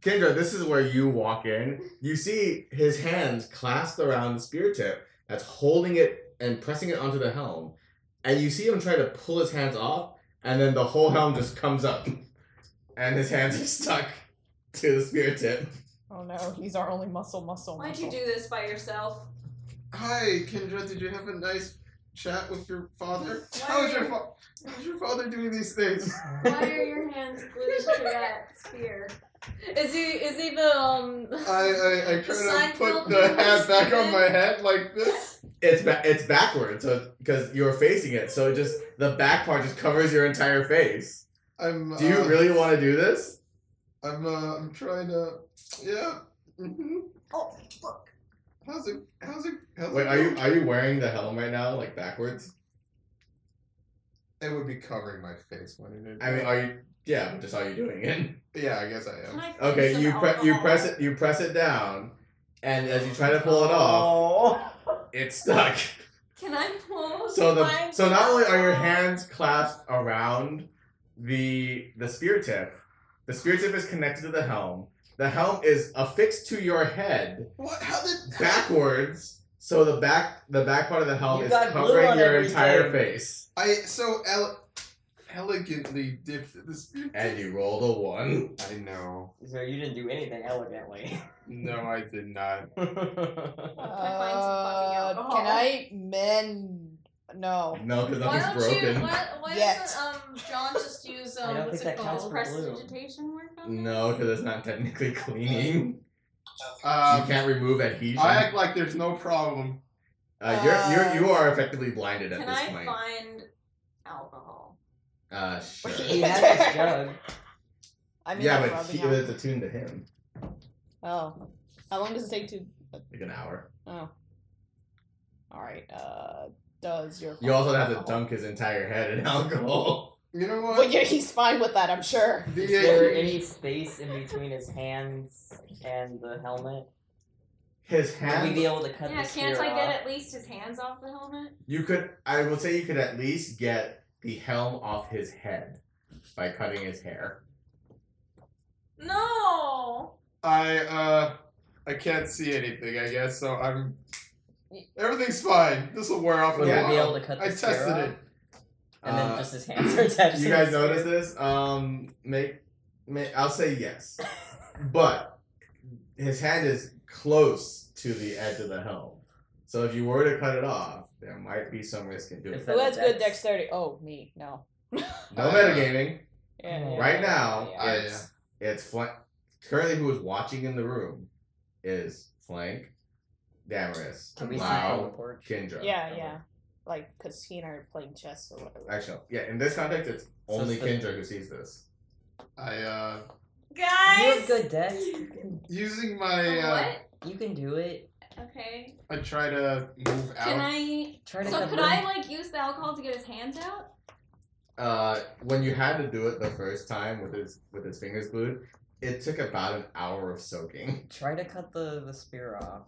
Speaker 2: Kendra, this is where you walk in. You see his hands clasped around the spear tip that's holding it and pressing it onto the helm. And you see him try to pull his hands off, and then the whole helm just comes up. And his hands are stuck to the spear tip.
Speaker 5: Oh no, he's our only muscle, muscle,
Speaker 8: Why'd you
Speaker 5: muscle.
Speaker 8: do this by yourself?
Speaker 6: Hi, Kendra. Did you have a nice chat with your father?
Speaker 8: Why
Speaker 6: How is
Speaker 8: are
Speaker 6: your
Speaker 8: you-
Speaker 6: fa- how's your father doing these things?
Speaker 8: Why are your hands glued to that spear?
Speaker 3: Is he is he the um?
Speaker 6: I I, I try to
Speaker 3: Seinfeld
Speaker 6: put the
Speaker 3: movie
Speaker 6: hat back on
Speaker 3: scene.
Speaker 6: my head like this.
Speaker 2: It's ba- it's backwards, so because you're facing it, so it just the back part just covers your entire face.
Speaker 6: I'm.
Speaker 2: Do you
Speaker 6: uh,
Speaker 2: really want to do this?
Speaker 6: I'm. Uh, I'm trying to. Yeah. hmm
Speaker 5: Oh, fuck.
Speaker 6: How's it? How's it? How's
Speaker 2: Wait,
Speaker 6: it
Speaker 2: are you
Speaker 6: going?
Speaker 2: are you wearing the helm right now, like backwards?
Speaker 6: It would be covering my face when it.
Speaker 2: I mean, are you? Yeah, just are you doing it?
Speaker 6: yeah, I guess I
Speaker 8: Can
Speaker 6: am.
Speaker 8: I find
Speaker 2: Okay,
Speaker 8: some
Speaker 2: you pre- you
Speaker 8: alcohol?
Speaker 2: press it you press it down, and as you try to pull it off, it's stuck.
Speaker 8: Can I pull?
Speaker 2: So the
Speaker 8: find
Speaker 2: so not only are your
Speaker 8: alcohol?
Speaker 2: hands clasped around the the spear tip, the spear tip is connected to the helm. The helm is affixed to your head
Speaker 6: What? How did?
Speaker 2: backwards, so the back the back part of the helm
Speaker 7: You
Speaker 2: is
Speaker 7: got glue
Speaker 2: covering
Speaker 7: on
Speaker 2: your
Speaker 7: everything.
Speaker 2: entire face.
Speaker 6: I so ele- elegantly dipped this.
Speaker 2: And you rolled a one.
Speaker 6: I know.
Speaker 7: Oh. So you didn't do anything elegantly.
Speaker 6: No, I did not.
Speaker 7: Why
Speaker 8: Can I find some fucking
Speaker 5: Uh,
Speaker 8: alcohol?
Speaker 5: Can I mend? No.
Speaker 2: No, because
Speaker 3: Why
Speaker 2: nothing's
Speaker 3: don't
Speaker 2: broken.
Speaker 3: you? Why, why
Speaker 5: Yet.
Speaker 3: doesn't um John just use
Speaker 7: I
Speaker 3: um
Speaker 7: don't
Speaker 3: what's
Speaker 7: think
Speaker 3: it
Speaker 7: that counts
Speaker 3: called?
Speaker 7: for
Speaker 3: Press-
Speaker 7: glue.
Speaker 8: Prestidigitation work on this?
Speaker 2: No, because it's not technically cleaning. you
Speaker 6: Um,
Speaker 2: can't remove adhesion.
Speaker 6: I act like there's no problem.
Speaker 2: Uh, you're, you're, you are effectively blinded at
Speaker 8: Can
Speaker 2: this
Speaker 8: I
Speaker 2: point.
Speaker 8: find alcohol?
Speaker 2: uh, sure.
Speaker 7: He had his jug.
Speaker 5: I mean,
Speaker 2: yeah,
Speaker 5: like
Speaker 2: but
Speaker 5: rubbing
Speaker 2: he,
Speaker 5: on-
Speaker 2: it's attuned to him.
Speaker 5: Oh. How long does it take to.
Speaker 2: Like an hour.
Speaker 5: Oh. Alright, uh. Does your.
Speaker 2: You also have to
Speaker 5: alcohol-
Speaker 2: dunk his entire head in alcohol.
Speaker 6: You know what?
Speaker 5: But yeah, he's fine with that, I'm sure.
Speaker 6: The-
Speaker 7: Is there any space in between his hands and the helmet?
Speaker 2: His
Speaker 7: Would we
Speaker 2: hand.
Speaker 7: be able to cut
Speaker 8: yeah,
Speaker 7: the
Speaker 8: can't
Speaker 7: spear
Speaker 8: I get
Speaker 7: off?
Speaker 8: at least his hands off the helmet?
Speaker 2: You could. I would say you could at least get the helm off his head by cutting his hair.
Speaker 8: No.
Speaker 6: I uh, I can't see anything. I guess so. I'm.
Speaker 7: Y-
Speaker 6: Everything's fine. This will wear off in
Speaker 7: Would
Speaker 2: Yeah.
Speaker 6: a
Speaker 7: we be able
Speaker 6: while.
Speaker 7: to cut the
Speaker 6: I
Speaker 7: spear
Speaker 6: tested
Speaker 7: off?
Speaker 6: it.
Speaker 7: And then
Speaker 2: Uh,
Speaker 7: just his hands are attached.
Speaker 2: you
Speaker 7: to
Speaker 2: guys
Speaker 7: the
Speaker 2: notice
Speaker 7: spear.
Speaker 2: this? Um, make, make. I'll say yes, but his hand is close to the edge of the helm. So if you were to cut it off, there might be some risk in doing
Speaker 7: Is
Speaker 2: it.
Speaker 7: that
Speaker 5: Who has good
Speaker 7: dex?
Speaker 5: dexterity? Oh, me. No.
Speaker 2: No metagaming.
Speaker 5: Yeah,
Speaker 7: Oh.
Speaker 5: yeah,
Speaker 2: Right
Speaker 5: yeah,
Speaker 2: now,
Speaker 5: yeah,
Speaker 6: I-
Speaker 2: it's it's flank. Currently, who is watching in the room is Flank, Damaris,
Speaker 7: Can we see from the
Speaker 2: Lao,
Speaker 7: porch?
Speaker 2: Kendra.
Speaker 5: Yeah, yeah. Like, because he and I are playing chess or whatever.
Speaker 2: Actually, yeah. In this context, it's
Speaker 7: it's
Speaker 2: only
Speaker 7: the-
Speaker 2: Kendra who sees this.
Speaker 6: I uh,
Speaker 7: You
Speaker 8: Guys.
Speaker 7: have good dex. You can,
Speaker 6: using my uh,
Speaker 8: What?
Speaker 7: you can do it.
Speaker 8: Okay.
Speaker 6: I try to move out.
Speaker 8: Can I?
Speaker 7: Try to
Speaker 8: So
Speaker 7: cut
Speaker 8: could
Speaker 7: them.
Speaker 8: I like use the alcohol to get his hands out?
Speaker 2: Uh, when you had to do it the first time with his with his fingers glued, it took about an hour of soaking.
Speaker 7: Try to cut the, the spear off.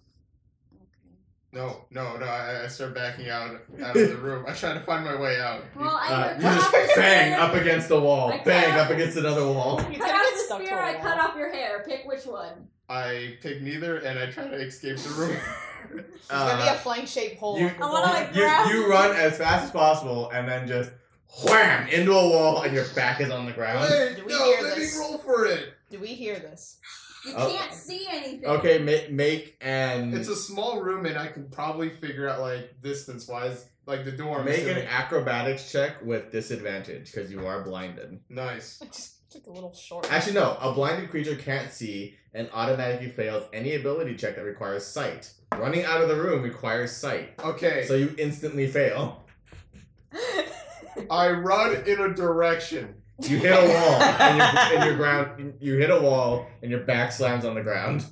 Speaker 6: No, no, no. I, I start backing out out of the room. I try to find my way out.
Speaker 8: Well, I
Speaker 2: Uh, you
Speaker 8: cut
Speaker 2: just uh,
Speaker 8: off your
Speaker 2: bang
Speaker 8: hair.
Speaker 2: up against the wall,
Speaker 8: I
Speaker 2: bang
Speaker 8: cut
Speaker 2: up
Speaker 8: off-
Speaker 2: against another wall.
Speaker 5: He's
Speaker 8: Cut
Speaker 5: gonna
Speaker 8: off
Speaker 5: get
Speaker 8: the
Speaker 5: stuck to
Speaker 8: spear.
Speaker 5: a
Speaker 8: I
Speaker 5: wall.
Speaker 8: cut off your hair. Pick which one.
Speaker 6: I pick neither, and I try to escape the room. Uh,
Speaker 5: There's gonna be a flank shaped hole.
Speaker 2: Uh, You,
Speaker 5: in the
Speaker 8: I wanna,
Speaker 5: wall.
Speaker 8: like,
Speaker 2: you,
Speaker 8: grab-
Speaker 2: you run as fast as possible and then just wham into a wall and your back is on the ground.
Speaker 6: Wait,
Speaker 5: Do we
Speaker 6: no,
Speaker 5: hear
Speaker 6: let me
Speaker 5: this?
Speaker 6: roll for it.
Speaker 5: Do we hear this?
Speaker 8: You
Speaker 2: Oh.
Speaker 8: can't see anything.
Speaker 2: Okay, make make and
Speaker 6: It's a small room, and I can probably figure out like distance wise, like the door. I'm
Speaker 2: make an
Speaker 6: assuming.
Speaker 2: acrobatics check with disadvantage because you are blinded.
Speaker 6: nice.
Speaker 5: I just took a little short.
Speaker 2: Actually, no. A blinded creature can't see and automatically fails any ability check that requires sight. Running out of the room requires sight,
Speaker 6: Okay,
Speaker 2: so you instantly fail.
Speaker 6: I run in a direction.
Speaker 2: You hit a wall and your, and your ground. You hit a wall and your back slams on the ground.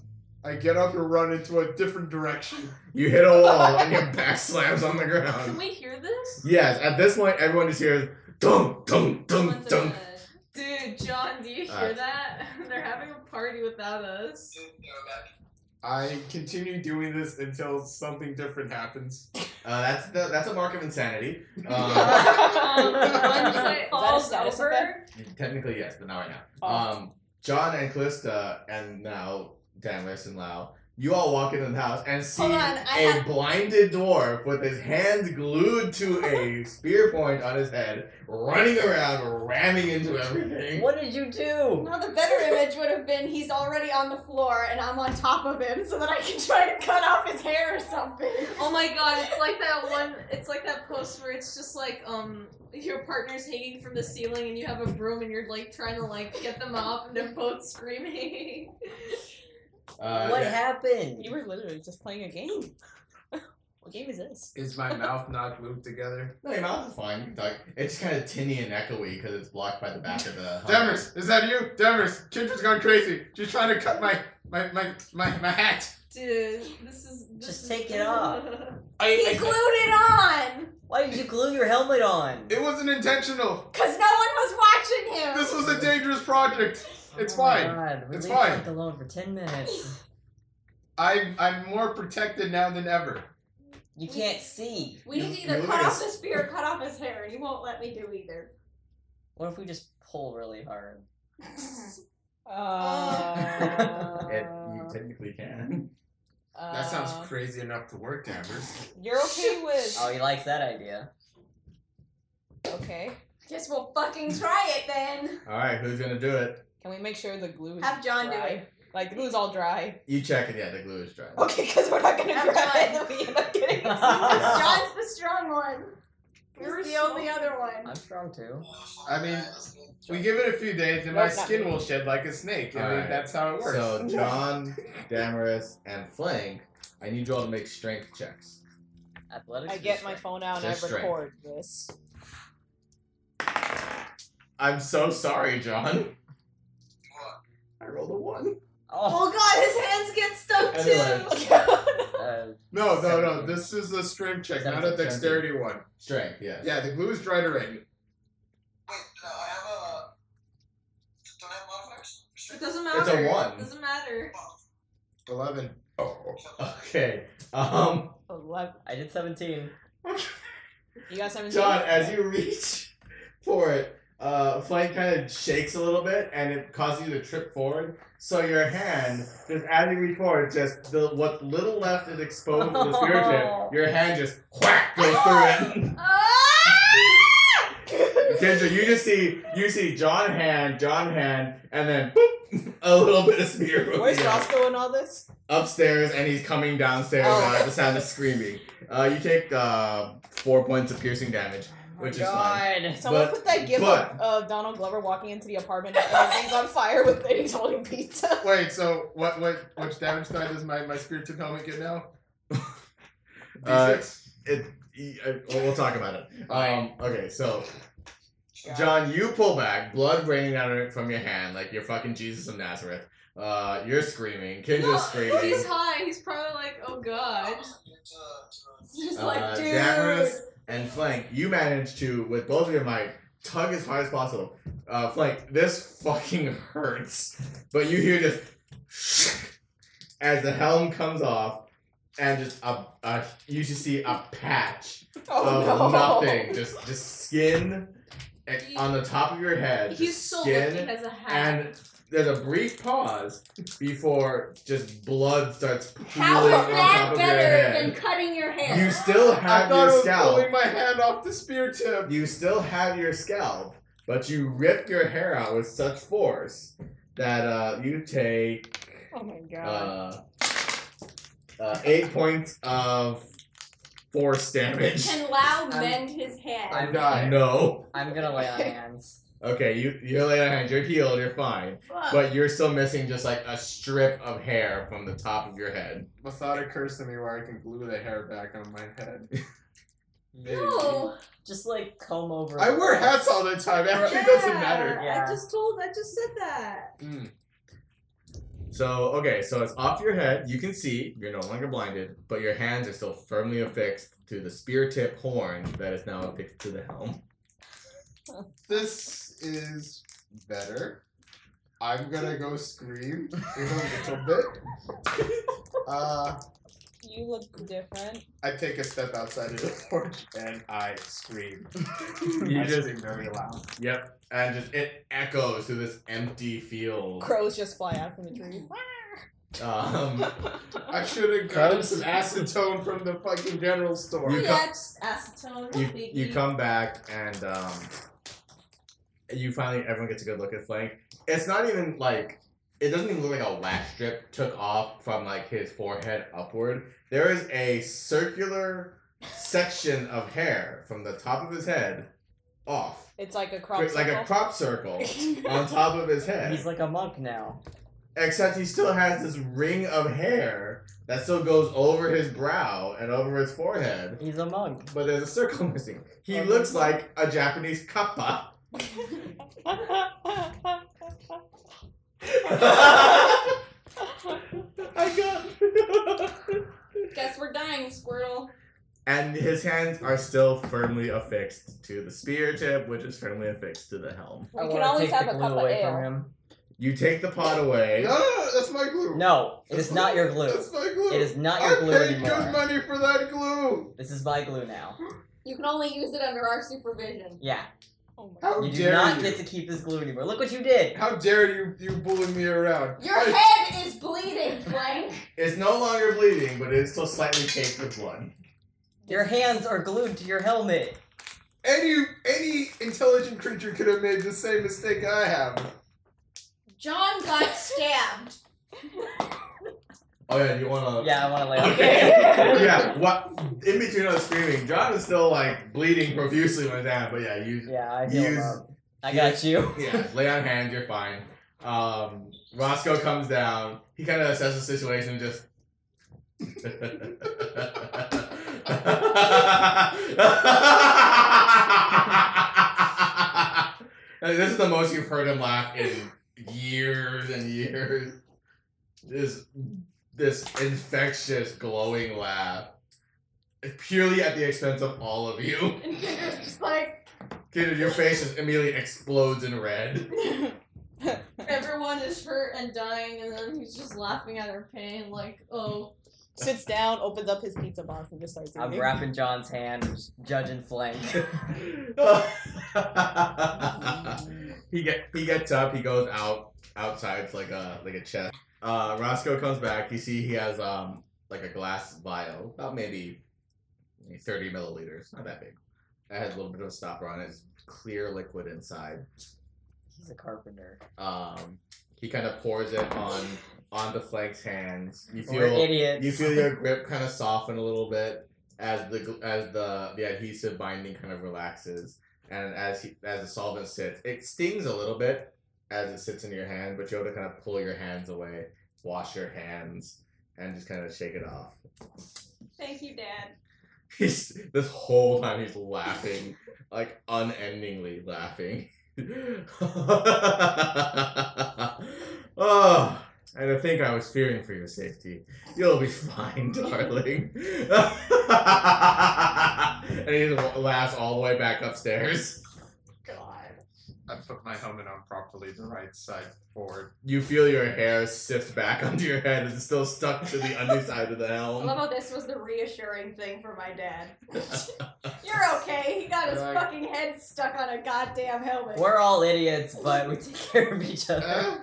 Speaker 6: I get up and run into a different direction.
Speaker 2: You hit a wall and your back slams on the ground.
Speaker 3: Can we hear this?
Speaker 2: Yes, at this point, everyone just hears dunk, dunk, dunk,
Speaker 8: Someone's over
Speaker 2: dunk.
Speaker 8: there.
Speaker 3: Dude, John, do you hear
Speaker 2: Alright.
Speaker 3: that? They're having a party without us.
Speaker 6: I continue doing this until something different happens.
Speaker 2: Uh, that's the, that's a mark of insanity. Uh,
Speaker 8: Um,
Speaker 3: Once
Speaker 5: Is that
Speaker 3: it
Speaker 5: a
Speaker 3: falls
Speaker 5: status
Speaker 3: over,
Speaker 5: effect?
Speaker 2: technically, yes, but not right now.
Speaker 5: Oh.
Speaker 2: Um, John and Callista and now Damus and Lau, you all walk into the house and see
Speaker 8: Hold
Speaker 2: a
Speaker 8: on, I have-
Speaker 2: blinded dwarf with his hands glued to a spear point on his head, running around, ramming into everything.
Speaker 7: What did you do?
Speaker 8: No, the better image would have been he's already on the floor and I'm on top of him so that I can try to cut off his hair or something.
Speaker 3: Oh my god, it's like that one it's like that post where it's just like um your partner's hanging from the ceiling and you have a broom and you're like trying to like get them off and they're both screaming.
Speaker 2: Uh,
Speaker 7: what
Speaker 2: yeah.
Speaker 7: happened?
Speaker 5: You were literally just playing a game. what game is this?
Speaker 6: Is my mouth not glued together?
Speaker 2: No, your mouth is fine. You can talk. It's kind of tinny and echoey because it's blocked by the back of the.
Speaker 6: Demers, is that you? Demers, Kindra's gone crazy. She's trying to cut my my my my, my hat.
Speaker 3: Dude, this is this
Speaker 7: Just
Speaker 3: is-
Speaker 7: take it off.
Speaker 8: He glued it on
Speaker 7: Why did you glue your helmet on?
Speaker 6: It wasn't intentional.
Speaker 8: because no one was watching him.
Speaker 6: This was a dangerous project. It's
Speaker 7: Oh
Speaker 6: fine.
Speaker 7: My God, we
Speaker 6: It's
Speaker 7: leave
Speaker 6: fine.
Speaker 7: Frank alone for ten minutes.
Speaker 6: I'm I'm more protected now than ever.
Speaker 7: You can't see.
Speaker 8: we
Speaker 2: You-
Speaker 8: need to either
Speaker 2: you
Speaker 8: cut
Speaker 2: look
Speaker 8: off
Speaker 2: at
Speaker 8: the spear or cut off his hair, and he won't let me do either.
Speaker 7: What if we just pull really hard?
Speaker 5: Uh,
Speaker 2: It, you technically can.
Speaker 7: Uh,
Speaker 6: That sounds crazy enough to work, Demers.
Speaker 5: You're okay with.
Speaker 7: Oh, he likes that idea.
Speaker 5: Okay.
Speaker 8: Guess we'll fucking try it then.
Speaker 2: All right, who's gonna do it?
Speaker 5: Can we make sure the glue is
Speaker 8: Have John do
Speaker 5: dry?
Speaker 8: it.
Speaker 5: Like the glue's all dry.
Speaker 2: You check it. Yeah, the glue is dry.
Speaker 5: Okay, because we're not gonna
Speaker 8: Have
Speaker 5: grab
Speaker 8: John.
Speaker 5: it. We end up getting.
Speaker 8: John's the strong one. You're the only other one.
Speaker 7: I'm strong too.
Speaker 6: I mean, We give it a few days, and
Speaker 5: No,
Speaker 6: my
Speaker 5: it's not
Speaker 6: skin
Speaker 5: me.
Speaker 6: will shed like a snake. I
Speaker 2: All
Speaker 6: mean,
Speaker 2: right.
Speaker 6: that's how it works.
Speaker 2: So John, Damaris, and Flank, I need you all to make strength checks.
Speaker 7: Athletics.
Speaker 5: I
Speaker 7: or
Speaker 5: get my
Speaker 7: strength?
Speaker 5: phone out and I
Speaker 2: Just straight.
Speaker 5: record this.
Speaker 2: I'm so sorry, John.
Speaker 4: What?
Speaker 2: I rolled a one.
Speaker 7: Oh,
Speaker 8: Oh god, his hands get stuck too.
Speaker 2: Anyway,
Speaker 7: uh,
Speaker 6: no, no, no.
Speaker 7: Seventeen.
Speaker 6: This is a strength check, not a
Speaker 7: Seventeen.
Speaker 6: dexterity one.
Speaker 2: strength. Yeah.
Speaker 6: Yeah, the glue is dried already.
Speaker 4: Wait, no, I have a. uh, Don't I have modifiers?
Speaker 3: It
Speaker 4: Sure.
Speaker 3: doesn't matter.
Speaker 2: It's a one.
Speaker 3: It doesn't matter.
Speaker 6: Eleven.
Speaker 2: Oh, okay. Um,
Speaker 5: Eleven.
Speaker 7: I did seventeen.
Speaker 5: You got seventeen.
Speaker 2: John, as you reach for it, uh, Flank kind of shakes a little bit, and it causes you to trip forward. So your hand, just as you reach forward, just the what little left is exposed to the spear tip. Your hand just whack goes through it. Kendra, you just see you see John hand, John hand, and then boop, a little bit of spear. goes
Speaker 5: Where's
Speaker 2: through.
Speaker 5: Roscoe in all this?
Speaker 2: Upstairs, and he's coming downstairs
Speaker 5: Oh.
Speaker 2: now at the sound of screaming. Uh, you take uh, four points of piercing damage, which is fine.
Speaker 5: Someone
Speaker 2: But-
Speaker 5: put that gif
Speaker 2: but-
Speaker 5: up of Donald Glover walking into the apartment and everything's on fire with and he's holding pizza.
Speaker 6: Wait, so what? What? Which damage die does my my spirit tip helmet get now? D6.
Speaker 2: It, uh, we'll we'll talk about it. Um, okay, so
Speaker 5: God.
Speaker 2: John, you pull back, blood raining out of it from your hand, like you're fucking Jesus of Nazareth. Uh, you're screaming, Kendra's
Speaker 3: No,
Speaker 2: screaming.
Speaker 3: He's high. He's probably like, oh god.
Speaker 8: Just
Speaker 2: Uh,
Speaker 8: like, dude.
Speaker 2: Damaris and Flank, you managed to, with both of your might, tug as hard as possible. Uh, Flank, this fucking hurts. But you hear just as the helm comes off, and just a, a you just see a patch
Speaker 5: Oh
Speaker 2: of
Speaker 5: no.
Speaker 2: nothing, just just skin and
Speaker 3: He-
Speaker 2: on the top of your head.
Speaker 3: He's
Speaker 2: just
Speaker 3: so
Speaker 2: skin,
Speaker 3: lucky he has a hat.
Speaker 2: and there's a brief pause before just blood starts pooling
Speaker 8: How is
Speaker 2: on top
Speaker 8: that
Speaker 2: of your
Speaker 8: better than
Speaker 2: head.
Speaker 8: cutting your hair?
Speaker 2: You still
Speaker 6: I
Speaker 2: have
Speaker 6: thought
Speaker 2: your
Speaker 6: I was
Speaker 2: scalp.
Speaker 6: pulling my hand off the spear tip.
Speaker 2: You still have your scalp, but you rip your hair out with such force that uh, you take
Speaker 5: Oh my god.
Speaker 2: uh, uh, eight points of force damage.
Speaker 8: Can Lau
Speaker 2: Um,
Speaker 8: mend his head?
Speaker 7: I'm
Speaker 6: die.
Speaker 2: No.
Speaker 7: I'm gonna lay on hands.
Speaker 2: Okay, you you're laid on hands. You're healed. You're fine,
Speaker 6: Uh.
Speaker 8: Fuck.
Speaker 2: but you're still missing just like a strip of hair from the top of your head.
Speaker 6: Masada cursed at me where I can glue the hair back on my head. Maybe.
Speaker 3: No,
Speaker 7: Just like comb over.
Speaker 6: I wear
Speaker 7: the-
Speaker 6: hats all the time. Actually,
Speaker 3: yeah,
Speaker 6: it doesn't matter.
Speaker 7: Yeah.
Speaker 3: I just told. I just said that.
Speaker 6: Mm.
Speaker 2: So okay, so it's off your head. You can see. You're no longer blinded, but your hands are still firmly affixed to the spear tip horn that is now affixed to the helm.
Speaker 6: This is better. I'm gonna go scream in a little bit. Uh,
Speaker 5: You look different.
Speaker 6: I take a step outside of the porch and I scream.
Speaker 2: You
Speaker 6: I
Speaker 2: just-
Speaker 6: scream very loud.
Speaker 2: Yep. And just it echoes through this empty field.
Speaker 5: Crows just fly out from the tree.
Speaker 2: Um,
Speaker 6: I should have gotten some acetone from the fucking general store.
Speaker 2: You
Speaker 3: yeah,
Speaker 2: come-
Speaker 3: just acetone.
Speaker 2: you,
Speaker 3: biggie.
Speaker 2: you come back and um, you finally everyone gets a good look at Flank. It's not even like it doesn't even look like a lash strip took off from like his forehead upward. There is a circular section of hair from the top of his head off,
Speaker 5: It's like a crop
Speaker 2: like a crop circle on top of his head.
Speaker 7: He's like a monk now.
Speaker 2: Except he still has this ring of hair that still goes over his brow and over his forehead,
Speaker 7: He's a monk.
Speaker 2: but there's a circle missing. He
Speaker 6: Um,
Speaker 2: looks like a Japanese kappa.
Speaker 8: Guess we're dying, Squirtle.
Speaker 2: and his hands are still firmly affixed to the spear tip, which is firmly affixed to the helm.
Speaker 5: We
Speaker 7: I
Speaker 5: can
Speaker 7: wanna
Speaker 5: always
Speaker 7: take
Speaker 5: have
Speaker 7: the
Speaker 5: a
Speaker 7: glue
Speaker 5: cup of
Speaker 7: away
Speaker 5: ale.
Speaker 7: from him.
Speaker 2: You take the pot away.
Speaker 6: no, no, no, that's my glue.
Speaker 7: No, it
Speaker 6: That's
Speaker 7: is
Speaker 6: my-
Speaker 7: not your glue.
Speaker 6: That's my glue.
Speaker 7: It is not
Speaker 6: I
Speaker 7: your glue
Speaker 6: paid good
Speaker 7: anymore.
Speaker 6: money for that glue.
Speaker 7: This is my glue now.
Speaker 8: You can only use it under our supervision.
Speaker 7: Yeah,
Speaker 5: Oh my
Speaker 6: How
Speaker 7: you do
Speaker 6: dare
Speaker 7: not
Speaker 6: you?
Speaker 7: get to keep this glue anymore. Look what you did.
Speaker 6: How dare you? You bully me around.
Speaker 8: Your
Speaker 6: I-
Speaker 8: head is bleeding, Flank.
Speaker 2: It's no longer bleeding, but it's still slightly caked with blood.
Speaker 7: Your hands are glued to your helmet.
Speaker 6: Any any intelligent creature could have made the same mistake I have.
Speaker 8: John got stabbed.
Speaker 2: Oh yeah, you wanna?
Speaker 7: Yeah, I want to lay on
Speaker 2: Okay. yeah. What? In between all the screaming, John is still like bleeding profusely when down. But yeah, you
Speaker 7: Yeah, I heal him
Speaker 2: Use-
Speaker 7: up. I got you.
Speaker 2: yeah, lay on hands, you're fine. Um, Roscoe comes down. He kind of assesses the situation and just. And this is the most you've heard him laugh in years and years. This this infectious, glowing laugh, purely at the expense of all of you.
Speaker 8: And Kinder's just like,
Speaker 2: Kid, your face just immediately explodes in red.
Speaker 3: Everyone is hurt and dying, and then he's just laughing at our pain, like, oh,
Speaker 5: Sits down, opens up his pizza box, and just starts
Speaker 7: I'm
Speaker 5: eating.
Speaker 7: wrapping John's hand, just judging flank.
Speaker 2: he get he gets up. He goes out outside to like a like a chest. Uh, Roscoe comes back. You see he has um like a glass vial, about maybe maybe thirty milliliters, not that big. It has a little bit of a stopper on it. It's clear liquid inside.
Speaker 7: He's a carpenter.
Speaker 2: Um, he kind of pours it on on the flank's hands. You
Speaker 7: We're
Speaker 2: feel
Speaker 7: idiots.
Speaker 2: you feel your grip kind of soften a little bit as the gl- as the the adhesive binding kind of relaxes, and as he, as the solvent sits, it stings a little bit as it sits in your hand, but you have to kind of pull your hands away, wash your hands, and just kind of shake it off.
Speaker 8: thank you, Dad.
Speaker 2: He's this whole time he's laughing, like unendingly laughing. oh, and I think I was fearing for your safety. You'll be fine, darling. and he just laughs all the way back upstairs.
Speaker 6: I put my helmet on properly, the right side forward.
Speaker 2: You feel your hair sift back onto your head. It's still stuck to the underside of the
Speaker 8: I
Speaker 2: helm.
Speaker 8: love how this was the reassuring thing for my dad. You're okay. He got his
Speaker 6: Like-
Speaker 8: fucking head stuck on a goddamn helmet.
Speaker 7: We're all idiots, but we take care of each other.
Speaker 6: Eh?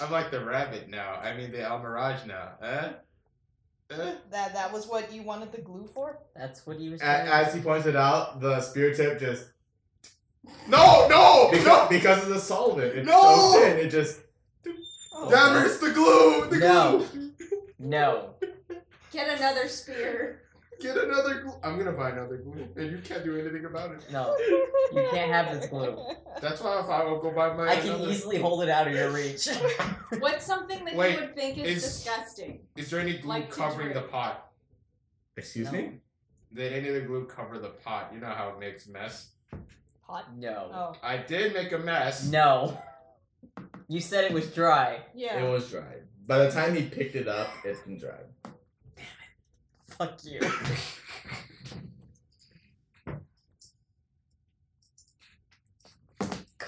Speaker 6: I'm like the rabbit now. I mean the Almirage now. Eh? Eh?
Speaker 5: That that was what you wanted the glue for?
Speaker 7: That's what he was
Speaker 6: uh,
Speaker 2: A-
Speaker 7: trying to
Speaker 2: As he points it out, the spear tip just
Speaker 6: No, no,
Speaker 2: Because,
Speaker 6: Oh, no!
Speaker 2: because of the solvent. It's
Speaker 6: No!
Speaker 2: so thin, it just.
Speaker 5: Oh.
Speaker 6: Dammers, the glue, uh, the
Speaker 7: No.
Speaker 6: glue.
Speaker 7: No.
Speaker 8: Get another spear.
Speaker 6: Get another glue. I'm gonna buy another glue, and you can't do anything about it.
Speaker 7: No. You can't have this glue.
Speaker 6: That's why if I will go buy my
Speaker 7: I can
Speaker 6: another.
Speaker 7: easily hold it out of your reach.
Speaker 8: What's something that
Speaker 6: Wait,
Speaker 8: you would think is
Speaker 6: is-
Speaker 8: disgusting?
Speaker 6: Is there any glue
Speaker 8: Like to
Speaker 6: covering the
Speaker 8: drink.
Speaker 6: pot?
Speaker 2: Excuse
Speaker 7: No.
Speaker 2: me?
Speaker 6: Did any of the glue cover the pot? You know how it makes mess.
Speaker 5: Pot?
Speaker 7: No.
Speaker 5: Oh.
Speaker 6: I did make a mess.
Speaker 7: No. You said it was dry.
Speaker 5: Yeah.
Speaker 2: It was dry. By the time he picked it up, it's been dry.
Speaker 7: Fuck you.
Speaker 5: God.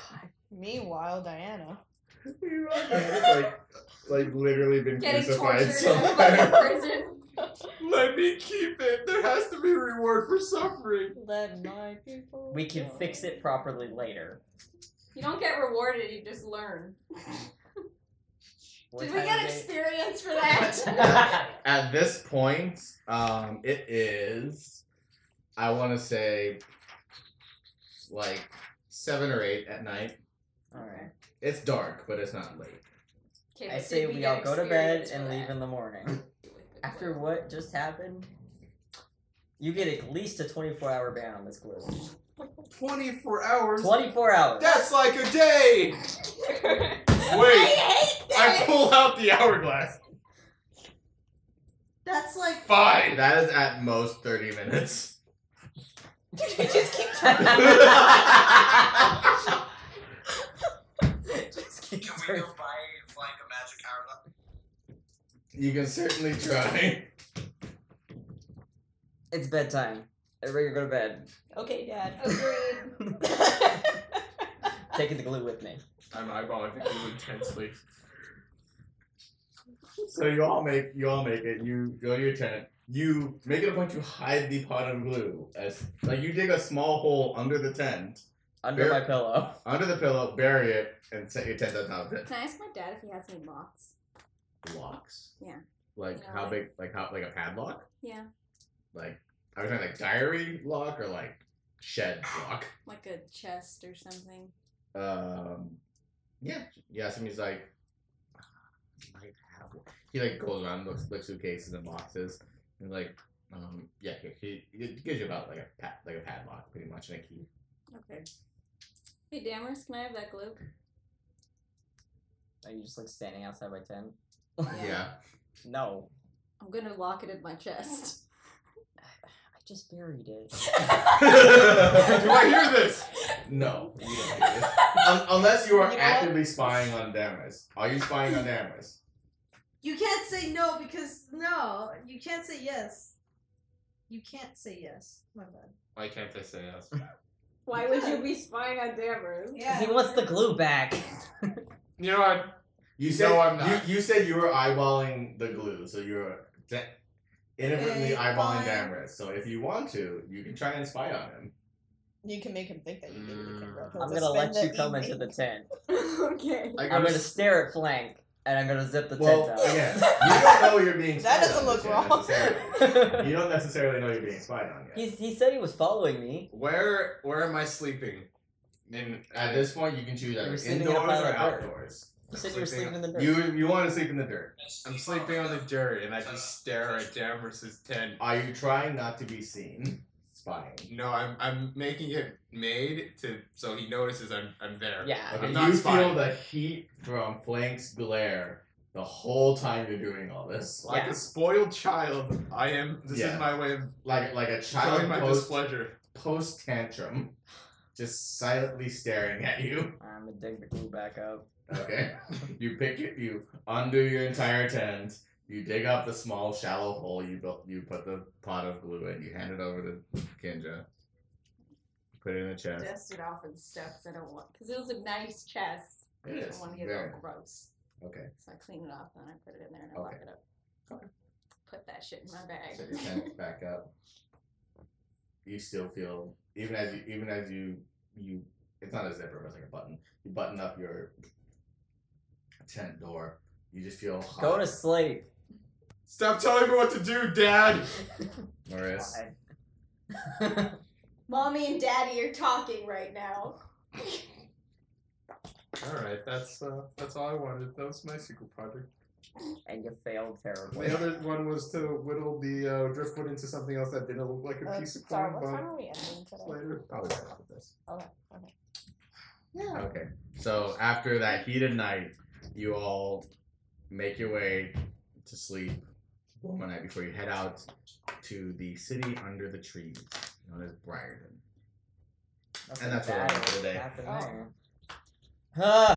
Speaker 5: Meanwhile, Diana.
Speaker 2: it's like, like literally been
Speaker 8: Getting tortured in
Speaker 2: crucified
Speaker 8: a fucking
Speaker 2: somewhere.
Speaker 8: prison.
Speaker 6: Let me keep it. There has to be reward for suffering.
Speaker 8: Let my people.
Speaker 7: We can
Speaker 8: go.
Speaker 7: fix it properly later.
Speaker 8: You don't get rewarded, you just learn.
Speaker 7: What
Speaker 8: Did we
Speaker 7: time
Speaker 8: get
Speaker 7: is it?
Speaker 8: experience for that?
Speaker 2: At this point, um, it is, I want to say, like seven or eight at night.
Speaker 7: all right.
Speaker 2: It's dark, but it's not late.
Speaker 8: Okay,
Speaker 7: I
Speaker 8: but
Speaker 7: say
Speaker 8: did
Speaker 7: we all
Speaker 8: get
Speaker 7: go to bed
Speaker 8: experience for
Speaker 7: and
Speaker 8: that?
Speaker 7: leave in the morning. After what just happened, you get at least a 24 hour ban on this glue.
Speaker 6: 24 hours?
Speaker 7: 24 hours.
Speaker 6: That's like a day!
Speaker 8: I hate
Speaker 6: I
Speaker 8: that.
Speaker 6: pull out the hourglass.
Speaker 8: That's like
Speaker 6: Fine!
Speaker 2: That is at most 30 minutes.
Speaker 8: just keep
Speaker 7: Just keep
Speaker 4: Can we
Speaker 7: turning.
Speaker 4: go buy like a magic hourglass?
Speaker 2: You can certainly try.
Speaker 7: It's bedtime. Everybody go to bed.
Speaker 5: Okay, Dad.
Speaker 7: Taking the glue with me.
Speaker 6: I'm eyeballing the glue intensely.
Speaker 2: So you all make you all make it. You go to your tent. You make it a point to hide the pot of glue. As like you dig a small hole under the tent,
Speaker 7: Under
Speaker 2: Bear-
Speaker 7: my pillow.
Speaker 2: under the pillow, bury it, and set your tent on top of it.
Speaker 8: Can I ask my dad if he has any locks?
Speaker 2: Locks.
Speaker 8: Yeah.
Speaker 2: Like
Speaker 8: Yeah,
Speaker 2: how
Speaker 8: like-
Speaker 2: big? Like how like a padlock?
Speaker 8: Yeah,
Speaker 2: Like I was talking like diary lock or like shed lock.
Speaker 8: like a chest or something.
Speaker 2: Um, yeah. Yes, and he's like, "I might have one." He like goes around looks looks through cases and boxes, and like, um, yeah, he, he, he gives you about like a pat, like a padlock, pretty much, and a key.
Speaker 8: Okay. Hey, Dammers, can I have that glue?
Speaker 7: Are you just like standing outside my tent?
Speaker 2: Yeah.
Speaker 7: No.
Speaker 8: I'm gonna lock it in my chest.
Speaker 7: I just buried it.
Speaker 2: Do I
Speaker 6: hear this?
Speaker 2: No, you don't need this. Un- unless you are
Speaker 5: You know what?
Speaker 2: actively spying on Damaris. Are you spying on Damaris?
Speaker 12: You can't say no because no, you can't say yes. You can't say yes. My bad.
Speaker 6: Why can't I say yes?
Speaker 8: Why would you be spying on Dammers?
Speaker 12: Yeah.
Speaker 7: 'Cause He wants the glue back.
Speaker 6: You know what?
Speaker 2: You
Speaker 6: No,
Speaker 2: said
Speaker 6: I'm not.
Speaker 2: You, you said you were eyeballing the glue, so you were de- inadvertently
Speaker 12: Okay,
Speaker 2: eyeballing
Speaker 12: fine.
Speaker 2: Damaris. So if you want to, you can try and spy on him.
Speaker 5: You can make him think that you did it again.
Speaker 6: Mm.
Speaker 7: I'm gonna let you come into the tent.
Speaker 8: okay.
Speaker 6: I
Speaker 7: I'm gonna stare at Flank and I'm gonna zip the
Speaker 2: well,
Speaker 7: tent up.
Speaker 2: again, you don't know you're being
Speaker 5: That
Speaker 2: spied
Speaker 5: doesn't
Speaker 2: on
Speaker 5: look
Speaker 2: yet
Speaker 5: wrong.
Speaker 2: necessarily. You don't necessarily know you're being spied on yet.
Speaker 7: He's, he said he was following me.
Speaker 6: Where where am I sleeping? In
Speaker 2: At this point, you can choose
Speaker 7: You're
Speaker 2: either
Speaker 7: sitting in a
Speaker 2: indoors
Speaker 7: pile
Speaker 2: or
Speaker 7: of dirt.
Speaker 2: outdoors.
Speaker 7: He said you were
Speaker 6: Sleeping
Speaker 7: sleeping in the dirt.
Speaker 2: You you want to sleep in the dirt.
Speaker 6: I'm sleeping on the dirt and I just stare at Damaris's tent.
Speaker 2: Are you trying not to be seen? Spying.
Speaker 6: No, I'm I'm making it made to so he notices I'm I'm there.
Speaker 7: Yeah.
Speaker 2: Okay,
Speaker 6: I'm not
Speaker 2: you feel
Speaker 6: spying.
Speaker 2: the heat from Flank's glare the whole time you're doing all this.
Speaker 6: Like
Speaker 7: Yeah.
Speaker 6: a spoiled child, I am. This
Speaker 2: Yeah.
Speaker 6: is my way of
Speaker 2: Like like a child
Speaker 6: showing my
Speaker 2: post,
Speaker 6: displeasure.
Speaker 2: post tantrum, just silently staring at you.
Speaker 7: I'm gonna dig the glue back up.
Speaker 2: Okay. you pick it you undo your entire tent, you dig up the small shallow hole you built you put the pot of glue in, you hand it over to Kinja. Put it in the chest.
Speaker 8: Dust it off and stuff. 'cause I don't want because it was a nice chest.
Speaker 2: It
Speaker 8: I
Speaker 2: is,
Speaker 8: don't want to get
Speaker 2: very.
Speaker 8: all gross.
Speaker 2: Okay.
Speaker 8: So I clean it off and I put it in there and I
Speaker 2: Okay.
Speaker 8: lock it up.
Speaker 2: Okay.
Speaker 8: Put that shit in my bag.
Speaker 2: Set your tent back up. You still feel even as you even as you you it's not a zipper, but it's like a button. You button up your tent door. You just feel hot.
Speaker 7: Go to sleep.
Speaker 6: Stop telling me what to do, Dad.
Speaker 2: Maris.
Speaker 8: Mommy and Daddy are talking right now.
Speaker 6: All right, that's uh, that's all I wanted. That was my secret project.
Speaker 7: and you failed terribly.
Speaker 6: The other one was to whittle the uh, driftwood into something else that didn't look like a piece of
Speaker 5: Uh, sorry,
Speaker 6: corn.
Speaker 5: what time
Speaker 6: But
Speaker 5: are we ending today?
Speaker 6: later,
Speaker 2: I'll work with this.
Speaker 5: Okay.
Speaker 2: Okay. So after that heated night, you all make your way to sleep one more night before you head out to the city under the trees, known as Briarden.
Speaker 7: Nothing
Speaker 2: and that's what I
Speaker 7: bad
Speaker 2: have for today.
Speaker 7: happened
Speaker 5: Oh.
Speaker 7: there. Ah.